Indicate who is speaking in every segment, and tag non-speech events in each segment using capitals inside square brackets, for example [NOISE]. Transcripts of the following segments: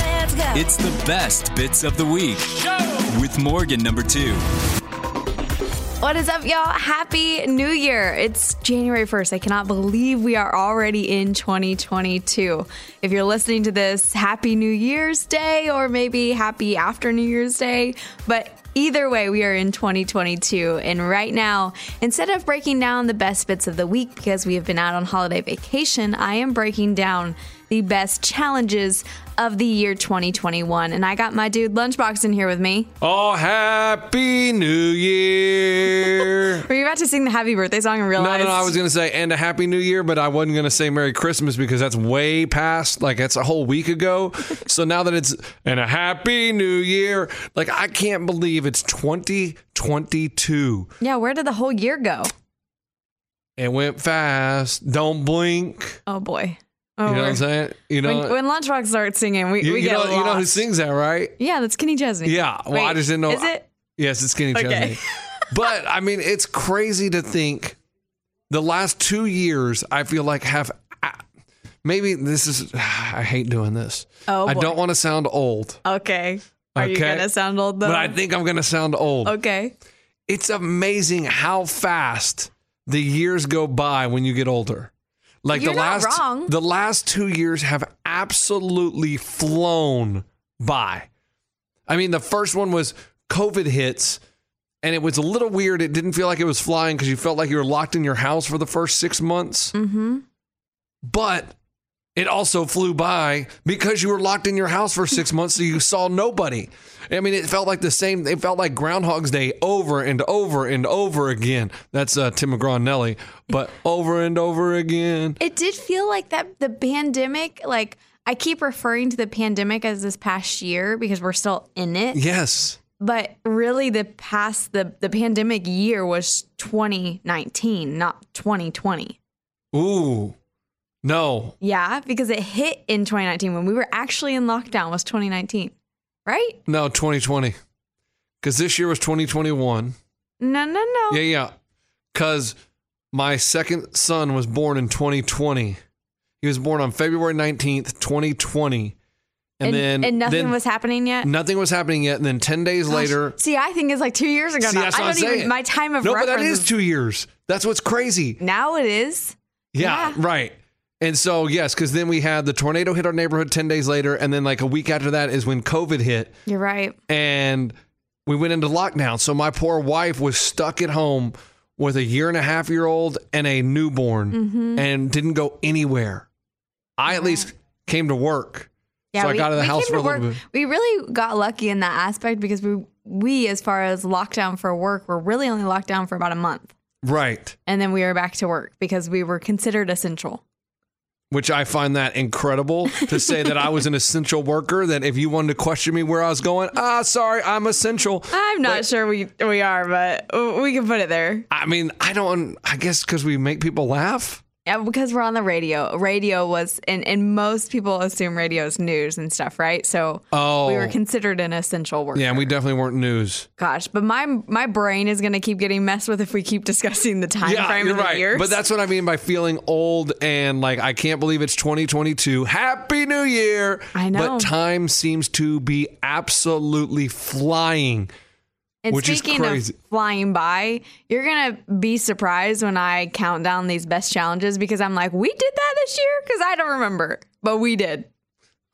Speaker 1: It's the best bits of the week with Morgan number two.
Speaker 2: What is up, y'all? Happy New Year. It's January 1st. I cannot believe we are already in 2022. If you're listening to this, happy New Year's Day or maybe happy after New Year's Day. But either way, we are in 2022. And right now, instead of breaking down the best bits of the week because we have been out on holiday vacation, I am breaking down the best challenges of the year 2021. And I got my dude Lunchbox in here with me.
Speaker 3: Oh, happy new
Speaker 2: [LAUGHS]
Speaker 3: year.
Speaker 2: Were you about to sing the happy birthday song and
Speaker 3: No,
Speaker 2: realize?
Speaker 3: no, no, I was going to say, and a happy new year, but I wasn't going to say Merry Christmas because that's way past, like, that's a whole
Speaker 2: [LAUGHS]
Speaker 3: week ago. so now that it's, and a happy new year, like, I can't believe it's 2022.
Speaker 2: Yeah, where did the whole year go?
Speaker 3: It went fast. Don't blink.
Speaker 2: Oh boy.
Speaker 3: You
Speaker 2: Oh,
Speaker 3: know what
Speaker 2: we're-
Speaker 3: I'm saying? You know,
Speaker 2: when, when Lunchbox starts singing, we,
Speaker 3: you,
Speaker 2: we
Speaker 3: you
Speaker 2: get
Speaker 3: know,
Speaker 2: lost.
Speaker 3: you know who sings that, right?
Speaker 2: Yeah, that's Kenny Chesney.
Speaker 3: Yeah, well, I just didn't know-
Speaker 2: Is it?
Speaker 3: Yes, it's skinny
Speaker 2: Okay.
Speaker 3: Chesney. but I mean, it's crazy to think the last two years. I feel like have I- maybe this is. [SIGHS] I hate doing this.
Speaker 2: Oh,
Speaker 3: I
Speaker 2: boy.
Speaker 3: don't want to sound old.
Speaker 2: Okay. Are you
Speaker 3: Okay.
Speaker 2: gonna sound old though?
Speaker 3: But I think I'm going to sound old.
Speaker 2: okay.
Speaker 3: It's amazing how fast the years go by when you get older. Like
Speaker 2: You're
Speaker 3: the
Speaker 2: not
Speaker 3: last
Speaker 2: wrong.
Speaker 3: the last 2 years have absolutely flown by. I mean, the first one was COVID hits and it was a little weird. It didn't feel like it was flying cuz you felt like you were locked in your house for the first 6 months. Mhm.
Speaker 2: Mm-hmm.
Speaker 3: But it also flew by because you were locked in your house for six [LAUGHS] months, so you saw nobody. I mean, it felt like the same. It felt like Groundhog's Day over and over and over again. That's uh, Tim McGraw and Nelly, but [LAUGHS] over and over again.
Speaker 2: It did feel like that the pandemic, like I keep referring to the pandemic as this past year because we're still in it.
Speaker 3: Yes,
Speaker 2: But really the past the the pandemic year was twenty nineteen, not twenty twenty.
Speaker 3: ooh, no,
Speaker 2: Yeah, because it hit in twenty nineteen when we were actually in lockdown was twenty nineteen. Right?
Speaker 3: no, 2020, because this year was 2021.
Speaker 2: No, no, no.
Speaker 3: Yeah, yeah. Because my second son was born in 2020. He was born on February 19th, 2020. And, then
Speaker 2: and nothing
Speaker 3: then
Speaker 2: was happening yet.
Speaker 3: nothing was happening yet. And then 10 days later,
Speaker 2: See, I think it's like two years ago
Speaker 3: see,
Speaker 2: now.
Speaker 3: that's
Speaker 2: Oh, I
Speaker 3: what
Speaker 2: don't
Speaker 3: I'm
Speaker 2: even
Speaker 3: saying.
Speaker 2: my time of
Speaker 3: no,
Speaker 2: reference.
Speaker 3: but that is
Speaker 2: is-
Speaker 3: two years. That's what's crazy.
Speaker 2: now it is.
Speaker 3: Yeah,
Speaker 2: Yeah.
Speaker 3: right. And so, yes, because then we had the tornado hit our neighborhood 10 days later. And then, like, a week after that is when COVID hit.
Speaker 2: You're right.
Speaker 3: and we went into lockdown. So my poor wife was stuck at home with a year and a half year old and a newborn
Speaker 2: Mm-hmm.
Speaker 3: and didn't go anywhere. I at least came to work.
Speaker 2: Yeah,
Speaker 3: so I
Speaker 2: we,
Speaker 3: got out of the
Speaker 2: we
Speaker 3: house
Speaker 2: came
Speaker 3: for a
Speaker 2: to work.
Speaker 3: little bit.
Speaker 2: We really got lucky in that aspect because we we as far as lockdown for work, were really only locked down for about a month,
Speaker 3: Right.
Speaker 2: and then we were back to work because we were considered essential.
Speaker 3: Which I find that incredible to say that I was an essential worker. That if you wanted to question me where I was going, ah, sorry, I'm essential.
Speaker 2: I'm not sure we we are, but we can put it there.
Speaker 3: I mean, I don't, I guess because we make people laugh.
Speaker 2: Yeah, because we're on the radio. Radio was, and, and most people assume radio is news and stuff, right? So
Speaker 3: Oh.
Speaker 2: we were considered an essential worker.
Speaker 3: Yeah, and we definitely weren't news.
Speaker 2: Gosh, but my my brain is going to keep getting messed with if we keep discussing the time frame of the years.
Speaker 3: But that's what I mean by feeling old and like I can't believe it's 2022. Happy New Year!
Speaker 2: I know.
Speaker 3: But time seems to be absolutely flying.
Speaker 2: and
Speaker 3: which is
Speaker 2: speaking
Speaker 3: crazy.
Speaker 2: of flying by, you're going to be surprised when I count down these best challenges because I'm like, we did that this year because I don't remember, but we did.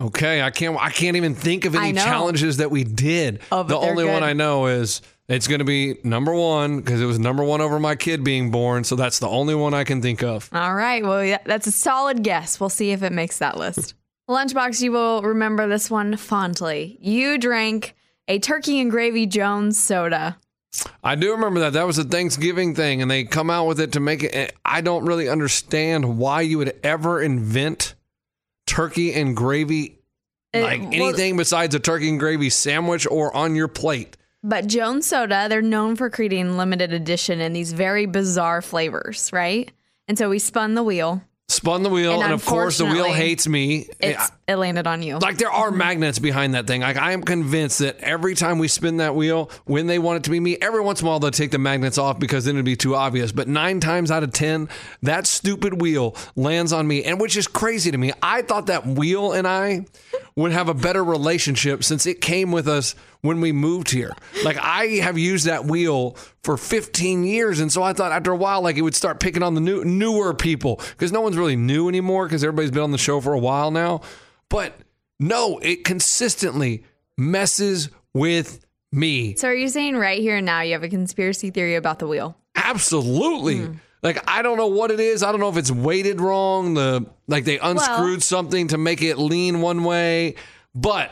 Speaker 3: Okay, I can't. I can't even think of
Speaker 2: I
Speaker 3: any
Speaker 2: know.
Speaker 3: challenges that we did.
Speaker 2: Oh, but
Speaker 3: the
Speaker 2: they're
Speaker 3: only one
Speaker 2: good.
Speaker 3: I know is it's going to be number one because it was number one over my kid being born. So that's the only one I can think of.
Speaker 2: All right. Well, yeah, that's a solid guess. We'll see if it makes that list. [LAUGHS] Lunchbox, you will remember this one fondly. You drank a turkey and gravy Jones soda.
Speaker 3: I do remember that. That was a Thanksgiving thing, and they come out with it to make it. I don't really understand why you would ever invent turkey and gravy,
Speaker 2: It-
Speaker 3: like
Speaker 2: well,
Speaker 3: anything besides a turkey and gravy sandwich or on your plate.
Speaker 2: But Jones Soda, they're known for creating limited edition in these very bizarre flavors, right? And so we spun the wheel.
Speaker 3: Spun the wheel,
Speaker 2: And
Speaker 3: and, of course, the wheel
Speaker 2: unfortunately,
Speaker 3: hates me.
Speaker 2: It's, it landed on you.
Speaker 3: like there are magnets behind that thing. Like I am convinced that every time we spin that wheel, when they want it to be me, every once in a while they'll take the magnets off because then it'd be too obvious. But nine times out of ten, that stupid wheel lands on me, and which is crazy to me. I thought that wheel and I would have a better relationship since it came with us when we moved here. Like I have used that wheel for 15 years, and so I thought after a while, like it would start picking on the new newer people because no one's really new anymore because everybody's been on the show for a while now. But no, it consistently messes with me.
Speaker 2: So are you saying right here and now you have a conspiracy theory about the wheel? [LAUGHS]
Speaker 3: Absolutely. Like I don't know what it is. I don't know if it's weighted wrong. The like they unscrewed something to make it lean one way, but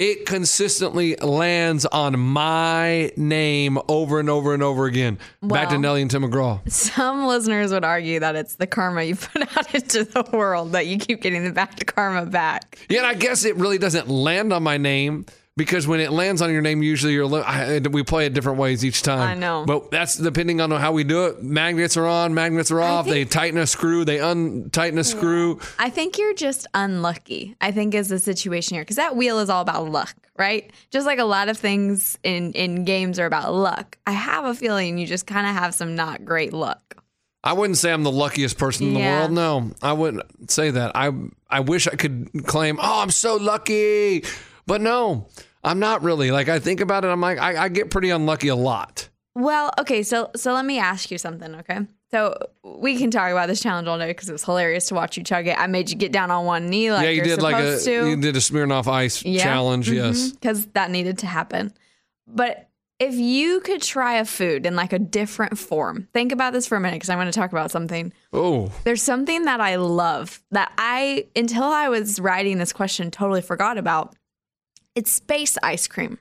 Speaker 3: it consistently lands on my name over and over and over again. Back to
Speaker 2: Well.
Speaker 3: Nelly and Tim McGraw.
Speaker 2: Some listeners would argue that it's the karma you [LAUGHS] put out into the world that you keep getting the bad karma back.
Speaker 3: Yeah, and I guess it really doesn't land on my name because when it lands on your name, usually you're li- I, we play it different ways each time.
Speaker 2: I know.
Speaker 3: but that's depending on how we do it. Magnets are on, magnets are off. they
Speaker 2: think-
Speaker 3: tighten a screw, they untighten a screw.
Speaker 2: I think you're just unlucky. I think is the situation here because that wheel is all about luck, right? Just like a lot of things in in games are about luck. I have a feeling you just kind of have some not great luck.
Speaker 3: I wouldn't say I'm the luckiest person in the
Speaker 2: Yeah.
Speaker 3: world. No, I wouldn't say that. I I wish I could claim, oh, I'm so lucky, but no, I'm not really. Like I think about it, I'm like I, I get pretty unlucky a lot.
Speaker 2: Well, okay, so so let me ask you something, okay? So we can talk about this challenge all day because it was hilarious to watch you chug it. I made you get down on one knee like
Speaker 3: yeah, you
Speaker 2: you're
Speaker 3: did like a
Speaker 2: supposed to.
Speaker 3: you did a Smirnoff Ice
Speaker 2: Yeah. Mm-hmm.
Speaker 3: challenge. Yes,
Speaker 2: because that needed to happen. But if you could try a food in like a different form, think about this for a minute because I'm going to talk about something.
Speaker 3: oh,
Speaker 2: There's something that I love that I, until I was writing this question, totally forgot about. It's space ice cream.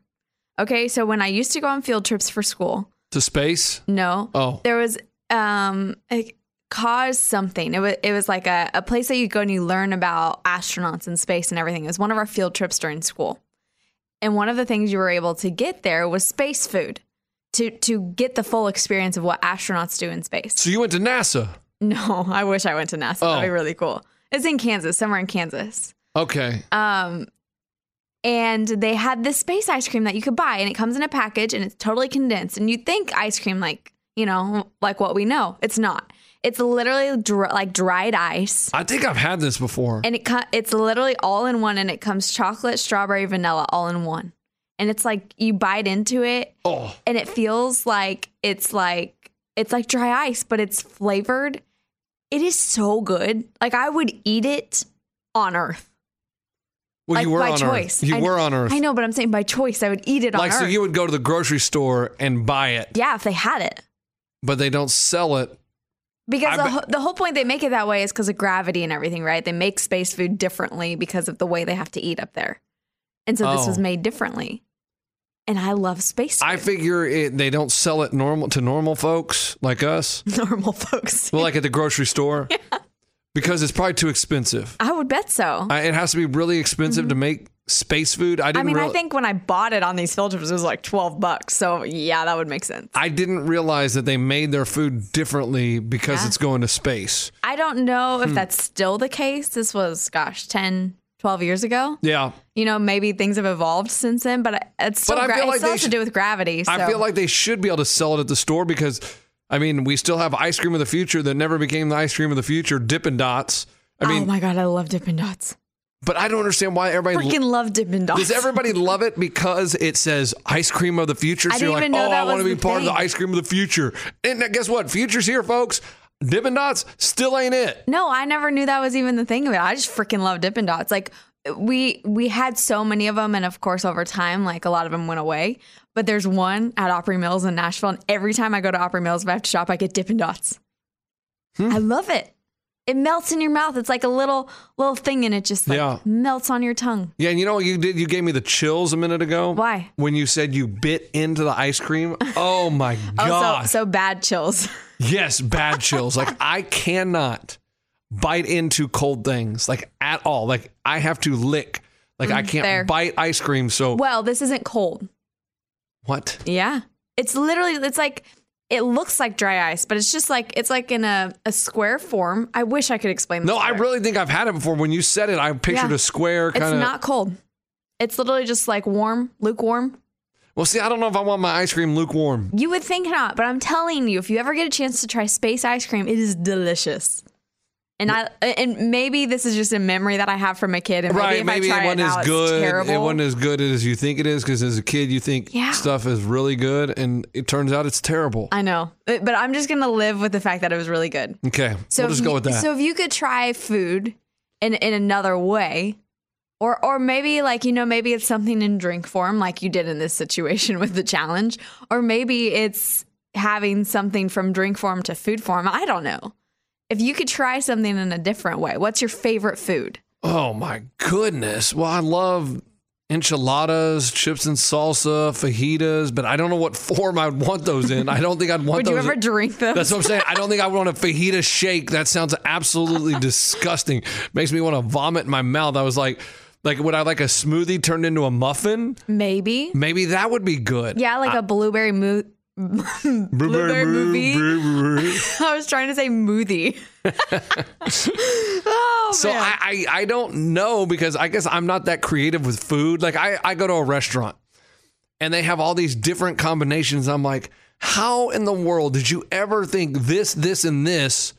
Speaker 2: Okay, so when I used to go on field trips for school,
Speaker 3: to space.
Speaker 2: no,
Speaker 3: Oh,
Speaker 2: there was um a cause something. It was it was like a, a place that you go and you learn about astronauts and space and everything. It was one of our field trips during school. And one of the things you were able to get there was space food to to get the full experience of what astronauts do in space.
Speaker 3: so you went to NASA?
Speaker 2: No, [LAUGHS] I wish I went to NASA. That'd be
Speaker 3: Oh.
Speaker 2: really cool. It's in Kansas, somewhere in Kansas.
Speaker 3: Okay,
Speaker 2: Um, and they had this space ice cream that you could buy, and it comes in a package and it's totally condensed. And you'd think ice cream, like, you know, like what we know. It's not. It's literally dr- like dried ice.
Speaker 3: I think I've had this before.
Speaker 2: And it co- it's literally all in one, and it comes chocolate, strawberry, vanilla, all in one. And it's like you bite into it,
Speaker 3: oh,
Speaker 2: and it feels like it's like it's like dry ice, but it's flavored. It is so good. Like I would eat it on Earth.
Speaker 3: well,
Speaker 2: like
Speaker 3: you were
Speaker 2: by
Speaker 3: on
Speaker 2: choice.
Speaker 3: Earth. You
Speaker 2: I-
Speaker 3: were on Earth.
Speaker 2: I know, but I'm saying by choice, I would eat it
Speaker 3: Like
Speaker 2: on
Speaker 3: so,
Speaker 2: Earth.
Speaker 3: you would go to the grocery store and buy it,
Speaker 2: yeah, if they had it,
Speaker 3: but they don't sell it
Speaker 2: because
Speaker 3: I
Speaker 2: the,
Speaker 3: bet-
Speaker 2: ho- the whole point they make it that way is because of gravity and everything, right? They make space food differently because of the way they have to eat up there, and so this
Speaker 3: Oh.
Speaker 2: was made differently. And I love space.
Speaker 3: I
Speaker 2: food.
Speaker 3: figure it, they don't sell it normal to normal folks like us,
Speaker 2: [LAUGHS] normal folks.
Speaker 3: well, like at the
Speaker 2: [LAUGHS]
Speaker 3: grocery store, because it's probably too expensive.
Speaker 2: I would bet so. I,
Speaker 3: I, it has to be really expensive to make space food. I didn't.
Speaker 2: mean, Uh-huh. Mm-hmm. I
Speaker 3: real-
Speaker 2: think when I bought it on these filters, it was like twelve bucks. So yeah, that would make sense.
Speaker 3: I didn't realize that they made their food differently because it's going to space.
Speaker 2: I don't know
Speaker 3: Hmm.
Speaker 2: if that's still the case. This was, gosh, 10, 12 years ago.
Speaker 3: Yeah,
Speaker 2: you know, maybe things have evolved since then, but uh, it's still,
Speaker 3: But I
Speaker 2: gra-
Speaker 3: feel
Speaker 2: it
Speaker 3: like
Speaker 2: still
Speaker 3: they
Speaker 2: has
Speaker 3: should-
Speaker 2: to do with gravity. So.
Speaker 3: I feel like they should be able to sell it at the store because, I mean, we still have ice cream of the future that never became the ice cream of the future, Dippin' Dots. I mean,
Speaker 2: oh my god, I love Dippin' Dots.
Speaker 3: but I don't understand why everybody.
Speaker 2: Freaking love Dippin' Dots.
Speaker 3: Does everybody love it because it says ice cream of the future? So
Speaker 2: I
Speaker 3: you're
Speaker 2: didn't
Speaker 3: like,
Speaker 2: even know
Speaker 3: oh,
Speaker 2: that
Speaker 3: I want to
Speaker 2: was
Speaker 3: be
Speaker 2: the
Speaker 3: part of the
Speaker 2: thing."
Speaker 3: ice cream of the future. And now guess what? Future's here, folks. Dippin' Dots still ain't it.
Speaker 2: no, I never knew that was even the thing of it. I just freaking love Dippin' Dots. Like we we had so many of them, and of course over time, like a lot of them went away. But there's one at Opry Mills in Nashville, and every time I go to Opry Mills, if I have to shop, I get Dippin' Dots.
Speaker 3: Hmm.
Speaker 2: I love it. It melts in your mouth. It's like a little little thing, and it just like
Speaker 3: Yeah.
Speaker 2: melts on your tongue.
Speaker 3: Yeah, and you know what you did? You gave me the chills a minute ago.
Speaker 2: Why?
Speaker 3: When you said you bit into the ice cream. Oh my
Speaker 2: [LAUGHS] Oh,
Speaker 3: gosh.
Speaker 2: so, so bad chills.
Speaker 3: yes, bad chills. like I cannot bite into cold things like at all. Like I have to lick. Like I can't
Speaker 2: Mm, fair.
Speaker 3: bite ice cream. So
Speaker 2: Well, this isn't cold.
Speaker 3: what?
Speaker 2: Yeah. It's literally, it's like, it looks like dry ice, but it's just like, it's like in a, a square form. I wish I could explain this.
Speaker 3: No, I
Speaker 2: better.
Speaker 3: really think I've had it before. When you said it, I pictured
Speaker 2: Yeah.
Speaker 3: a square
Speaker 2: It's
Speaker 3: kind of.
Speaker 2: not cold. It's literally just like warm, lukewarm.
Speaker 3: Well, see, I don't know if I want my ice cream lukewarm.
Speaker 2: You would think not, but I'm telling you, if you ever get a chance to try space ice cream, it is delicious. And I and maybe this is just a memory that I have from a kid. And maybe
Speaker 3: right?
Speaker 2: if
Speaker 3: Maybe
Speaker 2: I
Speaker 3: it
Speaker 2: try it,
Speaker 3: wasn't
Speaker 2: now,
Speaker 3: as good.
Speaker 2: It's
Speaker 3: It
Speaker 2: terrible.
Speaker 3: wasn't as good as you think it is because as a kid you think
Speaker 2: Yeah.
Speaker 3: stuff is really good and it turns out it's terrible.
Speaker 2: I know, but but I'm just gonna live with the fact that it was really good.
Speaker 3: okay,
Speaker 2: So
Speaker 3: we'll just
Speaker 2: if
Speaker 3: go
Speaker 2: you-
Speaker 3: with that.
Speaker 2: So if you could try food in in another way, or or maybe like you know maybe it's something in drink form like you did in this situation [LAUGHS] with the challenge, or maybe it's having something from drink form to food form. I don't know. If you could try something in a different way, what's your favorite food?
Speaker 3: oh my goodness! Well, I love enchiladas, chips and salsa, fajitas, but I don't know what form I'd want those in. I don't think I'd want
Speaker 2: Would
Speaker 3: those.
Speaker 2: you ever
Speaker 3: in-
Speaker 2: drink them?
Speaker 3: That's what I'm saying. I don't think I want a fajita shake. That sounds
Speaker 2: [LAUGHS]
Speaker 3: absolutely disgusting. Makes me want to vomit in my mouth. I was like, like would I like a smoothie turned into a muffin?
Speaker 2: maybe.
Speaker 3: Maybe that would be good. Uh,
Speaker 2: Yeah, like a blueberry [LAUGHS] moo. blueberry movie. [LAUGHS] I was trying to say moothie. oh,
Speaker 3: So
Speaker 2: man.
Speaker 3: I, I I don't know because I guess I'm not that creative with food. Like I, I go to a restaurant and they have all these different combinations. I'm like, how in the world did you ever think this, this, and this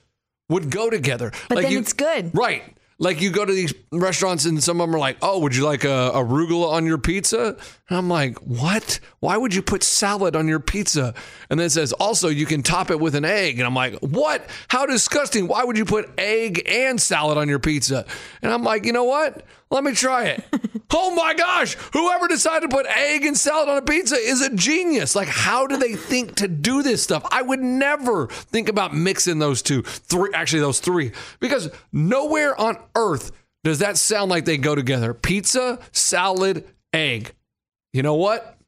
Speaker 3: would go together?
Speaker 2: But
Speaker 3: like
Speaker 2: then
Speaker 3: you,
Speaker 2: it's good.
Speaker 3: Right. Like you go to these restaurants and some of them are like, oh, would you like a arugula on your pizza? And I'm like, what? Why would you put salad on your pizza? And then it says, also, you can top it with an egg. And I'm like, what? How disgusting. Why would you put egg and salad on your pizza? And I'm like, you know what? Let me
Speaker 2: [LAUGHS]
Speaker 3: try it. oh my gosh. Whoever decided to put egg and salad on a pizza is a genius. Like, how do they think to do this stuff? I would never think about mixing those two, three, actually, those three, because nowhere on earth does that sound like they go together pizza, salad, egg. You know what?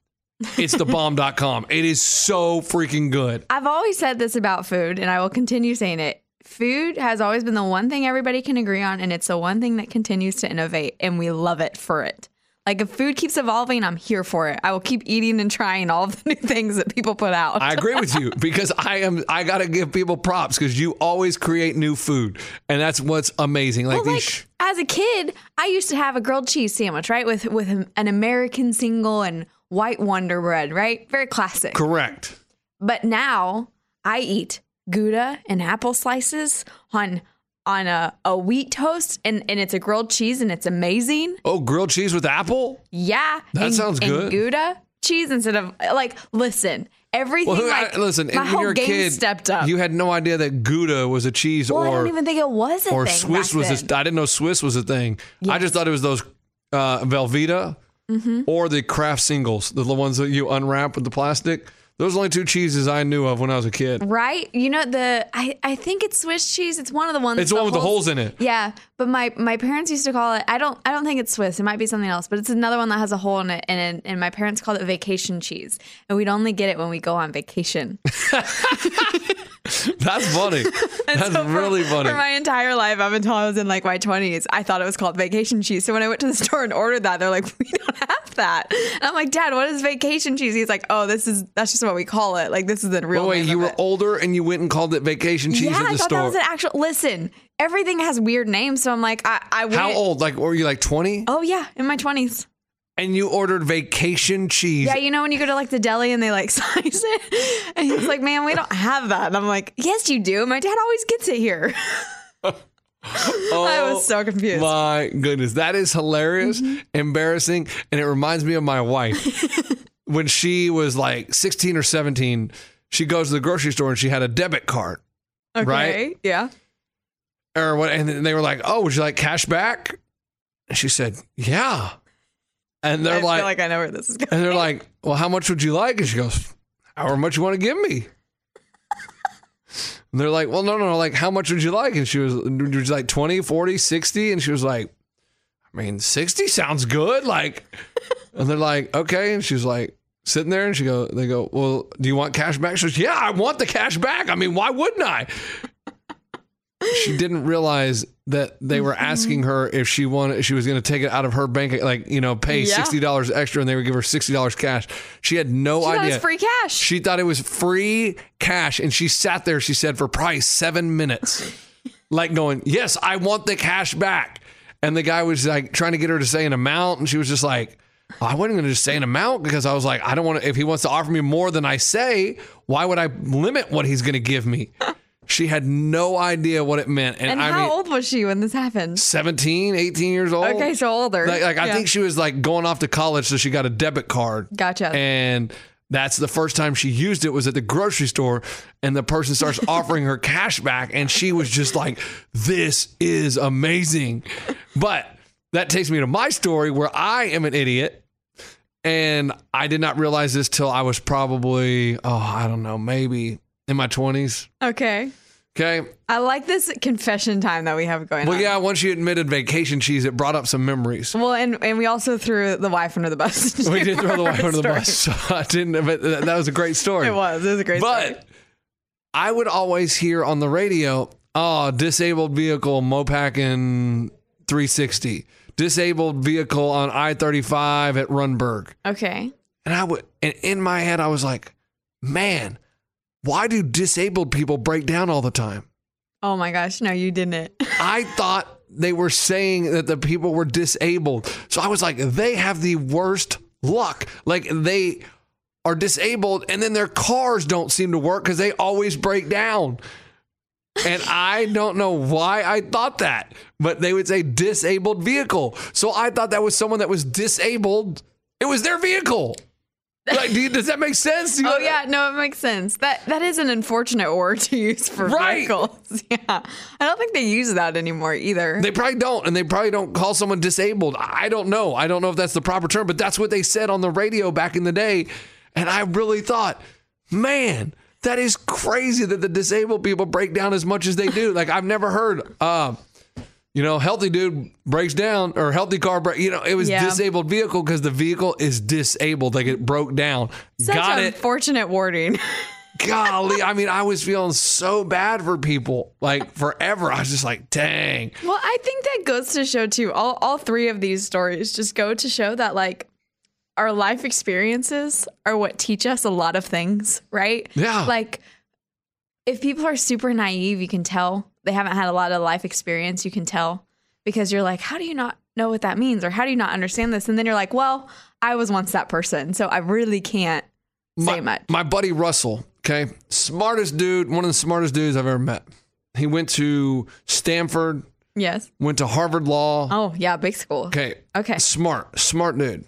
Speaker 3: It's the bomb.com. It is so freaking good.
Speaker 2: I've always said this about food, and I will continue saying it. Food has always been the one thing everybody can agree on, and it's the one thing that continues to innovate, and we love it for it. Like if food keeps evolving, I'm here for it. I will keep eating and trying all [LAUGHS] of the new things that people put out.
Speaker 3: I agree with you because I am. I gotta give people props because you always create new food, and that's what's amazing. Like
Speaker 2: Well,
Speaker 3: these. sh-
Speaker 2: like as a kid, I used to have a grilled cheese sandwich, right, with with an American single and white Wonder Bread, right? Very classic.
Speaker 3: correct.
Speaker 2: But now I eat Gouda and apple slices on on a, a wheat toast and, and it's a grilled cheese and it's amazing.
Speaker 3: Oh, grilled cheese with apple.
Speaker 2: Yeah.
Speaker 3: That
Speaker 2: and-
Speaker 3: sounds
Speaker 2: and
Speaker 3: good.
Speaker 2: Gouda cheese instead of like listen, everything
Speaker 3: Well, who, I-
Speaker 2: like
Speaker 3: listen.
Speaker 2: my
Speaker 3: when
Speaker 2: whole
Speaker 3: you're a
Speaker 2: game
Speaker 3: kid,
Speaker 2: stepped up.
Speaker 3: You had no idea that Gouda was a cheese
Speaker 2: well, I
Speaker 3: or
Speaker 2: don't even think it was a
Speaker 3: or
Speaker 2: thing.
Speaker 3: Swiss
Speaker 2: back
Speaker 3: was.
Speaker 2: then.
Speaker 3: A, I didn't know Swiss was a thing. I
Speaker 2: Yes. Mm-hmm.
Speaker 3: just thought it was those uh, Velveeta or the Kraft singles, the little ones that you unwrap with the plastic. Those are the only two cheeses I knew of when I was a kid.
Speaker 2: Right? You know the I, I think it's Swiss cheese. It's one of the ones.
Speaker 3: It's the one with the holes in it.
Speaker 2: Yeah, but my my parents used to call it. I don't I don't think it's Swiss. It might be something else, but it's another one that has a hole in it. And and my parents called it vacation cheese, and we'd only get it when we go on vacation.
Speaker 3: [LAUGHS]
Speaker 2: [LAUGHS]
Speaker 3: That's funny. That's
Speaker 2: So for-
Speaker 3: really funny.
Speaker 2: For my entire life, up until I was in like my twenties, I thought it was called vacation cheese. So when I went to the [LAUGHS] store and ordered that, they're like, "We don't have that." And I'm like, "Dad, what is vacation cheese?" He's like, "Oh, this is that's just what we call it. Like this is the real."
Speaker 3: Oh, wait,
Speaker 2: name
Speaker 3: you
Speaker 2: of
Speaker 3: were
Speaker 2: it."
Speaker 3: older and you went and called it vacation cheese
Speaker 2: yeah,
Speaker 3: at the
Speaker 2: I thought
Speaker 3: store.
Speaker 2: that was an actual. Listen, everything has weird names, so I'm like, I, I wouldn't.
Speaker 3: How old? Like, were you like 20?
Speaker 2: Oh yeah, in my twenties.
Speaker 3: And you ordered vacation cheese.
Speaker 2: Yeah, you know when you go to like the deli and they like [LAUGHS] size it, and he's like, "Man, we don't have that." And I'm like, "Yes, you do. My dad always gets it here." [LAUGHS] I was so confused.
Speaker 3: Oh
Speaker 2: Mm-hmm.
Speaker 3: My goodness. That is hilarious, embarrassing, and it reminds me of my wife.
Speaker 2: [LAUGHS]
Speaker 3: when she was like 16 or 17, she goes to the grocery store and she had a debit card.
Speaker 2: okay.
Speaker 3: right?
Speaker 2: Yeah.
Speaker 3: or what and they were like oh would you like cash back and she said yeah and they're
Speaker 2: I
Speaker 3: like,
Speaker 2: feel like I know where this is going.
Speaker 3: and they're like well how much would you like and she goes however much you want to give
Speaker 2: [LAUGHS]
Speaker 3: me and they're like well no no no like how much would you like and she was would you like 20 40 60 and she was like i mean 60 sounds
Speaker 2: [LAUGHS]
Speaker 3: good like and they're like okay and she's like sitting there and she go they go well do you want cash back she goes yeah i want the cash back i mean why wouldn't i she didn't realize that they
Speaker 2: Mm-hmm.
Speaker 3: were asking her if she wanted she was going to take it out of her bank like you know pay
Speaker 2: Yeah.
Speaker 3: $60 extra and they would give her $60 cash she had no
Speaker 2: She thought it
Speaker 3: idea
Speaker 2: was free cash.
Speaker 3: she thought it was free cash and she sat there she said for probably
Speaker 2: [LAUGHS]
Speaker 3: 7 minutes like going yes i want the cash back and the guy was like trying to get her to say an amount and she was just like I wasn't going to just say an amount because I was like,
Speaker 2: [LAUGHS]
Speaker 3: I don't want to. If he wants to offer me more than I say, why would I limit what he's going to give me? She had no idea what it meant. And,
Speaker 2: And
Speaker 3: I
Speaker 2: how
Speaker 3: mean,
Speaker 2: old was she when this happened?
Speaker 3: 17, 18 years old.
Speaker 2: Okay, so older.
Speaker 3: Like, like I
Speaker 2: Yeah.
Speaker 3: think she was like going off to college, so she got a debit card.
Speaker 2: Gotcha.
Speaker 3: And that's the first time she used it was at the grocery store, and the
Speaker 2: [LAUGHS]
Speaker 3: person starts offering her cash back, and she was just like, "This is amazing." But that takes me to my story where I am an idiot. And I did not realize this till I was probably, oh, I don't know, maybe in my 20s.
Speaker 2: Okay.
Speaker 3: Okay.
Speaker 2: I like this confession time that we have going
Speaker 3: Well,
Speaker 2: on.
Speaker 3: yeah, once you admitted vacation cheese, it brought up some memories.
Speaker 2: Well, and, and we also threw the wife under the bus. [LAUGHS]
Speaker 3: We did
Speaker 2: for
Speaker 3: throw the
Speaker 2: our
Speaker 3: wife under
Speaker 2: story.
Speaker 3: the bus. [LAUGHS] So I didn't, but that that was a great story.
Speaker 2: It was. It was a great story.
Speaker 3: But I would always hear on the radio, oh, disabled vehicle Mopac in 360, disabled vehicle on I 35 at Runberg.
Speaker 2: Okay.
Speaker 3: And I would, and in my head, I was like, man, why do disabled people break down all the time?
Speaker 2: Oh my gosh. No, you didn't.
Speaker 3: I thought they were saying that the people were disabled. So I was like, they have the worst luck. Like they are disabled and then their cars don't seem to work because they always break down. And I don't know why I thought that, but they would say disabled vehicle. So I thought that was someone that was disabled. It was their vehicle. Like, do you, does that make sense? Do you-
Speaker 2: Oh yeah, no, it makes sense. That that is an unfortunate word to use for
Speaker 3: Right.
Speaker 2: vehicles. [LAUGHS] Yeah, I don't think they use that anymore either.
Speaker 3: They probably don't, and they probably don't call someone disabled. I don't know. I don't know if that's the proper term, but that's what they said on the radio back in the day. And I really thought, man, that is crazy that the disabled people break down as much as they do. Like I've never heard, uh, you know, healthy dude breaks down or healthy car break. You know, it was
Speaker 2: Yeah.
Speaker 3: disabled vehicle because the vehicle is disabled. Like it broke down.
Speaker 2: Such
Speaker 3: Got it.
Speaker 2: unfortunate wording. [LAUGHS]
Speaker 3: Golly, I mean, I was feeling so bad for people. Like forever, I was just like, dang.
Speaker 2: well, I think that goes to show too. All all three of these stories just go to show that like our life experiences are what teach us a lot of things, right?
Speaker 3: Yeah.
Speaker 2: Like if people are super naive, you can tell they haven't had a lot of life experience, you can tell because you're like, how do you not know what that means or how do you not understand this? And then you're like, well, I was once that person, so I really can't say much.
Speaker 3: My buddy Russell, okay, smartest dude, one of the smartest dudes I've ever met. He went to Stanford,
Speaker 2: Yes.
Speaker 3: went to Harvard Law.
Speaker 2: Oh, yeah, big school.
Speaker 3: Okay,
Speaker 2: Okay.
Speaker 3: smart, smart dude.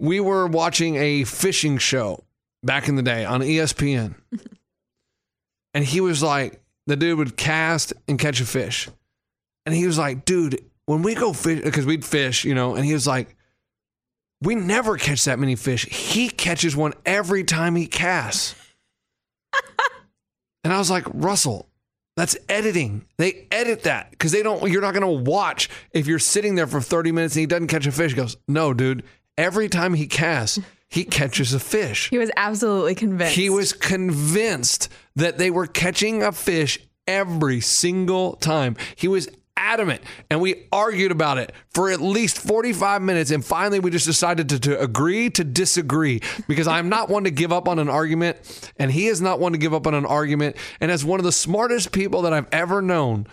Speaker 3: We were watching a fishing show back in the day on E ESPN, and he was like, the dude would cast and catch a fish, and he was like, dude, when we go fish, because we'd fish, you know, and he was like. We never catch that many fish. He catches one every time he casts. And I was like, Russell, that's editing. They edit that because they don't, you're not going to watch if you're sitting there for 30 minutes and he doesn't catch a fish. He goes, No, dude, every time he casts, he [LAUGHS] catches a fish.
Speaker 2: He was absolutely convinced.
Speaker 3: He was convinced that they were catching a fish every single time. He was adamant, and we argued about it for at least 45 minutes. And finally, we just decided to, to agree to disagree because I'm not one to give up on an argument, and he is not one to give up on an argument. And as one of the smartest people that I've ever known,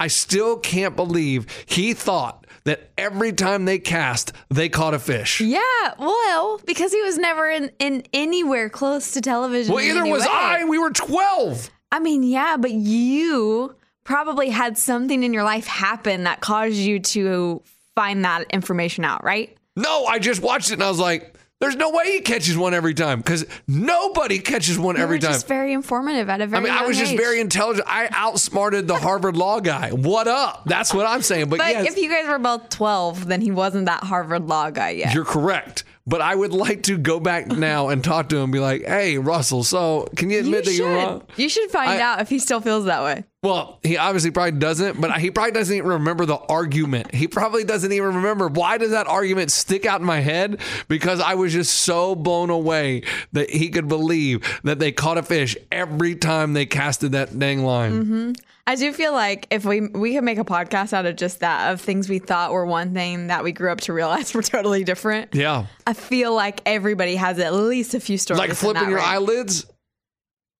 Speaker 3: I still can't believe he thought that every time they cast, they caught a fish.
Speaker 2: Yeah, well, because he was never in, in anywhere close to television.
Speaker 3: Well,
Speaker 2: in
Speaker 3: either
Speaker 2: any
Speaker 3: was
Speaker 2: way.
Speaker 3: I, we were 12.
Speaker 2: I mean, yeah, but you probably had something in your life happen that caused you to find that information out, right?
Speaker 3: No, I just watched it and I was like, there's no way he catches one every time because nobody catches one every
Speaker 2: you were
Speaker 3: time.
Speaker 2: just very informative at a very.
Speaker 3: I mean, I
Speaker 2: young
Speaker 3: was just
Speaker 2: age.
Speaker 3: very intelligent. I outsmarted the Harvard law guy. What up? That's what I'm saying. But,
Speaker 2: But
Speaker 3: yes,
Speaker 2: if you guys were both twelve, then he wasn't that Harvard law guy yet.
Speaker 3: you're correct. But I would like to go back now and talk to him and be like, hey, Russell, so can you
Speaker 2: You
Speaker 3: admit that
Speaker 2: should.
Speaker 3: you're wrong?
Speaker 2: You should find
Speaker 3: I-
Speaker 2: out if he still feels that way.
Speaker 3: Well, he obviously probably doesn't, but he probably doesn't even remember the argument. He probably doesn't even remember. Why does that argument stick out in my head? Because I was just so blown away that he could believe that they caught a fish every time they casted that dang line.
Speaker 2: I do feel like if we we could make a podcast out of just that of things we thought were one thing that we grew up to realize [LAUGHS] were totally different.
Speaker 3: Yeah.
Speaker 2: I feel like everybody has at least a few stories.
Speaker 3: Like
Speaker 2: in
Speaker 3: flipping
Speaker 2: that
Speaker 3: your
Speaker 2: range.
Speaker 3: eyelids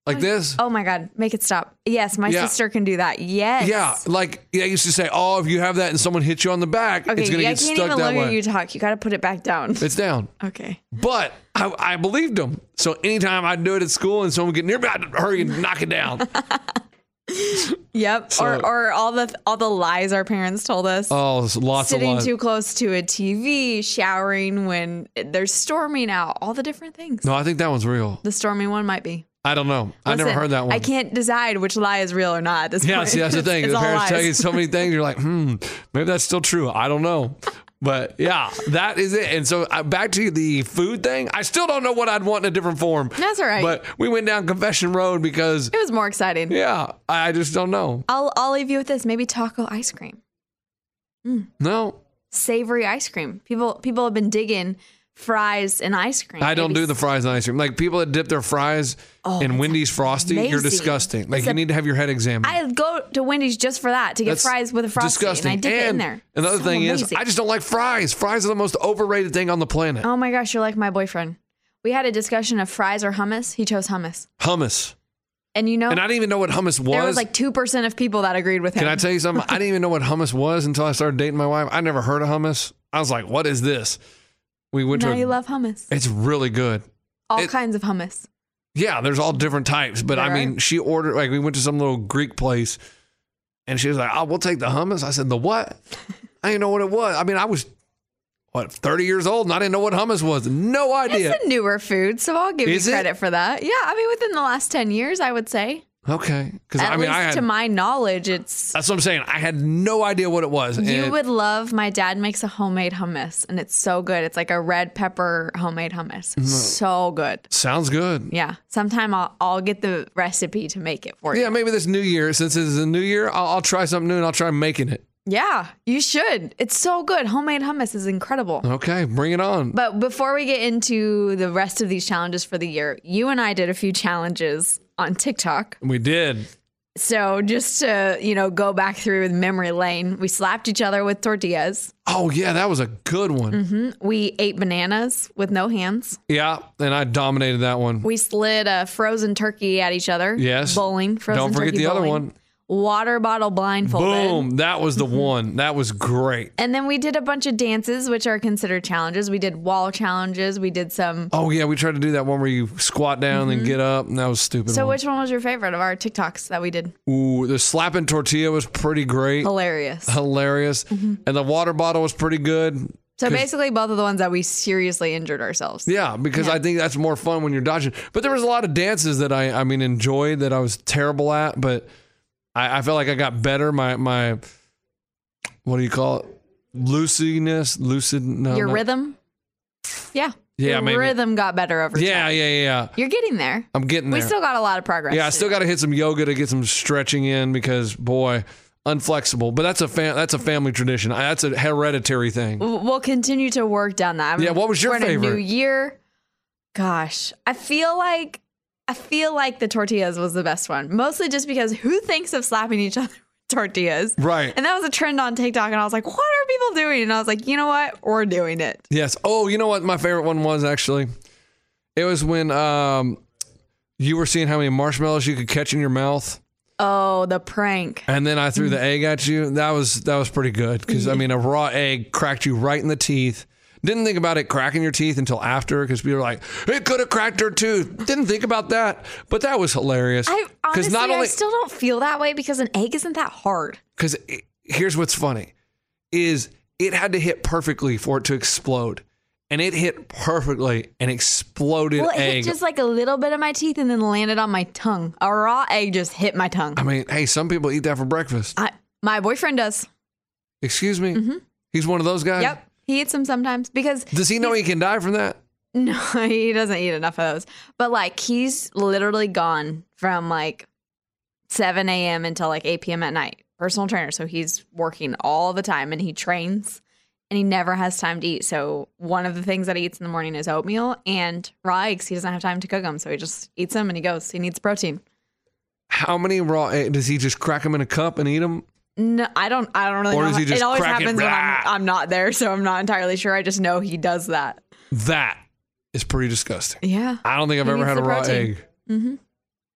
Speaker 3: like this.
Speaker 2: Oh my God, make it stop. Yes, my
Speaker 3: Yeah.
Speaker 2: sister can do that. Yes.
Speaker 3: Yeah, like yeah, I used to say, oh, if you have that and someone hits you on the back,
Speaker 2: Okay,
Speaker 3: it's gonna
Speaker 2: yeah,
Speaker 3: get
Speaker 2: I can't
Speaker 3: stuck
Speaker 2: even
Speaker 3: that
Speaker 2: look at
Speaker 3: way.
Speaker 2: you talk. You got to put it back down. [LAUGHS]
Speaker 3: it's down.
Speaker 2: Okay.
Speaker 3: But I,
Speaker 2: [LAUGHS]
Speaker 3: I believed him. So anytime I'd do it at school and someone would get near me, I'd hurry and knock it down.
Speaker 2: Yep.
Speaker 3: So-
Speaker 2: or or all the all the lies our parents told us.
Speaker 3: Oh, there's lots of
Speaker 2: Sitting
Speaker 3: lies.
Speaker 2: too close to a TV, showering when they're storming out, all the different things.
Speaker 3: no, I think that one's real.
Speaker 2: The storming one might be.
Speaker 3: I don't know. I never
Speaker 2: Listen,
Speaker 3: heard that one.
Speaker 2: I can't decide which lie is real or not at this
Speaker 3: Yeah,
Speaker 2: point. [LAUGHS]
Speaker 3: see, that's the thing.
Speaker 2: It's
Speaker 3: the
Speaker 2: all
Speaker 3: parents tell
Speaker 2: lies.
Speaker 3: you so many things. You're like, hmm, maybe that's still true. I don't know. But yeah, that is it. And so uh, back to the food thing. I still don't know what I'd want in a different form.
Speaker 2: That's all right.
Speaker 3: But we went down Confession Road because,
Speaker 2: [LAUGHS] It was more exciting.
Speaker 3: yeah, I just don't know.
Speaker 2: I'll I'll leave you with this. Maybe taco ice cream,
Speaker 3: No,
Speaker 2: savory ice cream. People people have been digging fries and ice cream.
Speaker 3: I don't
Speaker 2: Maybe Oh,
Speaker 3: do the fries and ice cream. Like people that dip their fries in Wendy's Frosty, you're
Speaker 2: amazing.
Speaker 3: disgusting. Like
Speaker 2: It's
Speaker 3: you
Speaker 2: a-
Speaker 3: need to have your head examined.
Speaker 2: I go to Wendy's just for that to get
Speaker 3: That's
Speaker 2: fries with a frosty,
Speaker 3: Disgusting.
Speaker 2: and I dip it in there.
Speaker 3: Another
Speaker 2: So
Speaker 3: thing is,
Speaker 2: amazing.
Speaker 3: I just don't like fries. Fries are the most overrated thing on the planet.
Speaker 2: oh my gosh, you're like my boyfriend. We had a discussion of fries or hummus. He chose hummus,
Speaker 3: Hummus.
Speaker 2: and you know
Speaker 3: And I didn't even know what hummus was.
Speaker 2: there was like two percent of people that agreed with him.
Speaker 3: Can I tell you something? I didn't even know what hummus was until I started dating my wife. I never heard of hummus. I was like, what is this? We went
Speaker 2: now
Speaker 3: to a-
Speaker 2: you love hummus,
Speaker 3: it's really good.
Speaker 2: all
Speaker 3: it-
Speaker 2: kinds of hummus.
Speaker 3: Yeah, there's all different types, but I
Speaker 2: There
Speaker 3: mean, she ordered like we went to some little Greek place and she was like, "Oh, we'll take the hummus." I said,
Speaker 2: [LAUGHS]
Speaker 3: "The what?" I didn't know what it was. I mean, I was what, 30 years old and I didn't know what hummus was. No idea.
Speaker 2: It's a newer food, so I'll give
Speaker 3: Is it?
Speaker 2: you credit for that. Yeah, I mean, within the last ten years, I would say.
Speaker 3: Okay. Cuz
Speaker 2: At
Speaker 3: I mean,
Speaker 2: least
Speaker 3: I had
Speaker 2: to my knowledge, it's
Speaker 3: That's what I'm saying. I had no idea what it was.
Speaker 2: you
Speaker 3: and-
Speaker 2: would love. My dad makes a homemade hummus, and it's so good. It's like a red pepper homemade hummus,
Speaker 3: Mm-hmm.
Speaker 2: so good.
Speaker 3: Sounds good.
Speaker 2: Yeah, sometime I'll, I'll get the recipe to make it for you.
Speaker 3: Yeah, maybe this new year, since it's a new year, I'll, I'll try something new and I'll try making it.
Speaker 2: Yeah, you should. It's so good. Homemade hummus is incredible.
Speaker 3: Okay, bring it on.
Speaker 2: But before we get into the rest of these challenges for the year, you and I did a few challenges on TikTok.
Speaker 3: We did.
Speaker 2: So just to, you know, go back through with memory lane, we slapped each other with tortillas. Mm-hmm.
Speaker 3: Oh yeah, that was a good one.
Speaker 2: Mm. We ate bananas with no hands.
Speaker 3: Yeah, and I dominated that one.
Speaker 2: We slid a frozen turkey at each other.
Speaker 3: Yes.
Speaker 2: Bowling. Frozen
Speaker 3: Don't forget
Speaker 2: turkey
Speaker 3: the other
Speaker 2: bowling. Mm-hmm.
Speaker 3: one.
Speaker 2: Water bottle blindfolded.
Speaker 3: Boom, that was the one. That was great.
Speaker 2: And then we did a bunch of dances, which are considered challenges. We did wall challenges. We did some.
Speaker 3: Oh yeah, we tried to do that one where you squat down and get up, and that was stupid.
Speaker 2: Mm-hmm. So,
Speaker 3: one.
Speaker 2: which one was your favorite of our TikToks that we did?
Speaker 3: Ooh, the slapping tortilla was pretty great,
Speaker 2: Hilarious. Mm-hmm.
Speaker 3: hilarious, and the water bottle was pretty good.
Speaker 2: So, basically, both of the ones that we seriously injured ourselves.
Speaker 3: Yeah, because I think that's more fun when you're dodging. But there was a lot of dances that I, I mean, enjoyed that I was terrible at, but I, I felt like I got better. My, my, what do you call it? Lucidness, lucid. No,
Speaker 2: your
Speaker 3: no.
Speaker 2: rhythm? Yeah.
Speaker 3: Yeah,
Speaker 2: Your
Speaker 3: maybe.
Speaker 2: rhythm got better over time.
Speaker 3: Yeah, yeah, yeah, yeah.
Speaker 2: You're getting there.
Speaker 3: I'm getting there.
Speaker 2: We still got a lot of progress.
Speaker 3: yeah, I
Speaker 2: to
Speaker 3: still got to hit some yoga to get some stretching in because boy, unflexible. But that's a fam- that's a family tradition. I, that's a hereditary thing.
Speaker 2: do. We'll continue to work down that. I mean,
Speaker 3: Yeah, what was your
Speaker 2: we're in A new
Speaker 3: favorite?
Speaker 2: year. Gosh, I feel like I feel like the tortillas was the best one. Mostly just because who thinks of slapping each [LAUGHS] other with tortillas?
Speaker 3: Right.
Speaker 2: And that was a trend on TikTok. And I was like, what are people doing? And I was like, you know what? We're doing it.
Speaker 3: Yes. Oh, you know what my favorite one was actually? It was when um you were seeing how many marshmallows you could catch in your mouth,
Speaker 2: Oh, the prank.
Speaker 3: and then I threw the egg at you. That was that was pretty good because I mean a raw egg cracked you right in the teeth. Didn't think about it cracking your teeth until after because people were like, it could have cracked her tooth. Didn't think about that, but that was hilarious.
Speaker 2: I honestly,
Speaker 3: not
Speaker 2: I
Speaker 3: only
Speaker 2: still don't feel that way because an egg isn't that hard.
Speaker 3: because here's what's funny is it had to hit perfectly for it to explode, and it hit perfectly and exploded
Speaker 2: Well, it
Speaker 3: egg
Speaker 2: hit just like a little bit of my teeth and then landed on my tongue. A raw egg just hit my tongue.
Speaker 3: I mean, hey, some people eat that for breakfast.
Speaker 2: I, my boyfriend does.
Speaker 3: Excuse me. He's one of those guys.
Speaker 2: Mm-hmm. Yep. He eats them sometimes because [LAUGHS]
Speaker 3: Does he know he can die from that?
Speaker 2: No, he doesn't eat enough of those. But like, he's literally gone from like 7 a.m. until like 8 p.m. at night. Personal trainer. So he's working all the time and he trains and he never has time to eat. So one of the things that he eats in the morning is oatmeal and raw eggs. He doesn't have time to cook them. So he just eats them and he goes. He needs protein.
Speaker 3: How many raw egg does he just crack them in a cup and eat them?
Speaker 2: No, I don't. I don't really.
Speaker 3: Or
Speaker 2: know.
Speaker 3: does he
Speaker 2: how-
Speaker 3: just
Speaker 2: it always
Speaker 3: crack it?
Speaker 2: happens when I'm,
Speaker 3: Blah.
Speaker 2: I'm not there, so I'm not entirely sure. I just know he does that.
Speaker 3: That is pretty disgusting.
Speaker 2: Yeah.
Speaker 3: I don't think I've
Speaker 2: He
Speaker 3: ever
Speaker 2: needs
Speaker 3: had a
Speaker 2: the
Speaker 3: raw
Speaker 2: protein.
Speaker 3: egg.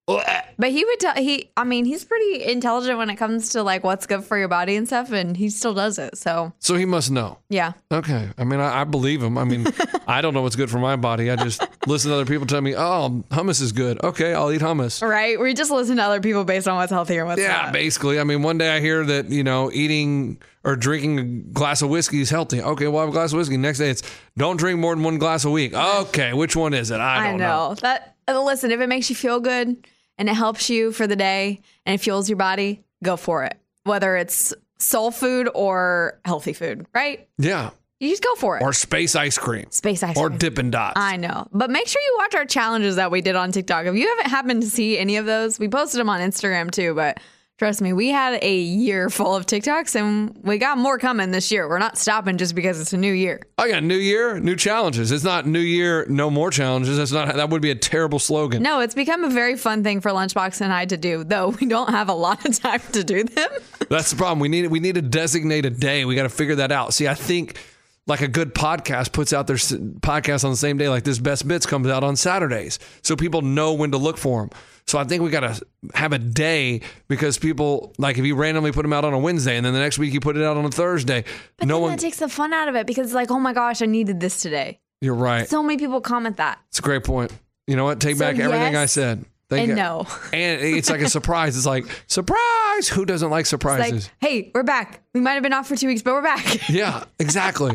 Speaker 4: Oh,
Speaker 2: But he would tell he. I mean, he's pretty intelligent when it comes to like what's good for your body and stuff, and he still does it. So
Speaker 3: So he must know.
Speaker 2: yeah,
Speaker 3: Okay. I mean, I, I believe him.
Speaker 2: [LAUGHS]
Speaker 3: I mean, I don't know what's good for my body. I just listen to other people tell me, oh, hummus is good. Okay, I'll eat hummus.
Speaker 2: right. We just listen to other people based on what's healthy and what's
Speaker 3: Yeah,
Speaker 2: not.
Speaker 3: basically. I mean, one day I hear that, you know, eating or drinking a glass of whiskey is healthy. Okay, well, I have a glass of whiskey. Next day it's don't drink more than one glass a week. Okay, which one is it? I
Speaker 2: I,
Speaker 3: don't know.
Speaker 2: know. that. uh, Listen, if it makes you feel good and it helps you for the day and it fuels your body, go for it. Whether it's soul food or healthy food, right?
Speaker 3: Yeah.
Speaker 2: You just go for it.
Speaker 3: Or space ice cream.
Speaker 2: Space ice
Speaker 3: or
Speaker 2: cream. Uh,
Speaker 3: dippin' dots.
Speaker 2: I know. But make sure you watch our challenges that we did on TikTok. If you haven't happened to see any of those, we posted them on Instagram too, but trust me, we had a year full of TikToks and we got more coming this year. We're not stopping just because it's a new year.
Speaker 3: oh yeah, new year, new challenges. It's not new year, no more challenges. That's not that would be a terrible slogan.
Speaker 2: No, it's become a very fun thing for Lunchbox and I to do, though we don't have a lot of time to do
Speaker 3: [LAUGHS]
Speaker 2: them.
Speaker 3: That's the problem. We need we need to designate a day. We got to figure that out. See, I think like a good podcast puts out their s- podcast on the same day. Like this best bits comes out on Saturdays, so people know when to look for them. So I think we got to have a day because people like if you randomly put them out on a Wednesday and then the next week you put it out on a Thursday, no
Speaker 2: And
Speaker 3: one.
Speaker 2: that takes the fun out of it because it's like, oh my gosh, I needed this today.
Speaker 3: you're right.
Speaker 2: So many people comment that.
Speaker 3: It's a great point. You know what? Take back everything I
Speaker 2: yes
Speaker 3: said.
Speaker 2: and
Speaker 3: Thank you.
Speaker 2: no.
Speaker 3: And
Speaker 2: [LAUGHS]
Speaker 3: it's like a surprise. It's like surprise. Who doesn't like surprises?
Speaker 2: Like, hey, we're back. We might have been off for two weeks, but we're back.
Speaker 3: Yeah, exactly.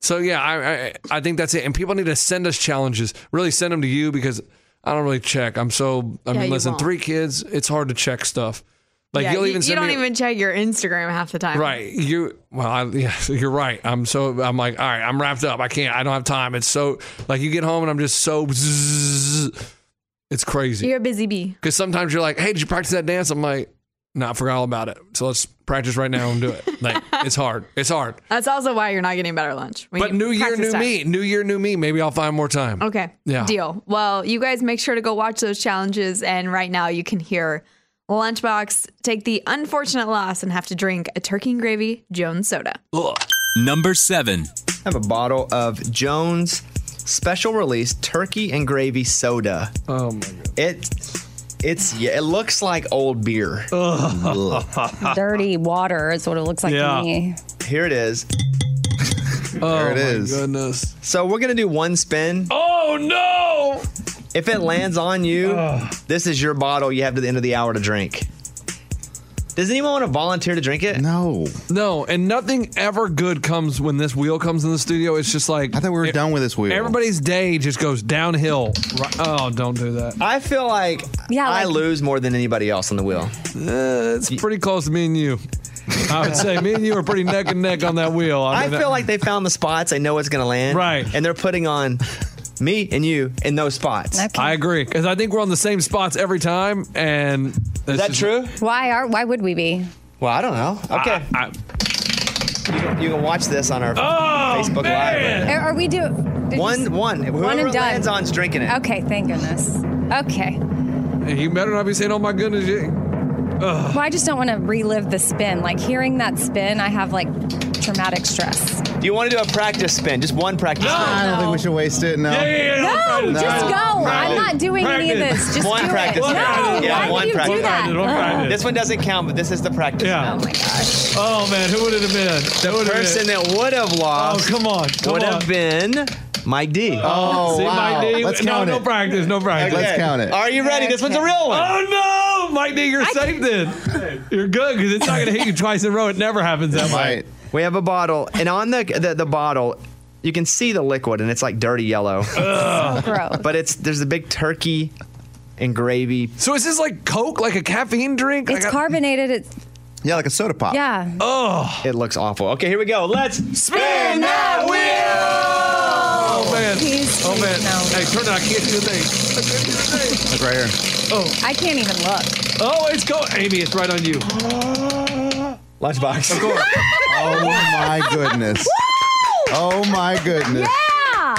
Speaker 3: so yeah, I, I I think that's it. And people need to send us challenges. Really send them to you because I don't really check. I'm so I mean,
Speaker 2: you
Speaker 3: listen,
Speaker 2: won't.
Speaker 3: three kids, it's hard to check stuff. Like
Speaker 2: Yeah,
Speaker 3: you'll
Speaker 2: you-
Speaker 3: even
Speaker 2: you,
Speaker 3: send
Speaker 2: don't
Speaker 3: me
Speaker 2: even check your Instagram half the time.
Speaker 3: right. You well, I, [LAUGHS] yeah, you're right. I'm so I'm like all right. I'm wrapped up. I can't. I don't have time. It's so like you get home and I'm just so. [LAUGHS] Zzz, it's crazy
Speaker 2: You're a busy bee.
Speaker 3: because sometimes you're like, hey, did you practice that dance? I'm like. No, I forgot all about it. So let's practice right now and do it.
Speaker 2: [LAUGHS]
Speaker 3: Like it's hard. It's hard.
Speaker 2: That's also why you're not getting better lunch. We
Speaker 3: But
Speaker 2: need
Speaker 3: new year,
Speaker 2: practice
Speaker 3: new
Speaker 2: time.
Speaker 3: me. New year, new me. Maybe I'll find more time.
Speaker 2: Okay.
Speaker 3: Yeah.
Speaker 2: Deal. Well, you guys make sure to go watch those challenges. And right now you can hear Lunchbox take the unfortunate loss and have to drink a turkey and gravy Jones soda.
Speaker 3: Ugh.
Speaker 1: Number seven.
Speaker 4: I have a bottle of Jones special release turkey and gravy soda.
Speaker 3: Oh my god.
Speaker 4: It it's yeah, it looks like old beer. Ugh.
Speaker 5: dirty water is what it looks like
Speaker 3: Yeah.
Speaker 5: to me.
Speaker 4: Here it
Speaker 3: [LAUGHS]
Speaker 4: is.
Speaker 3: Oh
Speaker 4: it
Speaker 3: my
Speaker 4: is.
Speaker 3: goodness.
Speaker 4: So we're gonna do one spin.
Speaker 3: Oh no.
Speaker 4: If it lands on you, this is your bottle you have to the end of the hour to drink. Does anyone want to volunteer to drink it?
Speaker 6: No,
Speaker 3: No, and nothing ever good comes when this wheel comes in the studio. It's just like
Speaker 6: I thought we were
Speaker 3: it-
Speaker 6: done with this wheel.
Speaker 3: Everybody's day just goes downhill. Right- Oh, don't do that.
Speaker 4: I feel like
Speaker 5: Yeah,
Speaker 4: I
Speaker 5: like-
Speaker 4: lose more than anybody else on the wheel.
Speaker 3: Uh, it's pretty close to me and you. Uh, I would say me and you are pretty neck and neck on that wheel.
Speaker 4: I
Speaker 3: mean,
Speaker 4: feel like they found the spots. They know it's gonna land.
Speaker 3: Right.
Speaker 4: And they're putting on me and you in those spots.
Speaker 5: Okay.
Speaker 3: I agree because I think we're on the same spots every time, and is
Speaker 4: Is that true?
Speaker 5: why are why would we be?
Speaker 4: Well, I don't know. Okay. you can watch this on our
Speaker 3: Oh,
Speaker 4: Facebook Live.
Speaker 5: Are, are we do
Speaker 4: One, one. Whoever
Speaker 5: One and done.
Speaker 4: lands on's drinking it.
Speaker 5: Okay, thank goodness. Okay.
Speaker 3: you better not be saying, "Oh my goodness." you-"
Speaker 5: Well, I just don't want to relive the spin. Like hearing that spin, I have like traumatic stress.
Speaker 4: Do you want to do a practice spin? Just one practice
Speaker 6: I don't think we should waste it. No.
Speaker 5: No,
Speaker 6: No.
Speaker 5: just go. I'm
Speaker 6: Practice.
Speaker 5: not doing any of this. Just
Speaker 4: One
Speaker 5: do
Speaker 4: practice.
Speaker 5: it. No,
Speaker 4: Practice. Yeah,
Speaker 5: why
Speaker 4: one
Speaker 5: would you
Speaker 4: practice.
Speaker 5: do that?
Speaker 4: One
Speaker 5: Ugh.
Speaker 4: spin. This one doesn't count, but this is the practice.
Speaker 5: Oh
Speaker 3: Yeah.
Speaker 5: my gosh.
Speaker 3: Oh man, who would it have been? That
Speaker 4: The
Speaker 3: would
Speaker 4: person that would have
Speaker 3: Oh
Speaker 4: lost
Speaker 3: come on, come
Speaker 4: would
Speaker 3: on.
Speaker 4: have been Mike D.
Speaker 6: Oh,
Speaker 3: See,
Speaker 6: wow.
Speaker 3: Mike D.
Speaker 6: Let's
Speaker 3: no,
Speaker 6: count
Speaker 3: no
Speaker 6: it.
Speaker 3: practice, no practice.
Speaker 6: Let's count it.
Speaker 4: Are you ready? This one's a real one.
Speaker 3: Oh no, Mike D, you're safe then. You're good because it's not going to hit you twice in a row. It never happens that way.
Speaker 6: Right.
Speaker 4: We have a bottle, and on the the, the bottle, you can see the liquid, and it's like dirty yellow.
Speaker 5: Gross.
Speaker 4: but it's there's a big turkey and gravy.
Speaker 3: So is this like Coke, like a caffeine drink?
Speaker 5: It's
Speaker 3: Like a-
Speaker 5: carbonated. It's
Speaker 6: Yeah, like a soda pop.
Speaker 5: yeah.
Speaker 4: It looks awful. Okay, here we go. Let's spin that wheel.
Speaker 3: Oh man.
Speaker 5: Please,
Speaker 3: oh man.
Speaker 5: please, no.
Speaker 3: Hey, [LAUGHS] turn it. on. I can't see the thing. I can't see the thing.
Speaker 6: Look right here.
Speaker 4: Oh.
Speaker 5: I can't even look.
Speaker 3: Oh, it's going. Amy, it's right on you.
Speaker 4: Lunchbox. Of [LAUGHS] course.
Speaker 6: Oh my goodness. Oh my goodness.
Speaker 5: Yeah.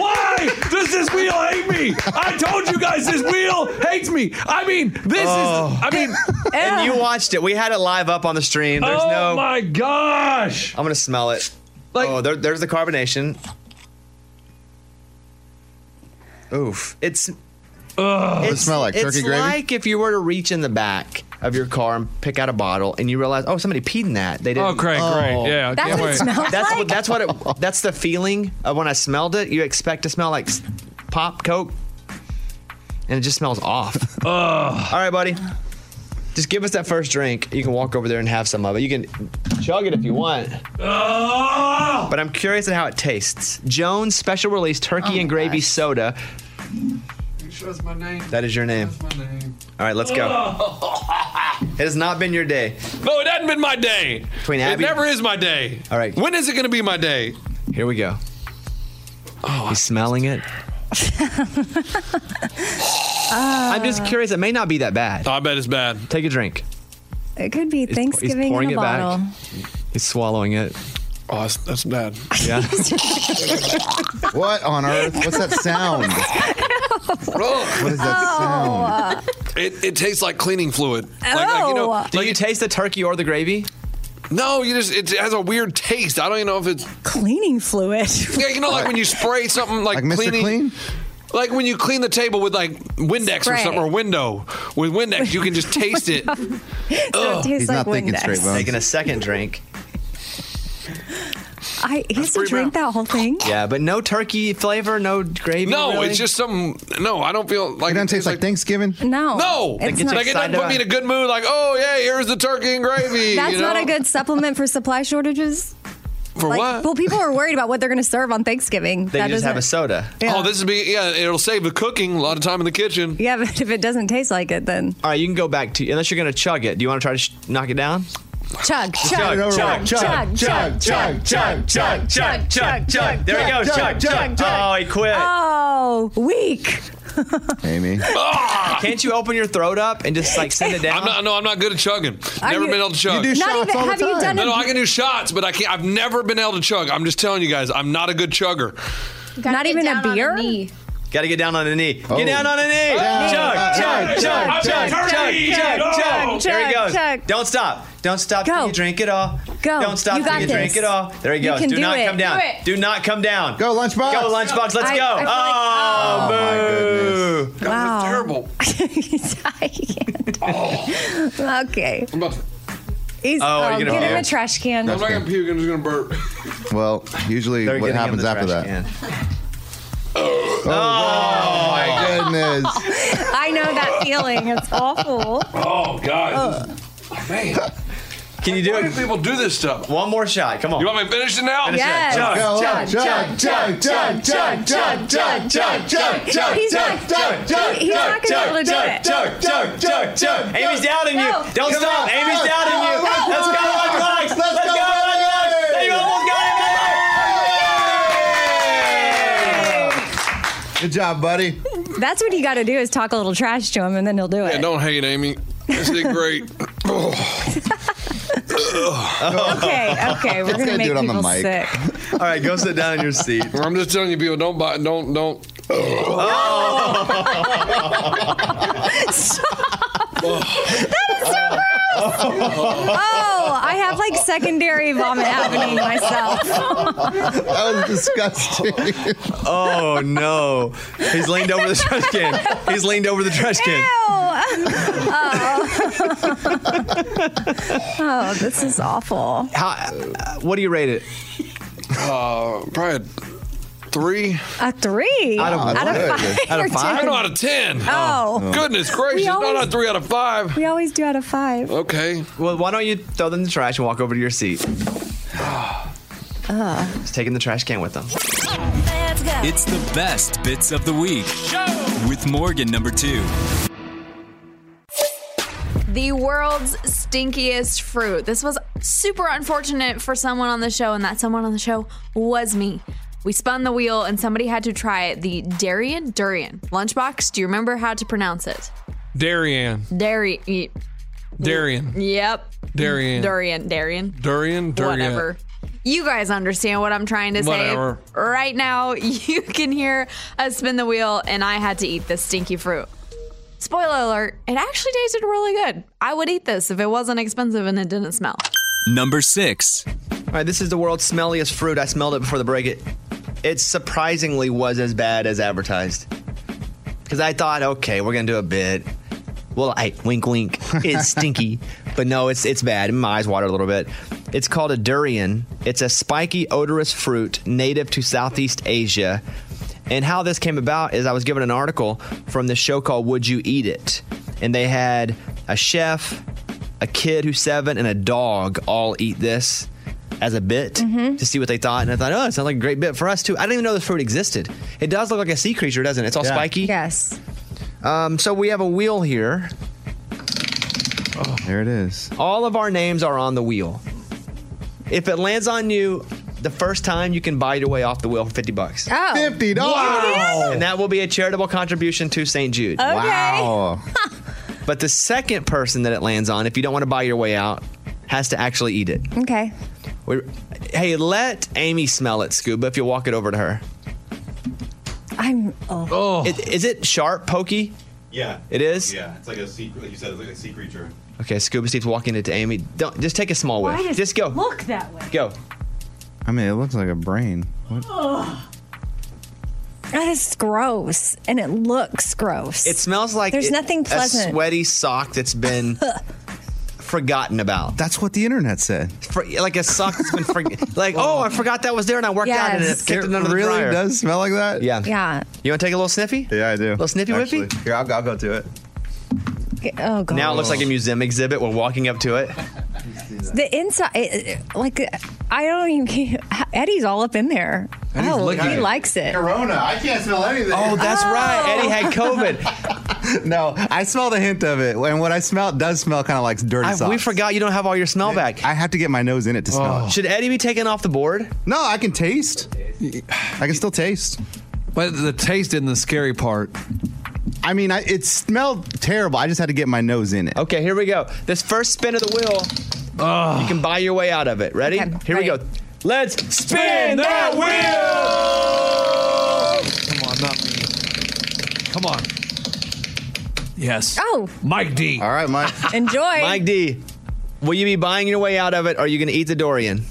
Speaker 3: Why does this wheel hate me? I told you guys this wheel hates me. I mean, this
Speaker 4: Oh.
Speaker 3: is. I mean,
Speaker 4: [LAUGHS] and you watched it. We had it live up on the stream. There's
Speaker 3: oh
Speaker 4: no.
Speaker 3: my gosh.
Speaker 4: I'm gonna smell it.
Speaker 3: Like-
Speaker 4: oh, there, there's the carbonation. Oof. It's
Speaker 6: it smell like turkey
Speaker 4: it's
Speaker 6: gravy?
Speaker 3: [LAUGHS]
Speaker 4: like if you were to reach in the back of your car and pick out a bottle and you realize, oh, somebody peed in that. They didn't.
Speaker 3: Oh, great,
Speaker 4: Oh.
Speaker 3: great. Yeah,
Speaker 5: That's
Speaker 3: can't
Speaker 5: what
Speaker 3: wait.
Speaker 5: it smells
Speaker 4: That's
Speaker 5: like.
Speaker 4: what. That's what. It, that's the feeling of when I smelled it. You expect to smell like s- pop coke, and it just smells
Speaker 3: [LAUGHS]
Speaker 4: off. All right, buddy. Just give us that first drink. You can walk over there and have some of it. You can chug it if you want. But I'm curious at how it tastes. Jones Special Release
Speaker 5: Oh
Speaker 4: Turkey and Gravy Soda. That is your name. All right, let's [LAUGHS] go. it has not been your day.
Speaker 3: No, it hasn't been my day.
Speaker 4: Between Abby-
Speaker 3: It never is my day.
Speaker 4: All right.
Speaker 3: When is it going to be my day?
Speaker 4: Here we go. Oh, he's smelling it. I'm
Speaker 5: Uh,
Speaker 4: just curious. It may not be that bad.
Speaker 3: I bet it's bad.
Speaker 4: Take a drink.
Speaker 5: It could be
Speaker 4: he's
Speaker 5: Thanksgiving
Speaker 4: pouring
Speaker 5: in
Speaker 4: it
Speaker 5: a
Speaker 4: back.
Speaker 5: bottle.
Speaker 4: He's swallowing it.
Speaker 3: Oh, that's, that's bad.
Speaker 4: [LAUGHS] Yeah.
Speaker 6: What on earth?
Speaker 5: [LAUGHS]
Speaker 6: What's that sound?
Speaker 4: Oh,
Speaker 3: Ugh.
Speaker 6: What is that
Speaker 4: uh,
Speaker 6: sound?
Speaker 3: it, it tastes like cleaning fluid. Like, like, you know,
Speaker 5: Oh.
Speaker 4: Do you taste the turkey or the gravy?
Speaker 3: no, you just it has a weird taste. I don't even know if it's
Speaker 5: Cleaning fluid.
Speaker 3: [LAUGHS] yeah, you know, like when you spray something like,
Speaker 6: Like Mr.
Speaker 3: cleaning,
Speaker 6: Clean?
Speaker 3: like when you clean the table with like Windex or
Speaker 5: Spray.
Speaker 3: something or window with Windex, you
Speaker 5: [LAUGHS]
Speaker 3: can just taste it.
Speaker 5: So it tastes
Speaker 6: He's
Speaker 5: like
Speaker 6: not thinking
Speaker 5: Windex.
Speaker 6: straight, Bones.
Speaker 4: Taking a second drink.
Speaker 5: I he has to
Speaker 3: pretty
Speaker 5: drink
Speaker 3: brown.
Speaker 5: that whole thing.
Speaker 4: Yeah, but no turkey flavor, no gravy.
Speaker 3: No,
Speaker 4: really?
Speaker 3: it's just some. No, I don't feel like
Speaker 6: It doesn't taste like Thanksgiving.
Speaker 5: No.
Speaker 3: No,
Speaker 5: It's not,
Speaker 3: like it doesn't
Speaker 4: excited
Speaker 3: put me in a good mood. Like, oh yeah, here's the turkey and gravy.
Speaker 5: that's
Speaker 3: you know?
Speaker 5: not a good supplement for supply shortages.
Speaker 3: for
Speaker 5: Like,
Speaker 3: what?
Speaker 5: Well, people are worried about what they're going to serve on Thanksgiving.
Speaker 4: They
Speaker 5: that [LAUGHS]
Speaker 4: just have a
Speaker 5: doesn't-
Speaker 4: soda.
Speaker 5: Yeah.
Speaker 3: Oh, this would be yeah. It'll save the cooking a lot of time in the kitchen.
Speaker 5: Yeah, [LAUGHS] but if it doesn't taste like it, then
Speaker 4: All right, you can go back to unless you're gonna chug it. Do you want to try to sh- knock it down?
Speaker 5: chug,
Speaker 4: chug it
Speaker 5: chug,
Speaker 4: over
Speaker 5: chug,
Speaker 4: with.
Speaker 5: chug, chug, chug, chug, chug, chug, chug, chug.
Speaker 4: There we go. Chug, chug. Oh, he quit.
Speaker 5: Oh, weak.
Speaker 6: Amy.
Speaker 3: Ah!
Speaker 4: Can't you open your throat up and just like send it down?
Speaker 3: I'm not. No, I'm not good at chugging. Never
Speaker 5: Are you-
Speaker 3: been able to chug.
Speaker 6: You do
Speaker 5: Not
Speaker 6: shots
Speaker 5: even.
Speaker 6: all the
Speaker 5: Have you
Speaker 6: time.
Speaker 5: done
Speaker 3: no, no, I
Speaker 5: it?
Speaker 3: can do shots, but I can't. I've never been able to chug. I'm just telling you guys, I'm not a good chugger.
Speaker 5: Not even a beer. Oh.
Speaker 4: Gotta get down on a knee.
Speaker 6: Oh.
Speaker 4: Get down on a knee.
Speaker 6: Down.
Speaker 4: Chug, chug,
Speaker 6: Chug,
Speaker 5: [LAUGHS]
Speaker 4: chug,
Speaker 6: chug,
Speaker 4: chug,
Speaker 3: chug,
Speaker 4: chug, chug,
Speaker 3: chug,
Speaker 5: chug,
Speaker 4: chug. There he goes.
Speaker 5: chug.
Speaker 4: Don't stop. Don't stop
Speaker 5: Go.
Speaker 4: till you drink it all.
Speaker 5: Go.
Speaker 4: Don't stop
Speaker 5: You
Speaker 4: till
Speaker 5: got
Speaker 4: you
Speaker 5: this.
Speaker 4: drink it all. There he
Speaker 5: You
Speaker 4: goes.
Speaker 5: can
Speaker 4: do,
Speaker 5: do
Speaker 4: not
Speaker 5: it.
Speaker 4: come down.
Speaker 5: Do it.
Speaker 4: Do not come down.
Speaker 6: Go, Lunchbox.
Speaker 4: Go, lunchbox. Let's
Speaker 5: I-
Speaker 4: go.
Speaker 5: I feel like-
Speaker 4: oh,
Speaker 6: Oh, my goodness.
Speaker 3: God,
Speaker 5: Wow.
Speaker 3: that's terrible.
Speaker 5: I can't. Okay.
Speaker 3: I'm about to-
Speaker 5: He's,
Speaker 4: Oh,
Speaker 5: oh,
Speaker 4: are you
Speaker 5: give
Speaker 4: gonna
Speaker 5: him a
Speaker 4: puke?
Speaker 5: trash can.
Speaker 3: I'm not gonna puke. I'm just gonna burp.
Speaker 6: Well, usually
Speaker 4: They're
Speaker 6: what
Speaker 4: getting him
Speaker 6: happens
Speaker 4: the
Speaker 6: after
Speaker 4: trash
Speaker 6: that?
Speaker 4: can.
Speaker 6: Oh, wow, my goodness.
Speaker 5: I know that feeling. It's awful.
Speaker 3: Oh God,
Speaker 6: Uh.
Speaker 3: Oh, man.
Speaker 4: Can you do
Speaker 3: Why do
Speaker 4: it?
Speaker 3: people do this stuff?
Speaker 4: One more shot. Come
Speaker 3: You
Speaker 4: on.
Speaker 3: want me to finish it now?
Speaker 4: Finish it.
Speaker 5: Yes.
Speaker 4: Chug,
Speaker 6: Go,
Speaker 5: Chug,
Speaker 6: chug, chug, chug, chug, chug, chug, chug, chug, chug,
Speaker 5: He's
Speaker 6: chug,
Speaker 5: not-
Speaker 6: chug, chug,
Speaker 5: he's not
Speaker 6: chug,
Speaker 5: gonna be able to do
Speaker 6: chug,
Speaker 5: it.
Speaker 6: chug, chug, chug, chug.
Speaker 4: Amy's doubting you.
Speaker 5: No.
Speaker 4: Don't
Speaker 6: Come
Speaker 4: stop.
Speaker 6: on.
Speaker 4: Amy's doubting you.
Speaker 6: Come on.
Speaker 4: Let's go, lunchbox.
Speaker 6: Let's go,
Speaker 4: lunchbox.
Speaker 6: Lunchbox.
Speaker 4: There you almost got it.
Speaker 6: Good job, buddy.
Speaker 5: That's what you got to do is talk a little trash to him, and then he'll do it.
Speaker 3: Yeah, don't hate Amy. This
Speaker 5: [LAUGHS]
Speaker 4: [LAUGHS]
Speaker 3: did great.
Speaker 5: Okay, okay, we're
Speaker 6: gonna
Speaker 5: gonna make
Speaker 6: do it on the
Speaker 5: people
Speaker 6: mic.
Speaker 5: sick.
Speaker 4: [LAUGHS] All right, go sit down in your seat.
Speaker 3: I'm just telling you, people, don't buy, don't, don't.
Speaker 5: Oh, I have like secondary vomit happening myself.
Speaker 6: That was disgusting.
Speaker 4: [LAUGHS] Oh no, he's leaned over the trash can. He's leaned over the trash
Speaker 5: [LAUGHS]
Speaker 4: can.
Speaker 5: oh.
Speaker 4: [LAUGHS]
Speaker 6: [LAUGHS]
Speaker 5: oh, this is awful.
Speaker 4: How, uh, what do you rate it?
Speaker 3: Uh, probably a three.
Speaker 5: A three
Speaker 4: Out of
Speaker 6: what?
Speaker 5: five.
Speaker 4: Out
Speaker 5: [LAUGHS]
Speaker 4: of
Speaker 5: You're
Speaker 4: five?
Speaker 3: I
Speaker 5: joking.
Speaker 3: know out of ten.
Speaker 5: Oh,
Speaker 3: Goodness gracious, not
Speaker 5: always-
Speaker 3: a three out
Speaker 5: [LAUGHS]
Speaker 3: of five.
Speaker 5: we always do out of five.
Speaker 3: Okay.
Speaker 4: Well, why don't you throw them in the trash and walk over to your seat?
Speaker 7: Uh.
Speaker 4: He's taking the trash can with them.
Speaker 1: It's the best bits of the week with Morgan number two.
Speaker 2: The world's stinkiest fruit. This was super unfortunate for someone on the show, and that someone on the show was me. We spun the wheel, and somebody had to try it. The Darien durian lunchbox. Do you remember how to pronounce it?
Speaker 3: Darian.
Speaker 2: Darian.
Speaker 3: Darian.
Speaker 2: Yep.
Speaker 3: Darian.
Speaker 2: Durian. Darian.
Speaker 3: Durian. Durian.
Speaker 2: whatever. You guys understand what I'm trying to
Speaker 3: Whatever.
Speaker 2: say. Right now, [LAUGHS] you can hear us spin the wheel, and I had to eat this stinky fruit. Spoiler alert, it actually tasted really good. I would eat this if it wasn't expensive and it didn't smell.
Speaker 1: Number six.
Speaker 4: All right, this is the world's smelliest fruit. I smelled it before the break. It, it surprisingly was as bad as advertised. because I thought, okay, we're gonna do a bit. Well, I wink, wink. It's stinky, but no, it's it's bad. My eyes water a little bit. It's called a durian. It's a spiky, odorous fruit native to Southeast Asia. And how this came about is I was given an article from the show called "Would You Eat It," and they had a chef, a kid who's seven, and a dog all eat this as a bit
Speaker 5: Mm-hmm.
Speaker 4: to see what they thought. And I thought, oh, it sounds like a great bit for us too. I didn't even know this fruit existed. It does look like a sea creature, doesn't it? It's all
Speaker 6: Yeah.
Speaker 4: spiky.
Speaker 5: Yes.
Speaker 4: Um, so we have a wheel here.
Speaker 6: Oh, There it is.
Speaker 4: All of our names are on the wheel. If it lands on you the first time, you can buy your way off the wheel for 50 bucks.
Speaker 5: Oh.
Speaker 6: Fifty dollars.
Speaker 4: And that will be a charitable contribution to St. Jude.
Speaker 5: [LAUGHS]
Speaker 6: Wow.
Speaker 4: But the second person that it lands on, if you don't want to buy your way out, has to actually eat it.
Speaker 5: Okay.
Speaker 4: We're- hey, let Amy smell it, Scuba, if you walk it over to her.
Speaker 5: I'm. Oh.
Speaker 4: Is, is it sharp, pokey?
Speaker 8: Yeah.
Speaker 4: It is?
Speaker 8: Yeah, it's like a sea, like you said, it's like a sea creature.
Speaker 4: Okay, Scuba Steve's walking it to Amy. Don't just take a small whiff. just go.
Speaker 7: Look that way.
Speaker 4: Go.
Speaker 6: I mean, it looks like a brain. What?
Speaker 5: That is gross, and it looks gross.
Speaker 4: It smells like
Speaker 5: There's
Speaker 4: it-
Speaker 5: nothing
Speaker 4: A
Speaker 5: pleasant.
Speaker 4: sweaty sock
Speaker 5: [LAUGHS]
Speaker 4: that's been forgotten about.
Speaker 6: That's what the internet said.
Speaker 4: For, like a sock that's been
Speaker 6: [LAUGHS]
Speaker 4: forg like oh I forgot that was there and I worked out and it
Speaker 5: Yes.
Speaker 4: kicked it, under the
Speaker 6: really
Speaker 4: dryer.
Speaker 6: does smell like that.
Speaker 4: Yeah.
Speaker 5: Yeah.
Speaker 4: You want to take a little sniffy?
Speaker 6: Yeah, I do.
Speaker 4: Little sniffy
Speaker 6: Actually.
Speaker 4: whiffy?
Speaker 6: Here, I'll, go- I'll go to it.
Speaker 5: Oh god.
Speaker 4: Now it looks like a museum exhibit. We're walking up to it.
Speaker 5: the inside, it- it- like I don't even. Can't, Eddie's all up in there. oh,
Speaker 3: looking at
Speaker 5: he
Speaker 3: it.
Speaker 5: likes it.
Speaker 6: Corona. I can't smell anything.
Speaker 4: Oh, that's right. Eddie had COVID.
Speaker 6: [LAUGHS] no, I smell the hint of it, and what I smell does smell kind of like dirty
Speaker 4: I-
Speaker 6: socks.
Speaker 4: we forgot you don't have all your smell back. Oh.
Speaker 6: I have to get my nose in it to smell. it.
Speaker 4: Should Eddie be taken off the board?
Speaker 6: No, I can taste. I can still taste.
Speaker 3: But the taste in the scary part.
Speaker 6: I mean, I, it smelled terrible. I just had to get my nose in it.
Speaker 4: Okay, here we go. This first spin of the wheel,
Speaker 3: Oh.
Speaker 4: you can buy your way out of it. Ready?
Speaker 5: Okay,
Speaker 4: here we
Speaker 5: ready.
Speaker 4: go. Let's spin that wheel.
Speaker 3: Come on, not me. Come on. Yes.
Speaker 5: Oh,
Speaker 3: Mike D.
Speaker 6: All right, Mike.
Speaker 5: [LAUGHS] enjoy.
Speaker 4: Mike D, will you be buying your way out of it, or are you going to eat the Dorian?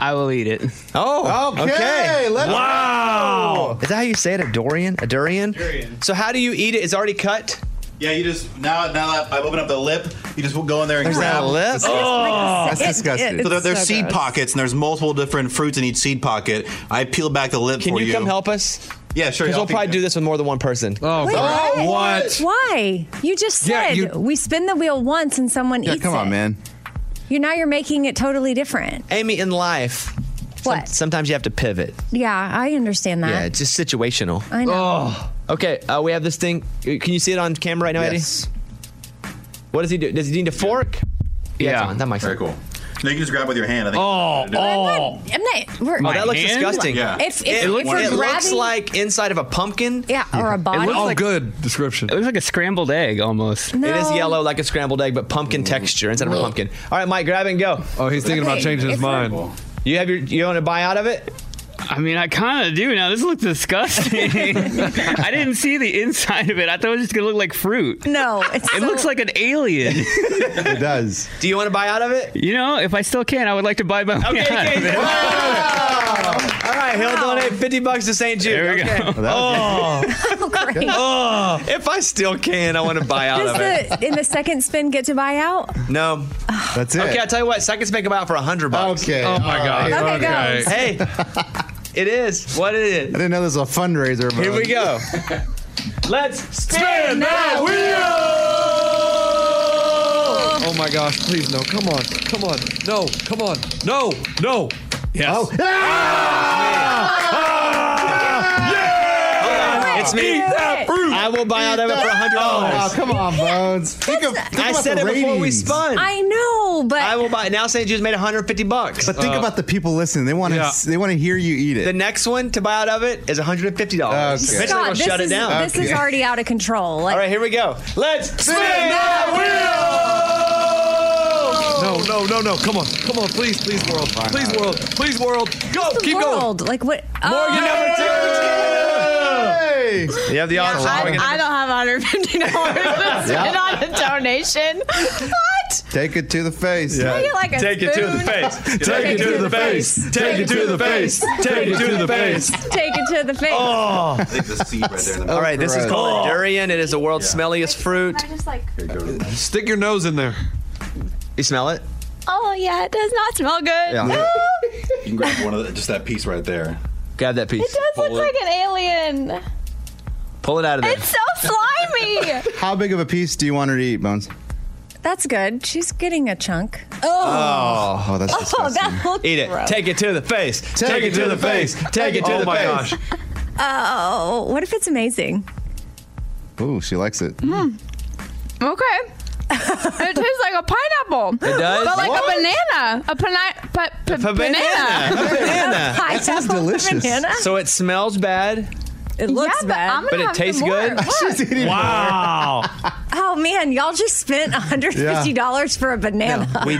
Speaker 9: I will eat it.
Speaker 4: Oh,
Speaker 6: Okay, let's.
Speaker 3: Wow.
Speaker 4: Is that how you say it? A Dorian? A durian? So how do you eat it? It's already cut.
Speaker 8: Yeah, you just now now that I've opened up the lip, you just go in there and
Speaker 4: There's
Speaker 8: grab.
Speaker 4: that lip.
Speaker 3: Oh.
Speaker 6: That's disgusting.
Speaker 8: So there, there's
Speaker 5: so
Speaker 8: seed
Speaker 5: gross.
Speaker 8: pockets, and there's multiple different fruits in each seed pocket. I peel back the lip
Speaker 4: Can
Speaker 8: for
Speaker 4: you,
Speaker 8: you.
Speaker 4: come help us?
Speaker 8: Yeah, sure.
Speaker 4: Because
Speaker 8: I'll
Speaker 4: we'll probably
Speaker 8: pick-
Speaker 4: do this with more than one person.
Speaker 3: Oh,
Speaker 5: Wait,
Speaker 3: God.
Speaker 5: what?
Speaker 3: what?
Speaker 5: Why? You just
Speaker 3: Yeah,
Speaker 5: said
Speaker 3: you-
Speaker 5: we spin the wheel once and someone
Speaker 6: Yeah,
Speaker 5: eats
Speaker 6: come on,
Speaker 5: it.
Speaker 6: man.
Speaker 5: You now you're making it totally different.
Speaker 4: Amy, in life,
Speaker 5: What?
Speaker 4: sometimes you have to pivot.
Speaker 5: yeah, I understand that.
Speaker 4: Yeah, it's just situational.
Speaker 5: I know.
Speaker 4: Okay, uh, we have this thing. Can you see it on camera right now,
Speaker 6: Yes.
Speaker 4: Eddie? What does he do? Does he need a fork? Yeah, it's
Speaker 9: Yeah.
Speaker 4: on. that might
Speaker 8: Very cool. No, you can just grab with your hand. I think.
Speaker 3: Oh, oh.
Speaker 5: I'm not. We're,
Speaker 4: Oh, that looks
Speaker 9: hand?
Speaker 4: disgusting.
Speaker 8: Yeah.
Speaker 5: if, if,
Speaker 4: It,
Speaker 5: if we're
Speaker 4: it looks
Speaker 5: grabbing-
Speaker 4: like inside of a pumpkin.
Speaker 5: yeah, or a body.
Speaker 3: Oh, good description.
Speaker 9: It looks like a scrambled egg almost.
Speaker 5: No.
Speaker 4: It is yellow like a scrambled egg, but pumpkin texture instead of a pumpkin. All right, Mike, grab and go.
Speaker 3: Oh, he's thinking about
Speaker 5: Okay,
Speaker 3: changing his
Speaker 5: it's not-
Speaker 3: mind.
Speaker 4: You have your. You want to buy out of it?
Speaker 9: I mean, I kind of do now. This looks
Speaker 4: [LAUGHS]
Speaker 9: disgusting. [LAUGHS] I didn't see the inside of it. I thought it was just gonna look like fruit.
Speaker 5: No, it's
Speaker 9: It
Speaker 5: so-
Speaker 9: looks like an
Speaker 3: [LAUGHS]
Speaker 9: alien.
Speaker 6: It does.
Speaker 4: Do you want to buy out of it?
Speaker 9: You know, if I still can, I would like to buy my. [LAUGHS] way out of it.
Speaker 4: All right, he'll donate fifty bucks to St. Jude.
Speaker 9: There we
Speaker 4: Okay. Oh.
Speaker 9: go.
Speaker 5: [LAUGHS]
Speaker 4: [LAUGHS]
Speaker 5: so Oh, great.
Speaker 3: [LAUGHS] Oh.
Speaker 4: If I still can, I want to buy out
Speaker 5: Does
Speaker 4: of it.
Speaker 5: the in the second spin get to buy out?
Speaker 4: No.
Speaker 6: That's it.
Speaker 4: Okay, I'll tell you what. Seconds make them out for a hundred bucks.
Speaker 6: Okay. Oh my god.
Speaker 5: Okay,
Speaker 3: Okay.
Speaker 5: go.
Speaker 4: Hey, it is what it
Speaker 6: I
Speaker 4: is.
Speaker 6: didn't know this was a fundraiser. But
Speaker 4: Here we go. Let's spin that wheel.
Speaker 3: Oh my gosh, please no. Come on. Come on. No. Come on. No. No. Yes. Oh.
Speaker 5: Ah!
Speaker 4: It's me. I will buy out of it for a hundred
Speaker 6: Oh,
Speaker 4: dollars.
Speaker 6: come on, Bones. Think of, think
Speaker 4: I
Speaker 6: about
Speaker 4: said
Speaker 6: the
Speaker 4: it before we
Speaker 6: ratings.
Speaker 4: spun.
Speaker 5: I know, but
Speaker 4: I will buy. Now St. Jude's made 150 bucks.
Speaker 6: [LAUGHS]
Speaker 4: Uh,
Speaker 6: But think about the people listening. They want to.
Speaker 3: Uh, Yeah.
Speaker 6: They want to hear you eat it.
Speaker 4: the next one [LAUGHS] to buy out of it is 150 dollars.
Speaker 6: Okay.
Speaker 4: Eventually,
Speaker 5: Scott,
Speaker 4: we'll
Speaker 5: this
Speaker 4: shut it
Speaker 5: is-
Speaker 4: down.
Speaker 5: This is already out of control. Like,
Speaker 4: All right, here we go. Let's spin that wheel.
Speaker 3: No, no, no, no. Come on. Come on. Please, please, world. Please, world. Please, world. Go.
Speaker 5: the
Speaker 3: Keep going.
Speaker 5: world. Like what? Oh.
Speaker 4: Morgan number two.
Speaker 6: Hey!
Speaker 4: You have the odds.
Speaker 2: I,
Speaker 4: Morgan.
Speaker 2: I don't have $150 to spend on a donation. I What?
Speaker 6: Take it to the face.
Speaker 2: Take it like a
Speaker 4: Take it to the
Speaker 2: spoon.
Speaker 4: face. [LAUGHS] Take it to the face. Take it to the face. Take it to the face.
Speaker 2: Take it to the face.
Speaker 4: Oh.
Speaker 8: I think the seed right
Speaker 6: Oh,
Speaker 8: there. In the Oh.
Speaker 4: All right, this is
Speaker 6: Gross.
Speaker 4: called a durian. It is the world's smelliest fruit.
Speaker 2: I just like.
Speaker 3: Stick your nose in there.
Speaker 4: You smell it?
Speaker 2: Oh yeah, it does not smell good.
Speaker 4: Yeah.
Speaker 8: You can grab one of the, just that piece right there.
Speaker 4: Grab that piece.
Speaker 2: It does look like an alien.
Speaker 4: Pull it out of there.
Speaker 2: It's so slimy.
Speaker 6: How big of a piece do you want her to eat, Bones?
Speaker 5: That's good. She's getting a chunk.
Speaker 6: Oh, that's
Speaker 5: Oh,
Speaker 6: disgusting.
Speaker 5: that looks
Speaker 4: Eat it.
Speaker 5: gross.
Speaker 4: Take it to the face. Take, it to the face. Take it to
Speaker 3: Oh
Speaker 4: the
Speaker 3: my
Speaker 4: face.
Speaker 3: gosh.
Speaker 5: Oh, what if it's amazing?
Speaker 6: Ooh, she likes it. [LAUGHS]
Speaker 7: Okay. [LAUGHS] it tastes like a pineapple. It
Speaker 4: does?
Speaker 7: But like
Speaker 4: What?
Speaker 7: a banana. A pana- pa- pa-
Speaker 4: A
Speaker 7: banana.
Speaker 4: banana. A banana.
Speaker 5: That
Speaker 6: sounds delicious.
Speaker 5: Banana?
Speaker 4: So it smells bad,
Speaker 5: It looks
Speaker 7: yeah,
Speaker 5: bad.
Speaker 7: But, I'm gonna
Speaker 4: but it
Speaker 7: have some
Speaker 4: tastes
Speaker 7: more.
Speaker 4: good.
Speaker 6: She's eating
Speaker 4: Wow.
Speaker 5: oh man, y'all just spent $150 for a banana.
Speaker 4: we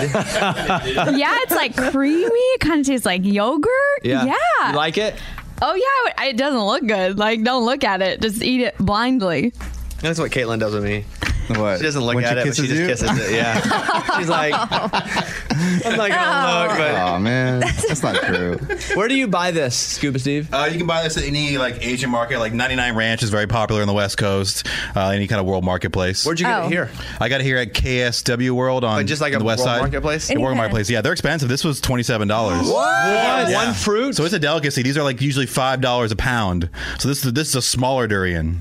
Speaker 7: [LAUGHS] yeah, it's like creamy. It kind of tastes like yogurt.
Speaker 4: Yeah.
Speaker 7: Yeah.
Speaker 4: You like it?
Speaker 7: oh yeah. I would- It doesn't look good. Like, don't look at it. Just eat it blindly.
Speaker 4: That's what Caitlin does with me.
Speaker 6: What?
Speaker 4: She doesn't look
Speaker 6: When
Speaker 4: at it, but she
Speaker 6: kisses
Speaker 4: just
Speaker 6: you?
Speaker 4: kisses it.
Speaker 5: [LAUGHS]
Speaker 4: Yeah. She's like, I'm [LAUGHS] not gonna look. But [LAUGHS]
Speaker 6: Oh man, that's not true.
Speaker 4: where do you buy this, Scuba Steve?
Speaker 8: Uh, you can buy this at any like Asian market. Like 99 Ranch is very popular on the West Coast. Uh, any kind of world marketplace.
Speaker 4: Where'd you get
Speaker 5: Oh.
Speaker 4: it here?
Speaker 8: I got it here at KSW World on
Speaker 4: But just like a
Speaker 8: the West
Speaker 4: world
Speaker 8: Side
Speaker 4: marketplace?
Speaker 8: The world
Speaker 5: Any kind.
Speaker 8: marketplace. Yeah, they're expensive. This was twenty seven dollars.
Speaker 4: What? One fruit.
Speaker 8: So it's a delicacy. These are like usually five dollars a pound. So this is this is a smaller durian.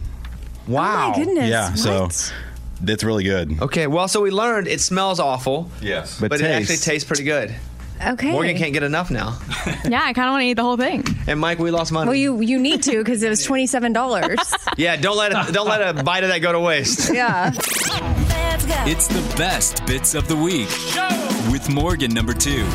Speaker 4: wow.
Speaker 5: Oh My goodness.
Speaker 8: Yeah, so
Speaker 5: what?
Speaker 8: that's really good.
Speaker 4: Okay. Well, so we learned it smells awful,
Speaker 8: Yes,
Speaker 4: but,
Speaker 8: but
Speaker 4: it
Speaker 6: tastes-
Speaker 4: actually tastes pretty good.
Speaker 5: Okay.
Speaker 4: Morgan can't get enough now.
Speaker 7: [LAUGHS] Yeah, I kind of want to eat the whole thing.
Speaker 4: And Mike, we lost money.
Speaker 5: Well, you you need to because it was twenty seven
Speaker 4: [LAUGHS]
Speaker 5: dollars.
Speaker 4: yeah. Don't let a, don't let a bite of that go to waste.
Speaker 5: yeah.
Speaker 2: Let's go.
Speaker 1: It's the best bits of the week with Morgan number two.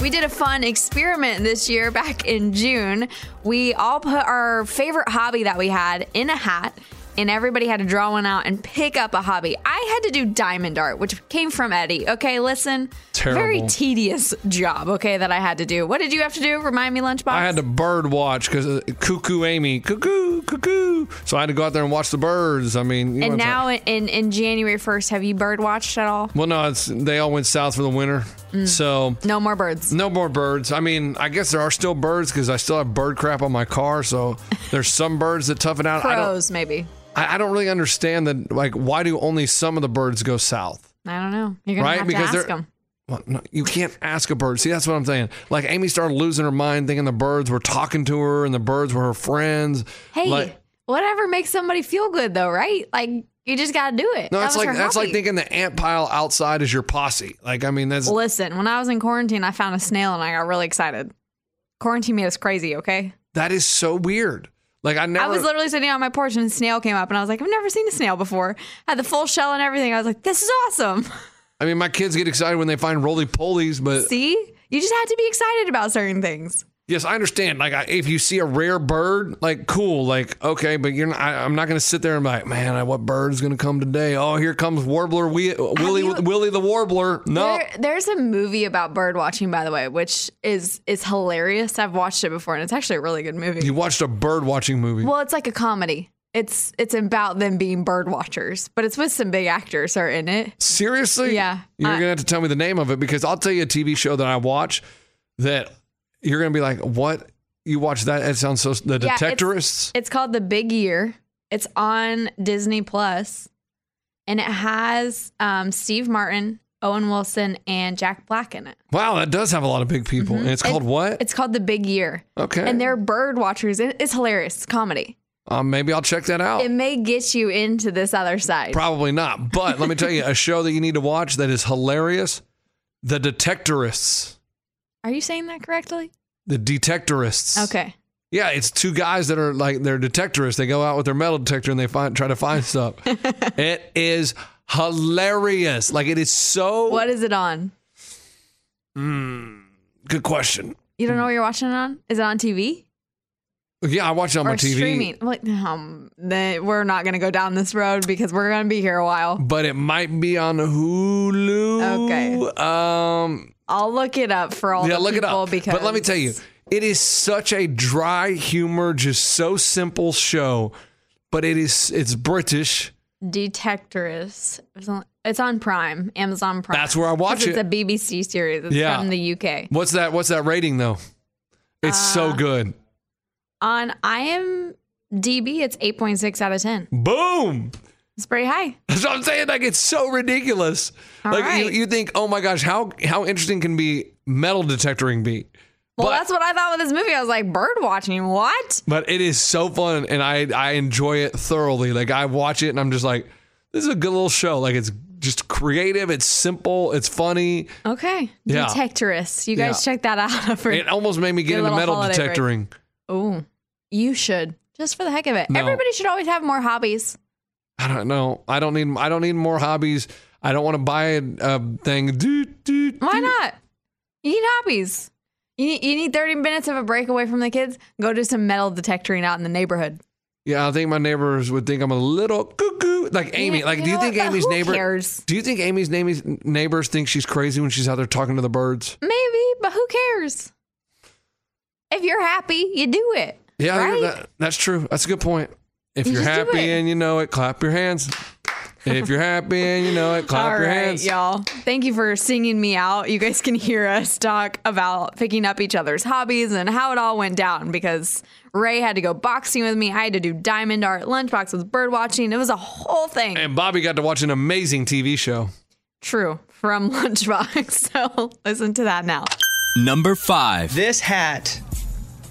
Speaker 2: We did a fun experiment this year back in June. We all put our favorite hobby that we had in a hat, and everybody had to draw one out and pick up a hobby. I had to do diamond art, which came from Eddie. Okay, listen. Very
Speaker 3: Terrible.
Speaker 2: tedious job, okay, that I had to do. What did you have to do? Remind me, Lunchbox?
Speaker 3: I had to bird watch because cuckoo Amy, cuckoo, cuckoo. So I had to go out there and watch the birds. I mean, you know,
Speaker 2: And
Speaker 3: it's
Speaker 2: now
Speaker 3: like-
Speaker 2: in, in January 1st, have you bird watched at all?
Speaker 3: well, no, it's they all went south for the winter, so
Speaker 2: Mm. No more birds.
Speaker 3: no more birds. I mean, I guess there are still birds because I still have bird crap on my
Speaker 2: [LAUGHS]
Speaker 3: car. So there's some birds that toughen out. I don't,
Speaker 2: Crows, maybe.
Speaker 3: I, I don't really understand that. Like, why do only some of the birds go south?
Speaker 2: I don't know. You're going
Speaker 3: Right,
Speaker 2: to have
Speaker 3: because
Speaker 2: to
Speaker 3: they're-
Speaker 2: ask them.
Speaker 3: Well, no, you can't ask a bird. See, that's what I'm saying. Like Amy started losing her mind, thinking the birds were talking to her and the birds were her friends.
Speaker 2: Hey,
Speaker 3: Like-
Speaker 2: whatever makes somebody feel good, though, right? Like you just gotta do it.
Speaker 3: no,
Speaker 2: That
Speaker 3: that's
Speaker 2: was
Speaker 3: like
Speaker 2: her
Speaker 3: that's like
Speaker 2: hobby.
Speaker 3: thinking the ant pile outside is your posse. Like, I mean, that's
Speaker 2: Listen, when I was in quarantine, I found a snail and I got really excited. Quarantine made us crazy. Okay,
Speaker 3: that is so weird. Like, I never.
Speaker 2: I was literally sitting on my porch and a snail came up, and I was like, I've never seen a snail before. Had the full shell and everything. I was like, this is awesome.
Speaker 3: I mean, my kids get excited when they find roly polies, but
Speaker 2: [LAUGHS] See, you just had to be excited about certain things.
Speaker 3: yes, I understand. Like, I, if you see a rare bird, like, cool, like, okay, but you're not. I, I'm not going to sit there and be like, man, I- what bird's going to come today? Oh, here comes warbler, we, Willie,
Speaker 2: you-
Speaker 3: Willie the warbler. No,
Speaker 2: There, there's a movie about bird watching, by the way, which is is hilarious. I've watched it before, and it's actually a really good movie.
Speaker 3: you watched a bird watching movie.
Speaker 2: Well, it's like a comedy. It's it's about them being bird watchers, but it's with some big actors are in it.
Speaker 3: Seriously?
Speaker 2: Yeah.
Speaker 3: You're
Speaker 2: I-
Speaker 3: going to have to tell me the name of it because I'll tell you a TV show that I watch that you're going to be like, what? You watch that? It sounds so. The
Speaker 2: Yeah, it's-
Speaker 3: Detectorists?
Speaker 2: It's called The Big Year. It's on Disney Plus, and it has um, Steve Martin, Owen Wilson, and Jack Black in it.
Speaker 3: Wow, that does have a lot of big people. And it's called what?
Speaker 2: Mm-hmm. It's called The Big Year,
Speaker 3: okay.
Speaker 2: and they're bird watchers. It- It's hilarious. It's comedy.
Speaker 3: um, maybe I'll check that out.
Speaker 2: It may get you into this other side.
Speaker 3: Probably not. But let me
Speaker 2: [LAUGHS]
Speaker 3: tell you a show that you need to watch that is hilarious The Detectorists.
Speaker 2: Are you saying that correctly?
Speaker 3: The Detectorists.
Speaker 2: Okay.
Speaker 3: Yeah, it's two guys that are like they're detectorists. They go out with their metal detector and they find try to find
Speaker 2: [LAUGHS]
Speaker 3: stuff. it is hilarious. Like it is so
Speaker 2: What is it on?
Speaker 3: hmm. Good question.
Speaker 2: You don't know what you're watching it on? Is it on TV?
Speaker 3: Yeah, I watch it on
Speaker 2: or
Speaker 3: my TV,
Speaker 2: streaming. Like, um, the, we're not going to go down this road because we're going to be here a while.
Speaker 3: but it might be on Hulu.
Speaker 2: Okay.
Speaker 3: Um.
Speaker 2: I'll look it up for all
Speaker 3: yeah,
Speaker 2: the
Speaker 3: look it
Speaker 2: people
Speaker 3: up.
Speaker 2: because.
Speaker 3: But let me tell you, it is such a dry humor, just so simple show. But it is it's British,
Speaker 2: Detectorist. It's on, it's on Prime, Amazon Prime.
Speaker 3: That's where I watch
Speaker 2: 'Cause
Speaker 3: it.
Speaker 2: It's a BBC series. It's
Speaker 3: Yeah.
Speaker 2: from the UK.
Speaker 3: What's that? What's that rating though? It's
Speaker 2: Uh,
Speaker 3: so good.
Speaker 2: On IMDb, it's 8.6 out of 10.
Speaker 3: Boom.
Speaker 2: It's pretty high.
Speaker 3: That's what I'm saying. Like it's so ridiculous.
Speaker 2: All
Speaker 3: like you,
Speaker 2: right.
Speaker 3: you think, oh my gosh, how how interesting can be metal detectoring be?
Speaker 2: Well,
Speaker 3: But-
Speaker 2: that's what I thought with this movie. I was like, bird watching, what?
Speaker 3: But it is so fun, and I I enjoy it thoroughly. Like I watch it, and I'm just like, this is a good little show. Like it's just creative. It's simple. It's funny.
Speaker 2: Okay.
Speaker 3: Yeah.
Speaker 2: Detectorist. You guys
Speaker 3: Yeah.
Speaker 2: check that out [LAUGHS] for
Speaker 3: It almost made me get
Speaker 2: Your
Speaker 3: into
Speaker 2: little
Speaker 3: metal
Speaker 2: holiday break.
Speaker 3: detectoring.
Speaker 2: Oh, you should. Just for the heck of it.
Speaker 3: No.
Speaker 2: Everybody should always have more hobbies.
Speaker 3: I don't know. I don't need. I don't need more hobbies. I don't want to buy a, a thing. Doot, doot,
Speaker 2: Why
Speaker 3: doot.
Speaker 2: not? You need hobbies. You need, you need 30 minutes of a break away from the kids. Go do some metal detectoring out in the neighborhood.
Speaker 3: Yeah, I think my neighbors would think I'm a little cuckoo. Like Amy.
Speaker 2: You-
Speaker 3: like,
Speaker 2: you
Speaker 3: do you
Speaker 2: know
Speaker 3: think
Speaker 2: what? But
Speaker 3: Amy's
Speaker 2: who
Speaker 3: neighbor?
Speaker 2: cares?
Speaker 3: Do you think Amy's neighbors, neighbors think she's crazy when she's out there talking to the birds?
Speaker 2: Maybe, but who cares? If you're happy, you do it.
Speaker 3: Yeah, I hear
Speaker 2: Right?
Speaker 3: that, that's true. That's a good point. If
Speaker 2: You
Speaker 3: you're
Speaker 2: just do
Speaker 3: happy
Speaker 2: it.
Speaker 3: and you know it, clap your hands. if you're happy and you know it, clap
Speaker 2: All
Speaker 3: your
Speaker 2: right,
Speaker 3: hands.
Speaker 2: y'all. Thank you for singing me out. You guys can hear us talk about picking up each other's hobbies and how it all went down because Ray had to go boxing with me. I had to do diamond art lunchbox with bird watching. It was a whole thing.
Speaker 3: And Bobby got to watch an amazing TV show.
Speaker 2: True from [LAUGHS] lunchbox. So listen to that now.
Speaker 1: Number five.
Speaker 4: This hat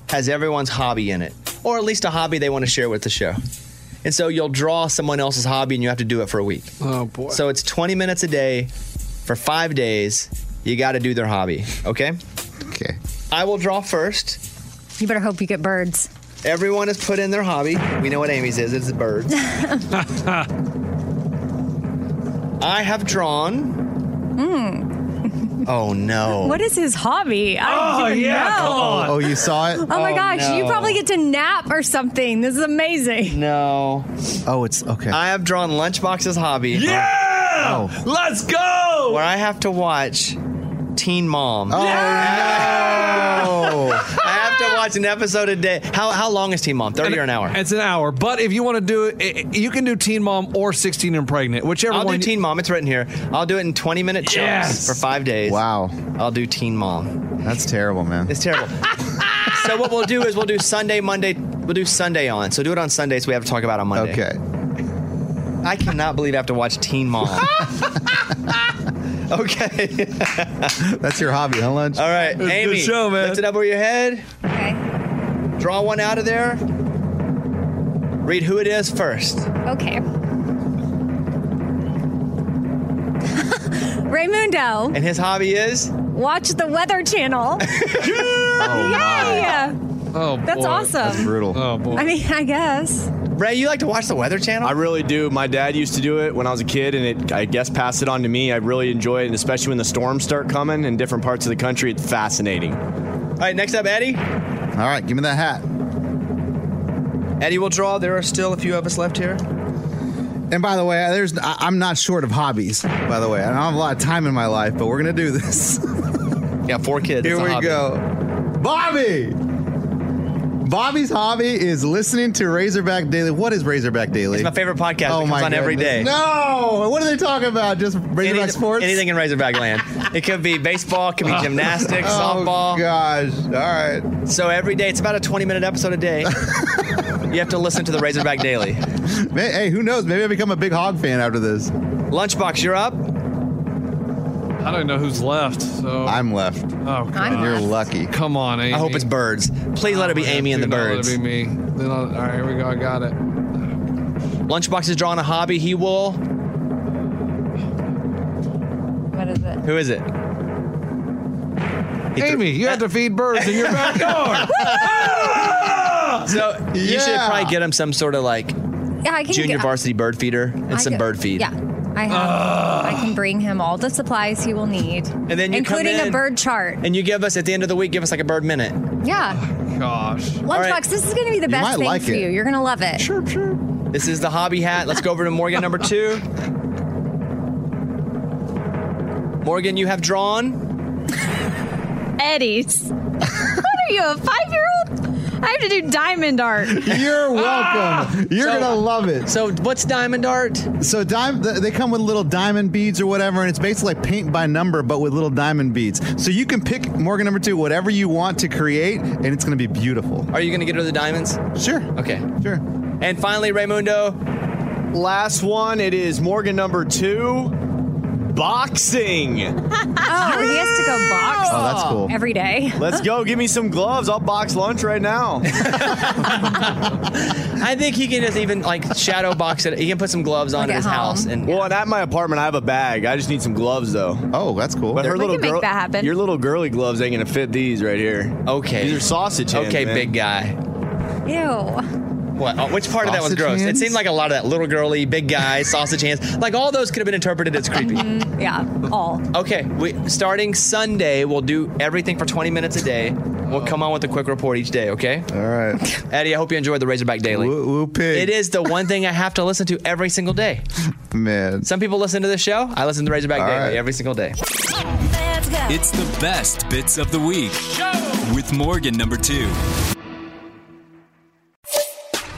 Speaker 4: has everyone's hobby in it, or at least a hobby they want to share with the show. And so you'll draw someone else's hobby and you have to do it for a week.
Speaker 3: Oh boy.
Speaker 4: So it's 20 minutes a day for five days. You got to do their hobby, okay?
Speaker 6: Okay.
Speaker 4: I will draw first.
Speaker 5: You better hope you get birds.
Speaker 4: Everyone has put in their hobby. We know what Amy's is it's
Speaker 3: [LAUGHS]
Speaker 4: birds. I have drawn. Oh no.
Speaker 5: Hmm. What is his hobby?
Speaker 7: Oh,
Speaker 5: I don't even know.
Speaker 6: Oh, you saw it?
Speaker 5: Oh my
Speaker 4: Oh,
Speaker 5: gosh, you
Speaker 4: no.
Speaker 5: probably get to nap or something. This is amazing.
Speaker 4: No.
Speaker 6: Oh, it's okay.
Speaker 4: I have drawn Lunchbox's hobby.
Speaker 9: Yeah!
Speaker 6: Oh.
Speaker 9: Let's go!
Speaker 4: where I have to watch Teen Mom.
Speaker 6: oh no!
Speaker 4: I have to watch an episode a day. How how long is Teen Mom? Thirty or an hour?
Speaker 3: It's an hour, but if you want to do it, it, you can do Teen Mom or 16 and Pregnant, whichever
Speaker 4: I'll do
Speaker 3: one.
Speaker 4: Teen Mom. It's written here. I'll do it in twenty minute chunks
Speaker 9: Yes.
Speaker 4: for five days.
Speaker 6: Wow,
Speaker 4: I'll do Teen Mom.
Speaker 6: that's terrible, man.
Speaker 4: It's terrible.
Speaker 3: [LAUGHS]
Speaker 4: so what we'll do is we'll do Sunday, Monday. We'll do Sunday on. So do it on Sundays. we have to talk about it on Monday.
Speaker 6: Okay.
Speaker 4: I cannot believe I have to watch Teen
Speaker 6: [LAUGHS]
Speaker 4: Mom. okay.
Speaker 6: That's your hobby, huh, Lunch?
Speaker 4: All right,
Speaker 3: good
Speaker 4: Amy.
Speaker 3: show, man.
Speaker 4: Lift it up over your head.
Speaker 5: Okay.
Speaker 4: Draw one out of there. Read who it is first.
Speaker 5: Okay. [LAUGHS] Raymundo,
Speaker 4: And his hobby is
Speaker 5: watch the Weather
Speaker 4: [LAUGHS]
Speaker 5: Channel.
Speaker 6: Oh, wow.
Speaker 5: Yeah, that's
Speaker 3: oh, boy.
Speaker 6: That's
Speaker 5: awesome.
Speaker 6: brutal.
Speaker 3: Oh boy.
Speaker 5: I mean, I guess.
Speaker 4: Ray. You like to watch the Weather Channel?
Speaker 10: I really do. My dad used to do it when I was a kid, and it, I guess, passed it on to me. I really enjoy it, and especially when the storms start coming in different parts of the country. It's fascinating.
Speaker 4: All right, next up, Eddie.
Speaker 6: All right, give me that hat.
Speaker 4: Eddie will draw. There are still a few of us left here.
Speaker 6: And by the way, there's I, I'm not short of hobbies. By the way, I don't have a lot of time in my life, but we're gonna do this.
Speaker 4: [LAUGHS] Yeah, four kids.
Speaker 6: Here
Speaker 4: It's a
Speaker 6: we
Speaker 4: hobby.
Speaker 6: go. Bobby! Bobby's hobby is listening to Razorback Daily. What is Razorback Daily? Oh
Speaker 4: It's my favorite podcast. it comes on every
Speaker 6: goodness.
Speaker 4: day.
Speaker 6: No! What are they talking about? Just Razorback
Speaker 4: Any-
Speaker 6: sports?
Speaker 4: Anything in Razorback
Speaker 6: [LAUGHS]
Speaker 4: land. it could be baseball, it could be gymnastics,
Speaker 6: Oh,
Speaker 4: softball.
Speaker 6: gosh. All right.
Speaker 4: So every day, it's about a 20 minute episode a
Speaker 6: [LAUGHS]
Speaker 4: day. you have to listen to the Razorback Daily.
Speaker 6: May- Hey, who knows? Maybe I become a big hog fan after this.
Speaker 4: Lunchbox, you're up.
Speaker 3: I don't know who's left. So
Speaker 6: I'm left.
Speaker 3: oh, God.
Speaker 5: I'm-
Speaker 6: You're lucky.
Speaker 3: come on, Amy.
Speaker 4: I hope it's birds. Please let it be Amy and the
Speaker 3: Do not let it
Speaker 4: birds.
Speaker 3: be me. Do not- all right, here we go. I got it.
Speaker 4: Lunchbox is drawing a hobby. He will.
Speaker 5: What is it?
Speaker 4: Who is it? He threw-
Speaker 3: Amy, you have to feed
Speaker 4: [LAUGHS]
Speaker 3: birds in your backyard.
Speaker 4: So you should
Speaker 6: Yeah.
Speaker 4: probably get him some sort of like
Speaker 5: Yeah, I can
Speaker 4: junior
Speaker 5: get-
Speaker 4: varsity bird feeder and
Speaker 5: I
Speaker 4: some
Speaker 5: can-
Speaker 4: bird feed.
Speaker 5: Yeah, I have. I can bring him all the supplies he will need, and
Speaker 4: then you come
Speaker 5: including
Speaker 4: in-
Speaker 5: a bird chart.
Speaker 4: And you give us at the end of the week, give us like a bird minute.
Speaker 5: Yeah,
Speaker 3: Gosh.
Speaker 5: lunchbox.
Speaker 4: right.
Speaker 5: This is going to be the
Speaker 6: might
Speaker 5: best thing
Speaker 6: like
Speaker 5: for
Speaker 6: it.
Speaker 5: you. You're going to love it.
Speaker 6: Chirp, chirp.
Speaker 4: This is the hobby hat. Let's go over to Morgan number two.
Speaker 5: [LAUGHS]
Speaker 4: Morgan, you have
Speaker 3: [LAUGHS]
Speaker 4: drawn.
Speaker 2: [LAUGHS]
Speaker 7: Eddie's. what are you, a five year old?
Speaker 2: I have to do diamond art.
Speaker 6: You're welcome. You're
Speaker 11: Ah! So-
Speaker 6: gonna love it.
Speaker 11: So, what's diamond art?
Speaker 6: So, dime th- they come with little diamond beads or whatever, and it's basically like paint by number, but with little diamond beads. So you can pick Morgan number two, whatever you want to create, and it's gonna be beautiful.
Speaker 11: Are you going to get rid of the diamonds?
Speaker 6: Sure.
Speaker 11: Okay.
Speaker 6: Sure.
Speaker 11: And finally, Raymundo.
Speaker 10: Last one. It is Morgan number two. Boxing.
Speaker 5: Oh, he has to go box.
Speaker 10: Oh, that's cool.
Speaker 5: Every day.
Speaker 10: [LAUGHS] Let's go. Give me some gloves. I'll box lunch right now.
Speaker 11: I think he can just even like shadow box it. He can put some gloves on
Speaker 10: Like
Speaker 11: in
Speaker 10: at
Speaker 11: his
Speaker 10: home.
Speaker 11: house and
Speaker 10: Well, and at my apartment, I have a bag. I just need some gloves, though.
Speaker 6: Oh, that's cool.
Speaker 10: But her
Speaker 2: We
Speaker 10: little
Speaker 2: can make
Speaker 10: girl,
Speaker 2: that happen.
Speaker 10: Your little girly gloves ain't gonna fit these right here.
Speaker 11: Okay.
Speaker 10: These are sausage. Hands,
Speaker 11: Okay,
Speaker 10: man.
Speaker 11: big guy.
Speaker 5: Ew.
Speaker 11: What? oh, Which part of that was
Speaker 10: Sausage
Speaker 11: gross? It
Speaker 10: hands?
Speaker 11: seemed like a lot of that little girly, big guy, sausage hands. Like all those could have been interpreted as creepy.
Speaker 5: Mm, yeah, all.
Speaker 11: Okay, we, starting Sunday, we'll do everything for 20 minutes a day. We'll come on with a quick report each day, okay? All
Speaker 6: right.
Speaker 11: Eddie, I hope you enjoyed the Razorback Daily. It is the one thing I have to listen to every single day.
Speaker 6: Man.
Speaker 11: Some people listen to this show. I listen to the Razorback Daily every single day.
Speaker 1: It's the best bits of the week with Morgan number two.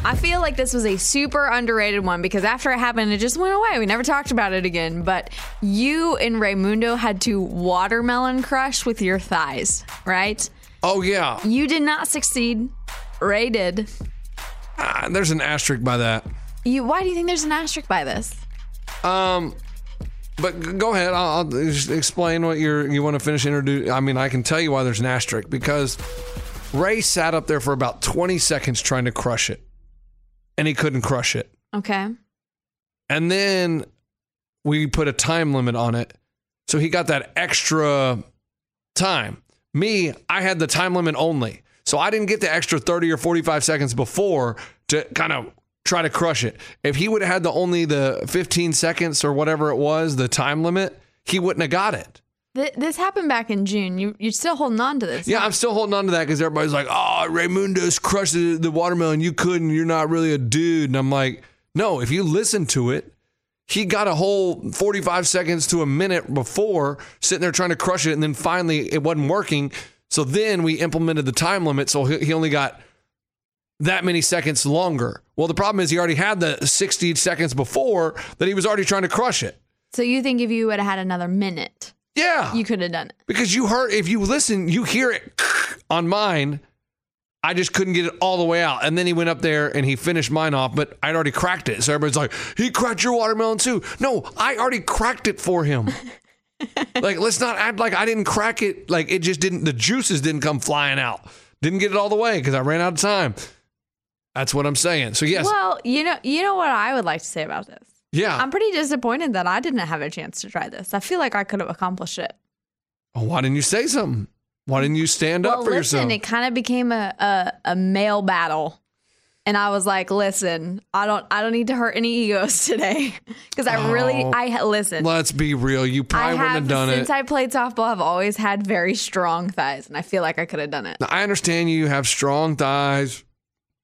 Speaker 2: I feel like this was a super underrated one because after it happened, it just went away. We never talked about it again. But you and Raymundo had to watermelon crush with your thighs, right?
Speaker 3: Oh yeah.
Speaker 2: You did not succeed. Ray did.
Speaker 3: Ah, there's an asterisk by that.
Speaker 2: You. Why do you think there's an asterisk by this?
Speaker 3: Um, but g- go ahead. I'll, I'll just explain what you're you want to finish introduce. I mean, I can tell you why there's an asterisk because Ray sat up there for about 20 seconds trying to crush it, and he couldn't crush it.
Speaker 2: Okay.
Speaker 3: And then we put a time limit on it, so he got that extra time. Me, I had the time limit only, so I didn't get the extra 30 or 45 seconds before to kind of try to crush it. If he would have had the only the 15 seconds or whatever it was, the time limit, he wouldn't have got it.
Speaker 2: Th- this happened back in June. You, you're still holding on to this.
Speaker 3: [LAUGHS] Yeah, I'm still holding on to that because everybody's like, oh, Raymundo's crushed the, the watermelon. You couldn't. You're not really a dude. And I'm like, no, if you listen to it, he got a whole 45 seconds to a minute before sitting there trying to crush it. And then finally, it wasn't working. So then we implemented the time limit. So he he only got that many seconds longer. Well, the problem is he already had the 60 seconds before that he was already trying to crush it.
Speaker 2: So you think if you would have had another minute,
Speaker 3: yeah,
Speaker 2: you could have done it.
Speaker 3: Because you heard, if you listen, you hear it [LAUGHS] on mine. I just couldn't get it all the way out. And then he went up there and he finished mine off, but I'd already cracked it. So everybody's like, he cracked your watermelon too. No, I already cracked it for
Speaker 2: [LAUGHS]
Speaker 3: him. like, let's not act like I didn't crack it. Like, it just didn't, the juices didn't come flying out. Didn't get it all the way because I ran out of time. That's what I'm saying. So, yes.
Speaker 2: Well, you know, you know what I would like to say about this.
Speaker 3: Yeah.
Speaker 2: I'm pretty disappointed that I didn't have a chance to try this. I feel like I could have accomplished it.
Speaker 3: Oh, why didn't you say something? Why didn't you stand up
Speaker 2: well,
Speaker 3: for
Speaker 2: listen,
Speaker 3: yourself?
Speaker 2: it kind of became a, a a male battle, and I was like, "Listen, I don't I don't need to hurt any egos [LAUGHS] today because I really
Speaker 3: Oh.
Speaker 2: I ha- listen.
Speaker 3: Let's be real. You
Speaker 2: I
Speaker 3: probably wouldn't
Speaker 2: have
Speaker 3: have done
Speaker 2: since
Speaker 3: it.
Speaker 2: I played softball, I've always had very strong thighs, and I feel like I could have done it.
Speaker 3: Now, I understand you have strong thighs,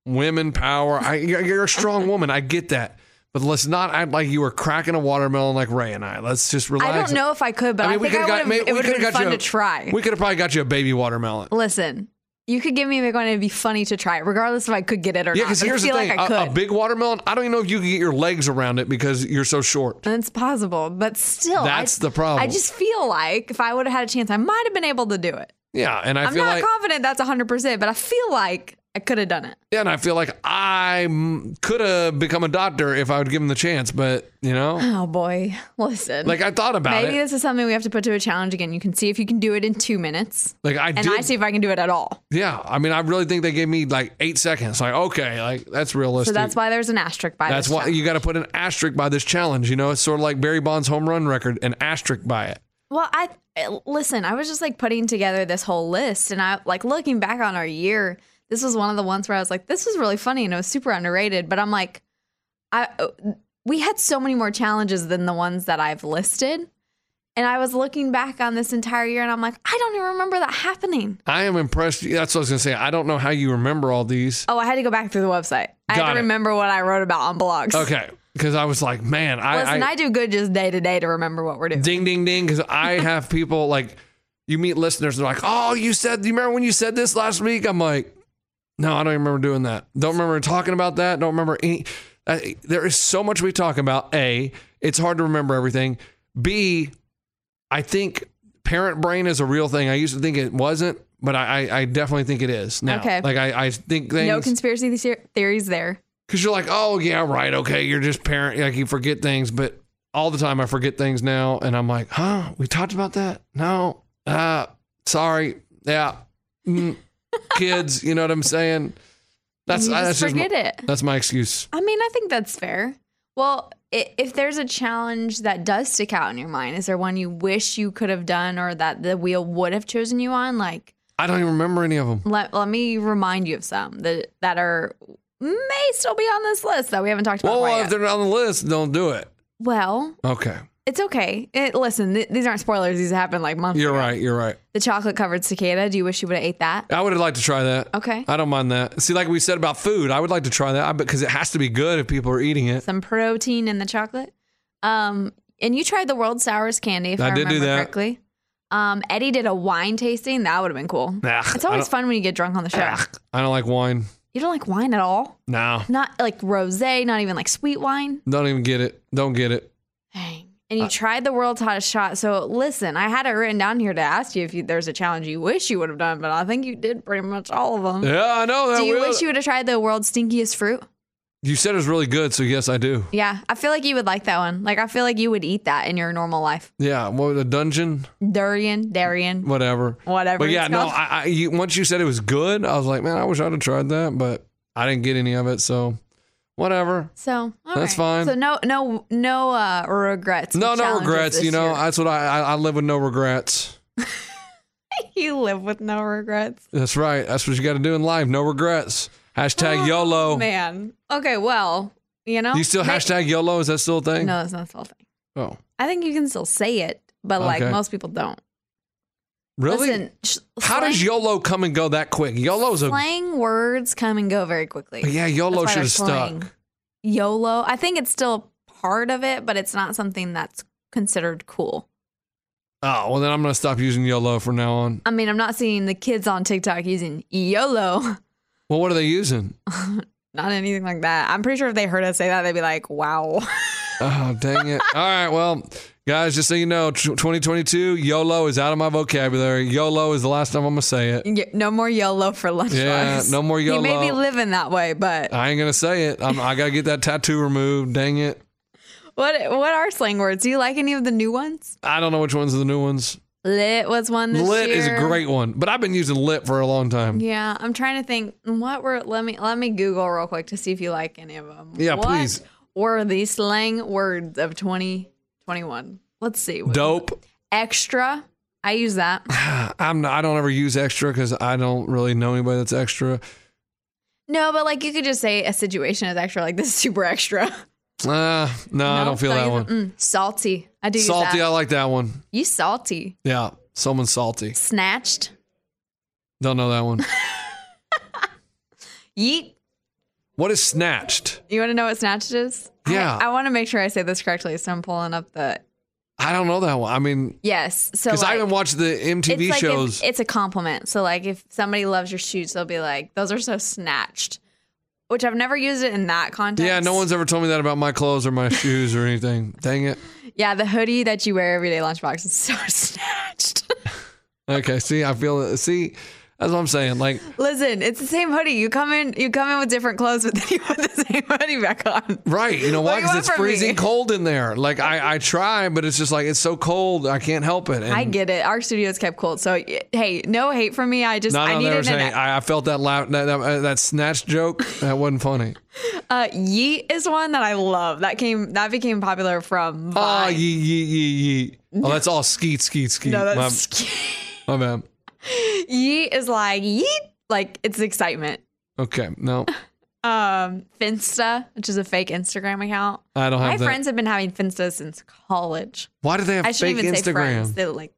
Speaker 3: women power. I, you're you're a strong woman. I get that. But let's not act like you were cracking a watermelon like Ray and I. Let's just relax.
Speaker 2: I don't know if I could, but I,
Speaker 3: we
Speaker 2: think I
Speaker 3: could've
Speaker 2: would have.
Speaker 3: may-
Speaker 2: It
Speaker 3: we
Speaker 2: would have
Speaker 3: could've
Speaker 2: been
Speaker 3: got
Speaker 2: fun to
Speaker 3: you a-
Speaker 2: try.
Speaker 3: We could have probably got you a baby watermelon.
Speaker 2: Listen, you could give me a big one, and it'd be funny to try it, regardless if I could get it or
Speaker 3: yeah,
Speaker 2: not.
Speaker 3: because
Speaker 2: but
Speaker 3: here's
Speaker 2: I
Speaker 3: the
Speaker 2: feel
Speaker 3: thing: uh,
Speaker 2: like I
Speaker 3: a, a
Speaker 2: could.
Speaker 3: big watermelon. I don't even know if you can get your legs around it because you're so short.
Speaker 2: And it's possible, but still, I-
Speaker 3: That's the problem.
Speaker 2: I just feel like if I would have had a chance, I might have been able to do it.
Speaker 3: Yeah, and I
Speaker 2: am
Speaker 3: feel
Speaker 2: not
Speaker 3: like
Speaker 2: confident that's 100, percent but I feel like I could have done it.
Speaker 3: yeah, and I feel like I could have become a doctor if I would give him the chance. But
Speaker 2: [SIGHS]
Speaker 3: you know,
Speaker 2: Oh boy, listen.
Speaker 3: Like, I thought about
Speaker 2: Maybe
Speaker 3: it.
Speaker 2: this is something we have to put to a challenge again. You can see if you can do it in two minutes,
Speaker 3: like I
Speaker 2: and
Speaker 3: did.
Speaker 2: I see if I can do it at all.
Speaker 3: yeah, I mean, I really think they gave me like eight seconds. Like, okay, like that's realistic.
Speaker 2: So that's why there's an asterisk by
Speaker 3: That's
Speaker 2: this
Speaker 3: why
Speaker 2: challenge.
Speaker 3: you got to put an asterisk by this challenge. You know, it's sort of like Barry Bonds' home run record, an asterisk by it.
Speaker 2: Well, I I- listen. I was just like putting together this whole list, and I like looking back on our year. This was one of the ones where I was like, "This was really funny," and it was super underrated. But I'm like, I uh, we had so many more challenges than the ones that I've listed, and I was looking back on this entire year, and I'm like, I don't even remember that happening.
Speaker 3: I am impressed. That's what I was gonna say. I don't know how you remember all these.
Speaker 2: Oh, I had to go back through the website. I had
Speaker 3: Got
Speaker 2: to
Speaker 3: it.
Speaker 2: remember what I wrote about on blogs.
Speaker 3: Okay, because I was like, man, I,
Speaker 2: Listen, I,
Speaker 3: I
Speaker 2: do good just day to day to remember what we're doing.
Speaker 3: ding ding ding. Because
Speaker 2: [LAUGHS]
Speaker 3: I have people like you meet listeners. They're like, oh, you said. You remember when you said this last week? I'm like, No, I don't even remember doing that. Don't remember talking about that. Don't remember any. I, there is so much we talk about. A, it's hard to remember everything. B, I think parent brain is a real thing. I used to think it wasn't, but I, I, I definitely think it is now.
Speaker 2: Okay.
Speaker 3: Like I, I think things.
Speaker 2: No conspiracy the- theories there.
Speaker 3: Because you're like, oh yeah, right, okay, you're just parent, like you forget things, but all the time I forget things now, and I'm like, huh, we talked about that? No, uh, sorry, yeah,
Speaker 2: [LAUGHS]
Speaker 3: Mm, kids, you know what I'm saying? That's
Speaker 2: You
Speaker 3: I-
Speaker 2: just
Speaker 3: that's
Speaker 2: forget
Speaker 3: my,
Speaker 2: it.
Speaker 3: That's my excuse.
Speaker 2: I mean, I think that's fair. Well, i- if there's a challenge that does stick out in your mind, is there one you wish you could have done or that the wheel would have chosen you on? Like,
Speaker 3: I don't even remember any of them.
Speaker 2: let, let me remind you of some that, that are may still be on this list that we haven't talked about.
Speaker 3: Well,
Speaker 2: quite
Speaker 3: if
Speaker 2: yet.
Speaker 3: they're not on the list, don't do it.
Speaker 2: Well,
Speaker 3: Okay,
Speaker 2: it's okay. It, listen, th- these aren't spoilers. These happened like months
Speaker 3: you're
Speaker 2: ago.
Speaker 3: right. You're right.
Speaker 2: The chocolate covered cicada. Do you wish you would have ate that?
Speaker 3: I would have liked to try that.
Speaker 2: Okay.
Speaker 3: I don't mind that. See, like we said about food, I would like to try that I- because it has to be good if people are eating it.
Speaker 2: Some protein in the chocolate. Um, and you tried the world's sourest candy, if
Speaker 3: I
Speaker 2: I,
Speaker 3: did do
Speaker 2: remember
Speaker 3: that.
Speaker 2: correctly. Um, Eddie did a wine tasting. That would have been cool.
Speaker 3: Nah,
Speaker 2: it's
Speaker 3: I
Speaker 2: always
Speaker 3: don't-
Speaker 2: fun when you get drunk on the show.
Speaker 3: I don't like wine.
Speaker 2: You don't like wine at all.
Speaker 3: No,
Speaker 2: Not like rosé. Not even like sweet wine.
Speaker 3: don't even get it. Don't get it.
Speaker 2: And you
Speaker 3: Uh,
Speaker 2: tried the world's hottest shot. So listen, I had it written down here to ask you if you, there's a challenge you wish you would have done, but I think you did pretty much all of them.
Speaker 3: Yeah, I know that.
Speaker 2: Do you
Speaker 3: will-
Speaker 2: wish you would have tried the world's stinkiest fruit?
Speaker 3: You said it was really good, so yes, I do.
Speaker 2: Yeah, I feel like you would like that one. Like I feel like you would eat that in your normal life.
Speaker 3: Yeah, what was it, a dungeon,
Speaker 2: Durian, Darian,
Speaker 3: whatever,
Speaker 2: whatever.
Speaker 3: But
Speaker 2: it's
Speaker 3: yeah, no,
Speaker 2: called.
Speaker 3: I, I you, once you said it was good, I was like, man, I wish I'd have tried that, but I didn't get any of it, so whatever.
Speaker 2: so all
Speaker 3: That's
Speaker 2: right.
Speaker 3: fine.
Speaker 2: So no, no, no uh, regrets.
Speaker 3: No,
Speaker 2: with
Speaker 3: no
Speaker 2: challenges
Speaker 3: regrets.
Speaker 2: this
Speaker 3: You know,
Speaker 2: year.
Speaker 3: that's what I, I I live with no regrets. [LAUGHS]
Speaker 2: you live with no regrets.
Speaker 3: That's right. That's what you got to do in life. No regrets. Hashtag YOLO.
Speaker 2: Oh, Man, okay, well, you know,
Speaker 3: Do you still
Speaker 2: may-
Speaker 3: hashtag YOLO? Is that still a thing?
Speaker 2: No, that's not the whole thing.
Speaker 3: Oh,
Speaker 2: I think you can still say it, but like
Speaker 3: Okay.
Speaker 2: most people don't.
Speaker 3: really?
Speaker 2: Listen, sh-
Speaker 3: How does YOLO come and go that quick? YOLO's a
Speaker 2: slang words come and go very quickly.
Speaker 3: yeah. YOLO
Speaker 2: That's why
Speaker 3: should have
Speaker 2: they're slang.
Speaker 3: stuck.
Speaker 2: YOLO. I think it's still part of it, but it's not something that's considered cool.
Speaker 3: Oh well, then I'm gonna stop using YOLO from now on.
Speaker 2: I mean, I'm not seeing the kids on TikTok using YOLO, [LAUGHS]
Speaker 3: Well, what are they using?
Speaker 2: not anything like that. I'm pretty sure if they heard us say that, they'd be like, wow. [LAUGHS]
Speaker 3: Oh, dang it. All right. Well, guys, just so you know, tw- 2022, YOLO is out of my vocabulary. YOLO is the last time I'm going to say it.
Speaker 2: Yeah, no more YOLO for lunch.
Speaker 3: Yeah,
Speaker 2: hours. [LAUGHS]
Speaker 3: no more
Speaker 2: He may be
Speaker 3: YOLO.
Speaker 2: living that way, but
Speaker 3: I ain't going to say it. I'm, I got to get that tattoo removed. Dang it.
Speaker 2: what what are slang words? Do you like any of the new ones?
Speaker 3: I don't know which ones are the new ones.
Speaker 2: Lit was one this
Speaker 3: Lit
Speaker 2: year.
Speaker 3: is a great one, but I've been using lit for a long time. Yeah,
Speaker 2: Yeah, I'm trying to think what were let me let me Google real quick to see if you like any of them. What
Speaker 3: please.
Speaker 2: Were the slang words of 2021? Let's see.
Speaker 3: Dope. [SIGHS]
Speaker 2: Extra. I use that.
Speaker 3: [LAUGHS] I'm not, I don't ever use extra because I don't really know anybody that's extra.
Speaker 2: No, but like you could just say a situation is extra. Like this is super extra.
Speaker 3: Uh, no, I don't feel that
Speaker 2: use
Speaker 3: one.
Speaker 2: it. Mm, salty. I do.
Speaker 3: Salty,
Speaker 2: Use
Speaker 3: I
Speaker 2: that.
Speaker 3: like that one.
Speaker 2: You salty.
Speaker 3: Yeah, someone salty.
Speaker 2: Snatched.
Speaker 3: Don't know that one.
Speaker 2: [LAUGHS] Yeet.
Speaker 3: what is snatched?
Speaker 2: You want to know what snatched is? I-
Speaker 3: Yeah.
Speaker 2: I, want to make sure I say this correctly, so I'm pulling up the
Speaker 3: I don't know that one. I mean,
Speaker 2: yes. So
Speaker 3: because
Speaker 2: like,
Speaker 3: I haven't watched the
Speaker 2: it's
Speaker 3: MTV
Speaker 2: like if-
Speaker 3: shows.
Speaker 2: it's a compliment. So like if somebody loves your shoes, they'll be like, "Those are so snatched," which I've never used it in that context.
Speaker 3: yeah, no one's ever told me that about my clothes or my shoes
Speaker 2: [LAUGHS]
Speaker 3: or anything. Dang it.
Speaker 2: Yeah, the hoodie that you wear every day, lunchbox, is [LAUGHS] so snatched.
Speaker 3: Okay, see, I feel it. See, that's what I'm saying. Like,
Speaker 2: Listen, it's the same hoodie. You come in, you come in with different clothes, but then you put the [LAUGHS] same hoodie back on.
Speaker 3: right? You know
Speaker 2: What
Speaker 3: why?
Speaker 2: do you
Speaker 3: Because
Speaker 2: want
Speaker 3: it's
Speaker 2: from me?
Speaker 3: freezing cold in there. Like, I I try, but it's just like it's so cold. I can't help it. And
Speaker 2: I get it. Our studio's kept cold, so y- hey, no hate from me. I just
Speaker 3: No,
Speaker 2: I
Speaker 3: no, they were
Speaker 2: needed
Speaker 3: saying
Speaker 2: an e-
Speaker 3: I, I felt that loud that, that that snatch joke. That wasn't funny.
Speaker 2: Uh, yeet is one that I love. That came that became popular from Vine.
Speaker 3: Oh, ye ye ye ye. Oh, that's all skeet skeet skeet.
Speaker 2: No, that's [LAUGHS]
Speaker 3: my,
Speaker 2: skeet.
Speaker 3: my bad.
Speaker 2: [LAUGHS] yeet is like yeet, like it's excitement.
Speaker 3: Okay, no,
Speaker 2: Um, Finsta, which is a fake Instagram account.
Speaker 3: I don't have
Speaker 2: My
Speaker 3: that.
Speaker 2: friends have been having Finsta since college.
Speaker 3: Why do they have
Speaker 2: I shouldn't
Speaker 3: fake
Speaker 2: even say friends.
Speaker 3: Instagram?
Speaker 2: They're like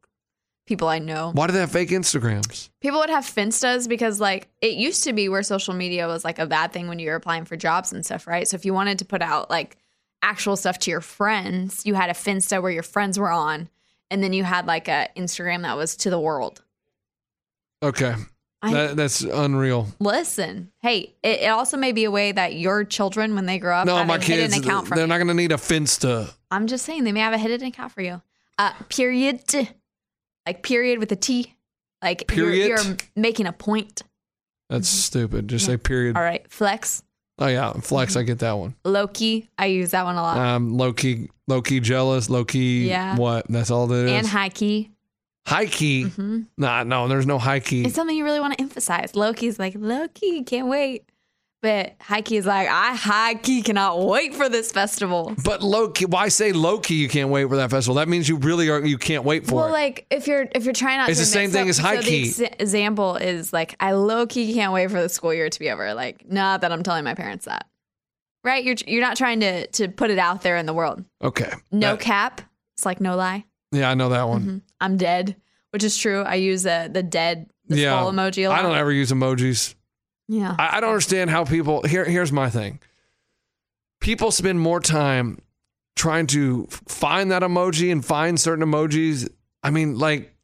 Speaker 2: people I know.
Speaker 3: Why do they have fake Instagrams?
Speaker 2: People would have Finstas because, like, it used to be where social media was like a bad thing when you were applying for jobs and stuff, right? So if you wanted to put out like actual stuff to your friends, you had a Finsta where your friends were on, and then you had like a Instagram that was to the world.
Speaker 3: Okay,
Speaker 2: I-
Speaker 3: That, that's unreal.
Speaker 2: Listen, hey, it, it also may be a way that your children, when they grow up,
Speaker 3: no,
Speaker 2: have
Speaker 3: my
Speaker 2: a
Speaker 3: kids,
Speaker 2: hidden account for
Speaker 3: they're not going to need a fence to.
Speaker 2: I'm just saying they may have a hidden account for you. Uh, period, like period with a T, like you're-
Speaker 3: Period?
Speaker 2: You're, making a point.
Speaker 3: That's stupid. Just say period.
Speaker 2: Mm-hmm. All right, flex,
Speaker 3: Oh yeah, flex. I get that one.
Speaker 2: Loki. I use that one a lot,
Speaker 3: Um, low key, low key jealous, low key.
Speaker 2: Yeah.
Speaker 3: What? That's all that is.
Speaker 2: and high key.
Speaker 3: high key.
Speaker 2: Mhm.
Speaker 3: Nah, no, there's no high key.
Speaker 2: It's something you really want to emphasize. Loki's like Loki, can't wait. But high key is like I high key cannot wait for this festival.
Speaker 3: But low key, why say low key? You can't wait for that festival. That means you really are. You can't wait for
Speaker 2: well,
Speaker 3: it.
Speaker 2: like if you're if you're trying not,
Speaker 3: It's
Speaker 2: to
Speaker 3: the same
Speaker 2: mix
Speaker 3: thing
Speaker 2: up-
Speaker 3: as high
Speaker 2: so
Speaker 3: key.
Speaker 2: The ex- example is like I low key can't wait for the school year to be over. Like not that I'm telling my parents that, right? You're you're not trying to to put it out there in the world.
Speaker 3: okay.
Speaker 2: No Mm-hmm.
Speaker 3: That-
Speaker 2: cap. It's like no lie.
Speaker 3: Yeah, I know that one.
Speaker 2: I'm dead, which is true. I use the the dead the
Speaker 3: yeah.
Speaker 2: skull emoji. A lot. Oh.
Speaker 3: I don't ever use emojis.
Speaker 2: Yeah.
Speaker 3: I, I don't understand how people. Here, here's my thing. People spend more time trying to f- find that emoji and find certain emojis. I mean, like,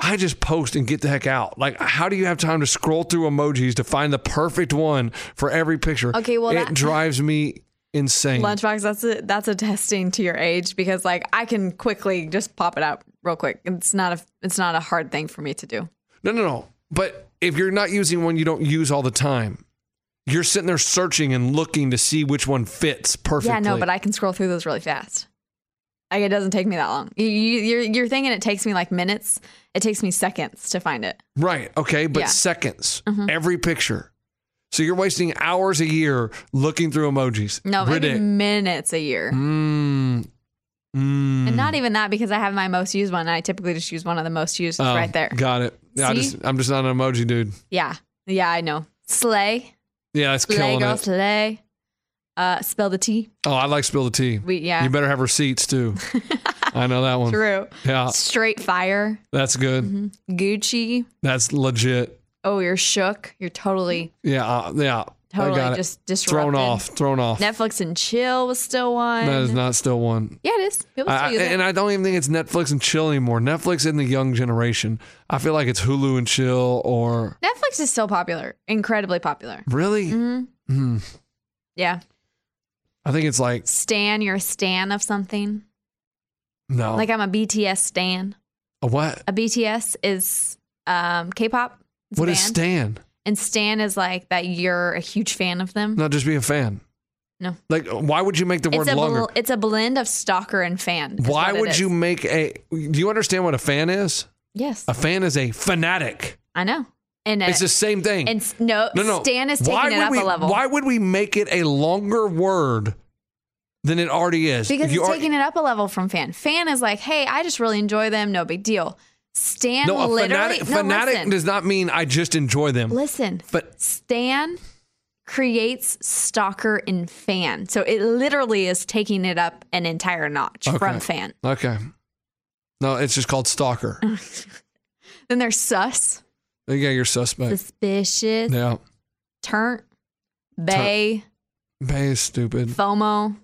Speaker 3: I just post and get the heck out. Like, how do you have time to scroll through emojis to find the perfect one for every picture?
Speaker 2: Okay, well,
Speaker 3: it
Speaker 2: that-
Speaker 3: drives me insane.
Speaker 2: Lunchbox, that's a that's a testing to your age because like I can quickly just pop it out real quick. It's not a it's not a hard thing for me to do.
Speaker 3: No, no, no. But if you're not using one you don't use all the time, you're sitting there searching and looking to see which one fits perfectly.
Speaker 2: Yeah, no, but I can scroll through those really fast. Like it doesn't take me that long. You, you, you're you're thinking it takes me like minutes. It takes me seconds to find it.
Speaker 3: Right. Okay. But
Speaker 2: Yeah. Mm-hmm.
Speaker 3: seconds, every picture. So you're wasting hours a year looking through emojis.
Speaker 2: No, maybe
Speaker 3: Ridic-
Speaker 2: minutes a year,
Speaker 3: Mm. Mm.
Speaker 2: and not even that because I have my most used one. And I typically just use one of the most used It's
Speaker 3: Oh,
Speaker 2: right there.
Speaker 3: Got it. Yeah, I
Speaker 2: See?
Speaker 3: just, I'm just not an emoji dude.
Speaker 2: Yeah, yeah, I know. Slay,
Speaker 3: Yeah, that's
Speaker 2: slay,
Speaker 3: killing
Speaker 2: girl,
Speaker 3: it.
Speaker 2: slay. Uh, spell the T.
Speaker 3: Oh, I like spill the tea.
Speaker 2: We- yeah.
Speaker 3: You better have
Speaker 2: [LAUGHS]
Speaker 3: receipts too. I know that one.
Speaker 2: True. Mm-hmm.
Speaker 3: Yeah,
Speaker 2: Straight fire.
Speaker 3: that's good.
Speaker 2: Gucci.
Speaker 3: That's legit.
Speaker 2: Oh, you're shook. You're totally
Speaker 3: Yeah, uh, yeah. I
Speaker 2: Totally
Speaker 3: got it.
Speaker 2: just
Speaker 3: Thrown
Speaker 2: disrupted.
Speaker 3: off. Thrown off.
Speaker 2: Netflix and chill was still one.
Speaker 3: That is not still one.
Speaker 2: Yeah, it is. People still
Speaker 3: I,
Speaker 2: use it.
Speaker 3: and I don't even think it's Netflix and chill anymore. Netflix and the young generation. I feel like it's Hulu and chill or
Speaker 2: Netflix is still popular, incredibly popular.
Speaker 3: really.
Speaker 2: Mm-hmm.
Speaker 3: Hmm.
Speaker 2: Yeah.
Speaker 3: I think it's like
Speaker 2: Stan, you're a stan of something.
Speaker 3: no,
Speaker 2: Like I'm a BTS stan.
Speaker 3: a what?
Speaker 2: A BTS is um, K-pop. It's a
Speaker 3: What is
Speaker 2: band.
Speaker 3: Stan?
Speaker 2: And stan is like that you're a huge fan of them.
Speaker 3: Not just be a fan.
Speaker 2: No.
Speaker 3: Like, why would you make the word
Speaker 2: it's a
Speaker 3: longer?
Speaker 2: bl- it's a blend of stalker and fan. is
Speaker 3: why
Speaker 2: what it
Speaker 3: would
Speaker 2: is.
Speaker 3: you make a? Do you understand what a fan is?
Speaker 2: Yes,
Speaker 3: A fan is a fanatic.
Speaker 2: I know. And uh,
Speaker 3: It's the same thing.
Speaker 2: And s- no,
Speaker 3: No, no.
Speaker 2: Stan is taking
Speaker 3: why
Speaker 2: it
Speaker 3: would
Speaker 2: up
Speaker 3: we,
Speaker 2: a level.
Speaker 3: Why would we make it a longer word than it already is?
Speaker 2: Because
Speaker 3: You
Speaker 2: it's
Speaker 3: are-
Speaker 2: taking it up a level from fan. Fan is like, hey, I just really enjoy them. No big deal. Stan
Speaker 3: no, a
Speaker 2: literally
Speaker 3: fanatic,
Speaker 2: no,
Speaker 3: fanatic
Speaker 2: listen.
Speaker 3: does not mean I just enjoy them.
Speaker 2: Listen,
Speaker 3: But-
Speaker 2: Stan creates stalker and fan. So it literally is taking it up an entire notch
Speaker 3: Okay.
Speaker 2: from fan.
Speaker 3: Okay. No, it's just called
Speaker 2: [LAUGHS]
Speaker 3: stalker.
Speaker 2: Then there's sus,
Speaker 3: you got your suspect.
Speaker 2: suspicious,
Speaker 3: Yeah.
Speaker 2: turnt, bay,
Speaker 3: Bay is stupid.
Speaker 2: FOMO, Mm-hmm.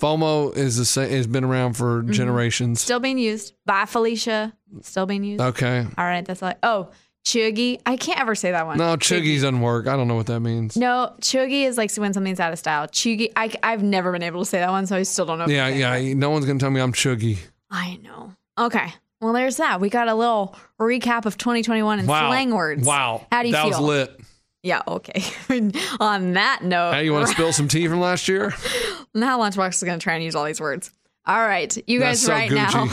Speaker 3: FOMO is the same. Has been around for generations.
Speaker 2: still being used. Bye, Felicia, still being used.
Speaker 3: Okay.
Speaker 2: All right, that's like, oh, chuggy. I can't ever say that one.
Speaker 3: No, chuggies doesn't work. I don't know what that means.
Speaker 2: No, chuggy is like when something's out of style. Chuggy, I, I've never been able to say that one, so I still don't know. if
Speaker 3: Yeah,
Speaker 2: it's-
Speaker 3: yeah. No one's gonna tell me I'm chuggy.
Speaker 2: I know. Okay. Well, there's that. We got a little recap of 2021 and
Speaker 3: Wow.
Speaker 2: slang words.
Speaker 3: Wow.
Speaker 2: How do you
Speaker 3: that
Speaker 2: feel?
Speaker 3: was lit.
Speaker 2: Yeah, okay. [LAUGHS] On that note,
Speaker 3: Hey, you want to spill some tea from last year?
Speaker 2: [LAUGHS] now Lunchbox is going to try and use all these words. All right. You guys
Speaker 3: That's so
Speaker 2: right now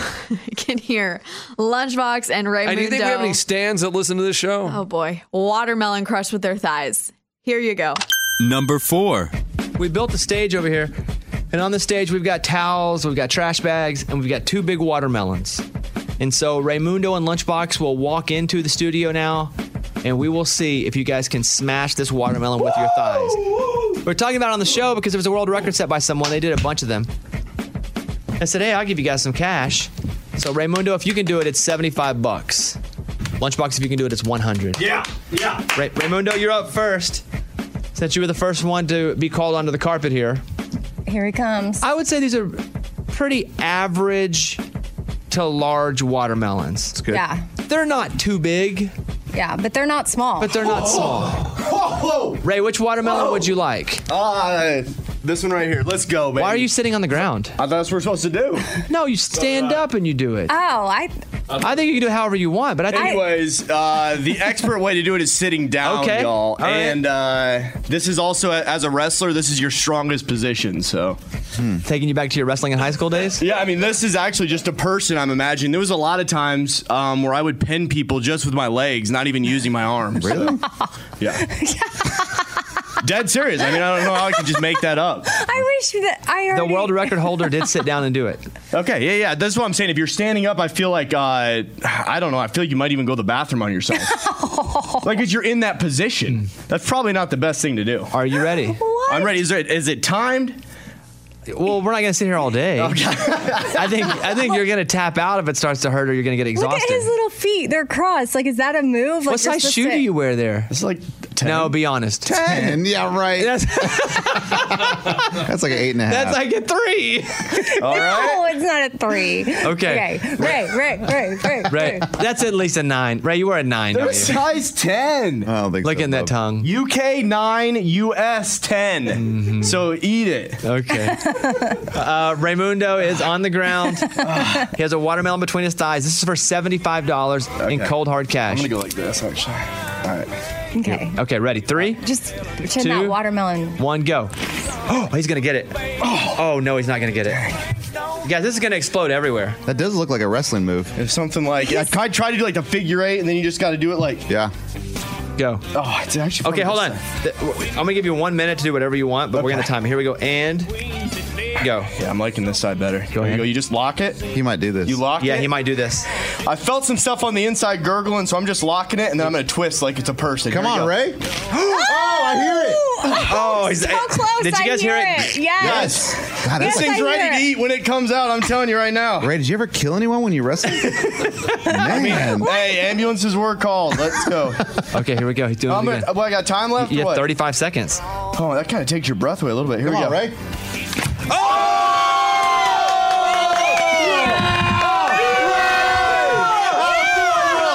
Speaker 2: [LAUGHS] can hear Lunchbox and Raymundo.
Speaker 3: Hey, do you think we have any stands that listen to this show?
Speaker 2: oh, boy. Watermelon crush with their thighs. Here you go.
Speaker 1: Number four.
Speaker 11: We built a stage over here, and on the stage we've got towels, we've got trash bags, and we've got two big watermelons. And so Raymundo and Lunchbox will walk into the studio now, and we will see if you guys can smash this watermelon with your thighs. We're talking about it on the show because it was a world record set by someone. They did a bunch of them. I said, hey, I'll give you guys some cash. So Raymundo, if you can do it, it's 75 bucks. Lunchbox, if you can do it, it's 100.
Speaker 12: Yeah, yeah.
Speaker 11: Ray- Raymundo, you're up first. Since you were the first one to be called onto the carpet here,
Speaker 5: Here he comes.
Speaker 11: I would say these are pretty
Speaker 4: [GASPS]
Speaker 11: average to large watermelons. It's
Speaker 5: good. Yeah.
Speaker 11: They're not too big.
Speaker 5: Yeah, but they're not small.
Speaker 4: But they're not small. Ray, which watermelon would you like?
Speaker 10: Uh, this one right here. Let's go, baby.
Speaker 4: Why are you sitting on the ground? I
Speaker 10: thought that's what we're supposed to do.
Speaker 4: [LAUGHS] No, you stand up and you do it.
Speaker 5: Oh, I.
Speaker 4: I think you can do it however you want, but I think
Speaker 10: Anyways, uh, the expert way to do it is sitting down,
Speaker 4: Okay.
Speaker 10: y'all.
Speaker 4: All right.
Speaker 10: And uh, this is also, as a wrestler, this is your strongest position. So,
Speaker 4: Hmm. taking you back to your wrestling in high school days.
Speaker 10: Yeah, I mean, this is actually just a person. I'm imagining there was a lot of times um, where I would pin people just with my legs, not even using my arms. Really? yeah. Dead serious. I mean, I don't know how I could just make that up.
Speaker 5: I wish that I already.
Speaker 10: record
Speaker 4: holder did sit down and do it.
Speaker 10: [LAUGHS] Okay, yeah, yeah. That's what I'm saying. If you're standing up, I feel like uh, I don't know. I feel like you might even go to the bathroom on yourself. like if you're in that position, that's probably not the best thing to do.
Speaker 4: Are you ready?
Speaker 10: I'm ready. Is there, is it timed?
Speaker 4: Well, we're not gonna sit here all day. I
Speaker 5: [LAUGHS]
Speaker 4: think I think you're gonna tap out if it starts to hurt or you're gonna get
Speaker 5: Look at his
Speaker 4: exhausted.
Speaker 5: little feet. They're crossed. Like, is that a move? Like,
Speaker 4: What
Speaker 5: you're
Speaker 4: size
Speaker 5: supposed
Speaker 4: shoe
Speaker 5: to-
Speaker 4: do you wear there?
Speaker 10: It's like
Speaker 4: No, be honest. [LAUGHS]
Speaker 9: 10. Yeah, right.
Speaker 4: That's,
Speaker 9: That's like an eight and a half.
Speaker 4: That's like a three.
Speaker 5: no, it's not a three.
Speaker 4: Okay.
Speaker 5: Okay. Ray, Ray, Ray, Ray, [LAUGHS]
Speaker 4: Ray, [LAUGHS] that's at least a nine. Ray, you were a nine.
Speaker 10: They're
Speaker 4: aren't you?
Speaker 10: size 10.
Speaker 9: I don't think
Speaker 4: Look in that tongue. Mm-hmm.
Speaker 10: UK 9, US 10. So eat it.
Speaker 5: [LAUGHS]
Speaker 4: Okay. Uh, Raymundo is on the ground. he has a watermelon between his thighs. This is for seventy-five dollars in
Speaker 10: Okay.
Speaker 4: cold hard
Speaker 10: I'm
Speaker 4: cash.
Speaker 10: going to go like this, actually. All right.
Speaker 5: Okay.
Speaker 4: Okay, ready? Three,
Speaker 5: Just pretend
Speaker 4: Two.
Speaker 5: that watermelon.
Speaker 4: one, go. Oh, he's gonna get it. Oh, no, he's not gonna get it. Guys, this is gonna explode everywhere.
Speaker 9: That does look like a wrestling move.
Speaker 10: If something like, I tried to do like the figure eight, and then you just got to do it like,
Speaker 9: Yeah.
Speaker 4: Go.
Speaker 10: oh, it's actually.
Speaker 4: Okay, hold on. Th- w- I'm gonna give you one minute to do whatever you want, but we're gonna time. it. Here we go. And go.
Speaker 10: Yeah, I'm liking this side better. Go
Speaker 4: ahead.
Speaker 10: You, go. you just lock it.
Speaker 9: He might do this.
Speaker 10: You lock it.
Speaker 4: Yeah, he might do this.
Speaker 10: I felt some stuff on the inside gurgling, so I'm just locking it, and then I'm gonna twist like it's a person.
Speaker 9: Come
Speaker 10: Here we
Speaker 9: on,
Speaker 10: go.
Speaker 9: Ray. oh, I hear it.
Speaker 4: Oh, he's
Speaker 5: So close.
Speaker 4: Did you
Speaker 5: I
Speaker 4: guys hear
Speaker 5: Yes.
Speaker 4: it?
Speaker 10: Yes.
Speaker 9: God,
Speaker 10: This
Speaker 9: that's
Speaker 5: Yes,
Speaker 10: thing's
Speaker 5: I hear
Speaker 10: ready to
Speaker 5: it.
Speaker 10: eat when it comes out. I'm telling you
Speaker 5: [LAUGHS]
Speaker 10: right now.
Speaker 9: Ray, did you ever kill anyone when you
Speaker 11: [LAUGHS]
Speaker 9: wrestled? Man.
Speaker 10: Hey, ambulances were called. Let's go.
Speaker 4: Okay, here we go. He's doing
Speaker 10: I'm
Speaker 4: it
Speaker 10: gonna,
Speaker 4: again.
Speaker 10: well, I got time left.
Speaker 4: You
Speaker 10: or
Speaker 4: have
Speaker 10: what?
Speaker 4: 35 seconds.
Speaker 10: Oh, that kind of takes your breath away a little bit. Here
Speaker 9: Come
Speaker 10: we
Speaker 9: on,
Speaker 10: go.
Speaker 9: Ray.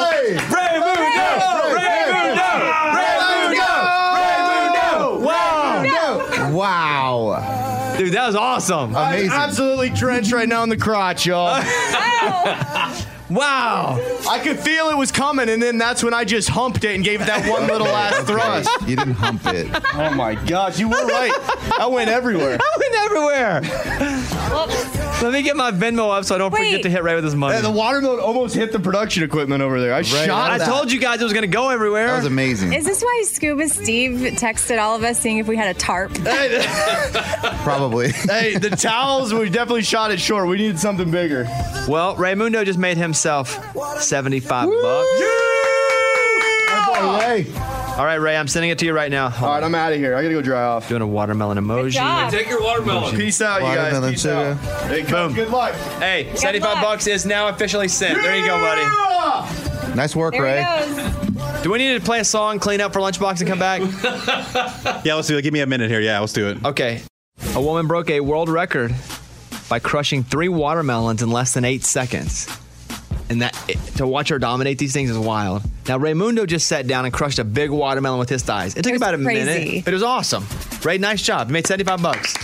Speaker 4: Oh,
Speaker 9: Ray. Oh, Wow.
Speaker 4: Dude, that was awesome.
Speaker 10: I'm
Speaker 9: Amazing.
Speaker 10: absolutely drenched right now in the crotch, y'all.
Speaker 4: [LAUGHS] Wow.
Speaker 10: I could feel it was coming, and then that's when I just humped it and gave it that one little last thrust.
Speaker 9: You didn't hump it.
Speaker 10: Oh my gosh, you were right. I went everywhere.
Speaker 4: [LAUGHS] I went everywhere. Let me get my Venmo up so I don't forget
Speaker 5: Wait.
Speaker 4: to hit Ray with his money.
Speaker 10: Yeah, the watermelon almost hit the production equipment over there. I shot
Speaker 4: I
Speaker 10: it.
Speaker 4: told you guys it was going to go everywhere.
Speaker 9: That was amazing.
Speaker 4: Mm.
Speaker 5: Is this why Scuba Steve texted all of us seeing if we had a
Speaker 4: [LAUGHS]
Speaker 5: tarp?
Speaker 9: Probably.
Speaker 10: [LAUGHS] Hey, the towels, we definitely shot it short. We needed something bigger.
Speaker 4: Well, Raymundo just made himself 75 bucks.
Speaker 9: Oh, Ray.
Speaker 4: All right, Ray, I'm sending it to you right now.
Speaker 10: All right, I'm out of here. I gotta go dry off.
Speaker 4: Doing a watermelon emoji.
Speaker 5: job.
Speaker 3: Take your watermelon.
Speaker 10: Peace out, you guys.
Speaker 9: Watermelon
Speaker 10: Peace
Speaker 9: sugar.
Speaker 10: out. Hey, Boom. Good luck.
Speaker 4: Hey, 75
Speaker 5: luck.
Speaker 4: bucks
Speaker 10: [LAUGHS]
Speaker 4: is now officially sent. There you go, buddy.
Speaker 9: Nice work,
Speaker 5: There
Speaker 9: Ray.
Speaker 5: he goes.
Speaker 4: Do we need to play a song, clean up for lunchbox, and come back? [LAUGHS]
Speaker 3: [LAUGHS]
Speaker 13: Yeah, let's do it. Give me a minute here. Yeah, let's do it.
Speaker 4: Okay. A woman broke a world record by crushing three watermelons in less than eight seconds. And that to watch her dominate these things is wild. Now Raymundo just sat down and crushed a big watermelon with his thighs. It took
Speaker 5: It was
Speaker 4: about a
Speaker 5: crazy.
Speaker 4: minute, but it was awesome. Ray, nice job. You made seventy-five
Speaker 5: [LAUGHS]
Speaker 4: bucks.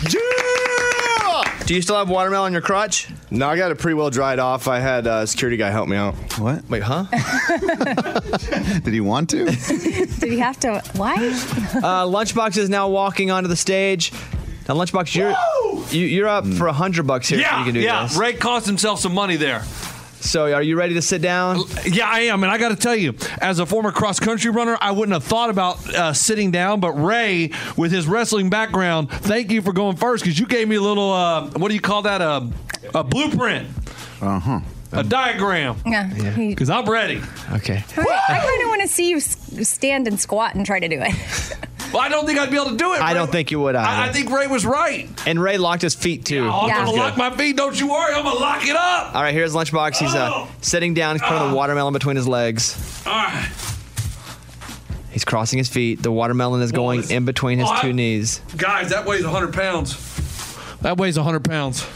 Speaker 4: Do you still have watermelon on your crotch?
Speaker 10: No, I got it pretty well dried off. I had uh, a security guy help me out.
Speaker 9: What?
Speaker 4: Wait, huh?
Speaker 9: [LAUGHS] Did he want to?
Speaker 5: Did he have to? Why?
Speaker 4: Uh, Lunchbox is now walking onto the stage. Now, Lunchbox, you're you, you're up for a hundred bucks here. so
Speaker 3: Yeah,
Speaker 4: you can do
Speaker 3: yeah.
Speaker 4: this.
Speaker 3: Ray cost himself some money there.
Speaker 4: So, are you ready to sit down?
Speaker 3: Yeah, I am, and I got to tell you, as a former cross country runner, I wouldn't have thought about uh, sitting down. But Ray, with his wrestling background, thank you for going first because you gave me a little. Uh, what do you call that? A, a blueprint,
Speaker 9: Uh
Speaker 4: Uh-huh.
Speaker 9: huh.
Speaker 3: a diagram.
Speaker 5: Yeah. He-
Speaker 3: Because I'm ready.
Speaker 4: Okay.
Speaker 5: Wait, I kind of want to see you s- stand and squat and try to do
Speaker 4: [LAUGHS]
Speaker 5: it.
Speaker 3: Well, I don't think I'd be able to do it.
Speaker 4: I
Speaker 3: Ray.
Speaker 4: don't think you would
Speaker 3: I,
Speaker 4: either.
Speaker 3: I think Ray was right.
Speaker 4: And Ray locked his feet too.
Speaker 3: Oh, I'm
Speaker 5: Yeah.
Speaker 3: gonna lock my feet. Don't you worry. I'm gonna lock it up.
Speaker 4: All right, here's Lunchbox. He's uh,
Speaker 3: Oh.
Speaker 4: sitting down, he's putting the watermelon between his legs.
Speaker 3: All right.
Speaker 4: He's crossing his feet. The watermelon is going
Speaker 3: it's-
Speaker 4: in between his
Speaker 3: Oh, I-
Speaker 4: two knees.
Speaker 3: Guys, that weighs 100 pounds. That weighs 100 pounds.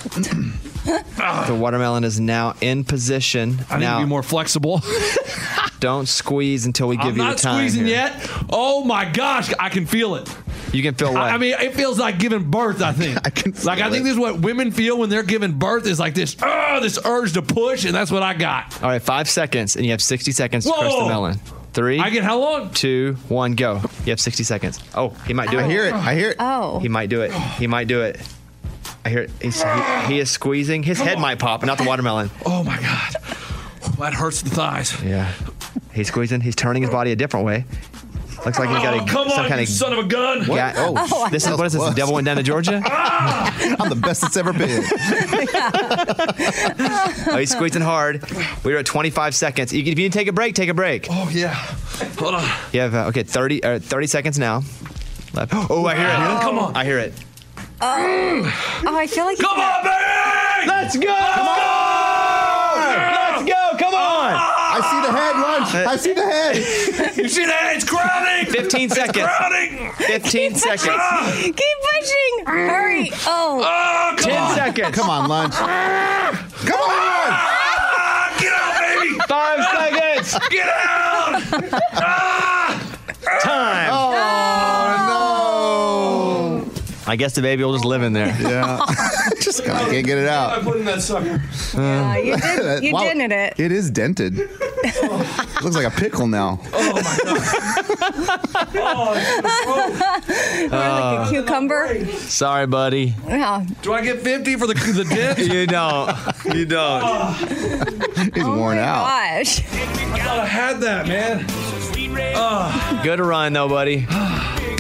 Speaker 4: The watermelon is now in position.
Speaker 3: I need
Speaker 4: now,
Speaker 3: to be more flexible.
Speaker 4: [LAUGHS] Don't squeeze until we give
Speaker 9: I'm
Speaker 4: you
Speaker 9: not
Speaker 4: the time.
Speaker 9: squeezing
Speaker 4: here.
Speaker 9: yet. Oh my gosh, I can feel it.
Speaker 4: You can feel what?
Speaker 9: I, I mean, it feels like giving birth. I think. [LAUGHS] I can like I think this is what women feel when they're giving birth is like this. Oh, this urge to push, and that's what I got.
Speaker 4: All right, five seconds, and you have 60 seconds to crush the
Speaker 9: Whoa!
Speaker 4: melon. Three. I
Speaker 9: get how long?
Speaker 4: Two, one, go. You have 60 seconds. Oh, he might do
Speaker 5: I
Speaker 4: it.
Speaker 5: hear it. I hear it. Oh.
Speaker 4: He might do it. He might do it. I hear it. He's, he, he is squeezing. His head might pop, not the watermelon.
Speaker 9: Oh my god, that hurts the thighs.
Speaker 4: Yeah. He's squeezing. He's turning his body a different way. Looks like he got a,
Speaker 9: Oh, come
Speaker 4: some
Speaker 9: on,
Speaker 4: kind
Speaker 9: you
Speaker 4: of
Speaker 9: son of a gun.
Speaker 4: Ga-
Speaker 9: What? Oh, I
Speaker 4: this is
Speaker 9: thought
Speaker 4: what is this?
Speaker 9: it
Speaker 4: The
Speaker 9: was.
Speaker 4: devil went down to
Speaker 9: [LAUGHS]
Speaker 4: Georgia.
Speaker 9: Ah!
Speaker 6: I'm the best it's ever been.
Speaker 4: Oh, he's squeezing hard. We are at 25 seconds. You, can- if you need to take a break, take a break.
Speaker 9: Oh yeah. Hold on.
Speaker 4: You have uh, okay 30 uh, 30 seconds now. Left. Oh, I hear it. Come on. I hear it.
Speaker 5: Oh, oh I feel like. Come
Speaker 9: on, baby!
Speaker 5: Let's
Speaker 4: go! Come
Speaker 5: on!
Speaker 4: Let's go! Come on!
Speaker 6: I see the head, Lunch. I see the head.
Speaker 9: Ah! [LAUGHS] you see that? It's crowding.
Speaker 4: 15 seconds.
Speaker 9: crowding.
Speaker 4: 15
Speaker 9: Ah!
Speaker 4: seconds.
Speaker 5: Keep pushing. Hurry. Oh. [LAUGHS]
Speaker 9: oh
Speaker 4: 10 seconds.
Speaker 6: Come
Speaker 11: [LAUGHS]
Speaker 6: on, lunch. Come on!
Speaker 9: Get out, baby! Ah!
Speaker 4: Five seconds!
Speaker 9: Get out! Ah!
Speaker 4: Time!
Speaker 6: Oh,
Speaker 4: I guess the baby will just live in there.
Speaker 6: Yeah.
Speaker 9: [LAUGHS]
Speaker 6: Just I can't get it out.
Speaker 9: I put in that sucker.
Speaker 6: no.
Speaker 5: Yeah, you did-
Speaker 6: [LAUGHS]
Speaker 5: you dented it.
Speaker 6: It is
Speaker 5: [LAUGHS]
Speaker 6: dented. Looks like a pickle now.
Speaker 5: We're like a
Speaker 4: Uh.
Speaker 5: cucumber.
Speaker 4: Sorry, buddy.
Speaker 5: Yeah.
Speaker 9: Do I get 50 for the the
Speaker 4: [LAUGHS]
Speaker 9: dent?
Speaker 4: you don't. You don't.
Speaker 5: [LAUGHS]
Speaker 6: He's worn out.
Speaker 5: Oh Gosh.
Speaker 9: I thought I had that, man.
Speaker 4: [SIGHS]
Speaker 9: Ugh.
Speaker 4: Good run, though, buddy.
Speaker 9: [SIGHS]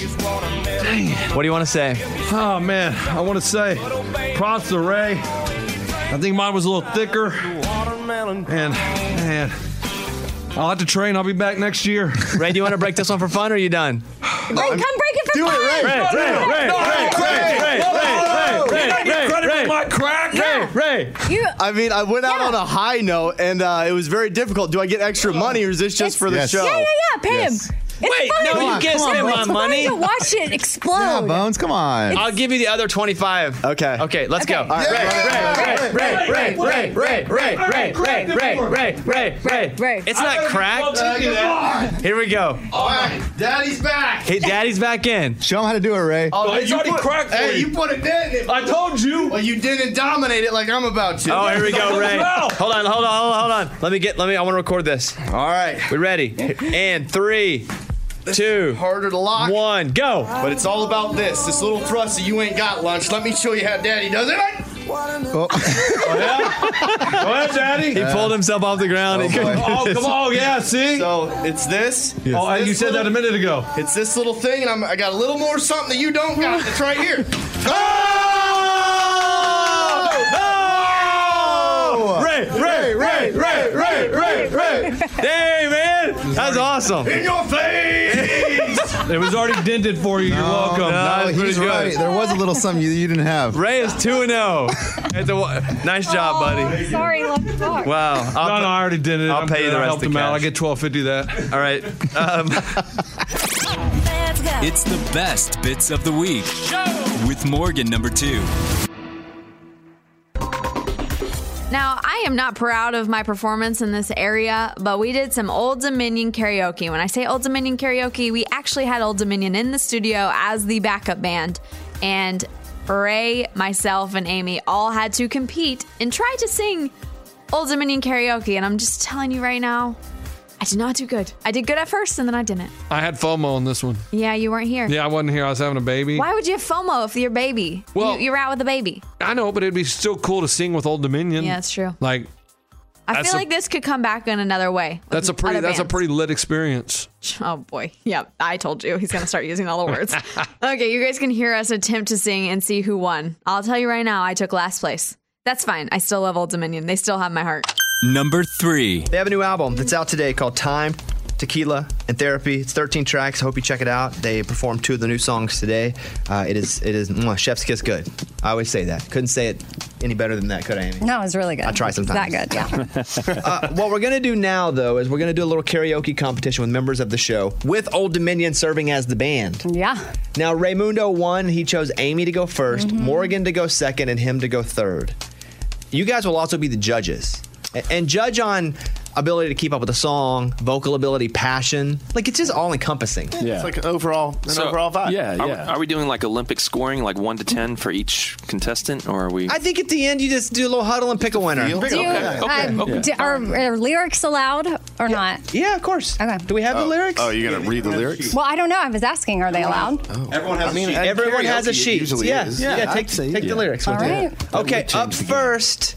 Speaker 9: Dang it.
Speaker 4: What do you want to say?
Speaker 9: Oh man, I want to say props to Ray. I think mine was a little thicker. And man, I'll have to train. I'll be back next year.
Speaker 4: Ray, do you want to break this one for fun or are you done?
Speaker 5: Ray, come break it for
Speaker 6: Do it,
Speaker 5: fun.
Speaker 6: Ray. Ray,
Speaker 4: Ray, Ray, Ray, Ray, Ray,
Speaker 9: Ray, Ray, Ray, Ray, Ray.
Speaker 10: Ray, Ray.
Speaker 5: You,
Speaker 10: I mean, I went out on a high note, and uh, it was very difficult. Do I get extra money, or is this just for the
Speaker 6: Yes.
Speaker 10: show?
Speaker 5: Yeah, yeah, yeah. Pay
Speaker 6: Yes.
Speaker 5: him. It's
Speaker 4: Wait,
Speaker 5: fun.
Speaker 4: no,
Speaker 5: Come
Speaker 4: you
Speaker 5: on,
Speaker 4: can't
Speaker 5: come on,
Speaker 4: spend
Speaker 5: bro.
Speaker 4: my
Speaker 5: It's fun
Speaker 4: money.
Speaker 5: to watch it
Speaker 6: Yeah,
Speaker 5: explode.
Speaker 6: Bones, come on.
Speaker 4: I'll give you the other 25. Okay. Okay, let's go. All right, Ray, Ray, Ray, Ray, Ray, Ray, Ray, Ray, Ray, Ray, Ray, Ray, Ray,
Speaker 5: Ray.
Speaker 4: It's not cracked. Here we go.
Speaker 9: All right, Daddy's back.
Speaker 4: Hey, daddy's back in.
Speaker 6: Show him how to do it, Ray.
Speaker 10: Oh,
Speaker 9: It's already cracked. for you.
Speaker 10: put a dent in it.
Speaker 9: I told you.
Speaker 10: Well, you didn't dominate it like I'm about to.
Speaker 4: Oh, here we [LAUGHS]
Speaker 10: [LAUGHS]
Speaker 4: go, Ray.
Speaker 9: Wow.
Speaker 4: Hold on, hold on, hold on, hold on. Let me get, let me, I want to record this.
Speaker 10: All right.
Speaker 4: We ready? And three, two,
Speaker 10: Harder to lock.
Speaker 4: one, go.
Speaker 10: But it's all about this. This little thrust that you ain't got, lunch. Let me show you how daddy does it.
Speaker 9: Well, Daddy.
Speaker 4: He pulled himself off the ground. He couldn't
Speaker 9: Oh,
Speaker 4: do
Speaker 9: come
Speaker 4: this. [LAUGHS]
Speaker 9: on. Yeah, see?
Speaker 10: So it's this.
Speaker 9: Oh,
Speaker 10: It's
Speaker 9: you
Speaker 10: this
Speaker 9: said that a
Speaker 10: little-
Speaker 9: minute ago.
Speaker 10: It's this little thing, and I'm, I got a little more something that you don't got. It's right here.
Speaker 4: [LAUGHS] Oh! Ray, Ray, Ray, Ray, Ray, Ray, Ray. Hey, man. That's awesome.
Speaker 10: In your
Speaker 4: [LAUGHS]
Speaker 10: face!
Speaker 9: It was already dented for you. You're welcome.
Speaker 4: no.
Speaker 6: Oh,
Speaker 4: That was pretty
Speaker 6: he's
Speaker 4: good.
Speaker 6: right. There was a little something you, you didn't have.
Speaker 4: Ray is 2 and
Speaker 9: oh.
Speaker 4: 0. It's a wa- Nice job, buddy.
Speaker 5: Sorry, left box.
Speaker 4: Wow.
Speaker 9: No, no, I already dented it.
Speaker 4: I'll
Speaker 9: I'm
Speaker 4: pay you
Speaker 9: good.
Speaker 4: the
Speaker 9: I
Speaker 4: rest
Speaker 9: helped
Speaker 4: of
Speaker 9: him out. Oh, I
Speaker 4: cash.
Speaker 9: get 1250 that.
Speaker 4: All right. Um,
Speaker 1: It's the best bits of the week with Morgan number two.
Speaker 2: Now, I am not proud of my performance in this area, but we did some Old Dominion karaoke. When I say Old Dominion karaoke, we actually had Old Dominion in the studio as the backup band. And Ray, myself, and Amy all had to compete and try to sing Old Dominion karaoke. And I'm just telling you right now, I did not do good. I did good at first and then I didn't.
Speaker 3: I had FOMO on this one.
Speaker 2: Yeah, you weren't here.
Speaker 3: Yeah, I wasn't here. I was having a baby.
Speaker 2: Why would you have FOMO if your baby?
Speaker 3: Well-
Speaker 2: you, you're out with a baby.
Speaker 3: I know, but it'd be still cool to sing with Old Dominion.
Speaker 2: Yeah, that's true.
Speaker 3: Like
Speaker 2: I
Speaker 3: That's
Speaker 2: feel
Speaker 3: a-
Speaker 2: like this could come back in another way. with
Speaker 3: that's a pretty
Speaker 2: other
Speaker 3: that's a
Speaker 2: bands.
Speaker 3: pretty lit experience.
Speaker 2: [LAUGHS] Oh boy. Yeah, I told you he's going to start using all the
Speaker 5: [LAUGHS]
Speaker 2: words. okay, you guys can hear us attempt to sing and see who won. I'll tell you right now, I took last place. That's fine. I still love Old Dominion. They still have my [LAUGHS] heart.
Speaker 1: Number three.
Speaker 4: They have a new album that's out today called Time, Tequila, and Therapy. It's 13 tracks. Hope you check it out. They performed two of the new songs today. Uh, it is it is mwah, Chef's Kiss good. I always say that. Couldn't say it any better than that, could I, Amy?
Speaker 5: No, it was really good.
Speaker 4: I try sometimes.
Speaker 5: That good, yeah.
Speaker 4: [LAUGHS] Uh, what we're gonna do now, though, is we're gonna do a little karaoke competition with members of the show, with Old Dominion serving as the band.
Speaker 5: yeah.
Speaker 4: Now, Raymundo won. He chose Amy to go 1st
Speaker 5: Mm-hmm.
Speaker 4: Morgan to go second, and him to go third. You guys will also be the judges A- and judge on ability to keep up with the song, vocal ability, passion. Like it's just all encompassing.
Speaker 12: Yeah, it's like an overall, an overall vibe.
Speaker 9: Are, are we doing like Olympic scoring, like one to ten for each contestant, or are we?
Speaker 4: I think at the end you just do a little huddle and pick a winner.
Speaker 9: Feel?
Speaker 5: Do you, um,
Speaker 9: okay.
Speaker 5: do- are, are lyrics allowed or not?
Speaker 4: Yeah, of course.
Speaker 5: Okay.
Speaker 4: Do we have
Speaker 12: Oh, Oh, you gotta read the lyrics.
Speaker 5: Well, I don't know. I was asking, are they allowed?
Speaker 12: Everyone
Speaker 4: I mean, everyone has a sheet. Yeah, yeah. Take, take the lyrics.
Speaker 5: All
Speaker 4: We'll do
Speaker 5: right.
Speaker 4: that. Okay, up first,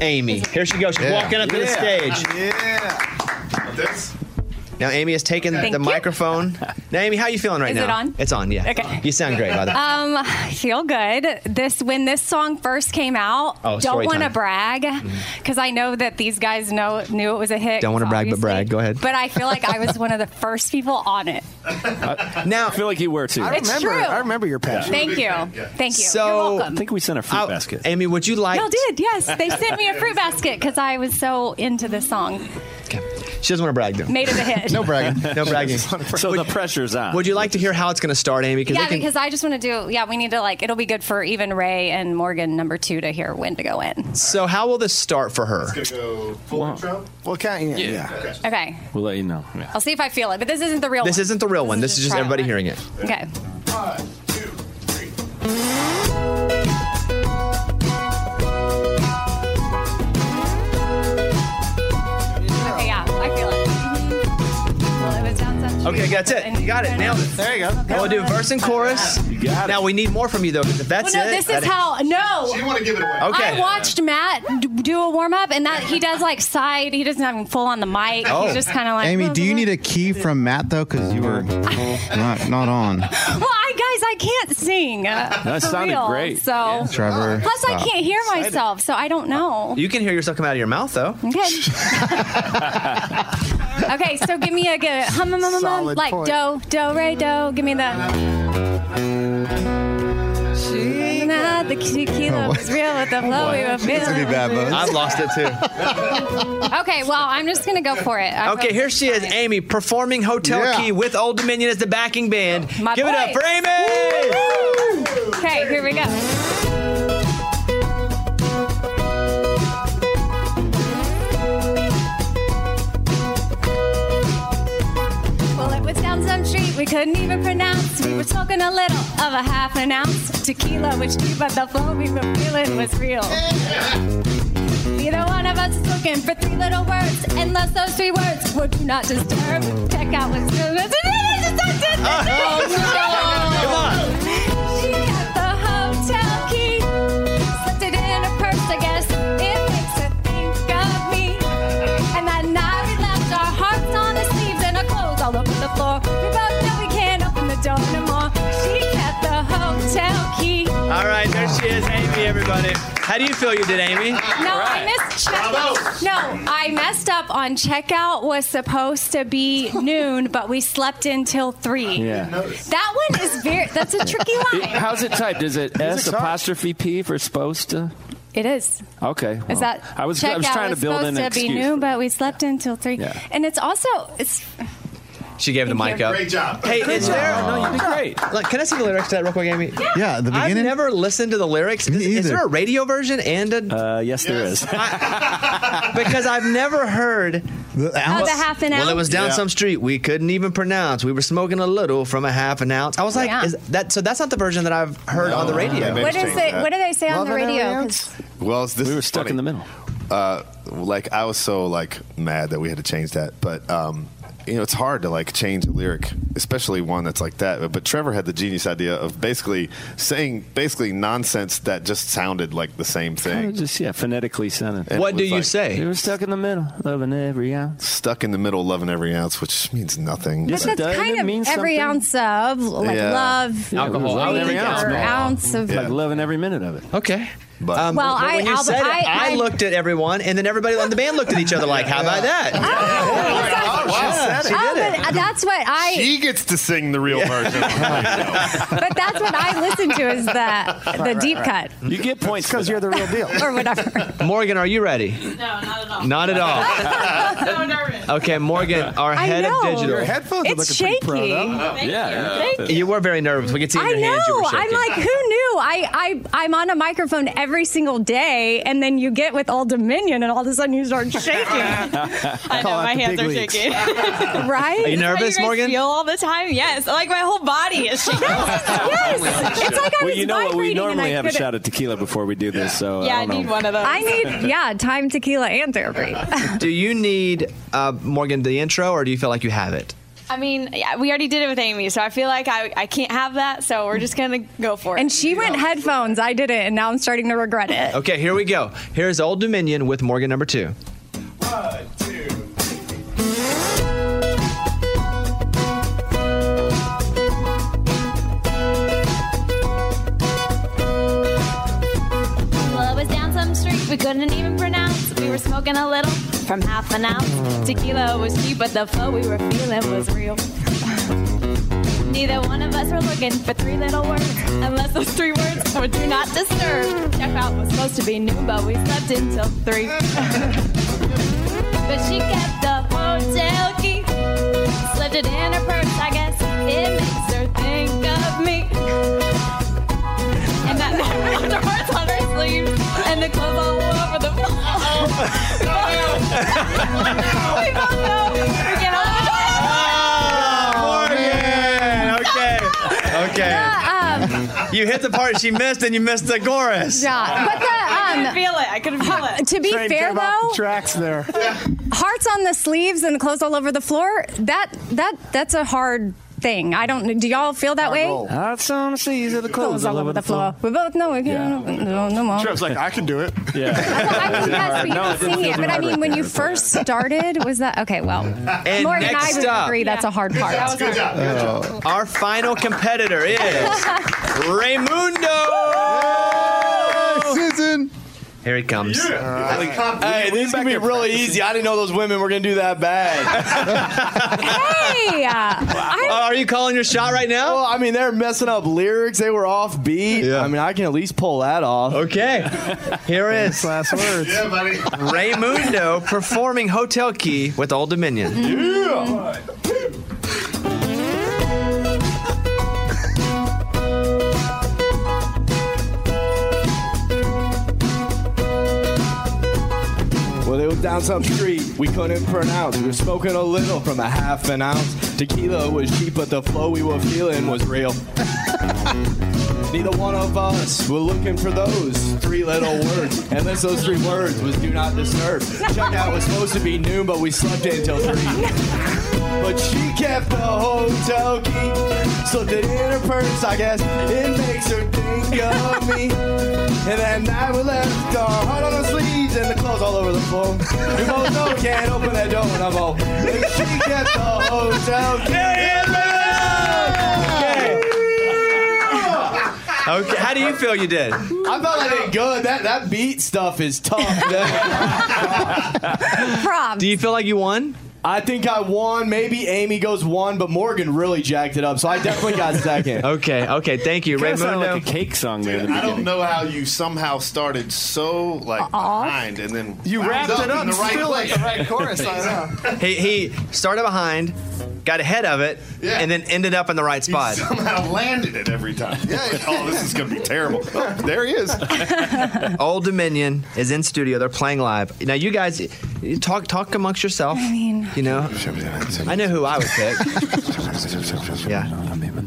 Speaker 4: Amy. Here she goes. She's walking up to the stage.
Speaker 12: Yeah. This.
Speaker 4: Now, Amy has taken
Speaker 5: Thank
Speaker 4: the
Speaker 5: you.
Speaker 4: microphone. Now, Amy, how you feeling right
Speaker 5: Is
Speaker 4: now?
Speaker 5: it on?
Speaker 4: It's on. Yeah.
Speaker 5: Okay.
Speaker 4: You sound great, by the way.
Speaker 5: Um, I feel good. This when this song first came out,
Speaker 4: Oh, story
Speaker 5: don't want to
Speaker 4: time. Mm-hmm.
Speaker 5: brag because I know that these guys know knew it was a hit.
Speaker 4: Don't want to brag, but
Speaker 5: Uh, obviously.
Speaker 4: brag.
Speaker 5: [LAUGHS]
Speaker 4: Go ahead.
Speaker 5: But I feel like I was one of the first people on it.
Speaker 4: Uh, now
Speaker 9: I feel like you were too.
Speaker 5: It's true. Thank you. Thank you. You're welcome.
Speaker 9: think we sent a fruit
Speaker 4: basket. Amy, would you like?
Speaker 5: Y'all did, yes. They sent me a fruit basket because I was so into this song.
Speaker 4: She doesn't want to brag though.
Speaker 5: Made it a hit. No
Speaker 4: bragging. no [LAUGHS] bragging.
Speaker 9: So the pressure's on.
Speaker 4: Would you like to hear how it's going to start, Amy?
Speaker 5: yeah,
Speaker 4: they can-
Speaker 5: because I just want to do. Yeah, we need to like. It'll be good for even Ray and Morgan number two to hear when to go in.
Speaker 4: So how will this start for her?
Speaker 12: It's gonna go full intro. Well, can't yeah. yeah.
Speaker 5: Okay,
Speaker 9: We'll let you know.
Speaker 5: I'll see if I feel it, but this isn't the real.
Speaker 4: This
Speaker 5: one.
Speaker 4: isn't the real one. This is just
Speaker 5: trial
Speaker 4: everybody
Speaker 5: one.
Speaker 4: hearing it.
Speaker 5: Okay. Okay, yeah, I feel it. Well, it was down some
Speaker 4: Okay, that's it. You got it. Nailed it. There you go. Now we'll do verse and chorus. You got it. Now we need more from you though. 'cause If that's
Speaker 5: well,
Speaker 4: it.
Speaker 5: no, this
Speaker 4: that-
Speaker 5: is how. No,
Speaker 12: You want to give it away?
Speaker 4: Okay.
Speaker 5: I watched Matt d- do a warm up, and that he does like side. He doesn't even full on the mic.
Speaker 9: Oh.
Speaker 5: He's just kind of like.
Speaker 6: Oh. Amy, do you need a key from Matt though? Because you were not not on.
Speaker 5: [LAUGHS] Well, I guys, I can't sing. That
Speaker 6: That sounded great.
Speaker 5: So,
Speaker 6: Trevor,
Speaker 5: plus I
Speaker 6: stop.
Speaker 5: can't hear myself, so I don't
Speaker 4: [LAUGHS]
Speaker 5: know.
Speaker 4: You can hear yourself come out of your mouth though.
Speaker 5: Okay. okay, so give me a good hum, hum, hum, hum, hum
Speaker 4: Solid
Speaker 5: like
Speaker 4: point.
Speaker 5: do, do, re, do. Give me the. Nah, the tequila was real with the flow Oh, we were feeling.
Speaker 4: I've lost it too.
Speaker 5: [LAUGHS] Okay, well, I'm just gonna go for it. I
Speaker 4: Okay,
Speaker 5: feel-
Speaker 4: here she is, Amy, performing Hotel
Speaker 5: Yeah.
Speaker 4: Key with Old Dominion as the backing band.
Speaker 5: My
Speaker 4: Give it up
Speaker 5: boy.
Speaker 4: for Amy!
Speaker 5: Okay, here we go. Well, it was down some street we couldn't even pronounce. We were talking a little of a half an ounce of tequila, which deep but the flow we were feeling was real. Neither one of us is looking for three little words, unless those three words were do not disturb. Check out what's
Speaker 4: Oh, Come on.
Speaker 5: She got the hotel key, slipped it in her purse. I guess it makes her think of me. And that night we left our hearts on the sleeves and our clothes all over the floor. We both know we can't open the door no more. She got the hotel key.
Speaker 4: All right, there she is, Amy, everybody. How do you feel you did, Amy?
Speaker 5: No, I missed checkout. No, I messed up on checkout was supposed to be noon, but we slept until three.
Speaker 9: Yeah.
Speaker 5: That one is very that's a tricky line.
Speaker 9: How's it typed? Is it S
Speaker 5: tough?
Speaker 9: apostrophe P for supposed to?
Speaker 5: It is.
Speaker 9: Okay. well,
Speaker 5: Is that
Speaker 9: I was I
Speaker 5: checkout
Speaker 9: was trying to build
Speaker 5: supposed
Speaker 9: in
Speaker 5: to
Speaker 9: an
Speaker 5: be
Speaker 9: excuse.
Speaker 5: new, but we slept until three.
Speaker 9: Yeah.
Speaker 5: And it's also it's
Speaker 4: She gave the mic up.
Speaker 5: job.
Speaker 4: Hey,
Speaker 5: Good
Speaker 4: is
Speaker 5: job.
Speaker 4: there?
Speaker 5: No, you did
Speaker 4: great. Look, can I see the lyrics to that real quick, Amy? Yeah,
Speaker 6: the beginning.
Speaker 4: I've never listened to the lyrics. Is, is there a radio version and a? Uh,
Speaker 9: yes,
Speaker 4: [LAUGHS]
Speaker 9: there is.
Speaker 4: because I've never heard.
Speaker 6: The
Speaker 5: ounce? the half an
Speaker 4: Well, it
Speaker 5: ounce?
Speaker 4: was down
Speaker 5: Yeah.
Speaker 4: some street we couldn't even pronounce. We were smoking a little from a half an ounce. I was like,
Speaker 5: Yeah.
Speaker 4: is that so? That's not the version that I've heard on the radio.
Speaker 5: What is it? What do they say on the
Speaker 12: Loving
Speaker 5: radio?
Speaker 12: Aliens?
Speaker 5: 'Cause-
Speaker 12: [LAUGHS] Well, this we were stuck
Speaker 9: in the middle.
Speaker 12: Uh, like I was so like mad that we had to change that, but um, you know it's hard to like change a lyric, especially one that's like that. But, Trevor had the genius idea of basically saying basically nonsense that just sounded like the same
Speaker 9: Kinda
Speaker 12: thing.
Speaker 9: Just yeah, phonetically sounded.
Speaker 12: And What it do was you like- say?
Speaker 9: You were stuck in the middle, loving
Speaker 12: [LAUGHS]
Speaker 9: every ounce.
Speaker 12: Stuck in the middle, loving every ounce, which means nothing.
Speaker 5: But
Speaker 12: but-
Speaker 5: that's kind of every ounce of like
Speaker 12: Yeah.
Speaker 5: love,
Speaker 9: Loving every
Speaker 5: or
Speaker 9: ounce, man.
Speaker 5: ounce of
Speaker 9: Like loving every minute of it.
Speaker 4: Okay.
Speaker 12: But,
Speaker 4: Um,
Speaker 5: Well,
Speaker 4: but
Speaker 5: I-
Speaker 4: when you
Speaker 5: Albert,
Speaker 4: said it,
Speaker 5: I-
Speaker 4: I,
Speaker 5: I-
Speaker 4: looked at everyone, and then everybody on the band looked at each other like, "How about that?"
Speaker 12: wow.
Speaker 4: Yeah, she did it.
Speaker 5: Oh, but that's what I.
Speaker 12: she gets to sing the real version.
Speaker 5: but that's what I listen to is the the
Speaker 4: [LAUGHS] right,
Speaker 5: deep
Speaker 4: right.
Speaker 5: cut
Speaker 4: You get points because you're the
Speaker 14: [LAUGHS]
Speaker 4: real deal.
Speaker 5: [LAUGHS] or whatever.
Speaker 4: Morgan, are you ready? No, not at all.
Speaker 14: [LAUGHS]
Speaker 4: Not at all.
Speaker 5: [LAUGHS]
Speaker 4: Okay, Morgan, our
Speaker 5: I
Speaker 4: head of
Speaker 5: know.
Speaker 4: digital.
Speaker 5: Your headphones are It's looking pretty pro, shaky. though. Thank
Speaker 4: yeah,
Speaker 5: you. Thank
Speaker 4: you. were very nervous. We could see in
Speaker 5: I
Speaker 4: your hands you
Speaker 5: know.
Speaker 4: were
Speaker 5: I'm
Speaker 4: shaking.
Speaker 5: like, who knew I, I, I'm on a microphone every single day, and then you get with All Dominion, and all of a sudden you
Speaker 4: [LAUGHS]
Speaker 5: start shaking.
Speaker 9: I know my hands are shaking.
Speaker 2: [LAUGHS]
Speaker 5: Right? Are you
Speaker 9: Is this how
Speaker 5: nervous,
Speaker 9: guys
Speaker 5: Morgan?
Speaker 9: Feel all the time? Yes. Like my whole body
Speaker 2: [LAUGHS]
Speaker 9: is shaking.
Speaker 5: yes. It's like I
Speaker 14: well,
Speaker 5: was
Speaker 14: you know what? We
Speaker 5: vibrating and
Speaker 14: normally
Speaker 5: I
Speaker 14: have a
Speaker 5: couldn't-
Speaker 14: shot of tequila before we do this, so
Speaker 5: Yeah,
Speaker 14: I, don't
Speaker 5: I need
Speaker 14: know.
Speaker 4: [LAUGHS]
Speaker 5: one of those. I need, yeah, time, tequila, and therapy.
Speaker 4: Do you need uh, Morgan the intro, or do you feel like you have
Speaker 5: [LAUGHS]
Speaker 4: it?
Speaker 9: I mean, yeah, we already did it with Amy, so I feel like I, I can't have that, so we're just going to go for it.
Speaker 5: And she went headphones. I did it, and now I'm starting to regret it.
Speaker 4: Okay, here we go. Here's Old Dominion with Morgan
Speaker 5: [LAUGHS]
Speaker 4: number two.
Speaker 2: Well, it was down some street we couldn't even pronounce. We were smoking a little from half an ounce. Tequila was cheap, but the flow we were feeling was real. Neither one of us were looking for three little words, unless those three words were do not disturb. Checkout was supposed to be noon, but we slept until three. but she kept the hotel key, slipped it in her purse. I guess it makes her think of me. And that never [LAUGHS] left her hearts on her sleeves. And the club all over the floor. we both know. We get all the
Speaker 15: Morgan. Okay. Okay. you hit the part she missed, and you missed the chorus.
Speaker 5: Yeah, but the
Speaker 9: I
Speaker 5: um,
Speaker 9: can feel it. I can feel it.
Speaker 5: to be fair though,
Speaker 14: tracks there.
Speaker 5: hearts on the sleeves and clothes all over the floor. That that that's a hard thing. I don't. Do y'all feel that way?
Speaker 14: That's on the sleeves of the clothes all over the floor.
Speaker 5: We both know we can. No, no more.
Speaker 14: Trev's like, I can do it. Yeah.
Speaker 5: I mean, yes, but you can sing it. But I mean, when you first started, was that okay? Well,
Speaker 4: And
Speaker 5: Morgan and I
Speaker 4: next
Speaker 5: would
Speaker 4: up.
Speaker 5: agree that's a hard part. [LAUGHS]
Speaker 4: Oh. Our final competitor is Raymundo.
Speaker 16: Susan.
Speaker 4: Here he comes.
Speaker 10: Hey, this is gonna be really easy. I didn't know those women were gonna do that bad. [LAUGHS]
Speaker 9: [LAUGHS]
Speaker 5: hey,
Speaker 4: are you calling your shot right now?
Speaker 10: Well, I mean, they're messing up lyrics. They were off beat. I mean, I can at least pull that off.
Speaker 4: Okay, here is
Speaker 10: last words.
Speaker 4: Yeah, buddy. Raymundo performing Hotel Key with Old Dominion.
Speaker 10: Well, it was down some street we couldn't pronounce. We were smoking a little from a half an ounce. Tequila was cheap, but the flow we were feeling was real. [LAUGHS] Neither one of us were looking for those three little words. Unless those three words was do not disturb. Checkout was supposed to be noon, but we slept until three. But she kept the hotel key, slipped it in her purse. I guess it makes her think of me. And that night we left our heart on our sleeves and the clothes all over the floor. We both know we can't open that door no more. And she kept the hotel key.
Speaker 4: Okay, how do you feel you did?
Speaker 10: I felt like it good. That that beat stuff is tough.
Speaker 4: Do you feel like you won?
Speaker 10: I think I won. Maybe Amy goes one, but Morgan really jacked it up. So I definitely got second.
Speaker 4: Okay, okay, thank you,
Speaker 10: Kinda sounded
Speaker 4: Raymundo.
Speaker 10: like a
Speaker 4: cake song
Speaker 10: there in the
Speaker 12: I don't know how you somehow started so like behind and then
Speaker 10: You
Speaker 12: wound
Speaker 10: wrapped it up
Speaker 12: in the right
Speaker 10: still at
Speaker 12: place.
Speaker 10: the
Speaker 12: [LAUGHS]
Speaker 10: right chorus, I know.
Speaker 4: He, he started behind, got ahead of it, and then ended up in the right spot.
Speaker 12: somehow landed it every time. Yeah, yeah. [LAUGHS] oh, this is gonna be
Speaker 10: [LAUGHS]
Speaker 12: terrible. Oh, there he is.
Speaker 4: [LAUGHS] Old Dominion is in studio. They're playing live. Now, you guys, you talk talk amongst yourself. I mean, you know, I know who I would pick. yeah,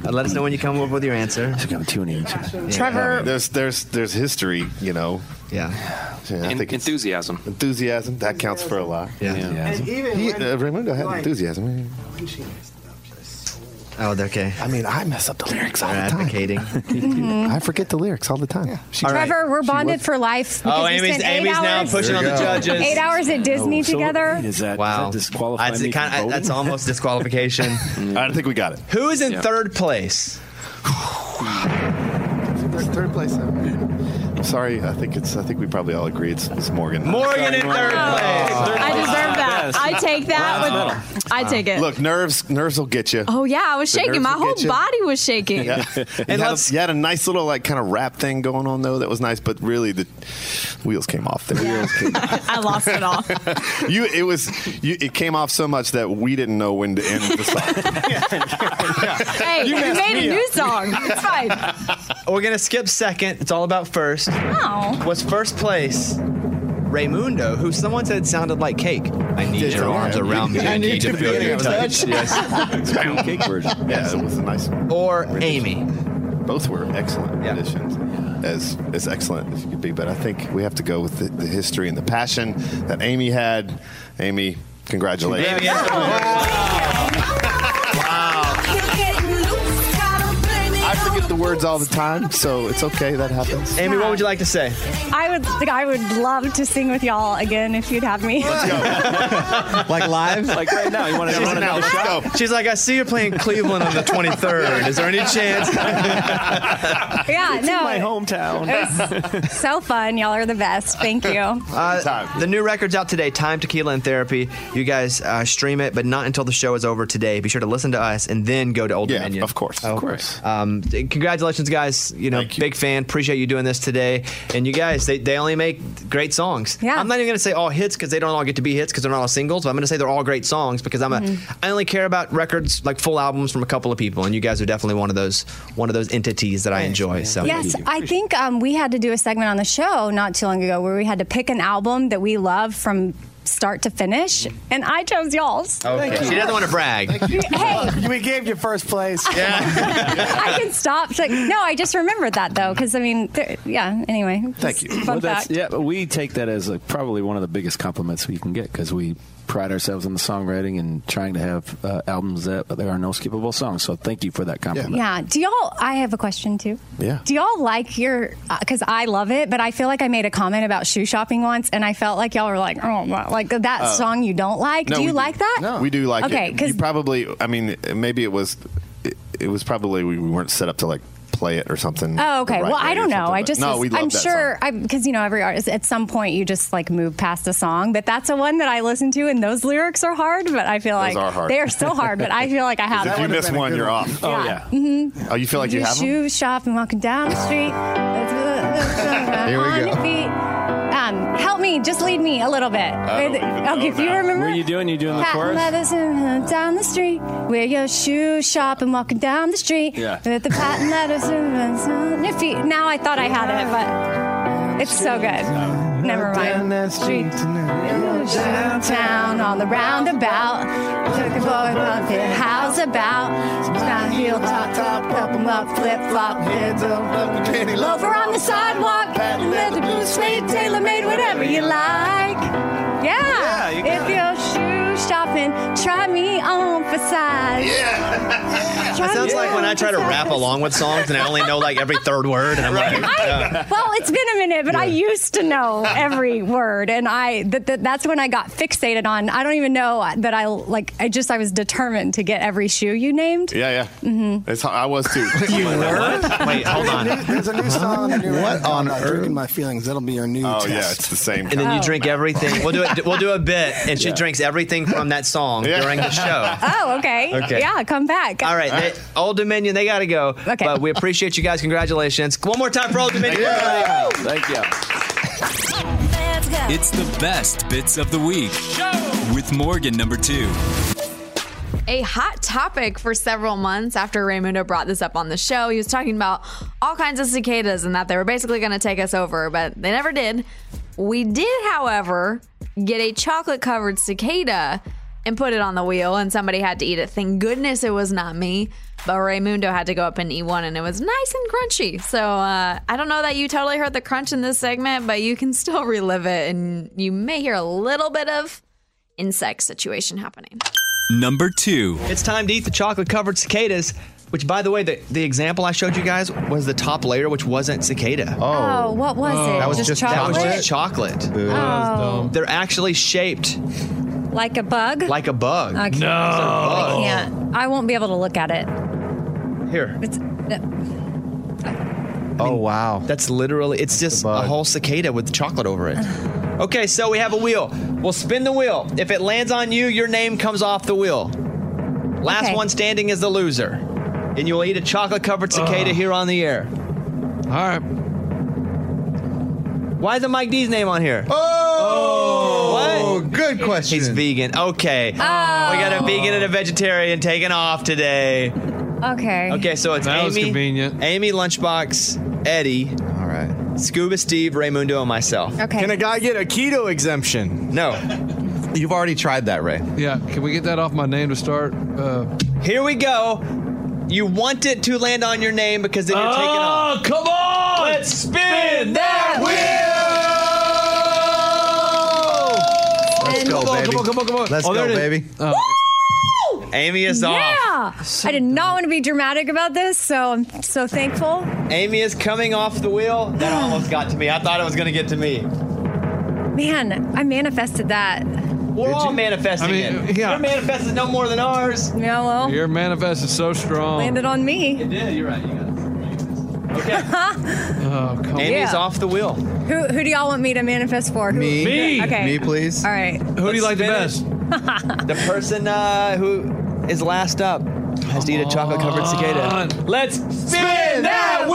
Speaker 4: Uh, let us know when you come up with your answer.
Speaker 12: Yeah. There's there's there's history, you know.
Speaker 4: Yeah.
Speaker 12: I think enthusiasm. Enthusiasm that counts for a lot.
Speaker 4: Yeah.
Speaker 12: And
Speaker 17: even
Speaker 12: he,
Speaker 17: when-
Speaker 12: uh, Raymundo had
Speaker 17: like-
Speaker 12: enthusiasm.
Speaker 17: When she messed it up, just
Speaker 4: Oh, okay.
Speaker 12: I mean, I mess up the lyrics all the time.
Speaker 4: Advocating.
Speaker 5: Mhm.
Speaker 12: [LAUGHS] I forget the lyrics all the time. She-
Speaker 5: Trevor, we're
Speaker 12: She
Speaker 5: bonded
Speaker 12: was-
Speaker 5: for life.
Speaker 12: Oh,
Speaker 5: because we
Speaker 12: Amy's-
Speaker 5: spent eight
Speaker 12: Amy's now
Speaker 5: hours-
Speaker 12: pushing on the There you go. judges.
Speaker 5: Eight hours at Disney together.
Speaker 4: Is that, wow. I'd say kinda- that's [LAUGHS] almost disqualification.
Speaker 12: [LAUGHS] I think we got it.
Speaker 4: Who is in
Speaker 12: Yeah.
Speaker 4: third place?
Speaker 12: Third place. I'm sorry. I think it's. I think we probably all agree it's, it's Morgan. Oh.
Speaker 4: Morgan in third place.
Speaker 9: I deserve that.
Speaker 12: Yes.
Speaker 9: I take that. With, I take it.
Speaker 12: Look, nerves. Nerves will get you.
Speaker 9: Oh, yeah, I was
Speaker 12: The
Speaker 9: shaking.
Speaker 12: nerves
Speaker 9: My
Speaker 12: will
Speaker 9: whole
Speaker 12: get you.
Speaker 9: body was shaking.
Speaker 12: [LAUGHS]
Speaker 4: [LAUGHS]
Speaker 12: Yeah. you, had a, you had a nice little like kind of rap thing going on though that was nice, but really the wheels came off. The wheels came
Speaker 9: [LAUGHS] I lost it all.
Speaker 12: [LAUGHS] you it was you, it came off so much that we didn't know when to end
Speaker 9: [LAUGHS]
Speaker 12: the song.
Speaker 9: hey,
Speaker 4: You
Speaker 9: you,
Speaker 4: messed
Speaker 9: made
Speaker 4: me
Speaker 9: a
Speaker 4: up. [LAUGHS]
Speaker 9: new song. It's fine.
Speaker 4: We're gonna skip second. It's all about first.
Speaker 5: Oh.
Speaker 4: What's first place? Raymundo, who someone said sounded like cake. I need
Speaker 12: Did
Speaker 4: your
Speaker 12: it.
Speaker 4: arms around me.
Speaker 12: I
Speaker 4: I
Speaker 12: need
Speaker 4: need,
Speaker 12: to
Speaker 4: to feel
Speaker 12: be
Speaker 4: your touch. [LAUGHS]
Speaker 12: touched.
Speaker 4: Yes.
Speaker 12: Pound cake version. Yeah, it was a nice.
Speaker 4: Or Amy.
Speaker 12: Both were excellent additions. As as excellent as you could be, but I think we have to go with the, the history and the passion that Amy had. Amy, congratulations.
Speaker 4: Amy, yes.
Speaker 12: I forget the words all the time, so it's okay. That happens.
Speaker 4: Amy, what would you like to say?
Speaker 5: I would like, I would love to sing with y'all again if you'd have me.
Speaker 4: [LAUGHS] [LAUGHS] Like live?
Speaker 9: Like right now, you wanna
Speaker 4: She's
Speaker 9: run
Speaker 4: like,
Speaker 9: another
Speaker 4: "Now, let's go." She's like, I see you're playing Cleveland on the 23rd. Is there any chance? [LAUGHS]
Speaker 5: [LAUGHS] yeah,
Speaker 9: It's in
Speaker 5: no.
Speaker 9: my hometown.
Speaker 5: It was so fun. Y'all are the best. Thank you.
Speaker 4: Uh, the new record's out today, Time Tequila and Therapy. You guys uh, stream it, but not until the show is over today. Be sure to listen to us and then go to Old Dominion.
Speaker 12: of course, of course.
Speaker 4: Um, th- congratulations, guys. You know, big fan. Appreciate you doing this today. And you guys, they, they only make great songs. Yeah. I'm not even going to say all hits because they don't all get to be hits because they're not all singles, but I'm going to say they're all great songs because I'm
Speaker 5: Mm-hmm.
Speaker 18: Mhm.
Speaker 4: a, I only care about records, like full albums from a couple of people. And you guys are definitely one of those, one of those entities that I enjoy. So
Speaker 5: yes, I think um, we had to do a segment on the show not too long ago where we had to pick an album that we love from start to finish, and I chose y'all's.
Speaker 4: Okay. She doesn't want to brag.
Speaker 5: Hey,
Speaker 9: we gave you first place.
Speaker 8: [LAUGHS]
Speaker 5: I can stop. It's like, no, I just remembered that though because I mean, there, yeah. Anyway, just
Speaker 9: Well,
Speaker 5: Fun
Speaker 9: that's,
Speaker 5: fact.
Speaker 9: yeah, but we take that as like probably one of the biggest compliments we can get because we pride ourselves on the songwriting and trying to have uh, albums that there are no skippable songs. So thank you for that compliment.
Speaker 5: Yeah. Do y'all? I have a question too.
Speaker 9: Yeah.
Speaker 5: Do y'all like your? Because I love it, but I feel like I made a comment about shoe shopping once, and I felt like y'all were like, "Oh, well," like that
Speaker 12: Uh,
Speaker 5: song you don't like.
Speaker 12: No,
Speaker 5: do
Speaker 12: we
Speaker 5: you like that?
Speaker 12: We do like
Speaker 5: okay,
Speaker 12: it.
Speaker 5: because
Speaker 12: [LAUGHS] you probably. I mean, maybe it was. It, it was probably we weren't set up to like play it or something.
Speaker 5: Oh, okay.
Speaker 12: the right
Speaker 5: well,
Speaker 12: way
Speaker 5: I
Speaker 12: or
Speaker 5: don't know.
Speaker 12: something,
Speaker 5: I
Speaker 12: but-
Speaker 5: just,
Speaker 12: No,
Speaker 5: was-
Speaker 12: we love
Speaker 5: I'm
Speaker 12: that
Speaker 5: sure, because you know, every artist at some point you just like move past a song, but that's the one that I listen to, and those lyrics are hard. But I feel
Speaker 12: Those
Speaker 5: like
Speaker 12: are hard.
Speaker 5: they are so hard. But I feel like I have.
Speaker 12: [LAUGHS] If you miss one, you're off.
Speaker 5: Yeah. Mm-hmm.
Speaker 12: Oh, you feel like you have 'em?
Speaker 5: shoe shop and walking down the street.
Speaker 12: [LAUGHS] Here we
Speaker 5: on
Speaker 12: go.
Speaker 5: Your feet. Um, help me, just lead me a little bit. okay, if you remember.
Speaker 9: What are you doing? You doing the
Speaker 5: Patent
Speaker 9: chorus?
Speaker 5: leathers and uh, down the street. Wear your shoe shop and walking down the street.
Speaker 9: Yeah.
Speaker 5: With the patent leathers and uh, on your feet. Now I thought I had it, but it's so good. Never mind. Down that street downtown on the roundabout. Took a boy bump it, how's about? Down heel top top, up 'em up, flip flop, heads up, penny loafer on the sidewalk. Leather blue suede, tailor made, whatever you like. Yeah.
Speaker 9: you
Speaker 5: if
Speaker 9: got it.
Speaker 5: you're shoe shopping, try me on for size. Yeah.
Speaker 4: That sounds like when I try to rap along with songs and I only know like every third word, [LAUGHS] and I'm like, uh, yeah.
Speaker 5: well, it's been a minute, but I
Speaker 4: Yeah.
Speaker 5: used to
Speaker 4: [LAUGHS]
Speaker 5: know every word, and I that that that's when I got fixated on. I don't even know that I like. I just I was determined to get every shoe you named.
Speaker 12: Yeah, yeah.
Speaker 5: Mhm.
Speaker 12: It's, I was too.
Speaker 5: You
Speaker 12: were?
Speaker 4: Wait, hold on.
Speaker 12: There's
Speaker 9: a new song.
Speaker 12: What on
Speaker 9: earth?
Speaker 12: uh, my feelings. That'll be your new. Oh yeah,
Speaker 4: test.
Speaker 12: it's the same. Oh,
Speaker 4: And then you drink everything. We'll do it. We'll do a bit, and she drinks everything from that song during the show.
Speaker 5: [LAUGHS] Oh, okay.
Speaker 4: Okay.
Speaker 5: Yeah, come back.
Speaker 4: All right, they, Old Dominion, they got to go. Okay. But we appreciate you guys. Congratulations. One more time for Old Dominion.
Speaker 1: Yeah.
Speaker 4: Thank you.
Speaker 1: It's the best bits of the week with Morgan number two.
Speaker 2: A hot topic for several months after Raymundo brought this up on the show. He was talking about all kinds of cicadas and that they were basically going to take us over, but they never did. We did, however, get a chocolate covered cicada and put it on the wheel, and somebody had to eat it. Thank goodness it was not me. But Raymundo had to go up and eat one, and it was nice and crunchy. So uh, I don't know that you totally heard the crunch in this segment, but you can still [LAUGHS] relive it, and you may hear a little bit of insect situation happening.
Speaker 1: Number two.
Speaker 4: It's time to eat the chocolate covered cicadas, which, by the way, the, the example I showed you guys was the top layer, which wasn't cicada.
Speaker 5: Oh, what was it?
Speaker 4: That was
Speaker 5: Just
Speaker 4: just, that was
Speaker 5: chocolate?
Speaker 4: just chocolate.
Speaker 5: was dumb.
Speaker 4: They're actually shaped
Speaker 5: Like a bug.
Speaker 4: like a bug.
Speaker 5: I can't- I can't. I won't be able to look at it.
Speaker 4: Here.
Speaker 5: It's.
Speaker 4: oh wow. That's literally it's just a, whole cicada with chocolate over it. okay, so we have a wheel. We'll spin the wheel. If it lands on you, your name comes off the wheel. Last one standing is the loser. And you will eat a chocolate covered cicada here on the air. All right. Why isn't Mike D's name on here? Oh, good question. He's vegan. Okay. We got a vegan and a vegetarian taking off today.
Speaker 5: Okay.
Speaker 4: Okay, so it's
Speaker 5: That
Speaker 4: Amy,
Speaker 5: was
Speaker 4: convenient. Amy Lunchbox, Eddie. All right. Scuba Steve, Raymundo, and myself.
Speaker 5: Okay. Can a
Speaker 4: guy get a keto exemption? No.
Speaker 9: You've already tried that, Ray. Yeah. Can we get that off my name to start? Uh,
Speaker 4: Here we go. You want it to land on your name because then you're taking off.
Speaker 9: Oh, come on!
Speaker 4: Let's spin that
Speaker 9: wheel!
Speaker 4: Let's
Speaker 9: go, Come on, baby. come on, come on, come on. Let's Oh, there go, it is. baby.
Speaker 4: Amy is off.
Speaker 5: Yeah. I did not want to be dramatic about this, so I'm so thankful.
Speaker 4: Amy is coming off the wheel. That almost got to me. I thought it was going to get to me.
Speaker 5: Man, I manifested that.
Speaker 4: We're all manifesting
Speaker 9: I mean,
Speaker 4: it.
Speaker 9: yeah.
Speaker 4: Your manifest is no more than ours.
Speaker 5: Yeah, well,
Speaker 9: Your manifest is so strong.
Speaker 5: landed on me. It
Speaker 4: did. You're right. You got
Speaker 5: Okay.
Speaker 9: Oh, come
Speaker 4: Amy is
Speaker 5: Yeah.
Speaker 4: off the wheel. Who
Speaker 5: who who do y'all want me to manifest for? Who-
Speaker 4: Me. Me.
Speaker 5: Okay.
Speaker 4: Me, please.
Speaker 5: All right.
Speaker 4: do you like the best? [LAUGHS] the person uh, who is last up has to eat a chocolate covered cicada. Let's spin that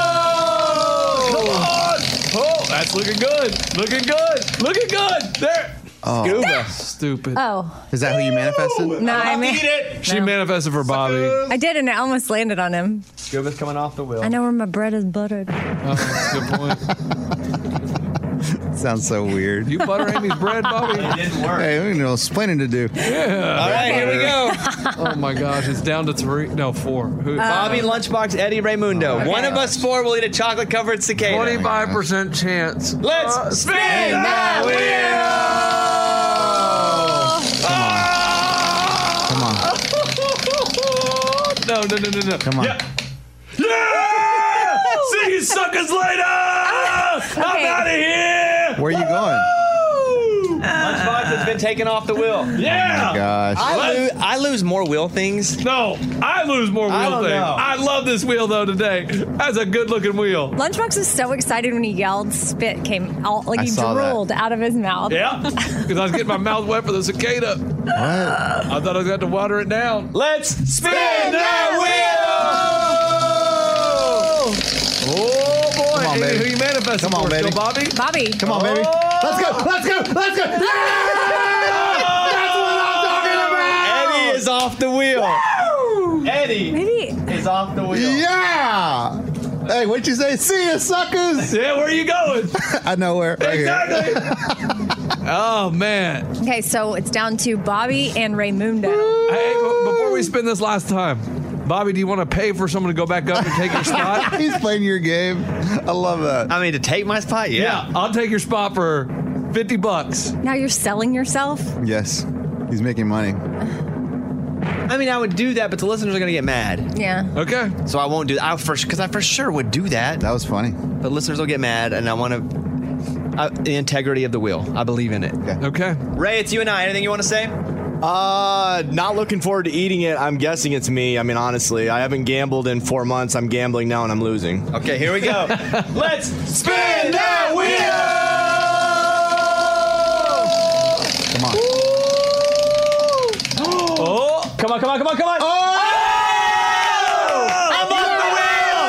Speaker 4: wheel! Come on!
Speaker 9: Oh, that's looking good. Looking good. Looking good. There.
Speaker 6: Oh. Scuba.
Speaker 9: Stupid.
Speaker 5: Oh,
Speaker 6: Is that who you manifested?
Speaker 5: No, I mean-
Speaker 9: She manifested for Bobby.
Speaker 5: I did, and it almost landed on him.
Speaker 4: Scuba's coming off the wheel.
Speaker 5: I know where my bread is buttered.
Speaker 9: good point.
Speaker 6: Sounds so weird.
Speaker 9: [LAUGHS] You butter Amy's bread, Bobby? It
Speaker 4: didn't work.
Speaker 6: Hey, you know, explaining to do.
Speaker 9: Yeah.
Speaker 4: All right, here we
Speaker 9: [LAUGHS]
Speaker 4: go.
Speaker 9: oh my gosh, it's down to three. No, four.
Speaker 2: Uh,
Speaker 4: [LAUGHS]
Speaker 9: Who,
Speaker 4: Bobby Lunchbox, Eddie Raymundo.
Speaker 9: Okay.
Speaker 4: One of us four will eat a chocolate covered cicada.
Speaker 9: 25%
Speaker 4: [LAUGHS]
Speaker 9: chance.
Speaker 4: Let's Uh, spin that wheel!
Speaker 9: Ah!
Speaker 6: Come on.
Speaker 9: No, no, no, no, no.
Speaker 6: Come on.
Speaker 9: [LAUGHS] Yeah! See you suckers later!
Speaker 4: Ah!
Speaker 9: I'm
Speaker 5: Okay.
Speaker 9: out of here!
Speaker 6: Where are you going?
Speaker 4: Lunchbox has been taken off the wheel.
Speaker 9: Yeah!
Speaker 6: Oh Gosh.
Speaker 4: I, lose, I lose more wheel things.
Speaker 9: No, I lose more wheel
Speaker 4: I don't
Speaker 9: things.
Speaker 4: know.
Speaker 9: I love this wheel though today. That's a good looking wheel.
Speaker 5: Lunchbox was so excited when he yelled, spit came out like
Speaker 9: I
Speaker 5: he
Speaker 9: saw that.
Speaker 5: drooled out of his
Speaker 2: [LAUGHS]
Speaker 5: mouth.
Speaker 9: Yeah, because I was getting my mouth wet for the cicada. What? I thought I was going to water it down.
Speaker 4: Let's spin that wheel!
Speaker 9: Oh boy!
Speaker 6: Come on,
Speaker 9: Amy,
Speaker 6: baby.
Speaker 9: Who you manifesting
Speaker 6: Come on,
Speaker 9: for?
Speaker 6: baby.
Speaker 9: Still Bobby. Oh!
Speaker 5: Bobby.
Speaker 6: Come on, baby. Let's go. Let's go. Let's go. That's what I'm talking about.
Speaker 4: Eddie is off the wheel. Eddie
Speaker 5: Maybe.
Speaker 4: is off the wheel.
Speaker 6: Yeah. Hey, what'd you say? See ya, suckers.
Speaker 9: Yeah, where are you going?
Speaker 6: [LAUGHS] I know where. Right here.
Speaker 9: Oh man!
Speaker 5: Okay, so it's down to Bobby and Raymundo.
Speaker 9: Hey, b- before we spend this last time, Bobby, do you want to pay for someone to go back up and take your
Speaker 6: [LAUGHS]
Speaker 9: spot?
Speaker 6: He's playing your game. I love that.
Speaker 4: I mean, to take my spot,
Speaker 9: yeah, I'll take your spot for fifty bucks.
Speaker 5: Now you're selling yourself?
Speaker 6: Yes. He's making money.
Speaker 4: I mean, I would do that, but the listeners are gonna get mad.
Speaker 5: Yeah.
Speaker 9: Okay.
Speaker 4: So I won't do that. I first because I for sure would do that.
Speaker 6: That was funny.
Speaker 4: But listeners will get mad, and I want to. Uh, the integrity of the wheel. I believe in it.
Speaker 9: Okay.
Speaker 4: Ray, it's you and I. Anything you want to say?
Speaker 10: Uh, not looking forward to eating it. I'm guessing it's me. I mean, honestly, I haven't gambled in four months. I'm gambling now and I'm losing.
Speaker 4: Okay, here we [LAUGHS] go. Let's spin that wheel!
Speaker 6: Come on.
Speaker 9: Oh!
Speaker 4: Come on, come on, come on, come on! Oh! I'm off the wheel!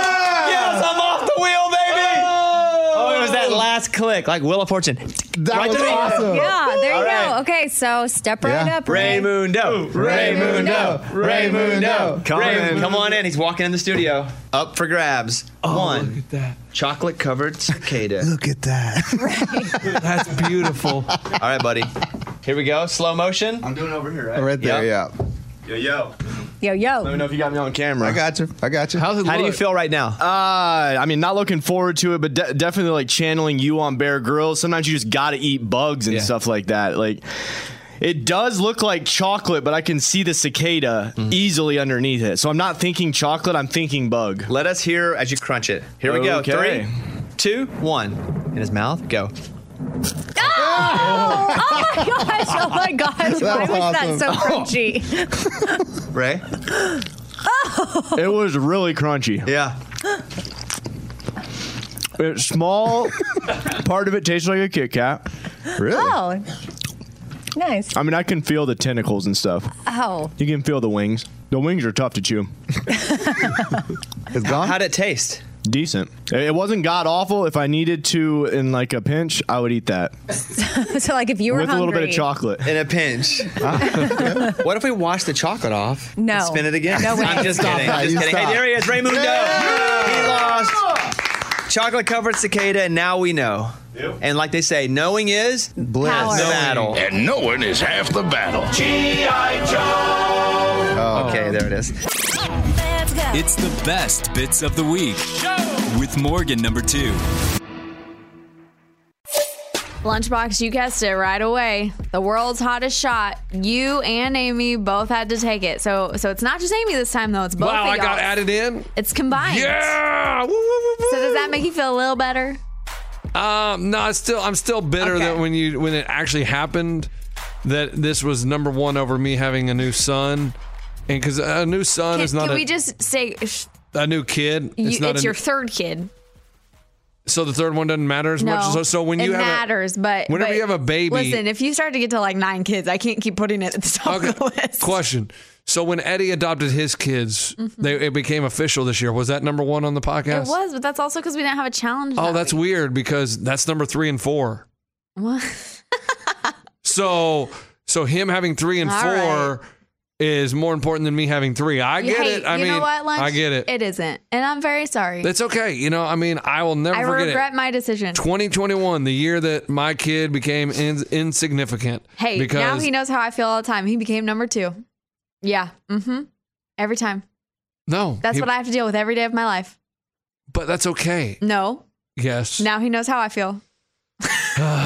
Speaker 4: Yes, I'm off the wheel, baby! Oh, it was that last click, like Wheel of Fortune.
Speaker 6: That was awesome.
Speaker 5: Yeah, there you
Speaker 4: All right.
Speaker 5: go. Okay, so step right
Speaker 4: Yeah.
Speaker 5: up. Ray.
Speaker 4: Raymundo. Raymundo. Raymundo.
Speaker 10: Come
Speaker 4: Ray-
Speaker 10: in.
Speaker 4: Come on in. He's walking in the studio. Up for grabs. One. Chocolate covered cicada.
Speaker 6: Look at that.
Speaker 9: That's beautiful. All
Speaker 4: right, buddy. Here we go. Slow motion.
Speaker 10: I'm doing over here,
Speaker 6: Right there, yeah.
Speaker 10: Yo, yo.
Speaker 5: Yo, yo.
Speaker 10: Let me know if you got me on camera.
Speaker 6: I got you. I got you.
Speaker 9: How's
Speaker 4: How do you feel right now?
Speaker 10: Uh, I mean, not looking forward to it, but de- definitely like channeling you on Bear Grylls. Sometimes you just gotta eat bugs and
Speaker 4: Yeah.
Speaker 10: stuff like that. Like, it does look like chocolate, but I can see the cicada
Speaker 4: Mm-hmm.
Speaker 10: easily underneath it. So I'm not thinking chocolate. I'm thinking bug.
Speaker 4: Let us hear as you crunch it. Here we go.
Speaker 10: Okay.
Speaker 4: Three, two, one. In his mouth. Go.
Speaker 5: Oh! oh my gosh. Oh my gosh.
Speaker 4: That
Speaker 5: Why
Speaker 4: was
Speaker 5: was
Speaker 10: awesome.
Speaker 5: that so
Speaker 10: Oh.
Speaker 5: crunchy?
Speaker 4: Ray.
Speaker 10: [GASPS] It was really crunchy.
Speaker 4: Yeah.
Speaker 10: It's
Speaker 6: [LAUGHS]
Speaker 10: small. part of it tastes like a Kit Kat.
Speaker 5: Oh.
Speaker 19: [LAUGHS]
Speaker 5: Nice.
Speaker 10: I mean, I can feel the tentacles and stuff.
Speaker 5: Oh.
Speaker 10: You can feel the wings. The wings are tough to chew.
Speaker 6: [LAUGHS] it's gone.
Speaker 4: How'd it taste?
Speaker 10: decent. It it wasn't god awful. If I needed to in like a pinch, I would eat that
Speaker 20: so like if you were
Speaker 10: with
Speaker 20: hungry,
Speaker 10: a little bit of chocolate
Speaker 4: in a pinch.
Speaker 6: Ah.
Speaker 4: what if we wash the chocolate off?
Speaker 20: No.
Speaker 4: And spin it again.
Speaker 20: No way.
Speaker 4: I'm just
Speaker 20: Stop
Speaker 4: kidding.
Speaker 20: that.
Speaker 4: I'm just
Speaker 20: You
Speaker 4: kidding.
Speaker 20: stop.
Speaker 4: Hey, there he is, Raymundo.
Speaker 20: Yeah.
Speaker 4: He lost. Chocolate covered cicada, and now we know. And like they say, knowing is bliss.
Speaker 20: Power.
Speaker 4: The battle.
Speaker 21: And knowing is half the battle.
Speaker 4: G.I. Joe. Oh, okay, there it is.
Speaker 1: It's the best bits of the week with Morgan number two.
Speaker 2: Lunchbox, you guessed it right away. The world's hottest shot. You and Amy both had to take it. So so it's not just Amy this time though. It's both.
Speaker 3: Wow,
Speaker 2: of
Speaker 3: I got
Speaker 2: y'all.
Speaker 3: added in.
Speaker 2: It's combined.
Speaker 3: Yeah.
Speaker 2: So does that make you feel a little better?
Speaker 3: Um, no, it's still I'm still bitter that when you when it actually happened that this was number one over me having a new son, and because a new son
Speaker 2: Can,
Speaker 3: is not
Speaker 2: can
Speaker 3: a,
Speaker 2: we just say sh-
Speaker 3: a new kid.
Speaker 2: you,
Speaker 3: it's
Speaker 2: it's,
Speaker 3: not a,
Speaker 2: your third kid?
Speaker 3: so the third one doesn't matter as
Speaker 2: no,
Speaker 3: much. So, so when
Speaker 2: it
Speaker 3: you have a-
Speaker 2: matters, but
Speaker 3: whenever
Speaker 2: but
Speaker 3: you have a baby-
Speaker 2: Listen, if you start to get to like nine kids, I can't keep putting [LAUGHS] it at the top
Speaker 3: [LAUGHS]
Speaker 2: of the list.
Speaker 3: Question. So when Eddie adopted his kids,
Speaker 2: Mm-hmm.
Speaker 3: they, it became official this year. Was that number one on the podcast?
Speaker 2: It was, but that's also because we didn't have a challenge.
Speaker 3: Oh,
Speaker 2: that
Speaker 3: that's weird because that's number three and four.
Speaker 2: What?
Speaker 3: [LAUGHS] So so him having three and
Speaker 2: All
Speaker 3: four is more important than me having three. I get
Speaker 2: Hey,
Speaker 3: it. I
Speaker 2: you
Speaker 3: mean,
Speaker 2: know what, Lunch?
Speaker 3: I get it.
Speaker 2: It isn't, and I'm very sorry.
Speaker 3: It's okay. You know, I mean, I will never
Speaker 2: I
Speaker 3: forget
Speaker 2: regret
Speaker 3: it.
Speaker 2: my decision.
Speaker 3: 2021, the year that my kid became in, insignificant.
Speaker 2: Hey,
Speaker 3: because
Speaker 2: now he knows how I feel all the time. He became number two. Yeah. Mm-hmm. Every time.
Speaker 3: no.
Speaker 2: That's
Speaker 3: he-
Speaker 2: what I have to deal with every day of my life.
Speaker 3: But that's okay.
Speaker 2: No.
Speaker 3: Yes.
Speaker 2: Now he knows how I feel.
Speaker 3: [LAUGHS]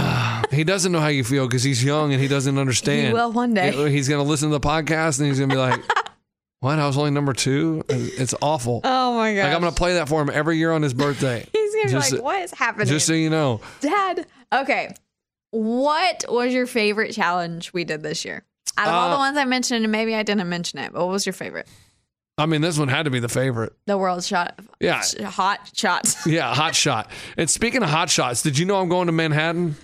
Speaker 3: He doesn't know how you feel because he's young and he doesn't understand.
Speaker 2: He will one day.
Speaker 3: He- He's going to listen to the podcast and he's going to
Speaker 2: [LAUGHS]
Speaker 3: be like, "What? I was only number two. It's awful."
Speaker 2: Oh my
Speaker 3: Like I'm going to play that for him every year on his birthday.
Speaker 2: [LAUGHS] He's gonna
Speaker 3: Just-
Speaker 2: be like, "What is happening,
Speaker 3: Just so you know,
Speaker 2: Dad?" Okay. What was your favorite challenge we did this year? Out of all
Speaker 3: Uh,
Speaker 2: the ones I mentioned, and maybe I didn't mention it, but what was your favorite?
Speaker 3: I mean, this one had to be the favorite.
Speaker 2: The world shot.
Speaker 3: Yeah.
Speaker 2: sh- hot shots. [LAUGHS]
Speaker 3: Yeah, hot shot. And speaking of hot shots, did you know I'm going to Manhattan?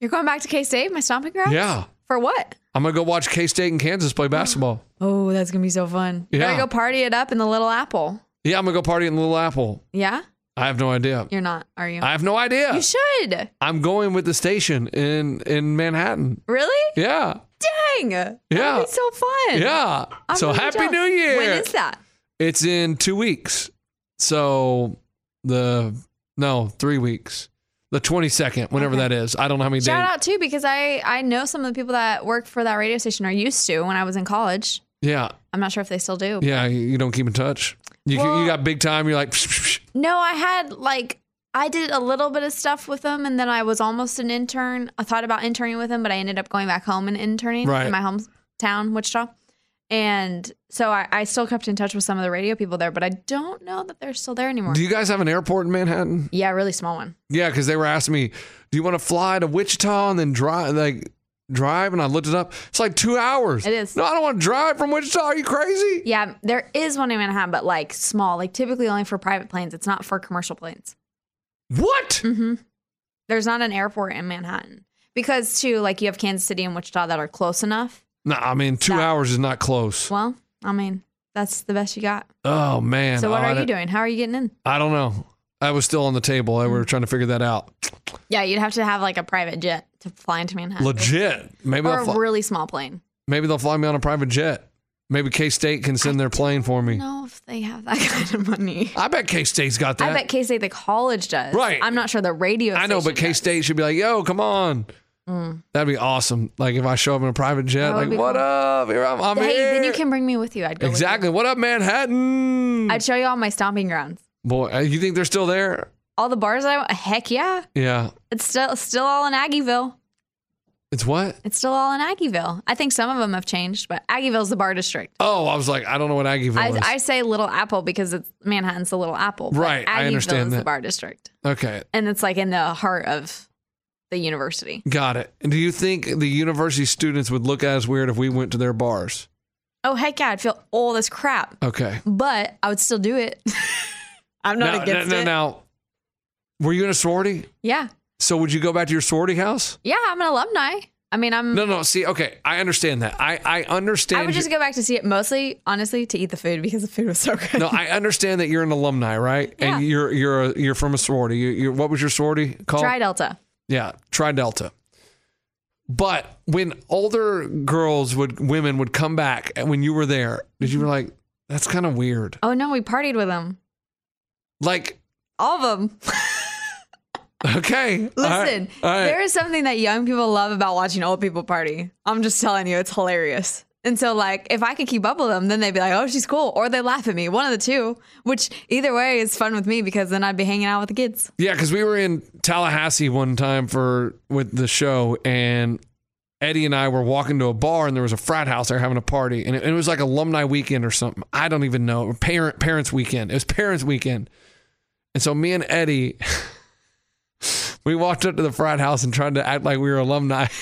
Speaker 2: You're going back to K State, my stomping grounds.
Speaker 3: Yeah.
Speaker 2: For what?
Speaker 3: I'm going to go watch K State and Kansas play basketball.
Speaker 2: Oh, that's gonna be so fun. You
Speaker 3: Yeah.
Speaker 2: Gotta go party it up in the Little Apple.
Speaker 3: Yeah, I'm going to go party in Little Apple.
Speaker 2: Yeah.
Speaker 3: I have no idea.
Speaker 2: You're not, are you?
Speaker 3: I have no idea.
Speaker 2: You should.
Speaker 3: I'm going with the station in in Manhattan.
Speaker 2: Really?
Speaker 3: Yeah.
Speaker 2: Dang.
Speaker 3: Yeah.
Speaker 2: That'd be so fun.
Speaker 3: Yeah.
Speaker 2: I'm
Speaker 3: So
Speaker 2: really
Speaker 3: happy
Speaker 2: jealous.
Speaker 3: New Year.
Speaker 2: When is that?
Speaker 3: It's in two weeks. So the no, three weeks. The twenty second, whenever that is. I don't know how many
Speaker 2: Shout
Speaker 3: days.
Speaker 2: out too because I I know some of the people that work for that radio station or used to when I was in college.
Speaker 3: Yeah.
Speaker 2: I'm not sure if they still do.
Speaker 3: Yeah. You you don't keep in touch. You you got big time. You're like,
Speaker 2: No, I had like I did a little bit of stuff with them, and then I was almost an intern. I thought about interning with them, but I ended up going back home and interning
Speaker 3: Right.
Speaker 2: in my hometown, Wichita. And so I, I still kept in touch with some of the radio people there, but I don't know that they're still there anymore.
Speaker 3: do you guys have an airport in Manhattan?
Speaker 2: yeah, really small one.
Speaker 3: Yeah, because they were asking me, do you want to fly to Wichita and then drive like drive? And I looked it up. It's like two hours.
Speaker 2: It is.
Speaker 3: No, I don't want to drive from Wichita. Are you crazy?
Speaker 2: Yeah, there is one in Manhattan, but like small, like typically only for private planes. It's not for commercial planes.
Speaker 3: What?
Speaker 2: Mm-hmm. There's not an airport in Manhattan because too, like you have Kansas City and Wichita that are close enough.
Speaker 3: No, I mean two hours is not close.
Speaker 2: Well, I mean that's the best you got.
Speaker 3: Oh man.
Speaker 2: so what
Speaker 3: Oh, I
Speaker 2: are you
Speaker 3: don't-
Speaker 2: doing? Hmm. How are you getting in?
Speaker 3: I don't know. I was still on the table. I, we were trying to figure that out.
Speaker 2: Yeah, you'd have to have like a private jet to fly into Manhattan.
Speaker 3: Legit. Maybe
Speaker 2: or
Speaker 3: they'll,
Speaker 2: a
Speaker 3: fly,
Speaker 2: really small plane.
Speaker 3: maybe they'll fly me on a private jet. Maybe K State can send their plane for me.
Speaker 2: No, if they have that [LAUGHS] kind of money.
Speaker 3: I bet K State's got that.
Speaker 2: I bet K State the college does.
Speaker 3: Right.
Speaker 2: I'm not sure the radio.
Speaker 3: I know, but K State should be like, "Yo, come on."
Speaker 2: Mm.
Speaker 3: That'd be awesome. Like if I show up in a private jet,
Speaker 2: That would
Speaker 3: like,
Speaker 2: be
Speaker 3: "What
Speaker 2: cool.
Speaker 3: up? Here I'm, I'm
Speaker 2: hey,
Speaker 3: here."
Speaker 2: then you can bring me with you. I'd go. with you.
Speaker 3: Exactly. What up, Manhattan?
Speaker 2: I'd show you all my stomping grounds.
Speaker 3: Boy, uh, you think they're still there?
Speaker 2: All the bars I went, heck yeah.
Speaker 3: Yeah.
Speaker 2: It's still still all in Aggieville.
Speaker 3: It's what?
Speaker 2: It's still all in Aggieville. I think some of them have changed, but Aggieville's the bar district.
Speaker 3: Oh, I was like, I don't know what Aggieville
Speaker 2: I,
Speaker 3: is.
Speaker 2: I say Little Apple because it's Manhattan's the Little Apple. but
Speaker 3: Right, I
Speaker 2: Aggieville
Speaker 3: understand
Speaker 2: is the
Speaker 3: that.
Speaker 2: bar district,
Speaker 3: okay,
Speaker 2: and it's like in the heart of the university.
Speaker 3: got it. And do you think the university students would look at us weird if we went to their bars?
Speaker 2: Oh heck yeah! I'd feel all this crap,
Speaker 3: Okay.
Speaker 2: but I would still do it. [LAUGHS] I'm not
Speaker 3: now,
Speaker 2: against
Speaker 3: now,
Speaker 2: it.
Speaker 3: Now, were you in a sorority?
Speaker 2: Yeah,
Speaker 3: So would you go back to your sorority house?
Speaker 2: yeah. I'm an alumni. I mean, I'm.
Speaker 3: No, no. See, okay, I understand that. I I understand.
Speaker 2: I would just
Speaker 3: your-
Speaker 2: go back to see it mostly, honestly, to eat the food because the food was so [LAUGHS] good.
Speaker 3: no, I understand that you're an alumni, right?
Speaker 2: Yeah.
Speaker 3: And you're you're a, you're from a sorority. You, you're, what was your sorority called?
Speaker 2: Try Delta.
Speaker 3: Yeah, Tri Delta. But when older girls would women would come back, and when you were there, did you were like, that's kind of weird.
Speaker 2: Oh no, we partied with them.
Speaker 3: Like, [LAUGHS]
Speaker 2: All of them.
Speaker 3: okay, all right,
Speaker 2: Listen,
Speaker 3: all right.
Speaker 2: there is something that young people love about watching old people party. I'm just telling you, it's hilarious. And so, like, if I could keep up with them, then they'd be like, "Oh, she's cool," or they laugh at me. One of the two. Which either way is fun with me because then I'd be hanging out with the kids.
Speaker 3: Yeah, because we were in Tallahassee one time for with the show, and Eddie and I were walking to a bar, and there was a frat house. They were having a party, and it, it was like alumni weekend or something. I don't even know. Or parent parents weekend. It was parents weekend, and so me and Eddie, [LAUGHS] we walked up to the frat house and tried to act like we were alumni. [LAUGHS]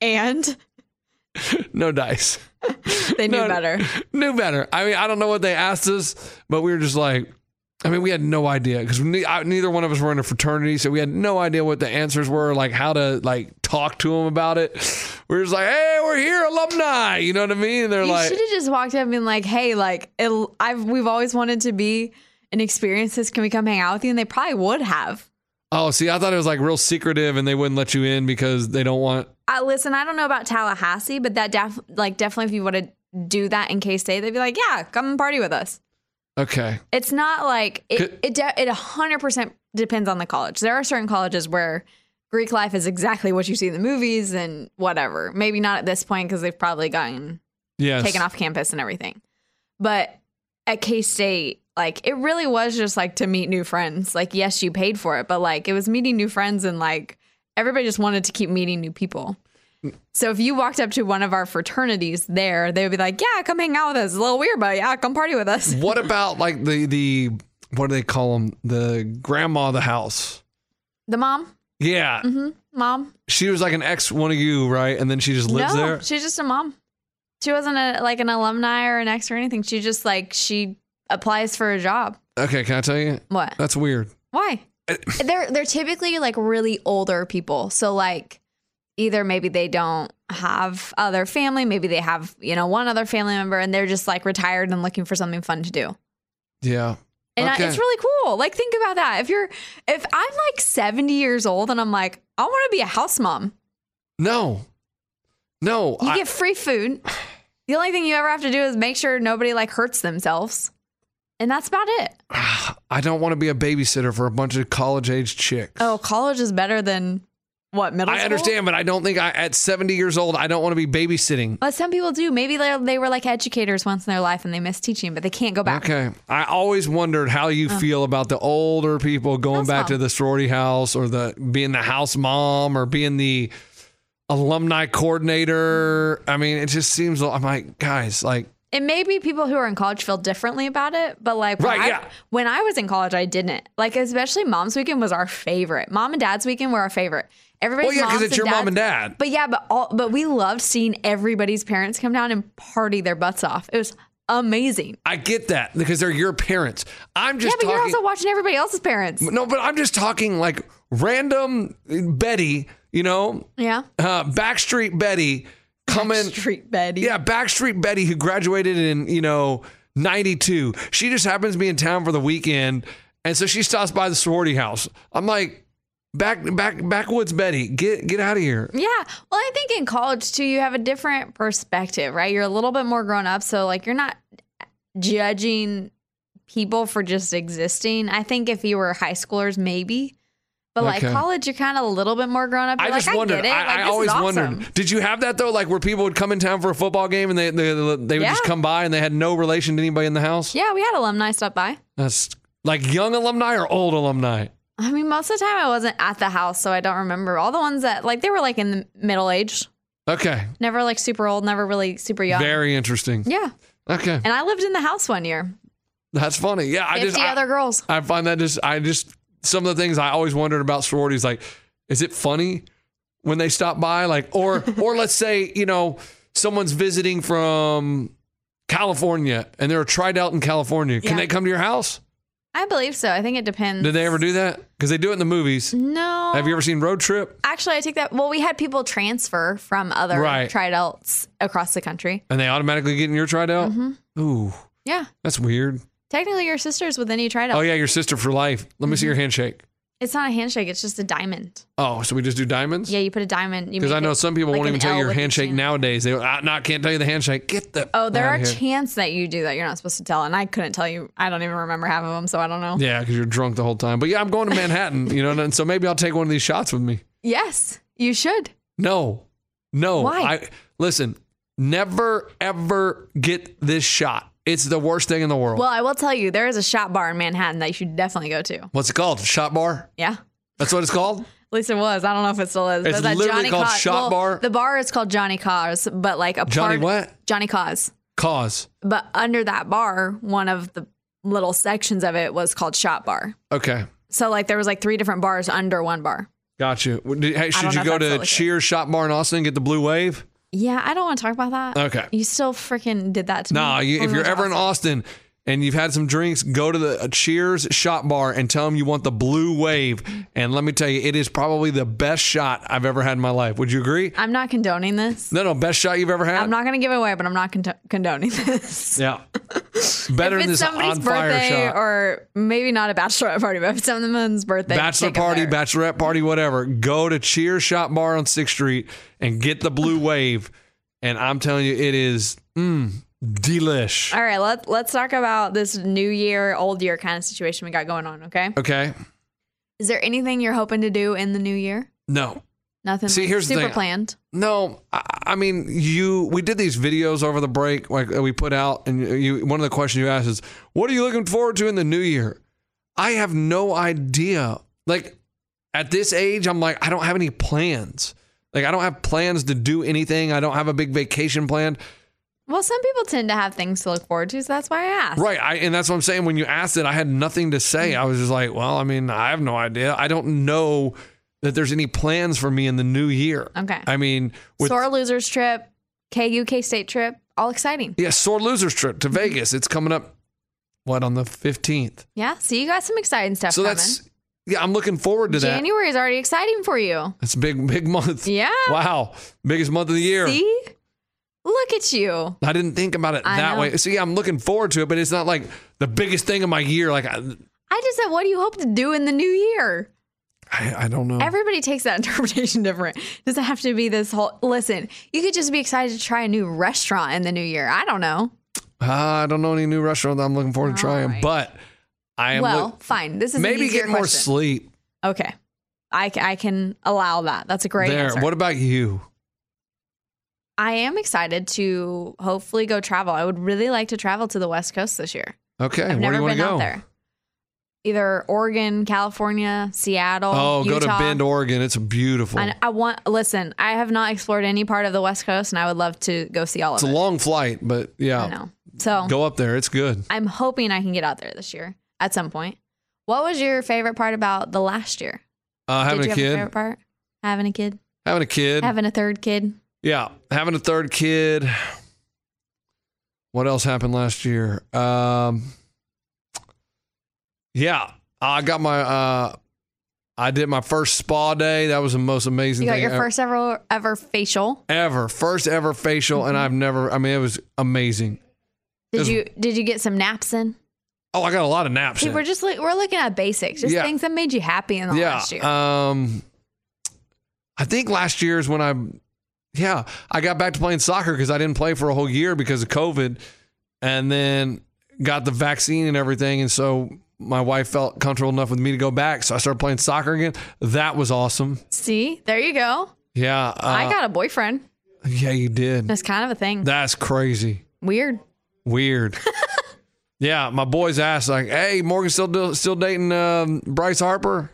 Speaker 2: And [LAUGHS]
Speaker 3: no dice.
Speaker 2: they knew better.
Speaker 3: Knew better. I mean, I don't know what they asked us, but we were just like, I mean, we had no idea because neither one of us were in a fraternity, so we had no idea what the answers were, like how to like talk to them about it. We are just like, hey, we're here, alumni. You know what I mean? And [LAUGHS] they're
Speaker 2: you
Speaker 3: like,
Speaker 2: should have just walked up and been like, "Hey, like, it, I've we've always wanted to be an experience. This can we come hang out with you?" And they probably would have.
Speaker 3: oh, see, I thought it was like real secretive, and they wouldn't let you in because they don't want.
Speaker 2: I listen, I don't know about Tallahassee, but that def- like definitely if you want to do that in K State, they'd be like, "Yeah, come and party with us."
Speaker 3: Okay,
Speaker 2: It's not like
Speaker 3: Could-
Speaker 2: it. It de- it hundred percent depends on the college. There are certain colleges where Greek life is exactly what you see in the movies and whatever. Maybe not at this point because they've probably gotten
Speaker 3: yes,
Speaker 2: taken off campus and everything. But at K State, like it really was just like to meet new friends. Like yes, you paid for it, but like it was meeting new friends and like everybody just wanted to keep meeting new people. So if you walked up to one of our fraternities there, they would be like, "Yeah, come hang out with us. It's a little weird, but yeah, come party with us." [LAUGHS]
Speaker 3: What about like the the what do they call them? The grandma of the house.
Speaker 2: The mom,
Speaker 3: Yeah,
Speaker 2: hmm mom.
Speaker 3: she was like an ex one of you, right? And then she just lives
Speaker 2: no,
Speaker 3: there.
Speaker 2: she's just a mom. She wasn't a, like an alumni or an ex or anything. She just like she applies for a job.
Speaker 3: Okay, can I tell you?
Speaker 2: What?
Speaker 3: That's weird.
Speaker 2: Why?
Speaker 3: Uh,
Speaker 2: [LAUGHS] they're they're typically like really older people. So like either maybe they don't have other family, maybe they have, you know, one other family member and they're just like retired and looking for something fun to do.
Speaker 3: Yeah.
Speaker 2: And I,
Speaker 3: Okay.
Speaker 2: it's really cool. Like think about that. If you're if I'm like 70 years old and I'm like, I want to be a house mom.
Speaker 3: No. No.
Speaker 2: You
Speaker 3: I-
Speaker 2: get free food. The only thing you ever have to do is make sure nobody like hurts themselves. And that's about it.
Speaker 3: I don't want to be a babysitter for a bunch of college age chicks.
Speaker 2: Oh, college is better than what middle
Speaker 3: I
Speaker 2: school?
Speaker 3: understand, but I don't think I, at 70 years old, I don't want to be babysitting.
Speaker 2: But some people do. Maybe they they were like educators once in their life and they miss teaching, but they can't go back.
Speaker 3: Okay. I always wondered how you
Speaker 2: Oh.
Speaker 3: feel about the older people going
Speaker 2: House
Speaker 3: back
Speaker 2: mom.
Speaker 3: to the sorority house or the being the house mom or being the alumni coordinator.
Speaker 2: Mm-hmm.
Speaker 3: I mean, it just seems, I'm like, guys, like,
Speaker 2: It may be people who are in college feel differently about it, but like when,
Speaker 3: Right,
Speaker 2: I,
Speaker 3: yeah.
Speaker 2: when I was in college, I didn't. Like especially mom's weekend was our favorite. Mom and dad's weekend were our favorite. Everybody's
Speaker 3: Well, yeah, 'cause
Speaker 2: moms
Speaker 3: it's your mom and
Speaker 2: dads-
Speaker 3: dad.
Speaker 2: But yeah, but all but we loved seeing everybody's parents come down and party their butts off. It was amazing.
Speaker 3: I get that because they're your parents. I'm just
Speaker 2: yeah, but
Speaker 3: talking.
Speaker 2: you're also watching everybody else's parents.
Speaker 3: No, but I'm just talking like random Betty, you know,
Speaker 2: Yeah.
Speaker 3: uh, Backstreet Betty coming.
Speaker 2: Backstreet Betty.
Speaker 3: Yeah, Backstreet Betty who graduated in, you know, 92. She just happens to be in town for the weekend. And so she stops by the sorority house. I'm like, back, back, backwoods Betty, get, get out of here.
Speaker 2: Yeah. Well, I think in college too, you have a different perspective, right? You're a little bit more grown up. So, like, you're not judging people for just existing. I think if you were high schoolers, maybe. But like
Speaker 3: Okay.
Speaker 2: college, you're kind of a little bit more grown up. You're
Speaker 3: I
Speaker 2: like,
Speaker 3: just wondered.
Speaker 2: get it.
Speaker 3: I,
Speaker 2: Like,
Speaker 3: I
Speaker 2: this is
Speaker 3: always
Speaker 2: awesome.
Speaker 3: wondered. Did you have that though? Like where people would come in town for a football game and they they, they would
Speaker 2: Yeah.
Speaker 3: just come by and they had no relation to anybody in the house.
Speaker 2: Yeah, we had alumni stop by.
Speaker 3: That's like young alumni or old alumni.
Speaker 2: I mean, most of the time I wasn't at the house, so I don't remember. All the ones that like they were like in the middle age,
Speaker 3: Okay,
Speaker 2: never like super old, never really super young.
Speaker 3: very interesting.
Speaker 2: yeah.
Speaker 3: Okay,
Speaker 2: And I lived in the house one year.
Speaker 3: that's funny. Yeah, I just
Speaker 2: Fifty
Speaker 3: I,
Speaker 2: other girls.
Speaker 3: I find that just I just some of the things I always wondered about sororities. Like, is it funny when they stop by? Like,
Speaker 2: [LAUGHS]
Speaker 3: or or let's say you know someone's visiting from California and they're a tried out in California. Can
Speaker 2: Yeah.
Speaker 3: they come to your house?
Speaker 2: I believe so. I think it depends.
Speaker 3: Did they ever do that? Because they do it in the movies.
Speaker 2: No.
Speaker 3: Have you ever seen Road Trip?
Speaker 2: Actually, I take that. Well, we had people transfer from other
Speaker 3: Right.
Speaker 2: tried outs across the country.
Speaker 3: And they automatically get in your tried out?
Speaker 2: Mhm.
Speaker 3: Ooh,
Speaker 2: Yeah.
Speaker 3: that's weird.
Speaker 2: Technically, your sister's with any tried out.
Speaker 3: Oh, yeah, your sister for life. Let me see
Speaker 2: Mm-hmm.
Speaker 3: your handshake.
Speaker 2: It's not a handshake. It's just a diamond.
Speaker 3: Oh, so we just do diamonds?
Speaker 2: Yeah, you put a diamond. you
Speaker 3: Because
Speaker 2: make
Speaker 3: I know
Speaker 2: it
Speaker 3: some people
Speaker 2: like
Speaker 3: won't
Speaker 2: an
Speaker 3: even tell
Speaker 2: L
Speaker 3: you your
Speaker 2: with a
Speaker 3: handshake
Speaker 2: chin.
Speaker 3: nowadays. They I, no, I can't tell you the handshake. Get the
Speaker 2: Oh, there
Speaker 3: outta
Speaker 2: are
Speaker 3: here.
Speaker 2: chance that you do that. You're not supposed to tell, and I couldn't tell you. I don't even remember half of them, so I don't know.
Speaker 3: Yeah, because you're drunk the whole time. But yeah,
Speaker 2: [LAUGHS]
Speaker 3: I'm going to Manhattan, you know, and so maybe I'll take one of these shots with me.
Speaker 2: Yes, you should.
Speaker 3: No, no.
Speaker 2: Why?
Speaker 3: I, listen, never ever get this shot. It's the worst thing in the world.
Speaker 2: Well, I will tell you, there is a shot bar in Manhattan that you should definitely go to.
Speaker 3: What's it called? Shot bar?
Speaker 2: Yeah.
Speaker 3: That's
Speaker 2: [LAUGHS]
Speaker 3: what it's called?
Speaker 2: At least it was. I don't know if it still is.
Speaker 3: It's
Speaker 2: but that
Speaker 3: literally
Speaker 2: Johnny
Speaker 3: called
Speaker 2: Caws-
Speaker 3: Shot
Speaker 2: well,
Speaker 3: Bar?
Speaker 2: The bar is called Johnny Cause, but like a
Speaker 3: Johnny
Speaker 2: part-
Speaker 3: what?
Speaker 2: Johnny Cause.
Speaker 3: Cause.
Speaker 2: But under that bar, one of the little sections of it was called Shot Bar.
Speaker 3: Okay.
Speaker 2: So like there was like three different bars under one bar.
Speaker 3: Got you. Well, did- hey,
Speaker 2: don't
Speaker 3: should
Speaker 2: know
Speaker 3: you
Speaker 2: if
Speaker 3: go
Speaker 2: that's
Speaker 3: to
Speaker 2: what it
Speaker 3: Cheers Shot Bar in Austin and get the blue wave?
Speaker 2: Yeah, I don't want to talk about that.
Speaker 3: Okay.
Speaker 2: You still freaking did that to me.
Speaker 3: Nah, you,
Speaker 2: when
Speaker 3: if
Speaker 2: we
Speaker 3: you're
Speaker 2: went to
Speaker 3: ever in Austin and you've had some drinks, go to the uh, Cheers Shot Bar and tell them you want the blue wave. And let me tell you, it is probably the best shot I've ever had in my life. Would you agree?
Speaker 2: I'm not condoning this.
Speaker 3: No, no, best shot you've ever had.
Speaker 2: I'm not going to give it away, but I'm not condo- condoning this. [LAUGHS]
Speaker 3: Yeah. [LAUGHS] Better
Speaker 2: if
Speaker 3: than
Speaker 2: it's
Speaker 3: this
Speaker 2: somebody's
Speaker 3: on fire
Speaker 2: birthday
Speaker 3: shot.
Speaker 2: or maybe not a bachelorette party, but if it's someone's birthday,
Speaker 3: Bachelor
Speaker 2: take 'em
Speaker 3: party,
Speaker 2: there.
Speaker 3: bachelorette party, whatever. Go to Cheers Shot Bar on Sixth Street and get the blue wave. And I'm telling you, it is mm, delish.
Speaker 2: All right, let, let's talk about this new year, old year kind of situation we got going on, okay?
Speaker 3: Okay.
Speaker 2: Is there anything you're hoping to do in the new year?
Speaker 3: No.
Speaker 2: Nothing.
Speaker 3: See, here's the
Speaker 2: super
Speaker 3: thing.
Speaker 2: planned.
Speaker 3: No, I, I mean you. We did these videos over the break, like that we put out, and you. One of the questions you asked is, "What are you looking forward to in the new year?" I have no idea. Like at this age, I'm like, I don't have any plans. Like I don't have plans to do anything. I don't have a big vacation planned.
Speaker 2: Well, some people tend to have things to look forward to, so that's why I asked.
Speaker 3: Right. I, and that's what I'm saying. When you asked it, I had nothing to say. I was just like, well, I mean, I have no idea. I don't know that there's any plans for me in the new year.
Speaker 2: Okay.
Speaker 3: Mm-hmm. I mean, with
Speaker 2: Sore losers trip, KU K State trip, all exciting.
Speaker 3: yeah, sore losers trip to Vegas. It's coming up. What on the 15th?
Speaker 2: Yeah, so you got some exciting stuff
Speaker 3: so
Speaker 2: coming.
Speaker 3: that's yeah. I'm looking forward to that.
Speaker 2: January is already exciting for you.
Speaker 3: That's a big big month.
Speaker 2: Yeah.
Speaker 3: Wow. Biggest month of the year.
Speaker 2: See? Look at you.
Speaker 3: I didn't think about it
Speaker 2: I
Speaker 3: that
Speaker 2: know.
Speaker 3: way. So yeah, I'm looking forward to it, but it's not like the biggest thing of my year. Like I,
Speaker 2: I just said, what do you hope to do in the new year?
Speaker 3: I, I don't know.
Speaker 2: Everybody takes that [LAUGHS] interpretation different. Doesn't have to be this whole. Listen, you could just be excited to try a new restaurant in the new year. I don't know.
Speaker 3: Uh, I don't know any new restaurant that I'm looking forward to trying, but I am
Speaker 2: well,
Speaker 3: look-
Speaker 2: fine. This is an
Speaker 3: maybe
Speaker 2: easier
Speaker 3: get more
Speaker 2: question.
Speaker 3: sleep.
Speaker 2: Okay, I, c- I can allow that. That's a great
Speaker 3: there.
Speaker 2: answer.
Speaker 3: What about you?
Speaker 2: I am excited to hopefully go travel. I would really like to travel to the West Coast this year.
Speaker 3: Okay,
Speaker 2: I've
Speaker 3: where
Speaker 2: never
Speaker 3: do you want
Speaker 2: been
Speaker 3: to go?
Speaker 2: out there. Either Oregon, California, Seattle.
Speaker 3: Oh,
Speaker 2: Utah.
Speaker 3: go to Bend, Oregon. It's beautiful.
Speaker 2: I, I want listen. I have not explored any part of the West Coast, and I would love to go see all
Speaker 3: It's
Speaker 2: of
Speaker 3: a
Speaker 2: it.
Speaker 3: long flight, but yeah.
Speaker 2: I know. So
Speaker 3: Go up there. It's good.
Speaker 2: I'm hoping I can get out there this year at some point. What was your favorite part about the last year?
Speaker 3: Uh, having
Speaker 2: Did you
Speaker 3: a
Speaker 2: have a
Speaker 3: kid.
Speaker 2: favorite part? Having a kid.
Speaker 3: having a kid.
Speaker 2: Having a third kid.
Speaker 3: yeah. Having a third kid. What else happened last year? Um, yeah. I got my, uh, I did my first spa day. That was the most amazing
Speaker 2: You got
Speaker 3: thing
Speaker 2: your
Speaker 3: ever.
Speaker 2: first ever ever facial.
Speaker 3: ever first ever facial and
Speaker 2: Mm-hmm.
Speaker 3: i've never i mean it was amazing It
Speaker 2: Did
Speaker 3: was-
Speaker 2: you did you get some naps in?
Speaker 3: oh i got a lot of naps
Speaker 2: See,
Speaker 3: in.
Speaker 2: we're just like we're looking at basics, just
Speaker 3: Yeah.
Speaker 2: things that made you happy in the
Speaker 3: yeah
Speaker 2: last year.
Speaker 3: um i think last year is when i yeah i got back to playing soccer because i didn't play for a whole year because of covid and then got the vaccine and everything and so my wife felt comfortable enough with me to go back so i started playing soccer again that was awesome
Speaker 2: See, there you go.
Speaker 3: yeah uh,
Speaker 2: I got a boyfriend.
Speaker 3: yeah you did
Speaker 2: That's kind of a thing.
Speaker 3: that's crazy
Speaker 2: Weird.
Speaker 3: Weird. yeah, my boys asked like, "Hey, Morgan still do- still dating um, Bryce Harper?"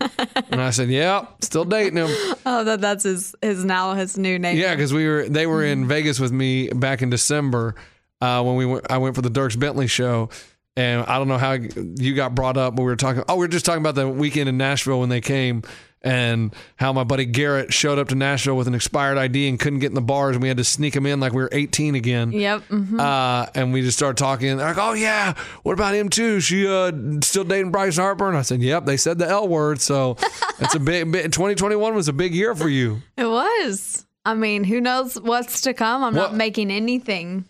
Speaker 3: and I said, "Yeah, still dating him."
Speaker 2: [LAUGHS] Oh, that that's his his now his new name.
Speaker 3: Yeah, because we were they were in Vegas with me back in December uh, when we went. I went for the Dirks Bentley show, and I don't know how you got brought up, but we were talking. Oh, we were just talking about the weekend in Nashville when they came, and how my buddy Garrett showed up to Nashville with an expired ID and couldn't get in the bars, and we had to sneak him in like we were 18 again.
Speaker 2: Yep. mhm.
Speaker 3: Uh, and we just started talking. And they're like, "Oh yeah, what about him too? She uh, still dating Bryce Harper?" And I said, "Yep." They said the L word, so it's a big. big 2021 was a big year for you.
Speaker 2: It was. I mean, who knows what's to come? I'm not making anything.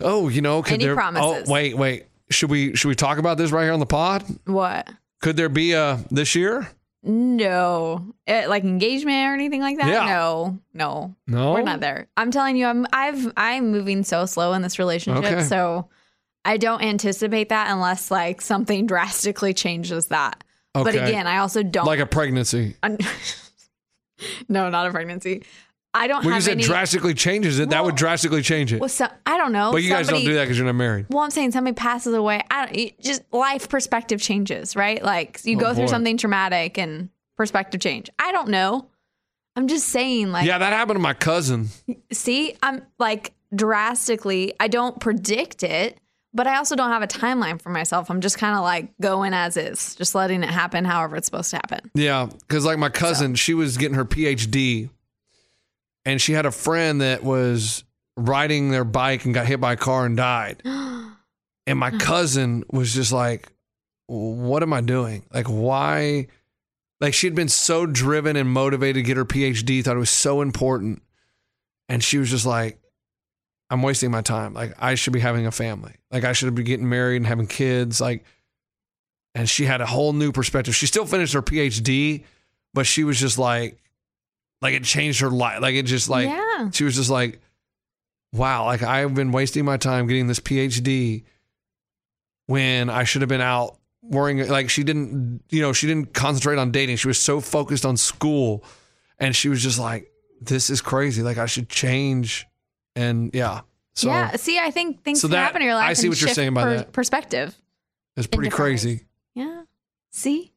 Speaker 3: Oh, you know, could
Speaker 2: Any
Speaker 3: there?
Speaker 2: promises?
Speaker 3: Oh, wait, wait. Should we should we talk about this right here on the pod?
Speaker 2: What?
Speaker 3: Could there be a this year?
Speaker 2: No, Eh, like engagement or anything like that.
Speaker 3: Yeah.
Speaker 2: No, no,
Speaker 3: No?
Speaker 2: We're not there. I'm telling you, I'm I've I'm moving so slow in this relationship,
Speaker 3: Okay.
Speaker 2: so I don't anticipate that unless like something [LAUGHS] drastically changes that. But
Speaker 3: Okay.
Speaker 2: again, I also don't
Speaker 3: like a pregnancy.
Speaker 2: I'm- [LAUGHS] no, not a pregnancy. I don't
Speaker 3: Well,
Speaker 2: have
Speaker 3: you said
Speaker 2: any.
Speaker 3: drastically changes it. that would drastically change it.
Speaker 2: well, so, I don't know.
Speaker 3: but you guys don't do that because you're not married.
Speaker 2: Well, I'm saying somebody passes away. I don't. You, just life perspective changes, right? Like you
Speaker 3: Oh,
Speaker 2: go through
Speaker 3: boy.
Speaker 2: something traumatic and perspective change. I don't know. I'm just saying, like,
Speaker 3: yeah, that happened to my cousin.
Speaker 2: see, I'm like drastically. I don't predict it, but I also don't have a timeline for myself. I'm just kind of like going as is, just letting it happen however it's supposed to happen.
Speaker 3: Yeah, because like my cousin, she was getting her PhD, and she had a friend that was riding their bike and got hit by a car
Speaker 2: [GASPS]
Speaker 3: and died. And
Speaker 2: Uh-huh.
Speaker 3: my cousin was just like, "What am I doing? Like, why?" Like she'd been so driven and motivated to get her PhD, thought it was so important, and she was just like, "I'm wasting my time. Like, I should be having a family. Like, I should be getting married and having kids. Like." and she had a whole new perspective. She still finished her PhD, but she was just like, like it changed her life. Like it just like
Speaker 2: Yeah.
Speaker 3: she was just like, wow, like I've been wasting my time getting this PhD when I should have been out worrying. Like she didn't, you know, she didn't concentrate on dating. She was so focused on school, and she was just like, this is crazy. Like I should change, and yeah, so
Speaker 2: yeah. See, I think things
Speaker 3: So
Speaker 2: can
Speaker 3: that-
Speaker 2: happen in your life.
Speaker 3: I see
Speaker 2: and
Speaker 3: what you're
Speaker 2: shift
Speaker 3: saying by
Speaker 2: per-
Speaker 3: that.
Speaker 2: Perspective.
Speaker 3: it's pretty
Speaker 2: different
Speaker 3: crazy.
Speaker 2: Yeah. See?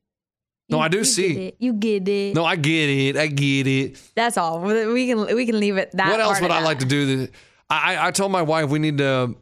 Speaker 3: No, I do
Speaker 2: you
Speaker 3: see.
Speaker 2: Get it. You get it.
Speaker 3: No, I get it. I get it.
Speaker 2: That's all. We can we can leave it that.
Speaker 3: what else
Speaker 2: part
Speaker 3: would
Speaker 2: of
Speaker 3: I
Speaker 2: that.
Speaker 3: like to do? That I I- I told my wife we need to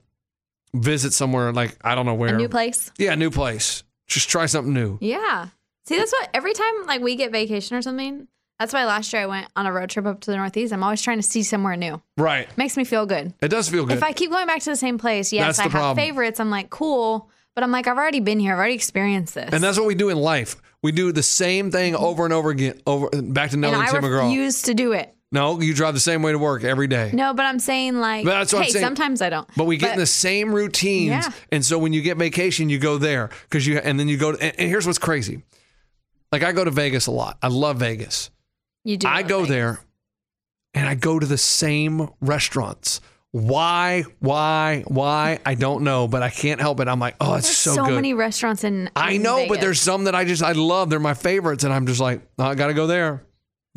Speaker 3: visit somewhere like I don't know where
Speaker 2: A new place.
Speaker 3: Yeah, new place. Just try something new.
Speaker 2: Yeah. See, that's what every time like we get vacation or something. That's why last year I went on a road trip up to the Northeast. I'm always trying to see somewhere new.
Speaker 3: Right.
Speaker 2: Makes me feel good.
Speaker 3: It does feel good.
Speaker 2: If I keep going back to the same place, yes,
Speaker 3: That's
Speaker 2: I
Speaker 3: the
Speaker 2: have
Speaker 3: problem.
Speaker 2: favorites. I'm like cool, but I'm like I've already been here. I've already experienced this. Mm-hmm.
Speaker 3: and that's what we do in life. We do the same thing over and over again. Over back to Nelly
Speaker 2: and
Speaker 3: and
Speaker 2: I
Speaker 3: Tim McGraw.
Speaker 2: refuse to do it.
Speaker 3: no, you drive the same way to work every day.
Speaker 2: No, but I'm saying like
Speaker 3: But that's what I'm
Speaker 2: hey,
Speaker 3: saying.
Speaker 2: sometimes I don't.
Speaker 3: But we get in the same routines,
Speaker 2: Yeah.
Speaker 3: and so when you get vacation, you go there because you, and then you go. And, and here's what's crazy: like I go to Vegas a lot. I love Vegas.
Speaker 2: You do.
Speaker 3: I
Speaker 2: love
Speaker 3: go
Speaker 2: Vegas.
Speaker 3: there, and I go to the same restaurants. Why? Why? Why? I don't know, but I can't help it. I'm like, oh, it's so,
Speaker 2: so,
Speaker 3: good.
Speaker 2: many restaurants in.
Speaker 3: I
Speaker 2: in
Speaker 3: know,
Speaker 2: Vegas.
Speaker 3: but there's some that I just I love. They're my favorites, and I'm just like, oh, I gotta go there.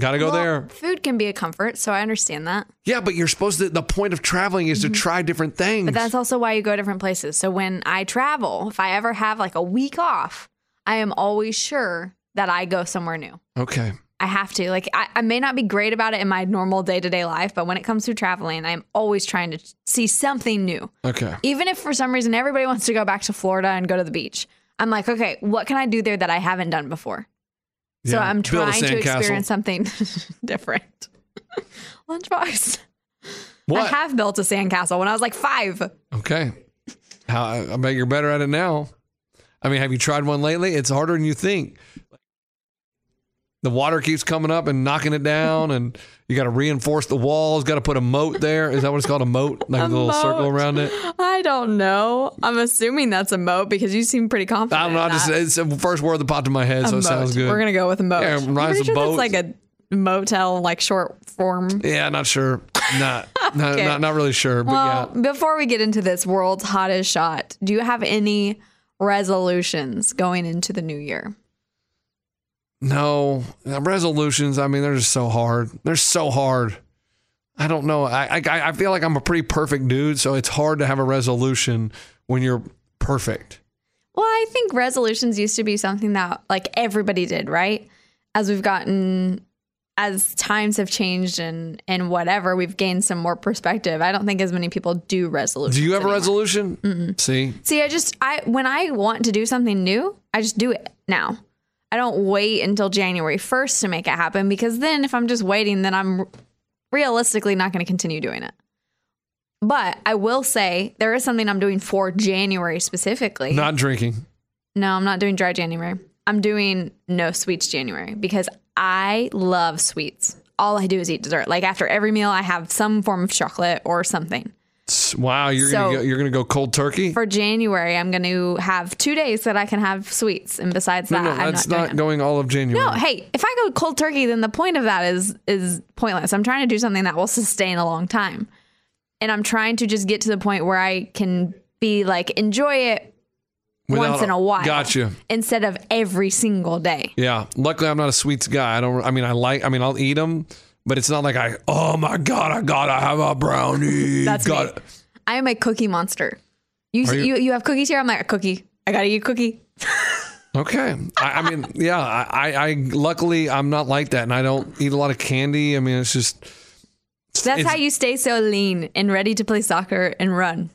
Speaker 3: Gotta go
Speaker 2: Well,
Speaker 3: there.
Speaker 2: Food can be a comfort, so I understand that.
Speaker 3: Yeah, but you're supposed to. The point of traveling is to try different things.
Speaker 2: Mm-hmm. But that's also why you go different places. So when I travel, if I ever have like a week off, I am always sure that I go somewhere new.
Speaker 3: okay.
Speaker 2: I have to. Like, I, I may not be great about it in my normal day to day life, but when it comes to traveling, I'm always trying to see something new.
Speaker 3: Okay.
Speaker 2: Even if for some reason everybody wants to go back to Florida and go to the beach, I'm like, okay, what can I do there that I haven't done before? So
Speaker 3: Yeah,
Speaker 2: I'm
Speaker 3: build a
Speaker 2: trying to
Speaker 3: sandcastle.
Speaker 2: experience something [LAUGHS] different. [LAUGHS] Lunchbox. I
Speaker 3: What?
Speaker 2: have built a sandcastle when I was like five.
Speaker 3: Okay. How I I bet you're better at it now. I mean, have you tried one lately? It's harder than you think. The water keeps coming up and knocking it down, and you got to reinforce the walls. Got to put a moat there. Is that what it's called? A moat, like a,
Speaker 2: [LAUGHS] A
Speaker 3: little circle
Speaker 2: moat.
Speaker 3: around it.
Speaker 2: I don't know. I'm assuming that's a moat because you seem pretty confident.
Speaker 3: I don't know. I just it's the first word that popped in my head, so it sounds good.
Speaker 2: We're gonna go with a moat.
Speaker 3: Yeah, it rhymes with
Speaker 2: sure
Speaker 3: boat.
Speaker 2: That's like a motel, like short form.
Speaker 3: yeah,
Speaker 2: [LAUGHS]
Speaker 3: not sure. Not not,
Speaker 2: Okay.
Speaker 3: not not really sure, but
Speaker 2: well,
Speaker 3: yeah.
Speaker 2: before we get into this world's hottest shot, do you have any resolutions going into the new year?
Speaker 3: No Uh, resolutions. I mean, they're just so hard. They're so hard. I don't know. I, I I feel like I'm a pretty perfect dude, so it's hard to have a resolution when you're perfect.
Speaker 2: Well, I think resolutions used to be something that like everybody did, right? As we've gotten as times have changed and and whatever, we've gained some more perspective. I don't think as many people do resolutions.
Speaker 3: Do you have a resolution? See,
Speaker 2: See, I just I when I want to do something new, I just do it now. I don't wait until January 1st to make it happen because then if I'm just waiting, then I'm realistically not going to continue doing it. But I will say there is something I'm doing for January specifically.
Speaker 3: Not drinking.
Speaker 2: No, I'm not doing dry January. I'm doing no sweets January because I love sweets. All I do is eat dessert. Like after every meal, I have some form of chocolate or something.
Speaker 3: S- Wow, you're gonna
Speaker 2: So-
Speaker 3: go, you're gonna go cold turkey.
Speaker 2: For January, I'm going to have two days that I can have sweets, and besides
Speaker 3: No,
Speaker 2: that,
Speaker 3: no,
Speaker 2: I'm
Speaker 3: that's
Speaker 2: not.
Speaker 3: not, going all of January.
Speaker 2: doing- no, hey, if I go cold turkey, then the point of that is is pointless. I'm trying to do something that will sustain a long time, and I'm trying to just get to the point where I can be like enjoy it
Speaker 3: Without-
Speaker 2: once in a while,
Speaker 3: Gotcha.
Speaker 2: instead of every single day.
Speaker 3: Yeah. Luckily, I'm not a sweets guy. I don't. I mean, I like. I mean, I'll eat them, but it's not like I. Oh my god! I gotta have a brownie.
Speaker 2: That's
Speaker 3: got
Speaker 2: I am a cookie monster. You
Speaker 3: Are
Speaker 2: you?
Speaker 3: you-
Speaker 2: you have cookies here. I'm like a cookie. I gotta eat a cookie.
Speaker 3: Okay. I, I mean, [LAUGHS] yeah. I, I. I. Luckily, I'm not like that, and I don't eat a lot of candy. I mean, it's just
Speaker 2: That's
Speaker 3: It's-
Speaker 2: how you stay so lean and ready to play soccer and run.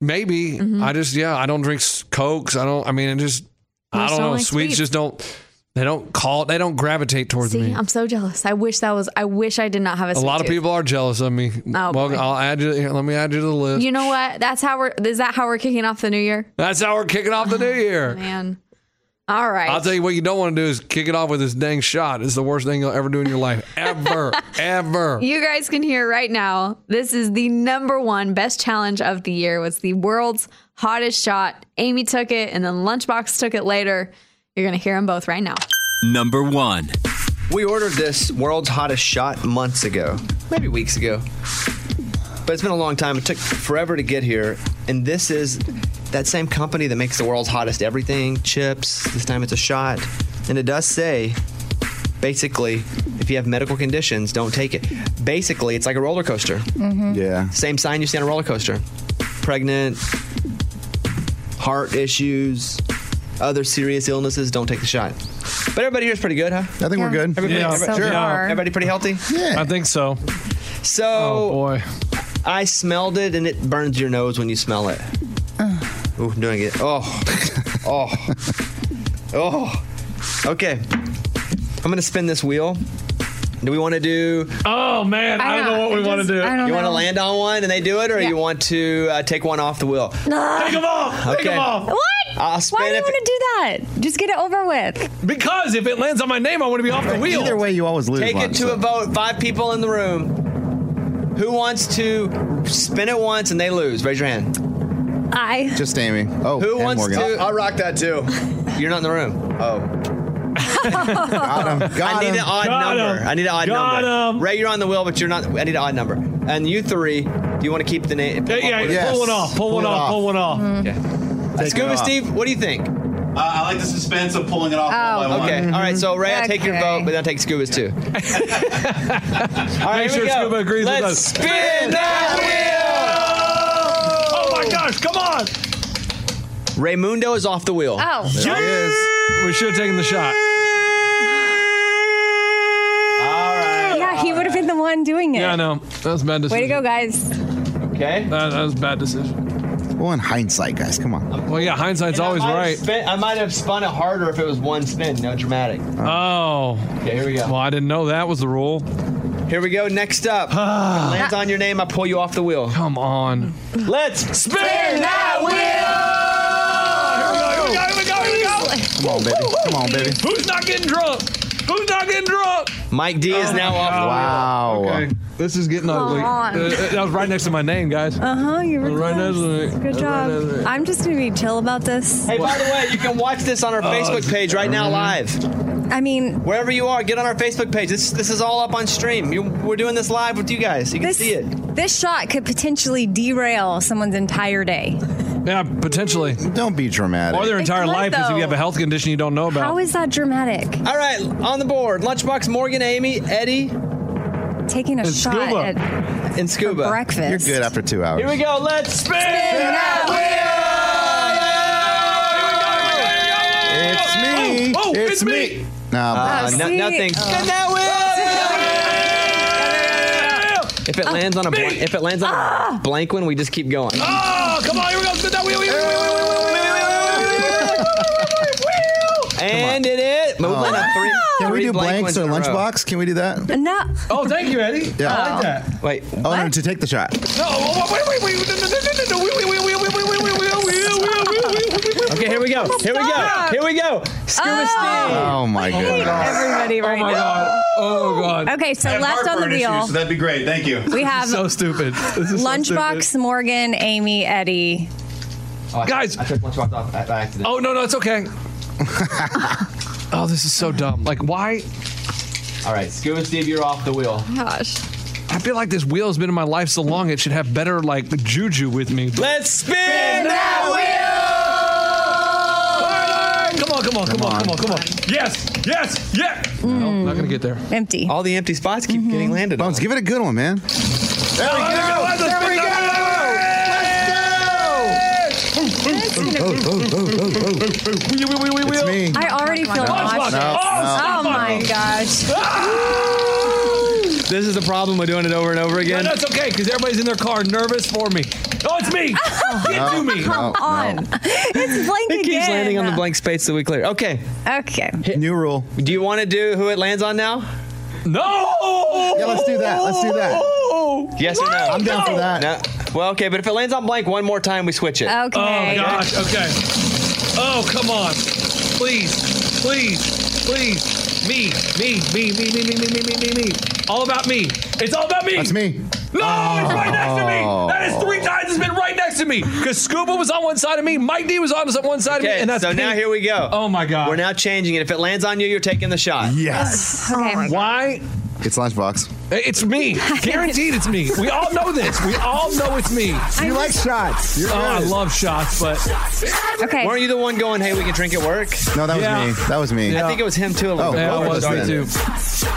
Speaker 3: maybe.
Speaker 2: Mm-hmm.
Speaker 3: I just yeah. I don't drink s- cokes. I don't. I mean, it just.
Speaker 2: You
Speaker 3: I
Speaker 2: just
Speaker 3: don't
Speaker 2: don't
Speaker 3: know.
Speaker 2: like
Speaker 3: sweets,
Speaker 2: sweets.
Speaker 3: just don't. They don't call. They don't gravitate towards
Speaker 2: See,
Speaker 3: me.
Speaker 2: I'm so jealous. I wish that was. I wish I did not have a.
Speaker 3: A
Speaker 2: sweet
Speaker 3: lot of
Speaker 2: tooth.
Speaker 3: people are jealous of me.
Speaker 2: Oh,
Speaker 3: well,
Speaker 2: boy.
Speaker 3: I'll add you. Here, let me add you to the list.
Speaker 2: You know what? That's how we're. Is that how we're kicking off the new year?
Speaker 3: That's how we're kicking off the
Speaker 2: [LAUGHS]
Speaker 3: new year.
Speaker 2: Man. All right.
Speaker 3: I'll tell you what you don't want to do is kick it off with this dang shot. It's the worst thing you'll ever do in your life.
Speaker 9: [LAUGHS]
Speaker 3: Ever. ever.
Speaker 2: You guys can hear right now. This is the number one best challenge of the year. Was the world's hottest shot. Amy took it, and then Lunchbox took it later. You're gonna hear them both right now.
Speaker 4: Number one. We ordered this world's hottest shot months ago, maybe weeks ago. But it's been a long time. It took forever to get here. And this is that same company that makes the world's hottest everything chips. This time it's a shot. And it does say basically, if you have medical conditions, don't take it. Basically, it's like a roller coaster.
Speaker 22: Mhm.
Speaker 4: [LAUGHS] Yeah. Same sign you see on a roller coaster pregnant, heart issues, other serious illnesses, don't take the shot. But everybody here is pretty good, huh? I think
Speaker 6: we're good.
Speaker 4: Everybody,
Speaker 6: Yeah.
Speaker 4: everybody-
Speaker 6: So
Speaker 4: sure.
Speaker 6: far.
Speaker 4: everybody pretty healthy? Yeah.
Speaker 3: I think so.
Speaker 4: So boy. I smelled it and it burns your nose when you smell it. Ooh, I'm doing it. [LAUGHS] Oh. Oh. oh. Okay. I'm gonna spin this wheel. Do we want to do? Oh man,
Speaker 9: I don't know what we Ah, I wanna just- do. I don't
Speaker 4: you want to
Speaker 9: know.
Speaker 4: land on one and they do it, or you want to uh, take one off the wheel?
Speaker 9: Take them off. Take
Speaker 4: Okay.
Speaker 9: them off.
Speaker 4: What? I'll spin
Speaker 19: Why do you
Speaker 4: if
Speaker 19: want to do that? Just get it over with.
Speaker 9: Because if it lands on my name, I want to be off the wheel.
Speaker 6: Either way, you always lose.
Speaker 4: Take it
Speaker 6: Lon,
Speaker 4: to
Speaker 6: so.
Speaker 4: a vote. Five people in the room. Who wants to spin it once and they lose? Raise your hand.
Speaker 19: I.
Speaker 6: Just Amy. Oh,
Speaker 4: Who
Speaker 6: and
Speaker 4: wants
Speaker 6: Morgan.
Speaker 4: to? rock that too. You're not in the room. Oh.
Speaker 6: Got him. Um, Got
Speaker 4: I need
Speaker 6: him.
Speaker 4: an odd
Speaker 6: Got
Speaker 4: number.
Speaker 6: him.
Speaker 4: I need an odd
Speaker 6: Got
Speaker 4: number. Ray, you're on the wheel, but you're not. I need an odd number. And you three, do you want to keep the name? Yeah,
Speaker 9: yeah, pull one off, pull Pull one it off, off. pull one off.
Speaker 4: Okay.
Speaker 9: Take it
Speaker 4: Scuba
Speaker 9: off.
Speaker 4: Steve, what do you think?
Speaker 8: Uh, I like the suspense of pulling it off one by one.
Speaker 4: okay. All right. So Ray, I take your vote, but I take Scuba's
Speaker 3: [LAUGHS]
Speaker 4: too. All right.
Speaker 9: Make sure Scuba agrees
Speaker 4: Let's
Speaker 9: with us.
Speaker 4: spin that wheel. Oh my gosh! Come on. Raymundo is off the wheel.
Speaker 19: Oh.
Speaker 4: There he is.
Speaker 3: We should have taken the shot.
Speaker 19: Yeah, he would have been the one doing it.
Speaker 9: Yeah, I know. That was a bad decision.
Speaker 19: Way to go, guys.
Speaker 4: Okay.
Speaker 9: That, that was a bad decision.
Speaker 6: Well, in hindsight, guys, come on.
Speaker 3: Well, yeah, hindsight's always
Speaker 4: I might have
Speaker 3: right.
Speaker 4: spin- I might have spun it harder if it was one spin. No dramatic.
Speaker 3: Oh.
Speaker 4: Okay, here we go.
Speaker 3: Well, I didn't know that was the rule.
Speaker 4: Here we go. Next
Speaker 3: [SIGHS]
Speaker 4: up. Lands on your name. I pull you off the wheel.
Speaker 3: Come on.
Speaker 4: Let's spin that wheel. Here we go. Here we go. Here we go. Here we go.
Speaker 6: Come on, baby. Come on, baby.
Speaker 9: Who's not getting drunk? Who's not getting drunk?
Speaker 4: Mike D is now off.
Speaker 6: Wow.
Speaker 9: Oh, Okay. This is getting
Speaker 19: Come
Speaker 9: ugly.
Speaker 19: on.
Speaker 9: Uh, uh, that was right next to my name, guys.
Speaker 19: Uh
Speaker 3: Uh-huh,
Speaker 19: huh. You were
Speaker 9: Right
Speaker 19: close.
Speaker 9: next to me.
Speaker 19: Good job. I'm just gonna be chill about this.
Speaker 4: Hey, by the way, you can watch this [LAUGHS] on our Facebook page right now, live.
Speaker 19: I mean,
Speaker 4: Wherever you are, get on our Facebook page. This this is all up on stream. You, we're doing this live with you guys. You can
Speaker 19: this
Speaker 4: see it.
Speaker 19: this shot could potentially derail someone's entire day.
Speaker 3: Yeah, potentially.
Speaker 6: Don't be dramatic.
Speaker 3: Or their
Speaker 19: It
Speaker 3: entire
Speaker 19: could,
Speaker 3: life is if
Speaker 19: though.
Speaker 3: you have a health condition you don't know about.
Speaker 19: How is that dramatic?
Speaker 4: All right, on the board. Lunchbox, Morgan, Amy, Eddie,
Speaker 19: Taking a
Speaker 4: And
Speaker 19: shot
Speaker 4: scuba.
Speaker 19: at
Speaker 4: and Scuba.
Speaker 19: breakfast.
Speaker 6: You're good after two
Speaker 4: Here
Speaker 6: hours.
Speaker 4: we go. Let's spin, that wheel.
Speaker 6: It's me.
Speaker 4: Oh,
Speaker 6: it's, me. Nah,
Speaker 19: Ah,
Speaker 4: Uh,
Speaker 6: Brian.
Speaker 4: no- nothing. Spin that wheel. If it lands on a blank, if it lands on
Speaker 19: Ah!
Speaker 4: a blank one, we just keep going.
Speaker 9: Oh, come on, here we go. Spin that wheel, wheel, wheel, wheel, wheel, wheel, wheel, wheel, wheel, wheel, wheel, wheel, wheel.
Speaker 4: And it is. But we're playing
Speaker 19: Oh.
Speaker 4: a three-
Speaker 6: Can we
Speaker 4: three
Speaker 6: do
Speaker 4: blank
Speaker 6: blanks
Speaker 4: ones
Speaker 6: or
Speaker 4: in a row.
Speaker 6: lunchbox? Can we do that?
Speaker 19: No.
Speaker 9: Oh, thank you, Eddie.
Speaker 6: Yeah.
Speaker 9: I like that.
Speaker 4: Wait.
Speaker 6: Oh no, to take the shot.
Speaker 9: No, wait, wait, wait, no, no, no, no, no, wait, wait, wait, wait, wait, wait, wait, wait, wait, wait, wait, wait.
Speaker 4: Okay, here we go. Here we go. Here we go. Scuba Steve.
Speaker 6: Oh my goodness.
Speaker 19: Everybody right now.
Speaker 9: Oh my god.
Speaker 19: Okay, so left on the
Speaker 8: Heartburn
Speaker 19: wheel.
Speaker 8: issues, so that'd be great. Thank you.
Speaker 19: We
Speaker 8: [LAUGHS]
Speaker 19: have
Speaker 9: [LAUGHS] so stupid. This is so
Speaker 19: Lunchbox, Morgan, Amy, Eddie.
Speaker 9: stupid. guys. I took lunchbox off by accident.
Speaker 3: [LAUGHS]
Speaker 9: Oh no, no, it's okay. oh, this is so dumb. Like, why?
Speaker 11: All right, Scuba Steve, you're off the wheel.
Speaker 2: Gosh.
Speaker 9: I feel like this wheel has been in my life so long, it should have better like juju with me.
Speaker 4: Let's spin
Speaker 19: that
Speaker 9: wheel. Come on, come on, come on, come on, come on. Yes, yes, yeah. No, not gonna get there.
Speaker 19: Mm. Empty. Mm-hmm.
Speaker 4: All the empty spots keep getting landed.
Speaker 6: Bones, give it a good one, man.
Speaker 19: There
Speaker 9: Oh,
Speaker 19: we go. There we
Speaker 6: Oh,
Speaker 19: go.
Speaker 6: It's me.
Speaker 19: I already feel nauseous.
Speaker 6: Lunchbox. No,
Speaker 19: Oh my
Speaker 9: Ah!
Speaker 19: gosh.
Speaker 4: This is the problem with doing it over and over
Speaker 9: Yeah,
Speaker 4: again.
Speaker 9: that's okay because everybody's in their car nervous for me. Oh, it's
Speaker 19: [LAUGHS]
Speaker 9: me. Get to me.
Speaker 19: Come on. It's blank
Speaker 4: It
Speaker 19: again.
Speaker 4: keeps landing on the blank space that we clear. Okay.
Speaker 19: Okay.
Speaker 6: New rule.
Speaker 4: Do you want to do who it lands on now?
Speaker 9: No.
Speaker 6: Yeah, let's do that. Let's do that.
Speaker 4: Yes or no?
Speaker 6: I'm down for that.
Speaker 4: No. Well, okay, but if it lands on blank one more time, we switch it.
Speaker 19: [LAUGHS]
Speaker 9: Oh
Speaker 19: Okay.
Speaker 9: gosh. Okay. Oh come on. Please, please, please. Me, me, me, me, me, me, me, me, me, me, me. All about me. It's all about me.
Speaker 6: That's me. Oh.
Speaker 9: No, it's right next to me. That is three times it's been right next to me. Because Scuba was on one side of me, Mike D was on one side of me,
Speaker 4: Okay,
Speaker 9: and that's
Speaker 4: so now
Speaker 9: me.
Speaker 4: here we go.
Speaker 9: Oh my God.
Speaker 4: We're now changing it. If it lands on you, you're taking the shot.
Speaker 6: Yes.
Speaker 19: Okay.
Speaker 9: Why?
Speaker 6: It's lunchbox.
Speaker 9: It's me. Guaranteed it's me. We all know this. We all know it's me.
Speaker 6: You like shots. You're
Speaker 9: Oh, I
Speaker 6: good.
Speaker 9: love shots, but
Speaker 19: Okay.
Speaker 4: Weren't you the one going, hey, we can drink at work?
Speaker 6: No, that was
Speaker 9: Yeah.
Speaker 6: me. That was me.
Speaker 9: Yeah.
Speaker 4: I think it was him too. a little
Speaker 6: Oh,
Speaker 4: bit.
Speaker 9: yeah,
Speaker 6: well,
Speaker 9: it was
Speaker 6: done.
Speaker 9: me too.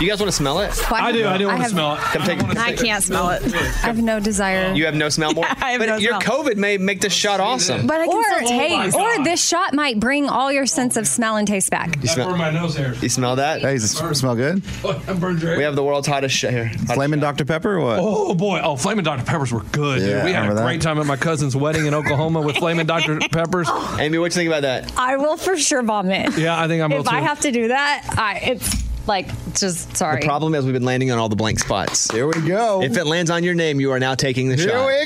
Speaker 4: You guys want to smell it?
Speaker 19: Why-
Speaker 9: I do. I do want to
Speaker 19: have-
Speaker 9: smell
Speaker 19: [LAUGHS]
Speaker 9: it.
Speaker 4: Come take
Speaker 7: I can't smell it.
Speaker 19: I have no desire.
Speaker 4: You have no smell
Speaker 19: [LAUGHS]
Speaker 4: more?
Speaker 7: I have
Speaker 4: but
Speaker 7: no
Speaker 4: your
Speaker 7: smell.
Speaker 4: COVID may make this shot awesome.
Speaker 19: But I can
Speaker 2: Or-
Speaker 19: still
Speaker 2: Oh my
Speaker 19: taste.
Speaker 9: God.
Speaker 19: or this shot might bring all your sense of smell and taste back.
Speaker 4: You
Speaker 9: That's where
Speaker 4: smell,
Speaker 9: my nose hairs.
Speaker 4: you smell that?
Speaker 6: Hey, does it smell good?
Speaker 9: I'm burned
Speaker 4: We have the world's hottest shot here. Hot-
Speaker 6: Flaming Dr. Pepper or what?
Speaker 9: Oh boy! Oh, Flamin' Dr. Peppers were good. dude.
Speaker 6: Yeah,
Speaker 9: We had a
Speaker 6: remember that?
Speaker 9: great time at my cousin's wedding in Oklahoma with Flamin' Dr. Peppers.
Speaker 4: Amy, what you think about that?
Speaker 19: I will for sure vomit.
Speaker 9: Yeah, I think I'm.
Speaker 19: if I have to do that, I it's like just sorry.
Speaker 4: The problem is we've been landing on all the blank spots.
Speaker 6: Here we go.
Speaker 4: If it lands on your name, you are now taking the
Speaker 6: Here
Speaker 4: shot.
Speaker 6: we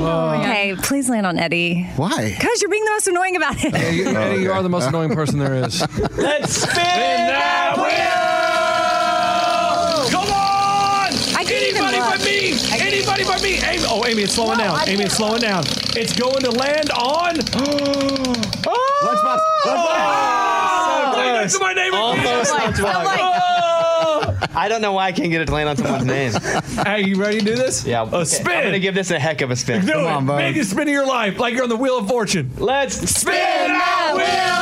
Speaker 6: go.
Speaker 19: Okay, please land on Eddie.
Speaker 6: Why?
Speaker 19: Because you're being the most annoying about it.
Speaker 4: [LAUGHS]
Speaker 9: you, Eddie,
Speaker 6: okay.
Speaker 9: you are the most annoying person there is.
Speaker 4: Let's spin
Speaker 9: that wheel! Come on!
Speaker 19: I can't even
Speaker 9: Anybody
Speaker 19: look.
Speaker 9: but me! Anybody but me! Amy, oh, Amy, it's slowing
Speaker 19: No,
Speaker 9: down.
Speaker 19: I
Speaker 9: Amy,
Speaker 19: can't-
Speaker 9: it's slowing down. It's going to land on. [GASPS]
Speaker 6: Lunchbox. Lunchbox.
Speaker 4: So
Speaker 9: oh, right
Speaker 4: close.
Speaker 9: next to my name again.
Speaker 4: Almost
Speaker 9: Like,
Speaker 4: that's what I-
Speaker 9: oh.
Speaker 4: [LAUGHS] I don't know why I can't get it to land on someone's name.
Speaker 9: [LAUGHS] Hey, you ready to do this?
Speaker 4: Yeah,
Speaker 9: A spin.
Speaker 4: I'm gonna give this a heck of a spin.
Speaker 9: Do it.
Speaker 6: on, bud.
Speaker 9: Make it spin of your life like you're on the wheel of fortune.
Speaker 4: Let's
Speaker 9: Spin that wheel!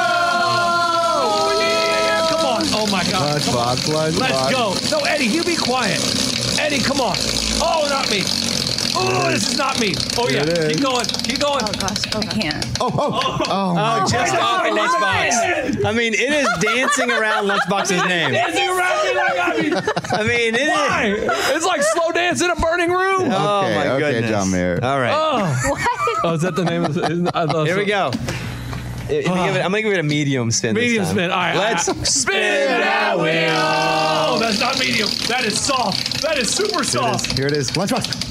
Speaker 9: Oh, yeah. Come on. Oh, my God. Come on.
Speaker 6: Lunchbox. Lunchbox.
Speaker 9: Let's go. No, Eddie, you be quiet. Eddie, come on. Oh, not me. Oh, this is not me. Oh, yeah.
Speaker 6: It is.
Speaker 9: Keep going. Keep going.
Speaker 19: gosh, I can't.
Speaker 6: Oh, oh, oh,
Speaker 4: Oh,
Speaker 3: uh,
Speaker 6: my
Speaker 4: just off of Lunchbox. I mean, it is dancing around Lunchbox's name.
Speaker 9: Dancing around
Speaker 19: Oh
Speaker 9: me like I mean,
Speaker 4: I mean, it is.
Speaker 9: why? It's like slow dance in a burning room.
Speaker 4: Oh
Speaker 6: Okay,
Speaker 4: my
Speaker 6: okay,
Speaker 4: goodness.
Speaker 6: John Mayer.
Speaker 4: All right.
Speaker 9: Oh. Oh, is that the name of the.
Speaker 4: Here we go. I'm gonna give it- I'm gonna give it a medium spin. this
Speaker 9: Ah. Medium
Speaker 4: time.
Speaker 9: spin. All right.
Speaker 4: Let's
Speaker 9: I- I- spin that wheel. Oh, that's not medium. That is soft. That is super soft.
Speaker 6: Here it is. Lunchbox.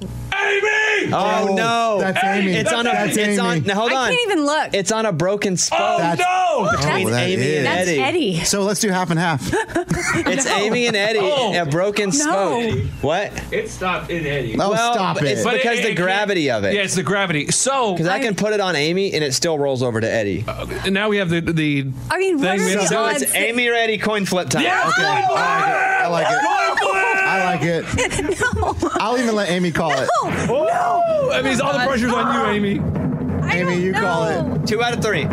Speaker 9: Amy!
Speaker 4: Oh, no.
Speaker 6: That's Amy.
Speaker 4: It's on a.
Speaker 6: That's
Speaker 4: it's
Speaker 6: Amy.
Speaker 4: on. Now hold
Speaker 19: I
Speaker 4: on.
Speaker 19: can't even look.
Speaker 4: It's on a broken
Speaker 9: Oh,
Speaker 4: spoke.
Speaker 9: no!
Speaker 6: Oh,
Speaker 4: between
Speaker 6: that
Speaker 4: Amy
Speaker 6: is.
Speaker 4: and
Speaker 19: That's
Speaker 4: Eddie.
Speaker 19: Eddie.
Speaker 6: So let's do half and half.
Speaker 4: [LAUGHS] It's Amy and Eddie
Speaker 9: Oh.
Speaker 4: and a broken spoke. What?
Speaker 9: It's not in Eddie.
Speaker 6: Oh,
Speaker 4: Well,
Speaker 6: stop
Speaker 4: but
Speaker 6: it.
Speaker 4: it's like- Because the gravity of it.
Speaker 9: Yeah, it's the gravity. So Uh,
Speaker 4: Because I can put it on Amy and it still rolls over to Eddie.
Speaker 9: and now we have the the.
Speaker 19: I mean, what
Speaker 9: Thank
Speaker 19: are
Speaker 9: you.
Speaker 19: the
Speaker 9: So
Speaker 4: So
Speaker 19: odds?
Speaker 4: it's Amy or Eddie coin flip time.
Speaker 9: Yeah,
Speaker 6: Okay. I like it.
Speaker 9: Going for
Speaker 6: I like it. I'll even let Amy call it.
Speaker 9: Oh, that means all the pressure's on you, Amy.
Speaker 6: Amy, you call it.
Speaker 4: Two out of three.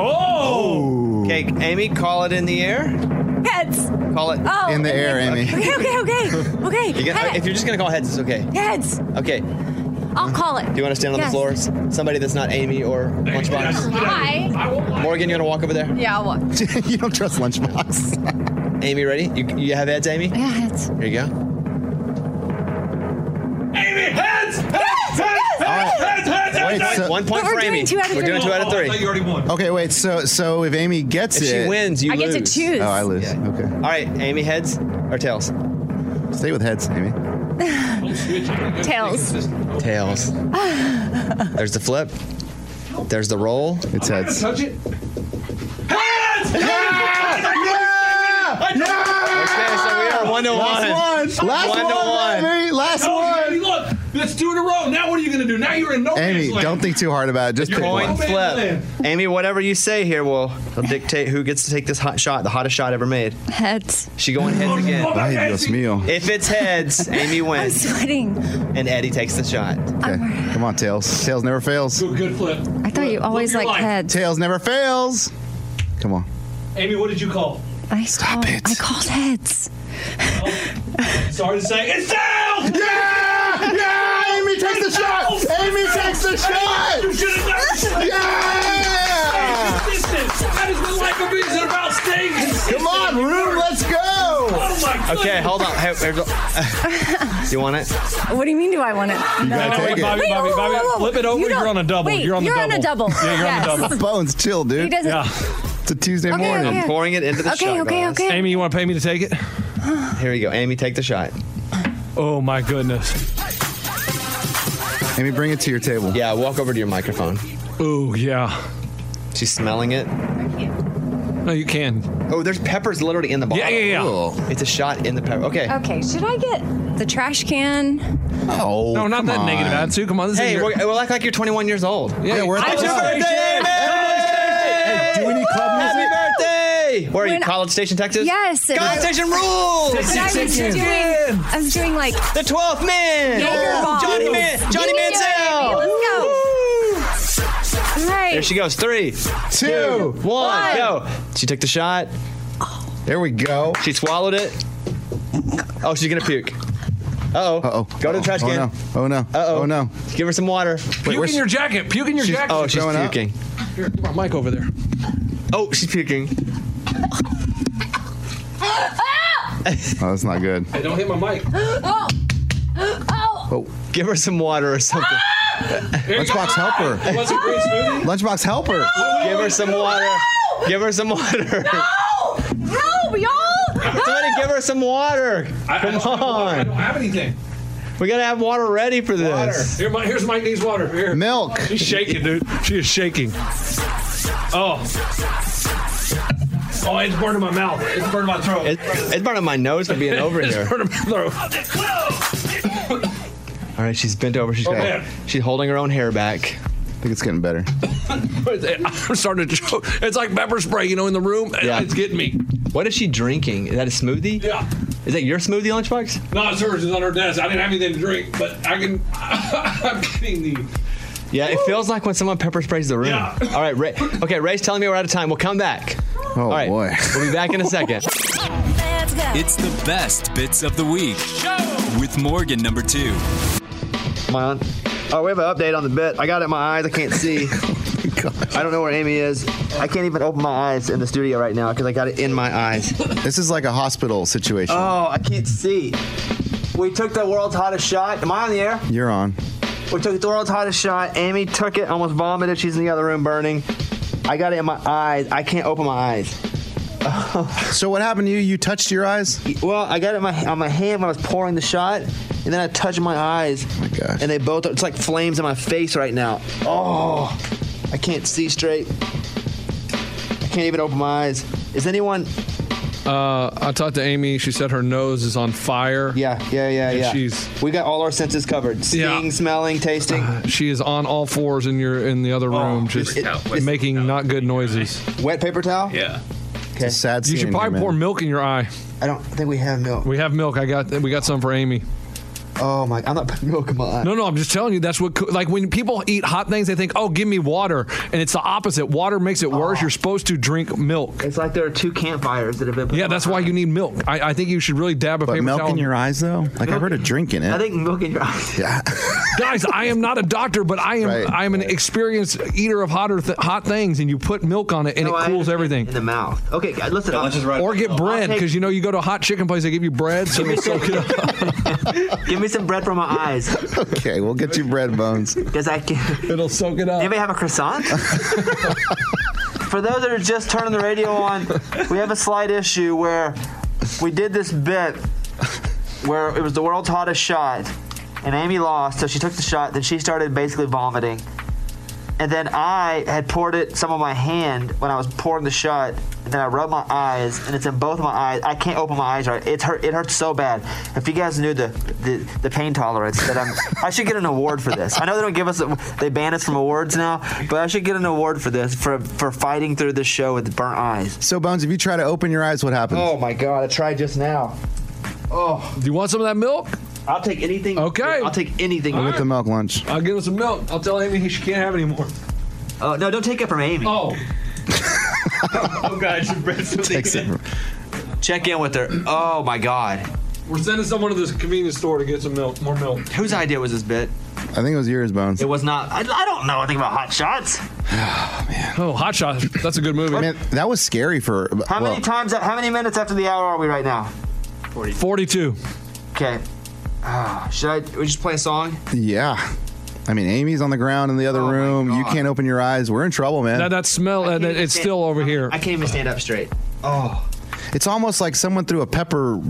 Speaker 9: Oh,
Speaker 4: Okay, Amy, call it in the air.
Speaker 19: Heads.
Speaker 4: Call it.
Speaker 19: Oh.
Speaker 6: In the air, Amy.
Speaker 19: Okay, okay,
Speaker 6: [LAUGHS]
Speaker 19: okay. Okay.
Speaker 4: You get-
Speaker 19: Head-
Speaker 4: if you're just gonna call heads, it's okay.
Speaker 19: Heads.
Speaker 4: Okay. Do
Speaker 19: I'll call it.
Speaker 4: you want to stand on
Speaker 19: Yes.
Speaker 4: the floor? S- Somebody that's not Amy or Lunchbox.
Speaker 19: Why?
Speaker 4: Morgan, you wanna walk over
Speaker 19: [LAUGHS]
Speaker 4: there?
Speaker 19: Yeah, I'll walk.
Speaker 6: you don't trust Lunchbox.
Speaker 4: Amy, ready? You, you have heads, Amy.
Speaker 19: Yeah, heads.
Speaker 4: Here you go.
Speaker 9: Amy, heads, heads, heads, heads, heads, heads,
Speaker 6: Wait,
Speaker 9: heads,
Speaker 6: So-
Speaker 4: One point
Speaker 6: But
Speaker 4: for
Speaker 6: we're
Speaker 4: Amy.
Speaker 6: doing two out of
Speaker 4: We're doing
Speaker 6: three.
Speaker 4: two out of three.
Speaker 6: Okay, wait. So so if Amy gets
Speaker 4: If she
Speaker 6: it,
Speaker 4: wins, you I get to lose. choose.
Speaker 6: Oh, I lose. Okay. All
Speaker 4: right, Amy, heads or tails?
Speaker 6: Stay with heads, Amy.
Speaker 9: Tails.
Speaker 4: Tails. [LAUGHS] There's the flip. There's the roll. It's heads.
Speaker 3: Touch it.
Speaker 4: Okay, so we are one to
Speaker 6: Last one. Last
Speaker 4: One to
Speaker 6: one,
Speaker 4: one.
Speaker 6: Amy. Last
Speaker 3: No,
Speaker 6: one.
Speaker 3: Amy, look, that's two in a row. Now what are you going to do? Now you're in no
Speaker 6: Amy,
Speaker 3: man's land.
Speaker 6: don't think too hard about it. Just pick
Speaker 4: Coin
Speaker 6: one.
Speaker 4: flip. Amy, whatever you say here will will dictate who gets to take this hot shot, the hottest shot ever made.
Speaker 5: Heads.
Speaker 4: She going heads again.
Speaker 6: Ay, Dios mío.
Speaker 4: If it's
Speaker 6: [LAUGHS]
Speaker 4: heads, Amy
Speaker 5: I'm [LAUGHS]
Speaker 4: wins,
Speaker 5: sweating.
Speaker 4: and Eddie takes the shot.
Speaker 6: Okay. Come on, Tails. Tails never fails.
Speaker 3: Good, flip.
Speaker 5: I thought you always
Speaker 3: your
Speaker 5: like
Speaker 3: life.
Speaker 5: heads.
Speaker 6: Tails never fails. Come on.
Speaker 3: Amy, what did you call?
Speaker 5: I Stop it. I called heads.
Speaker 3: Sorry to say, it's down!
Speaker 6: Yeah! Yeah! Amy takes the shot! Amy takes the shot!
Speaker 3: You should have done it!
Speaker 6: Yeah!
Speaker 3: Stay consistent. That is the life of being is about staying consistent.
Speaker 6: Come on, Rune, let's go!
Speaker 3: Oh my goodness.
Speaker 4: Okay, hold on. Hey, there's a- Do [LAUGHS] you want it?
Speaker 5: What do you mean? Do I want it?
Speaker 3: You gotta
Speaker 6: take it.
Speaker 3: Bobby,
Speaker 5: Wait,
Speaker 3: Bobby,
Speaker 5: whoa,
Speaker 3: Bobby,
Speaker 5: whoa, whoa, whoa.
Speaker 3: flip it over.
Speaker 5: You
Speaker 3: You are
Speaker 5: don't-
Speaker 3: on a double.
Speaker 5: wait,
Speaker 3: you're on the
Speaker 5: you're on
Speaker 3: double.
Speaker 5: a double.
Speaker 3: Yeah, you're on
Speaker 5: Yes.
Speaker 3: the double.
Speaker 6: Bones, chill, dude.
Speaker 5: He doesn't.
Speaker 6: It's a Tuesday
Speaker 5: Okay,
Speaker 6: morning.
Speaker 5: okay.
Speaker 4: I'm pouring it into the
Speaker 5: Okay,
Speaker 4: shot
Speaker 5: okay,
Speaker 4: glass.
Speaker 5: okay.
Speaker 3: Amy, you want to pay me to take it?
Speaker 4: Here we go. Amy, take the shot.
Speaker 3: Oh my goodness.
Speaker 6: Amy, bring it to your table.
Speaker 4: Yeah, walk over to your microphone.
Speaker 3: Oh yeah.
Speaker 4: She's smelling it.
Speaker 3: No, you can.
Speaker 4: Oh, there's peppers literally in the bottle.
Speaker 3: Yeah, yeah, yeah.
Speaker 4: It's a shot in the pepper. Okay.
Speaker 5: Okay, should I get the trash can?
Speaker 6: Oh,
Speaker 3: No, not
Speaker 6: come
Speaker 3: that
Speaker 6: on.
Speaker 3: negative attitude. Come on, this
Speaker 4: Hey,
Speaker 3: is your.
Speaker 4: we're, we'll act like you're 21 years old.
Speaker 6: Yeah, we're
Speaker 4: Happy birthday, Amy!
Speaker 6: Do we need club music?
Speaker 4: Happy birthday! Where are you?
Speaker 5: When-
Speaker 4: College Station, Texas?
Speaker 5: Yes. and
Speaker 4: College
Speaker 5: I-
Speaker 4: Station rules!
Speaker 5: and I was doing, I was doing like
Speaker 4: The 12th man!
Speaker 5: Jaeger bombs.
Speaker 4: Johnny Man! Johnny
Speaker 5: Give me your baby,
Speaker 4: Manziel!
Speaker 5: Let's go. All right.
Speaker 4: There she goes. Three,
Speaker 6: Two.
Speaker 4: one, go. She took the shot.
Speaker 6: There we go.
Speaker 4: She swallowed it. Oh, she's gonna puke. Uh
Speaker 6: Uh oh.
Speaker 4: oh. Go to the trash
Speaker 6: oh,
Speaker 4: can.
Speaker 6: Oh no. Oh no.
Speaker 4: Uh-oh.
Speaker 6: Oh no.
Speaker 4: Give her some water.
Speaker 3: Puke in your jacket. Puke in your jacket.
Speaker 4: Oh, she's
Speaker 6: throwing up?
Speaker 4: puking.
Speaker 3: Here, put my mic over there.
Speaker 4: Oh, she's puking.
Speaker 6: Oh, that's not good.
Speaker 3: Hey, don't hit my mic.
Speaker 6: Oh,
Speaker 4: Give her some water or something.
Speaker 6: lunchbox helper.
Speaker 3: What's a green smoothie?
Speaker 6: Lunchbox helper.
Speaker 4: Give her some water. Give her some water.
Speaker 5: Help, y'all!
Speaker 4: Somebody give her some water.
Speaker 3: I- I
Speaker 4: Come
Speaker 3: don't have water. I
Speaker 4: on.
Speaker 3: don't have anything.
Speaker 4: We gotta have water ready for this.
Speaker 3: Here, my, here's Mike needs water. Here.
Speaker 6: Milk.
Speaker 3: She's shaking, dude. She is shaking. Oh. Oh, it's burning my mouth. It's burning my throat.
Speaker 4: It, it's burning my nose for being over
Speaker 3: it's
Speaker 4: here.
Speaker 3: burning my throat.
Speaker 4: All right, she's bent over. She's
Speaker 3: Oh,
Speaker 4: got-
Speaker 3: man.
Speaker 4: she's holding her own hair back.
Speaker 6: I think it's getting better.
Speaker 3: I'm starting to choke. It's like pepper spray, you know, in the room.
Speaker 4: Yeah.
Speaker 3: It's getting me.
Speaker 4: What is she drinking? Is that a smoothie?
Speaker 3: Yeah.
Speaker 4: Is that your smoothie, Lunchbox?
Speaker 3: No, it's hers. It's on her desk. I didn't have anything to drink, but I can. [LAUGHS] I'm getting the.
Speaker 4: Yeah, it feels like when someone pepper sprays the room.
Speaker 3: Yeah.
Speaker 4: All right, Ray. Okay, Ray's telling me we're out of time. We'll come back.
Speaker 6: Oh
Speaker 4: All right,
Speaker 6: boy.
Speaker 4: We'll be back in a
Speaker 6: [LAUGHS]
Speaker 4: second.
Speaker 23: Let's go.
Speaker 1: It's the best bits of the week with Morgan number two.
Speaker 4: Come on. Oh, we have an update on the bit. I got it in my eyes. I
Speaker 6: [LAUGHS]
Speaker 4: can't see. I don't know where Amy is. I can't even open my eyes in the studio right now because I got it in my eyes.
Speaker 6: This is like a hospital situation.
Speaker 4: Oh, I can't see. We took the world's hottest shot. Am I on the air?
Speaker 6: You're on.
Speaker 4: We took the world's hottest shot. Amy took it, almost vomited. She's in the other room burning. I got it in my eyes. I can't open my eyes. [LAUGHS]
Speaker 6: So what happened to you? You touched your eyes?
Speaker 4: Well, I got it in my, on my hand when I was pouring the shot, and then I touched my eyes. Oh my
Speaker 6: gosh.
Speaker 4: And they both, it's like flames in my face right now. Oh, I can't see straight. I can't even open my eyes. Is anyone?
Speaker 3: Uh, I talked to Amy. She said her nose is on fire.
Speaker 4: Yeah, yeah, yeah,
Speaker 3: And
Speaker 4: yeah.
Speaker 3: she's-
Speaker 4: We got all our senses covered seeing,
Speaker 3: Yeah.
Speaker 4: smelling, tasting.
Speaker 3: Uh, She is on all fours in your in the other room, just
Speaker 4: it- it's-
Speaker 3: making not good noises.
Speaker 4: Wet paper towel?
Speaker 3: Yeah.
Speaker 6: It's a sad
Speaker 3: You
Speaker 6: scene
Speaker 3: should
Speaker 6: in
Speaker 3: probably
Speaker 6: here,
Speaker 3: pour
Speaker 6: man.
Speaker 3: milk in your eye.
Speaker 4: I don't think we have milk.
Speaker 3: We have milk. I got we got some for Amy.
Speaker 4: Oh my! I'm not putting milk in my eye.
Speaker 3: No, no, I'm just telling you. That's what coo- like when people eat hot things, they think, "Oh, give me water," and it's the opposite. Water makes it worse. You're supposed to drink milk.
Speaker 4: It's like there are two campfires that have been. put
Speaker 3: Yeah,
Speaker 4: on.
Speaker 3: that's why you need milk. I, I think you should really dab a
Speaker 6: But
Speaker 3: paper
Speaker 6: milk
Speaker 3: towel.
Speaker 6: in your eyes though? Like I've heard of drinking it.
Speaker 4: I think milk in your eyes.
Speaker 6: yeah.
Speaker 3: Guys, I am not a doctor, but I am
Speaker 6: Right,
Speaker 3: I am an experienced eater of hotter th- hot things, and you put milk on it, and
Speaker 4: No,
Speaker 3: it
Speaker 4: I
Speaker 3: cools
Speaker 4: understand.
Speaker 3: everything.
Speaker 4: In the mouth. Okay, guys, listen.
Speaker 24: Yeah, let's just write
Speaker 3: Or get bread
Speaker 4: take-
Speaker 3: because you know you go to a hot chicken place, they give you bread, so you soak it up.
Speaker 4: [LAUGHS] Give me me some bread for my eyes.
Speaker 6: [LAUGHS] okay, we'll get you bread bones.
Speaker 4: Because I can.
Speaker 6: It'll soak it up.
Speaker 4: Anybody have a
Speaker 6: [LAUGHS]
Speaker 4: croissant? for those that are just turning the radio on, we have a slight issue where we did this bit where it was the world's hottest shot, and Amy lost, so she took the shot. Then she started basically vomiting, and then I had poured it some on my hand when I was pouring the shot, and then I rubbed my eyes, and it's in both my eyes. I can't open my eyes right. It hurt. It hurts so bad. If you guys knew the the, the pain tolerance that I'm, I should get an award for this. I know they don't give us, they ban us from awards now, but I should get an award for this for for fighting through this show with burnt eyes.
Speaker 6: So, Bones, if you try to open your eyes, what happens?
Speaker 4: Oh my God! I tried just now. Oh.
Speaker 3: Do you want some of that milk?
Speaker 4: I'll take anything. Okay. I'll take anything.
Speaker 6: We'll get the milk lunch.
Speaker 3: I'll give him some milk. I'll tell Amy she can't have any more.
Speaker 4: Oh no! Don't take it from Amy.
Speaker 3: Oh.
Speaker 4: [LAUGHS] oh God! She read something. Check in with her. Oh my God!
Speaker 3: We're sending someone to this convenience store to get some milk, more milk.
Speaker 4: Whose idea was this bit?
Speaker 6: I think it was yours, Bones.
Speaker 4: It was not. I, I don't know anything about hot shots.
Speaker 3: Oh, Hot Shot. That's a good movie.
Speaker 6: Man, that was scary for.
Speaker 4: How
Speaker 6: well,
Speaker 4: many times? How many minutes after the hour are we right now?
Speaker 3: Forty-two.
Speaker 4: Okay. Ah, should I? We just play a song.
Speaker 6: Yeah. I mean, Amy's on the ground in the
Speaker 4: Oh
Speaker 6: other room. You can't open your eyes. We're in trouble, man.
Speaker 3: That, that smell, uh, that-
Speaker 4: even
Speaker 3: it's
Speaker 4: stand-
Speaker 3: still over here.
Speaker 4: I can't even stand up straight. Oh.
Speaker 6: It's almost like someone threw a pepper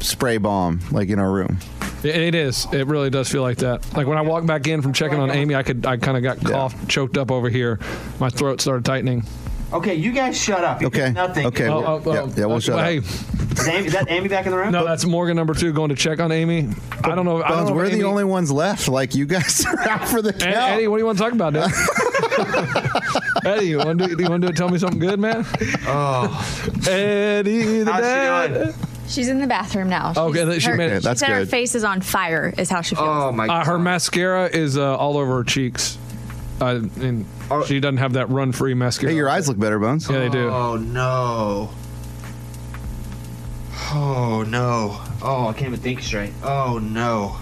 Speaker 6: spray bomb, like in our room.
Speaker 3: It, it is. It really does feel like that. Like when I walked back in from checking on Amy, I could, I kind of got coughed, choked up over here. My throat started tightening.
Speaker 4: Okay, you guys shut up. You
Speaker 3: Okay.
Speaker 4: did Nothing.
Speaker 3: Okay, Oh, we'll- oh, yeah, oh, yeah, we'll shut up. hey.
Speaker 4: Is, Amy, is that Amy back in the room?
Speaker 3: No, that's Morgan number two going to check on Amy. I don't know. I don't
Speaker 6: Bones,
Speaker 3: know if
Speaker 6: we're
Speaker 3: Amy-
Speaker 6: the only ones left. Like you guys [LAUGHS] are out for the
Speaker 3: Hey,
Speaker 6: count.
Speaker 3: Eddie, what do you want to talk about,
Speaker 6: [LAUGHS]
Speaker 3: dude? Eddie, you want to do, you want to tell me something good, man?
Speaker 4: Oh,
Speaker 3: Eddie, the dad.
Speaker 2: She's in the bathroom now. She's,
Speaker 3: Oh, Okay, that- she
Speaker 2: her,
Speaker 3: made it.
Speaker 2: she
Speaker 3: That's
Speaker 2: said her
Speaker 3: good.
Speaker 2: face is on fire. Is how she feels.
Speaker 4: Oh
Speaker 3: Uh, her mascara is uh, all over her cheeks. Uh, and she doesn't have that run-free mascara. Hey, your
Speaker 6: eyes look better, Bones.
Speaker 3: Yeah, they do.
Speaker 4: Oh no. Oh no. Oh, I can't even think straight. Oh no.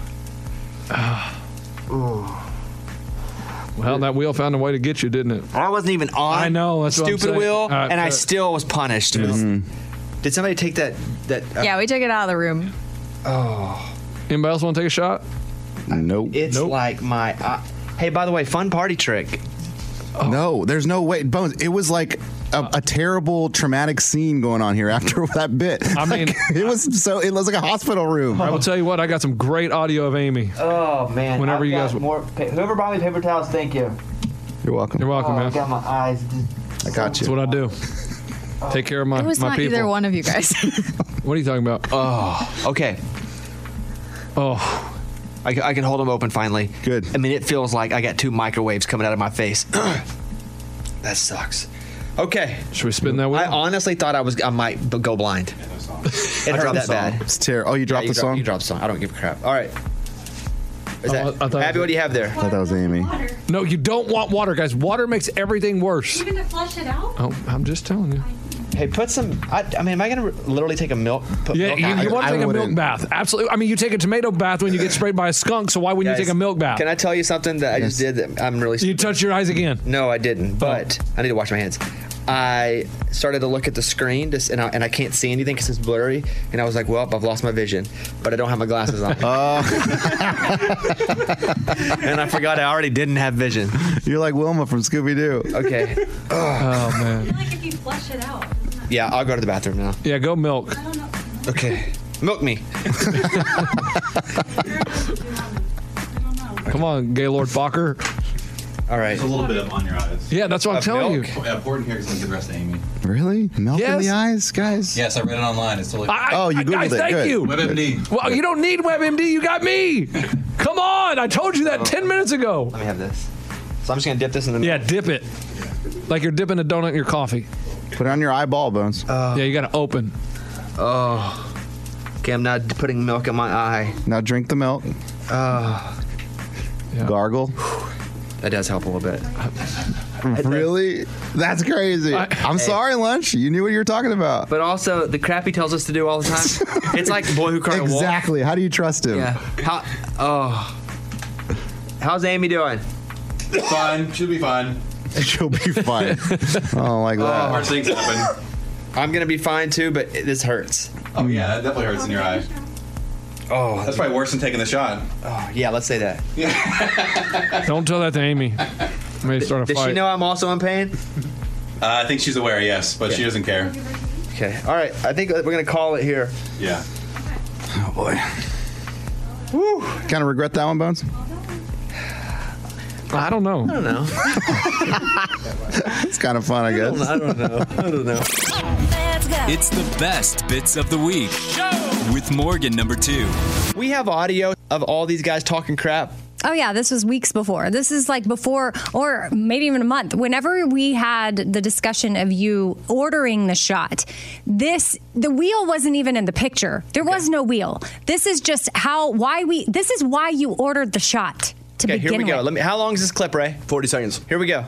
Speaker 3: Ah.
Speaker 4: Ooh.
Speaker 3: Well, that wheel found a way to get you, didn't it?
Speaker 4: I wasn't even on.
Speaker 3: I know. That's what I'm
Speaker 4: Stupid
Speaker 3: saying.
Speaker 4: Will,
Speaker 3: All right,
Speaker 4: and I
Speaker 3: uh,
Speaker 4: still was punished.
Speaker 6: Mm-hmm.
Speaker 4: Did somebody take that? That uh,
Speaker 2: yeah, we took it out of the room.
Speaker 4: Oh.
Speaker 3: Anybody else want to take a shot?
Speaker 6: Nope.
Speaker 4: It's like my. Uh, hey, by the way, fun party trick.
Speaker 6: Oh. No, there's no way, Bones. It was like a, a terrible traumatic scene going on here after [LAUGHS] that bit.
Speaker 3: I mean- Oh,
Speaker 6: Like, it was so it was like a hospital room.
Speaker 3: I will tell you what. I got some great audio of Amy.
Speaker 4: Oh man.
Speaker 3: Whenever
Speaker 4: I've
Speaker 3: you
Speaker 4: got
Speaker 3: guys-
Speaker 4: more, pa- whoever brought me paper towels, thank you.
Speaker 6: You're welcome.
Speaker 3: You're
Speaker 4: Oh,
Speaker 3: welcome,
Speaker 4: I
Speaker 3: man.
Speaker 4: got my eyes. Oh.
Speaker 6: I got you.
Speaker 3: That's what I do. Take care of my,
Speaker 2: it was
Speaker 3: my
Speaker 2: not
Speaker 3: people.
Speaker 2: either one of you guys.
Speaker 3: [LAUGHS] What are you talking about?
Speaker 4: Oh, okay.
Speaker 3: Oh.
Speaker 4: I, ca- I can hold them open finally.
Speaker 6: Good.
Speaker 4: I mean, it feels like I got two microwaves coming out of my face. [LAUGHS] [CLEARS THROAT] that sucks. Okay.
Speaker 3: Should we spin that wheel?
Speaker 4: I honestly thought I was I might b- go
Speaker 3: [LAUGHS]
Speaker 4: blind. It hurt that bad.
Speaker 6: It's terrible. Oh, you dropped
Speaker 4: you
Speaker 6: the
Speaker 4: dropped-
Speaker 6: song.
Speaker 4: you dropped the song. I don't give a crap. All right. Is
Speaker 3: Oh, I- I
Speaker 4: that,
Speaker 3: thought-
Speaker 4: Abby, what do you have there?
Speaker 6: I thought that
Speaker 4: [LAUGHS]
Speaker 6: was Amy.
Speaker 3: No, you don't want water, guys. Water makes everything worse.
Speaker 4: to flush it out?
Speaker 3: Oh, I'm just telling you.
Speaker 4: Hey, put some. I, I mean, am I going to literally take a milk? Put
Speaker 3: Yeah,
Speaker 4: milk
Speaker 3: you,
Speaker 4: out?
Speaker 3: you want to take a milk bath? Absolutely. I mean, you take a tomato bath when you get sprayed by a skunk. So why wouldn't you
Speaker 4: Guys,
Speaker 3: take a milk bath?
Speaker 4: Can I tell you something that I just did that I'm really
Speaker 3: You touched your eyes again. Oh.
Speaker 4: No, I didn't. But I need to wash my hands. I started to look at the screen just, and, I, and I can't see anything because it's blurry. And I was like, well, I've lost my vision, but I don't have my glasses
Speaker 3: [LAUGHS]
Speaker 4: on.
Speaker 6: Uh,
Speaker 4: and I forgot I already didn't have vision.
Speaker 6: You're like Wilma from Scooby Doo.
Speaker 4: Okay.
Speaker 3: Oh man.
Speaker 25: like if you flush it out.
Speaker 4: Yeah, I'll go to the bathroom now.
Speaker 3: Yeah, go milk.
Speaker 4: Okay.
Speaker 25: [LAUGHS]
Speaker 4: Milk me.
Speaker 3: [LAUGHS] Come on, Gaylord Fokker.
Speaker 4: All right.
Speaker 8: There's a little bit of on your eyes.
Speaker 3: Yeah, that's what I'm telling you.
Speaker 8: Yeah, pour it in here because I'm give the rest to Amy.
Speaker 6: Really? Milk in the eyes, guys? Oh,
Speaker 8: Yes, I read it online. It's totally.
Speaker 3: I- I- I- I Thank Oh, you.
Speaker 8: WebMD.
Speaker 3: Well, you don't need WebMD. You got me. Come on. I told you
Speaker 8: Oh.
Speaker 3: that 10 minutes ago.
Speaker 4: Let me have this. So I'm just going to dip this in the
Speaker 3: Yeah, dip it. Like you're dipping a donut in your coffee.
Speaker 6: Put it on your eyeball, Bones.
Speaker 4: Uh,
Speaker 3: yeah, you got to open.
Speaker 4: Oh. Okay, I'm not putting milk in my eye.
Speaker 6: Now drink the milk.
Speaker 4: Uh,
Speaker 6: Gargle.
Speaker 4: [SIGHS] That does help a little bit.
Speaker 6: Really? That's crazy. I, am sorry, Lunch. You knew what you were talking about.
Speaker 4: But also, the crap he tells us to do all the
Speaker 6: [LAUGHS]
Speaker 4: time. it's like boy who cried wolf.
Speaker 6: Exactly. How do you trust him?
Speaker 4: Yeah. How? Oh. How's Amy doing?
Speaker 8: Fine. She'll be fine.
Speaker 6: [LAUGHS] She'll be
Speaker 4: [LAUGHS]
Speaker 6: fine. oh, like that.
Speaker 8: Hard things happen.
Speaker 4: I'm gonna be fine too, but it- this hurts.
Speaker 8: Uh, Oh yeah, that definitely hurts in your eye. Oh, that's probably worse than taking the shot. Oh,
Speaker 4: yeah, let's say that.
Speaker 8: [LAUGHS]
Speaker 9: Don't tell that to Amy. I may start a
Speaker 4: Does she
Speaker 9: fight.
Speaker 4: know I'm also in pain?
Speaker 8: Uh, I think she's aware, yes, but she doesn't care.
Speaker 4: Okay. All right. I think we're gonna call it here.
Speaker 8: Yeah.
Speaker 6: Oh boy. Woo. Kind of regret that one, Bones.
Speaker 9: I don't know. I
Speaker 4: don't know.
Speaker 6: [LAUGHS] it's kind of fun, I guess.
Speaker 4: I don't know. I don't know.
Speaker 1: It's the best bits of the week with Morgan number two.
Speaker 4: We have audio of all these guys talking crap.
Speaker 5: Oh yeah, this was weeks before. This is like before, or maybe even a month. Whenever we had the discussion of you ordering the shot, this the wheel wasn't even in the picture. There was no wheel. This is just how why we. This is why you ordered the shot to
Speaker 4: Okay,
Speaker 5: begin
Speaker 4: here we go.
Speaker 5: with.
Speaker 4: Let me. How long is this clip, Ray? Forty seconds. Here we go.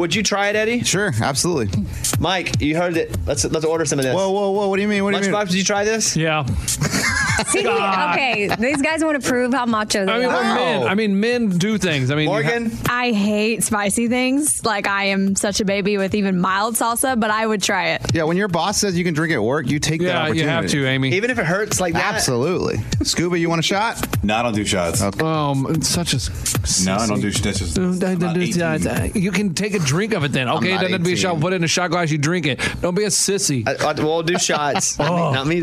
Speaker 4: Would you try it, Eddie?
Speaker 6: Sure, absolutely.
Speaker 4: Mike, you heard it. Let's let's order some of this. Whoa,
Speaker 6: whoa, whoa! What do you mean? What
Speaker 4: do you mean? Lunchbox, did you try this?
Speaker 9: Yeah.
Speaker 5: [LAUGHS] See, okay, these guys want to prove how Oh, macho they
Speaker 9: I mean,
Speaker 5: are.
Speaker 9: we're men. I mean, men do things. I mean, you ha-
Speaker 2: I hate spicy things. Like I am such a baby with even mild salsa, but I would try it.
Speaker 6: Yeah, when your boss says you can drink at work, you take that
Speaker 9: Yeah,
Speaker 6: opportunity.
Speaker 9: you have to, Amy.
Speaker 4: Even if it hurts like
Speaker 6: that. Absolutely. Scuba, you want a shot?
Speaker 8: No, I don't do shots.
Speaker 9: Um, it's such a. s-
Speaker 8: No, I don't do shots.
Speaker 9: You can take a drink of it then. Okay, it
Speaker 8: not
Speaker 9: doesn't have to be a shot.
Speaker 8: 18.
Speaker 9: Put it in a shot glass. You drink it. Don't be a sissy.
Speaker 4: I, we'll do
Speaker 9: [LAUGHS]
Speaker 4: shots. Not me- Not me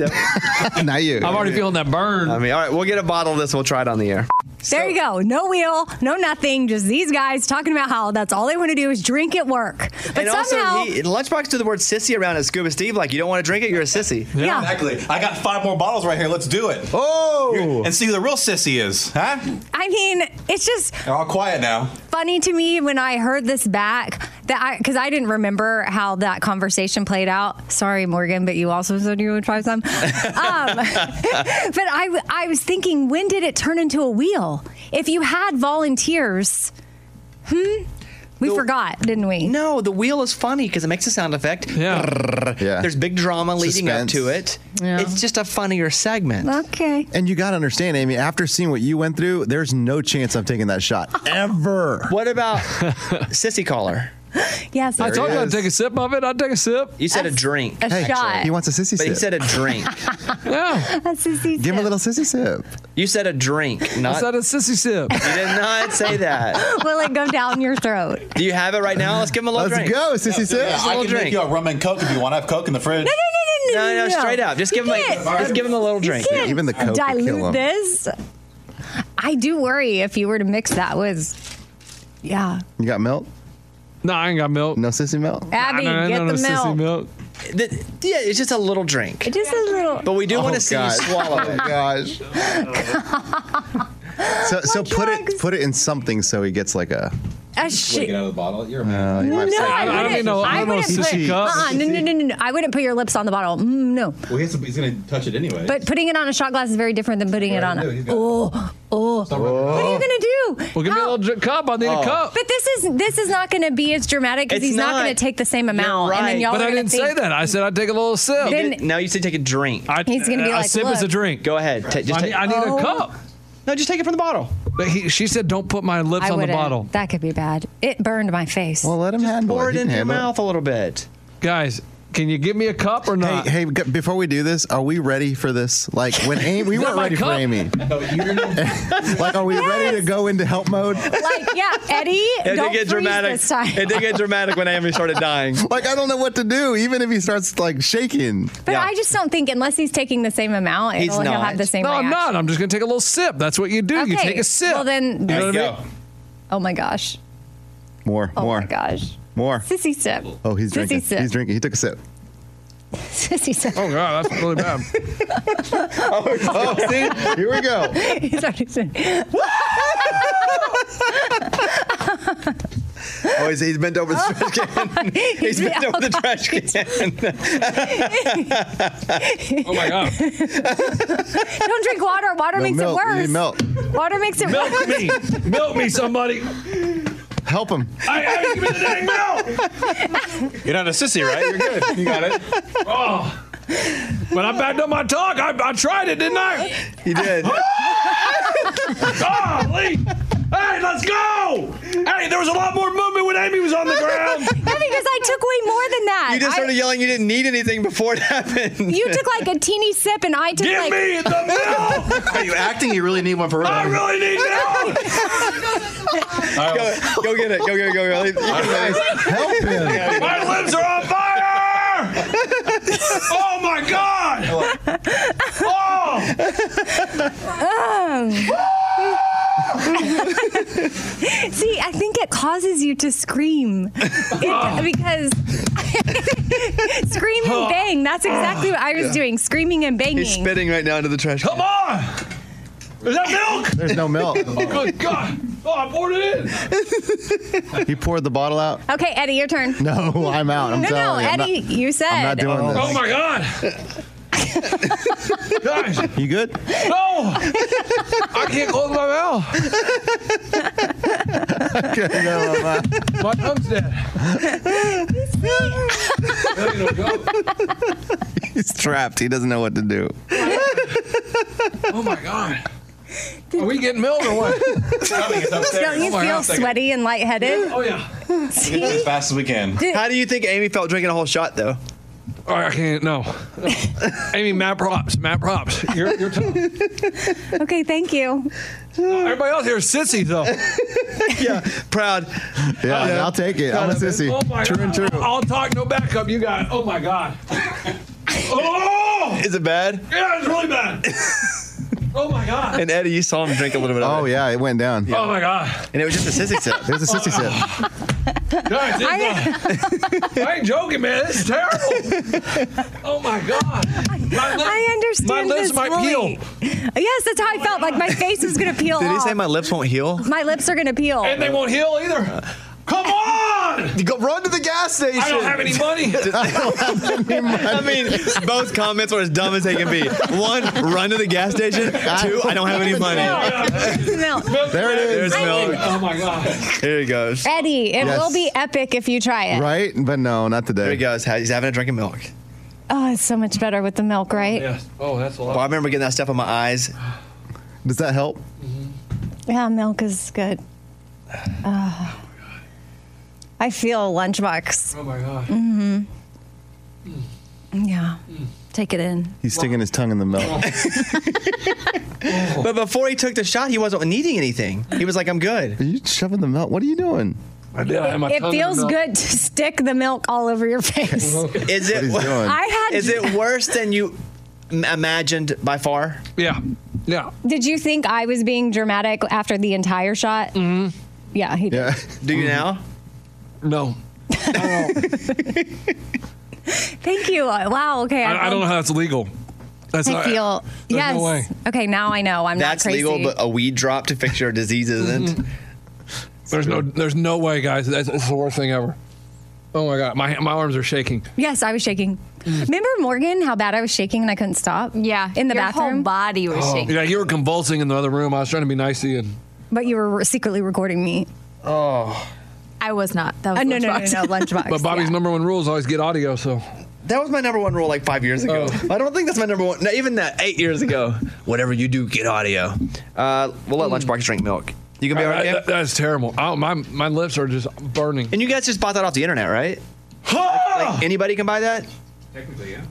Speaker 4: though.
Speaker 6: [LAUGHS] Not you.
Speaker 9: Oh. I'm already feeling that burn.
Speaker 4: I mean, all right, we'll get a bottle of this. We'll try it on the air.
Speaker 5: There you go. No wheel, no nothing. Just these guys talking about how that's all they want to do is drink at work. But
Speaker 4: and
Speaker 5: somehow,
Speaker 4: also, he, Lunchbox threw the word sissy around at Scuba Steve like, you don't want to drink it, you're a sissy.
Speaker 8: Yeah. Exactly. I got five more bottles right here. Let's do it. Oh! and see who the real sissy is, huh?
Speaker 5: I mean, it's just
Speaker 8: They're all quiet now.
Speaker 5: funny to me when I heard this back that I because I didn't remember how that conversation played out. Sorry, Morgan, but you also said you would try
Speaker 4: [LAUGHS]
Speaker 5: some. um, [LAUGHS] but I w- I was thinking, when did it turn into a wheel? If you had volunteers, hmm, we forgot, didn't we?
Speaker 4: No, the wheel is funny because it makes a sound effect. Yeah.
Speaker 6: Yeah.
Speaker 4: There's big drama leading up to it. It's just a funnier segment.
Speaker 5: Okay.
Speaker 6: And you got to understand, Amy, after seeing what you went through, there's no chance I'm taking
Speaker 4: [LAUGHS]
Speaker 6: that shot ever.
Speaker 4: What about sissy caller?
Speaker 5: Yes,
Speaker 9: I told you I'd take a sip of it. I'd take a sip.
Speaker 4: You said a drink.
Speaker 5: a Hey, shot. he wants
Speaker 6: a sissy
Speaker 4: But he
Speaker 6: sip.
Speaker 4: said a
Speaker 6: [LAUGHS]
Speaker 4: drink.
Speaker 9: yeah.
Speaker 5: That's a sissy
Speaker 6: Give him a little sissy sip.
Speaker 4: You said a drink, not.
Speaker 9: I said a sissy
Speaker 4: [LAUGHS]
Speaker 9: sip.
Speaker 4: you did not
Speaker 5: [LAUGHS]
Speaker 4: say that.
Speaker 5: Will it go down your throat?
Speaker 4: Do you have it right now? Let's give him a little drink.
Speaker 8: Yeah,
Speaker 4: Just a
Speaker 8: I
Speaker 4: little
Speaker 8: can make
Speaker 4: drink.
Speaker 8: you a rum and coke if you want. I have coke in the fridge.
Speaker 5: No,
Speaker 4: no, no,
Speaker 8: no.
Speaker 4: straight up. Just give him a,
Speaker 8: can't.
Speaker 4: just give him a little drink.
Speaker 5: can't
Speaker 6: Even the Coke would
Speaker 5: dilute
Speaker 6: kill 'em.
Speaker 5: this. I do worry if you were to mix that with, yeah.
Speaker 6: You got milk?
Speaker 9: No, I ain't got milk.
Speaker 6: No sissy milk?
Speaker 5: Abby,
Speaker 9: no, no,
Speaker 5: get
Speaker 9: no,
Speaker 5: the
Speaker 9: no,
Speaker 5: milk.
Speaker 9: sissy milk.
Speaker 4: The- yeah, it's just a little drink.
Speaker 5: Just a little.
Speaker 4: But we do
Speaker 6: Oh,
Speaker 4: want to see
Speaker 6: gosh.
Speaker 4: you swallow
Speaker 6: Oh,
Speaker 4: it.
Speaker 6: gosh. So, so put it put it in something so he gets like a.
Speaker 5: [LAUGHS] A shit. Mm.
Speaker 8: out of the bottle. You're
Speaker 6: Uh, you might
Speaker 5: No,
Speaker 6: say-
Speaker 5: I wouldn't. I wouldn't put. Uh-uh, no, no, no, no, no. I wouldn't put your lips on the bottle. Mm, no.
Speaker 8: Well, he's, he's going to touch it anyway.
Speaker 5: But putting it on a shot glass is very different than putting it on
Speaker 8: no,
Speaker 5: a.
Speaker 8: he's got-
Speaker 5: Oh, oh. What are you gonna do?
Speaker 9: Well, give me a little dr- cup. I need
Speaker 5: Oh.
Speaker 9: a cup.
Speaker 5: But this is this is not going to be as dramatic because
Speaker 9: It's
Speaker 5: he's not,
Speaker 9: not.
Speaker 5: going to take the same amount, and then y'all
Speaker 9: but
Speaker 5: are
Speaker 9: I
Speaker 5: going to
Speaker 9: didn't say
Speaker 5: think.
Speaker 9: that. I said I'd take a little sip.
Speaker 5: Then- You did-
Speaker 4: now you said take a drink.
Speaker 9: I,
Speaker 5: He's gonna be
Speaker 9: a
Speaker 5: like,
Speaker 9: sip is a
Speaker 5: "Look."
Speaker 9: drink.
Speaker 4: Go ahead. Ta- just
Speaker 9: I,
Speaker 4: take-
Speaker 9: need- I need
Speaker 5: Oh.
Speaker 9: a cup.
Speaker 4: No, just take it from the bottle.
Speaker 9: But he, she said, "Don't put my lips
Speaker 5: I
Speaker 9: on the
Speaker 5: wouldn't.
Speaker 9: bottle."
Speaker 5: That could be bad. It burned my face.
Speaker 6: Well, let him handle
Speaker 4: Pour
Speaker 6: it.
Speaker 4: it
Speaker 6: He can
Speaker 4: into your
Speaker 6: handle it.
Speaker 4: mouth a little bit.
Speaker 9: Guys, can you give me a cup or not?
Speaker 6: Hey, hey, g- before we do this, are we ready for this? Like when Amy, we weren't
Speaker 9: Not my
Speaker 6: ready for
Speaker 9: cup.
Speaker 4: [LAUGHS]
Speaker 6: Amy.
Speaker 4: Oh,
Speaker 6: [LAUGHS] like, are we ready to go into help
Speaker 5: [LAUGHS]
Speaker 6: mode?
Speaker 5: like, yeah, Eddie, [LAUGHS]
Speaker 9: [LAUGHS]
Speaker 4: It
Speaker 5: don't
Speaker 4: did
Speaker 5: freeze
Speaker 4: get dramatic.
Speaker 5: this time.
Speaker 4: It did get dramatic when Amy started dying.
Speaker 6: [LAUGHS] Like, I don't know what to do, even if he starts like shaking.
Speaker 5: But I just don't think unless he's taking the same amount, it'll, he'll have the same
Speaker 9: No,
Speaker 5: reaction.
Speaker 9: I'm not. I'm just gonna take a little sip. That's what you do. You
Speaker 5: Okay,
Speaker 9: take a sip.
Speaker 5: well then-
Speaker 9: you know what I
Speaker 5: There you
Speaker 9: mean?
Speaker 5: Oh my gosh.
Speaker 6: More,
Speaker 5: Oh
Speaker 6: more,
Speaker 5: my gosh.
Speaker 6: more.
Speaker 5: Sissy sip. [LAUGHS]
Speaker 6: Oh, he's
Speaker 5: Sissy
Speaker 6: drinking.
Speaker 5: sip.
Speaker 6: He's drinking. He took a sip.
Speaker 5: Sissy sip.
Speaker 9: Oh god, that's
Speaker 5: [LAUGHS]
Speaker 9: really bad.
Speaker 6: Oh, see, here we go.
Speaker 5: he's already saying.
Speaker 6: Oh, he's, he's
Speaker 5: [LAUGHS]
Speaker 6: bent over the trash
Speaker 4: can. he's bent over the trash
Speaker 5: [LAUGHS]
Speaker 4: can.
Speaker 9: oh my god.
Speaker 5: don't drink water. Water
Speaker 6: No,
Speaker 5: makes it
Speaker 6: milk. You
Speaker 5: worse.
Speaker 6: need milk.
Speaker 5: Water makes it
Speaker 9: Milk
Speaker 5: worse. [LAUGHS]
Speaker 9: me, milk me, somebody.
Speaker 6: Help him.
Speaker 9: I, I, give me the dang milk.
Speaker 8: You're not a sissy, right? You're good. You got it.
Speaker 9: [LAUGHS] Oh, but I backed up my talk. I, I tried it, didn't I?
Speaker 4: You did.
Speaker 9: [LAUGHS] Golly. Hey, let's go! Hey, there was a lot more movement when Amy was on the ground.
Speaker 5: yeah, because I took way more than that.
Speaker 4: You just
Speaker 5: I-
Speaker 4: started yelling you didn't need anything before it happened.
Speaker 5: You
Speaker 4: [LAUGHS]
Speaker 5: took like a teeny sip, and I took
Speaker 4: Give
Speaker 5: like.
Speaker 4: me the milk!
Speaker 8: Are you acting? You really need one for real. I
Speaker 9: really need milk.
Speaker 4: go, go get it. Go, go, go, go.
Speaker 6: [LAUGHS]
Speaker 4: You can-
Speaker 9: Help him. My lips are on fire! oh my god! Oh.
Speaker 5: [LAUGHS] See, I think it causes you to scream It- because [LAUGHS] screaming bang. That's exactly what I was
Speaker 4: Yeah.
Speaker 5: doing. Screaming and banging.
Speaker 4: He's spitting right now into the trash. Come
Speaker 9: on! Is that milk?
Speaker 6: There's no milk.
Speaker 9: [LAUGHS] Good god! Oh, I poured it in.
Speaker 6: he poured the bottle out.
Speaker 5: [LAUGHS] Okay, Eddie, your turn.
Speaker 6: No, I'm out. I'm
Speaker 5: no, no,
Speaker 6: telling you, I'm
Speaker 5: Eddie,
Speaker 6: not-
Speaker 5: you said.
Speaker 6: I'm not doing this. [LAUGHS]
Speaker 9: Oh my god! Guys,
Speaker 6: You good?
Speaker 9: no! I can't close my mouth. My tongue's dead.
Speaker 6: He's trapped. He doesn't know what to do.
Speaker 9: Oh my god! Are
Speaker 8: [LAUGHS]
Speaker 9: we getting milk or what?
Speaker 5: Don't you feel sweaty and lightheaded?
Speaker 9: Oh yeah.
Speaker 5: See?
Speaker 4: fast as we can. How do you think Amy felt drinking a whole shot, though?
Speaker 9: Oh, I can't. No. Amy, Matt props. Matt props. Your, your turn.
Speaker 5: [LAUGHS] Okay, thank you.
Speaker 9: Everybody else here is sissy though.
Speaker 4: yeah, proud.
Speaker 6: Yeah,
Speaker 9: Yeah.
Speaker 6: I'll take it. I'm a sissy.
Speaker 9: Oh my
Speaker 6: true
Speaker 9: god.
Speaker 6: and true.
Speaker 9: I'll talk no backup. You got. Oh
Speaker 4: [LAUGHS]
Speaker 9: my god. Oh.
Speaker 4: Is it bad?
Speaker 9: Yeah, it's really bad. Oh my god.
Speaker 4: And Eddie, you saw him drink a little bit of
Speaker 6: Oh
Speaker 4: it.
Speaker 6: yeah, it went down.
Speaker 9: Oh my god.
Speaker 4: And it was just a sissy sip.
Speaker 6: It was a sissy
Speaker 9: [LAUGHS]
Speaker 6: sip.
Speaker 9: Guys, it's, uh, I ain't joking, man. This is terrible. Oh my god. My lip-
Speaker 5: I understand
Speaker 9: My lips
Speaker 5: this
Speaker 9: might
Speaker 5: fully. Yes, that's how I felt. Like my face was gonna peel
Speaker 4: Did he
Speaker 5: off.
Speaker 4: say my lips won't heal?
Speaker 5: My lips are gonna peel.
Speaker 9: And they won't heal either.
Speaker 6: [LAUGHS]
Speaker 9: Come on!
Speaker 4: Go run to the gas station.
Speaker 9: I don't have any money.
Speaker 4: I mean, both comments were as dumb as they can be. One, run to the gas station. Two, I don't have any money.
Speaker 5: [LAUGHS] Milk.
Speaker 4: There it is. There's milk.
Speaker 9: Oh my god.
Speaker 4: Here he goes.
Speaker 5: Eddie, it
Speaker 6: Yes.
Speaker 5: will be epic if you try it.
Speaker 6: Right? But no, not
Speaker 4: There he
Speaker 6: today.
Speaker 4: goes. He's having a drink of milk.
Speaker 5: Oh, it's so much better with the milk, right?
Speaker 9: Oh, that's a
Speaker 4: Well, I remember getting that stuff on my eyes.
Speaker 6: Does that help?
Speaker 5: Yeah, milk is good. Ah. I feel lunchbox.
Speaker 9: Oh my god.
Speaker 5: hmm Yeah.
Speaker 9: Mm.
Speaker 5: Take it in.
Speaker 6: He's sticking his tongue in the milk.
Speaker 4: But before he took the shot, he wasn't needing anything. He was like, I'm good.
Speaker 6: Are you shoving the milk? What are you doing?
Speaker 9: I did.
Speaker 5: It feels
Speaker 9: [LAUGHS]
Speaker 5: good to stick the milk all over your face.
Speaker 4: Is
Speaker 6: What
Speaker 4: it,
Speaker 6: he's doing.
Speaker 5: I had-
Speaker 4: is it worse than you m- imagined by far?
Speaker 9: Yeah. Yeah.
Speaker 5: Did you think I was being dramatic after the entire shot? Mm-hmm. Yeah, he did.
Speaker 6: Yeah.
Speaker 4: Do you now?
Speaker 9: No.
Speaker 5: [LAUGHS] Thank you. Uh, Wow. Okay.
Speaker 9: I, I don't know how that's legal. That's
Speaker 5: I
Speaker 9: not,
Speaker 5: feel
Speaker 9: no
Speaker 5: yes.
Speaker 9: way.
Speaker 5: Okay, now I know I'm
Speaker 4: That's
Speaker 5: not crazy.
Speaker 4: legal, but a weed drop to fix your disease isn't.
Speaker 9: There's no. There's no way, guys. That's, it's the worst thing ever. Oh my god. My my arms are shaking.
Speaker 5: yes, I was shaking.
Speaker 9: Mm.
Speaker 5: Remember Morgan? How bad I was shaking and I couldn't stop. Yeah, in the
Speaker 3: your whole
Speaker 5: bathroom, body
Speaker 9: Yeah, you were convulsing in the other room. I was trying to be nice to you. And,
Speaker 5: But you were secretly recording me.
Speaker 9: oh.
Speaker 3: I was not. That was
Speaker 5: Uh, no, no, no,
Speaker 3: lunchbox.
Speaker 5: no, no, lunchbox.
Speaker 9: [LAUGHS] But Bobby's number one rule is always get audio. So.
Speaker 4: [LAUGHS] That was my number one rule like five years ago. I don't think that's my number one. No, even that eight years ago. Whatever you do, get audio. Uh, we'll let Lunchbox drink milk. You gonna be all right? Cam?
Speaker 9: that's terrible. Oh, my my lips are just burning.
Speaker 4: And you guys just bought that off the internet, right? Like, anybody can buy that.
Speaker 8: Technically, yeah.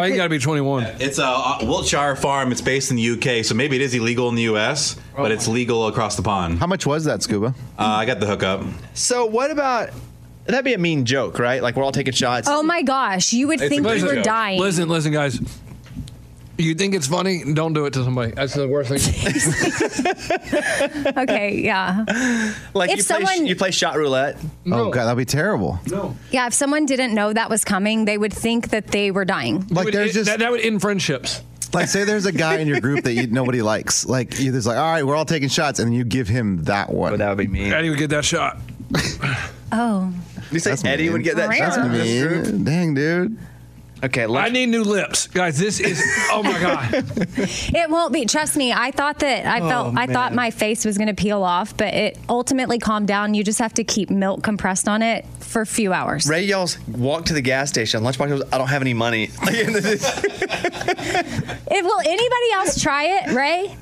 Speaker 9: Oh, you got to be 21.
Speaker 8: It's a uh, Wiltshire farm. It's based in the UK, so maybe it is illegal in the US, but it's legal across the pond.
Speaker 6: Oh. How much was that, Scuba?
Speaker 8: Uh, I got the hookup.
Speaker 4: So what about? That'd be a mean joke, right? Like we're all taking shots.
Speaker 5: Oh my gosh, you would think you were dying.
Speaker 9: Listen, listen, guys. You think it's funny? Don't do it to somebody. That's the worst
Speaker 5: [LAUGHS] [LAUGHS]
Speaker 9: thing.
Speaker 5: okay, yeah.
Speaker 4: Like
Speaker 5: if
Speaker 4: you play,
Speaker 5: someone,
Speaker 4: you play shot roulette.
Speaker 6: Oh god, that'd be terrible.
Speaker 9: no.
Speaker 5: yeah, if someone didn't know that was coming, they would think that they were dying.
Speaker 6: Like there's just
Speaker 9: that, that would end friendships.
Speaker 6: Like, say there's a guy in your group that you, nobody likes. Like, you there's like, all right, we're all taking shots, and you give him that one. But
Speaker 4: that would be mean.
Speaker 9: Eddie would get that shot.
Speaker 5: Oh,
Speaker 4: [LAUGHS] You say Eddie would get that
Speaker 6: That's
Speaker 4: shot? in this group?
Speaker 6: mean. Dang, dude.
Speaker 4: Okay,
Speaker 9: I need new lips, guys. This is oh my god.
Speaker 5: it won't be. Trust me. I thought that I
Speaker 9: Oh,
Speaker 5: felt I thought
Speaker 9: man.
Speaker 5: my face was going to peel off, but it ultimately calmed down. You just have to keep milk compressed on it for a few hours.
Speaker 4: Ray yells, "Walk to the gas station." Lunchbox goes, "I don't have any money."
Speaker 5: It, will anybody else try it, Ray?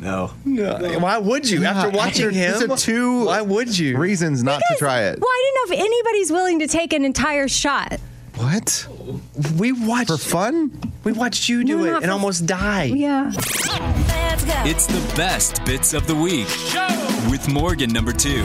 Speaker 4: No.
Speaker 10: No.
Speaker 4: Why would you? After
Speaker 6: Yeah,
Speaker 4: watching
Speaker 6: after-
Speaker 4: him,
Speaker 6: these are two.
Speaker 4: Why would you?
Speaker 6: Reasons not to try it.
Speaker 26: Well, I didn't know if anybody's willing to take an entire shot.
Speaker 6: What?
Speaker 4: We watched
Speaker 6: for fun.
Speaker 4: We watched you do
Speaker 26: No,
Speaker 4: it
Speaker 26: not
Speaker 4: and
Speaker 26: for-
Speaker 4: almost die.
Speaker 26: Yeah.
Speaker 1: Let's go. It's the best bits of the week with Morgan number two.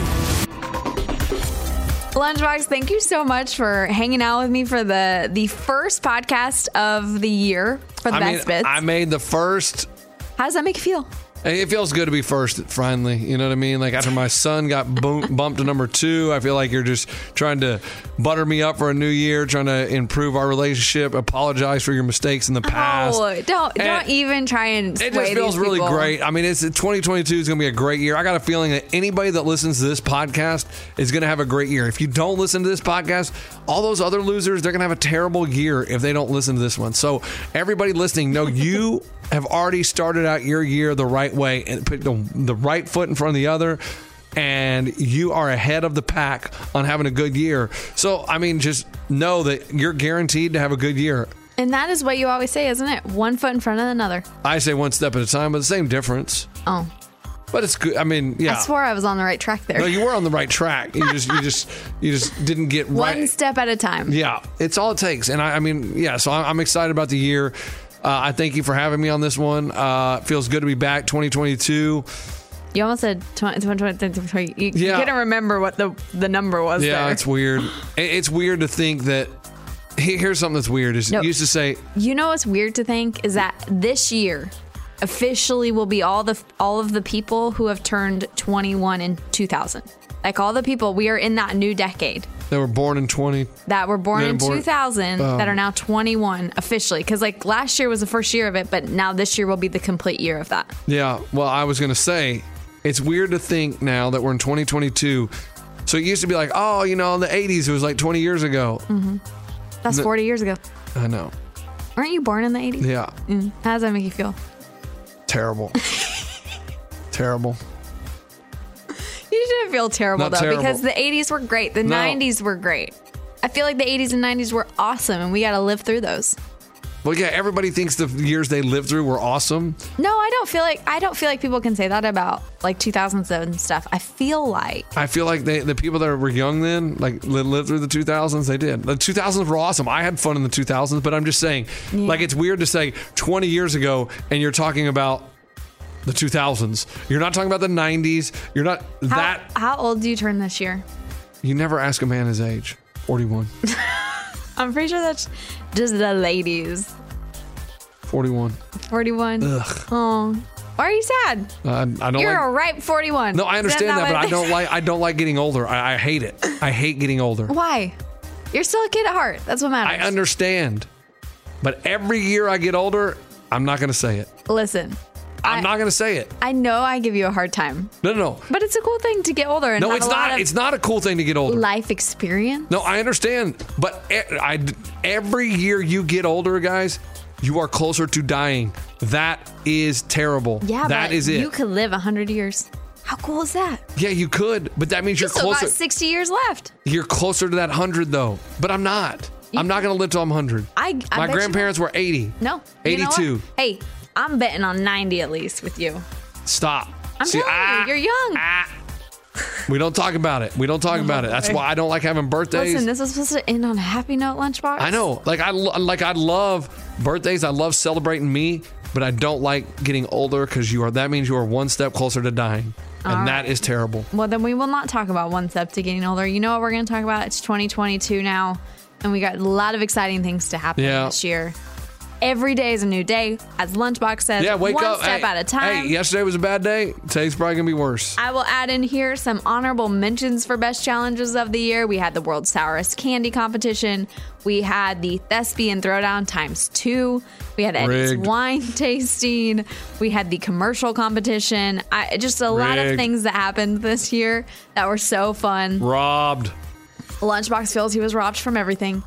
Speaker 2: Lunchbox, thank you so much for hanging out with me for the the first podcast of the year for the
Speaker 3: I
Speaker 2: best
Speaker 3: mean,
Speaker 2: bits.
Speaker 3: I made the first.
Speaker 2: How does that make you feel?
Speaker 3: It feels good to be first, finally. You know what I mean? Like after my son got boom, [LAUGHS] bumped to number two, I feel like you're just trying to butter me up for a new year, trying to improve our relationship, apologize for your mistakes in the past.
Speaker 2: Oh, don't don't even try and sway
Speaker 3: It just feels
Speaker 2: these
Speaker 3: really
Speaker 2: people.
Speaker 3: great. I mean, it's 2022 is going to be a great year. I got a feeling that anybody that listens to this podcast is going to have a great year. If you don't listen to this podcast, all those other losers, they're going to have a terrible year if they don't listen to this one. So, everybody listening,
Speaker 2: [LAUGHS]
Speaker 3: know you have already started out your year the right way and put the, the right foot in front of the other. And you are ahead of the pack on having a good year. So, I mean, just know that you're guaranteed to have a good year.
Speaker 2: And that is what you always say, isn't it? One foot in front of another.
Speaker 3: I say one step at a time, but the same difference.
Speaker 2: Oh,
Speaker 3: But it's good. I mean, yeah.
Speaker 2: I swore I was on the right track there.
Speaker 3: No, you were on the right track. You just, you just, you just didn't get right.
Speaker 2: One step at a time.
Speaker 3: Yeah, it's all it takes. And I, I mean, yeah. So I'm, I'm excited about the year. Uh, I thank you for having me on this one. Uh, it feels good to be back. 2022.
Speaker 2: You almost said 20, 20, 20, 20. You
Speaker 3: Yeah.
Speaker 2: couldn't remember what the, the number was
Speaker 3: yeah,
Speaker 2: there. [LAUGHS]
Speaker 3: it's weird. It- it's weird to think that. he- Here's something that's weird. Is
Speaker 2: No.
Speaker 3: you used to say
Speaker 2: You know what's weird to think is that this year officially will be all the all of the people who have turned 21 in 2000. Like all the people we are in that new decade
Speaker 3: they were born in 20.
Speaker 2: that were born
Speaker 3: They're
Speaker 2: in
Speaker 3: born-
Speaker 2: 2000
Speaker 3: Oh.
Speaker 2: that are now 21 officially cuz like last year was the first year of it but now this year will be the complete year of that.
Speaker 3: Yeah. Well, I was going to say it's weird to think now that we're in 2022. So it used to be like, oh, you know, in the 80s, it was like 20 years ago.
Speaker 2: Mhm. That's
Speaker 3: Mm-hmm. The-
Speaker 2: 40 years ago.
Speaker 3: I know.
Speaker 2: Aren't you born in the 80s?
Speaker 3: Yeah.
Speaker 2: Mm. How does that make you feel?
Speaker 3: Terrible. [LAUGHS] terrible.
Speaker 2: You shouldn't feel terrible
Speaker 3: Not
Speaker 2: though,
Speaker 3: terrible.
Speaker 2: because the 80s were great. The
Speaker 3: No.
Speaker 2: 90s were great. I feel like the 80s and 90s were awesome, and we got to live through those.
Speaker 3: Well, yeah, everybody thinks the years they lived through were awesome.
Speaker 2: No, I don't feel like I don't feel like people can say that about like 2007 stuff. I feel like
Speaker 3: I feel like they, the people that were young then, like li- lived through the 2000s, they did. The 2000s were awesome. I had fun in the 2000s, but I'm just saying,
Speaker 2: Yeah.
Speaker 3: like, it's weird to say 20 years ago and you're talking about the 2000s. You're not talking about the 90s. You're not
Speaker 2: how,
Speaker 3: that.
Speaker 2: How old do you turn this year?
Speaker 3: You never ask a man his age. 41.
Speaker 2: I'm pretty sure that's just the ladies.
Speaker 3: 41.
Speaker 2: 41.
Speaker 3: Ugh.
Speaker 2: Oh, why are you sad?
Speaker 3: Uh, I, I don't
Speaker 2: You're
Speaker 3: like.
Speaker 2: a ripe 41.
Speaker 3: no, I
Speaker 2: Is
Speaker 3: understand
Speaker 2: not
Speaker 3: that, but
Speaker 2: what
Speaker 3: I don't like. I don't like getting older. I, I hate it. I hate getting
Speaker 2: [LAUGHS]
Speaker 3: older.
Speaker 2: Why? You're still a kid at heart. That's what matters.
Speaker 3: I understand. But every year I get older, I'm not going to say it.
Speaker 2: Listen,
Speaker 3: I'm not going to say it.
Speaker 2: I know I give you a hard time,
Speaker 3: No, no,
Speaker 2: but it's a cool thing to get older
Speaker 3: no.
Speaker 2: and
Speaker 3: No,
Speaker 2: have
Speaker 3: it's
Speaker 2: a lot
Speaker 3: not.
Speaker 2: of
Speaker 3: It's not a cool thing to get older.
Speaker 2: life experience.
Speaker 3: No, I understand. But e- I, every year you get older, guys, you are closer to dying. That is terrible.
Speaker 2: Yeah,
Speaker 3: that
Speaker 2: but
Speaker 3: is it.
Speaker 2: You could live 100 years. How cool is that?
Speaker 3: yeah, you could, but that means
Speaker 2: You
Speaker 3: you're
Speaker 2: still
Speaker 3: closer.
Speaker 2: got 60 years left.
Speaker 3: You're closer to that hundred though. But I'm not. I'm not going to live till I'm hundred.
Speaker 2: I- I
Speaker 3: My
Speaker 2: bet you
Speaker 3: grandparents were eighty.
Speaker 2: No. you know what?
Speaker 3: 82.
Speaker 2: Hey, I'm betting on 90 at least with you.
Speaker 3: Stop.
Speaker 2: I'm
Speaker 3: See, ah,
Speaker 2: telling
Speaker 3: I-
Speaker 2: you, you're young.
Speaker 3: we don't talk about it. We don't talk about it. That's
Speaker 2: boy.
Speaker 3: why I don't like having birthdays.
Speaker 2: Listen, this is supposed to end on a happy note, Lunchbox.
Speaker 3: I know. Like I lo- like I love birthdays. I love celebrating me, but I don't like getting older because you are. That means you are one step closer to dying, and
Speaker 2: All
Speaker 3: that is terrible.
Speaker 2: Well, then we will not talk about one step to getting older. You know what we're going to talk about? It's 2022 now, and we got a lot of exciting things to happen
Speaker 3: Yeah.
Speaker 2: this year. Every day is a new day, as Lunchbox says.
Speaker 3: yeah, wake
Speaker 2: one
Speaker 3: up.
Speaker 2: step
Speaker 3: hey,
Speaker 2: at a time.
Speaker 3: Hey, yesterday was a bad day. Today's probably gonna be worse.
Speaker 2: I will add in here some honorable mentions for best challenges of the year. We had the world's sourest candy competition. We had the thespian throwdown times two. We had Eddie's
Speaker 27: Rigged.
Speaker 2: wine [LAUGHS] tasting. We had the commercial competition. I, just a lot of
Speaker 3: Rigged.
Speaker 2: things that happened this year that were so fun.
Speaker 3: Robbed. Oh,
Speaker 2: Lunchbox feels he was robbed from everything.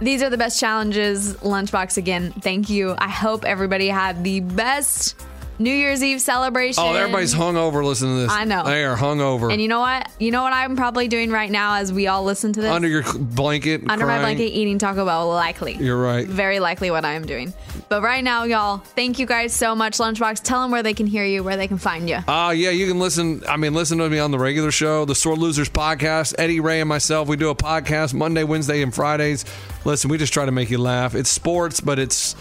Speaker 2: These are the best challenges, Lunchbox again. Thank you. I hope everybody had the best New Year's Eve celebration.
Speaker 3: Oh, everybody's hungover listening to this.
Speaker 2: I know.
Speaker 3: They are hungover.
Speaker 2: And you know what? You know what I'm probably doing right now as we all listen to this?
Speaker 3: under your blanket.
Speaker 2: Under my
Speaker 3: crying.
Speaker 2: blanket eating Taco Bell, likely.
Speaker 3: You're right.
Speaker 2: Very likely what I am doing. But right now, y'all, thank you guys so much. Lunchbox, tell them where they can hear you, where they can find you.
Speaker 3: Uh, yeah, you can listen. I mean, listen to me on the regular show, the Sore Losers podcast. Eddie Ray and myself, we do a podcast Monday, Wednesday, and Fridays. Listen, we just try to make you laugh. It's sports, but it's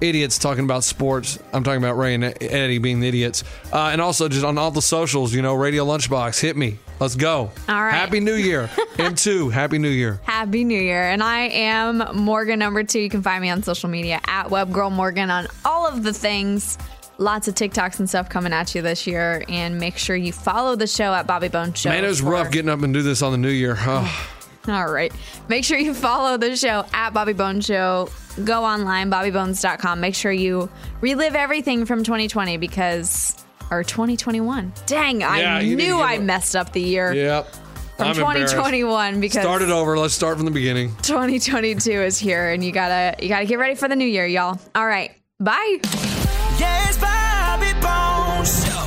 Speaker 3: idiots talking about sports. I'm talking about Ray and E-, Eddie being the idiots. Uh, and also just on all the socials, you know, Radio Lunchbox, hit me. Let's go.
Speaker 2: All right.
Speaker 3: Happy
Speaker 2: [LAUGHS]
Speaker 3: New Year. M2, Happy New Year.
Speaker 2: Happy New Year. And I am Morgan number two. You can find me on social media at WebGirlMorgan on all of the things. Lots of TikToks and stuff coming at you this year. And make sure you follow the show at Bobby Bone Show.
Speaker 3: Man, it was
Speaker 2: for-
Speaker 3: rough getting up and do this on the New Year. Oh.
Speaker 2: [LAUGHS] All right. Make sure you follow the show at Bobby Bone Show. Go online, bobbybones.com. Make sure you relive everything from 2020 because, or 2021. Dang,
Speaker 3: Yeah,
Speaker 2: I
Speaker 3: you need to
Speaker 2: knew
Speaker 3: give
Speaker 2: I
Speaker 3: it-
Speaker 2: messed up the year.
Speaker 3: Yep.
Speaker 2: From
Speaker 3: I'm embarrassed.
Speaker 2: 2021 because-
Speaker 3: Start it over. Let's start from the beginning.
Speaker 2: 2022 is here and you gotta you gotta get ready for the new year y'all all right bye
Speaker 27: Yes, Bobby Bones Show.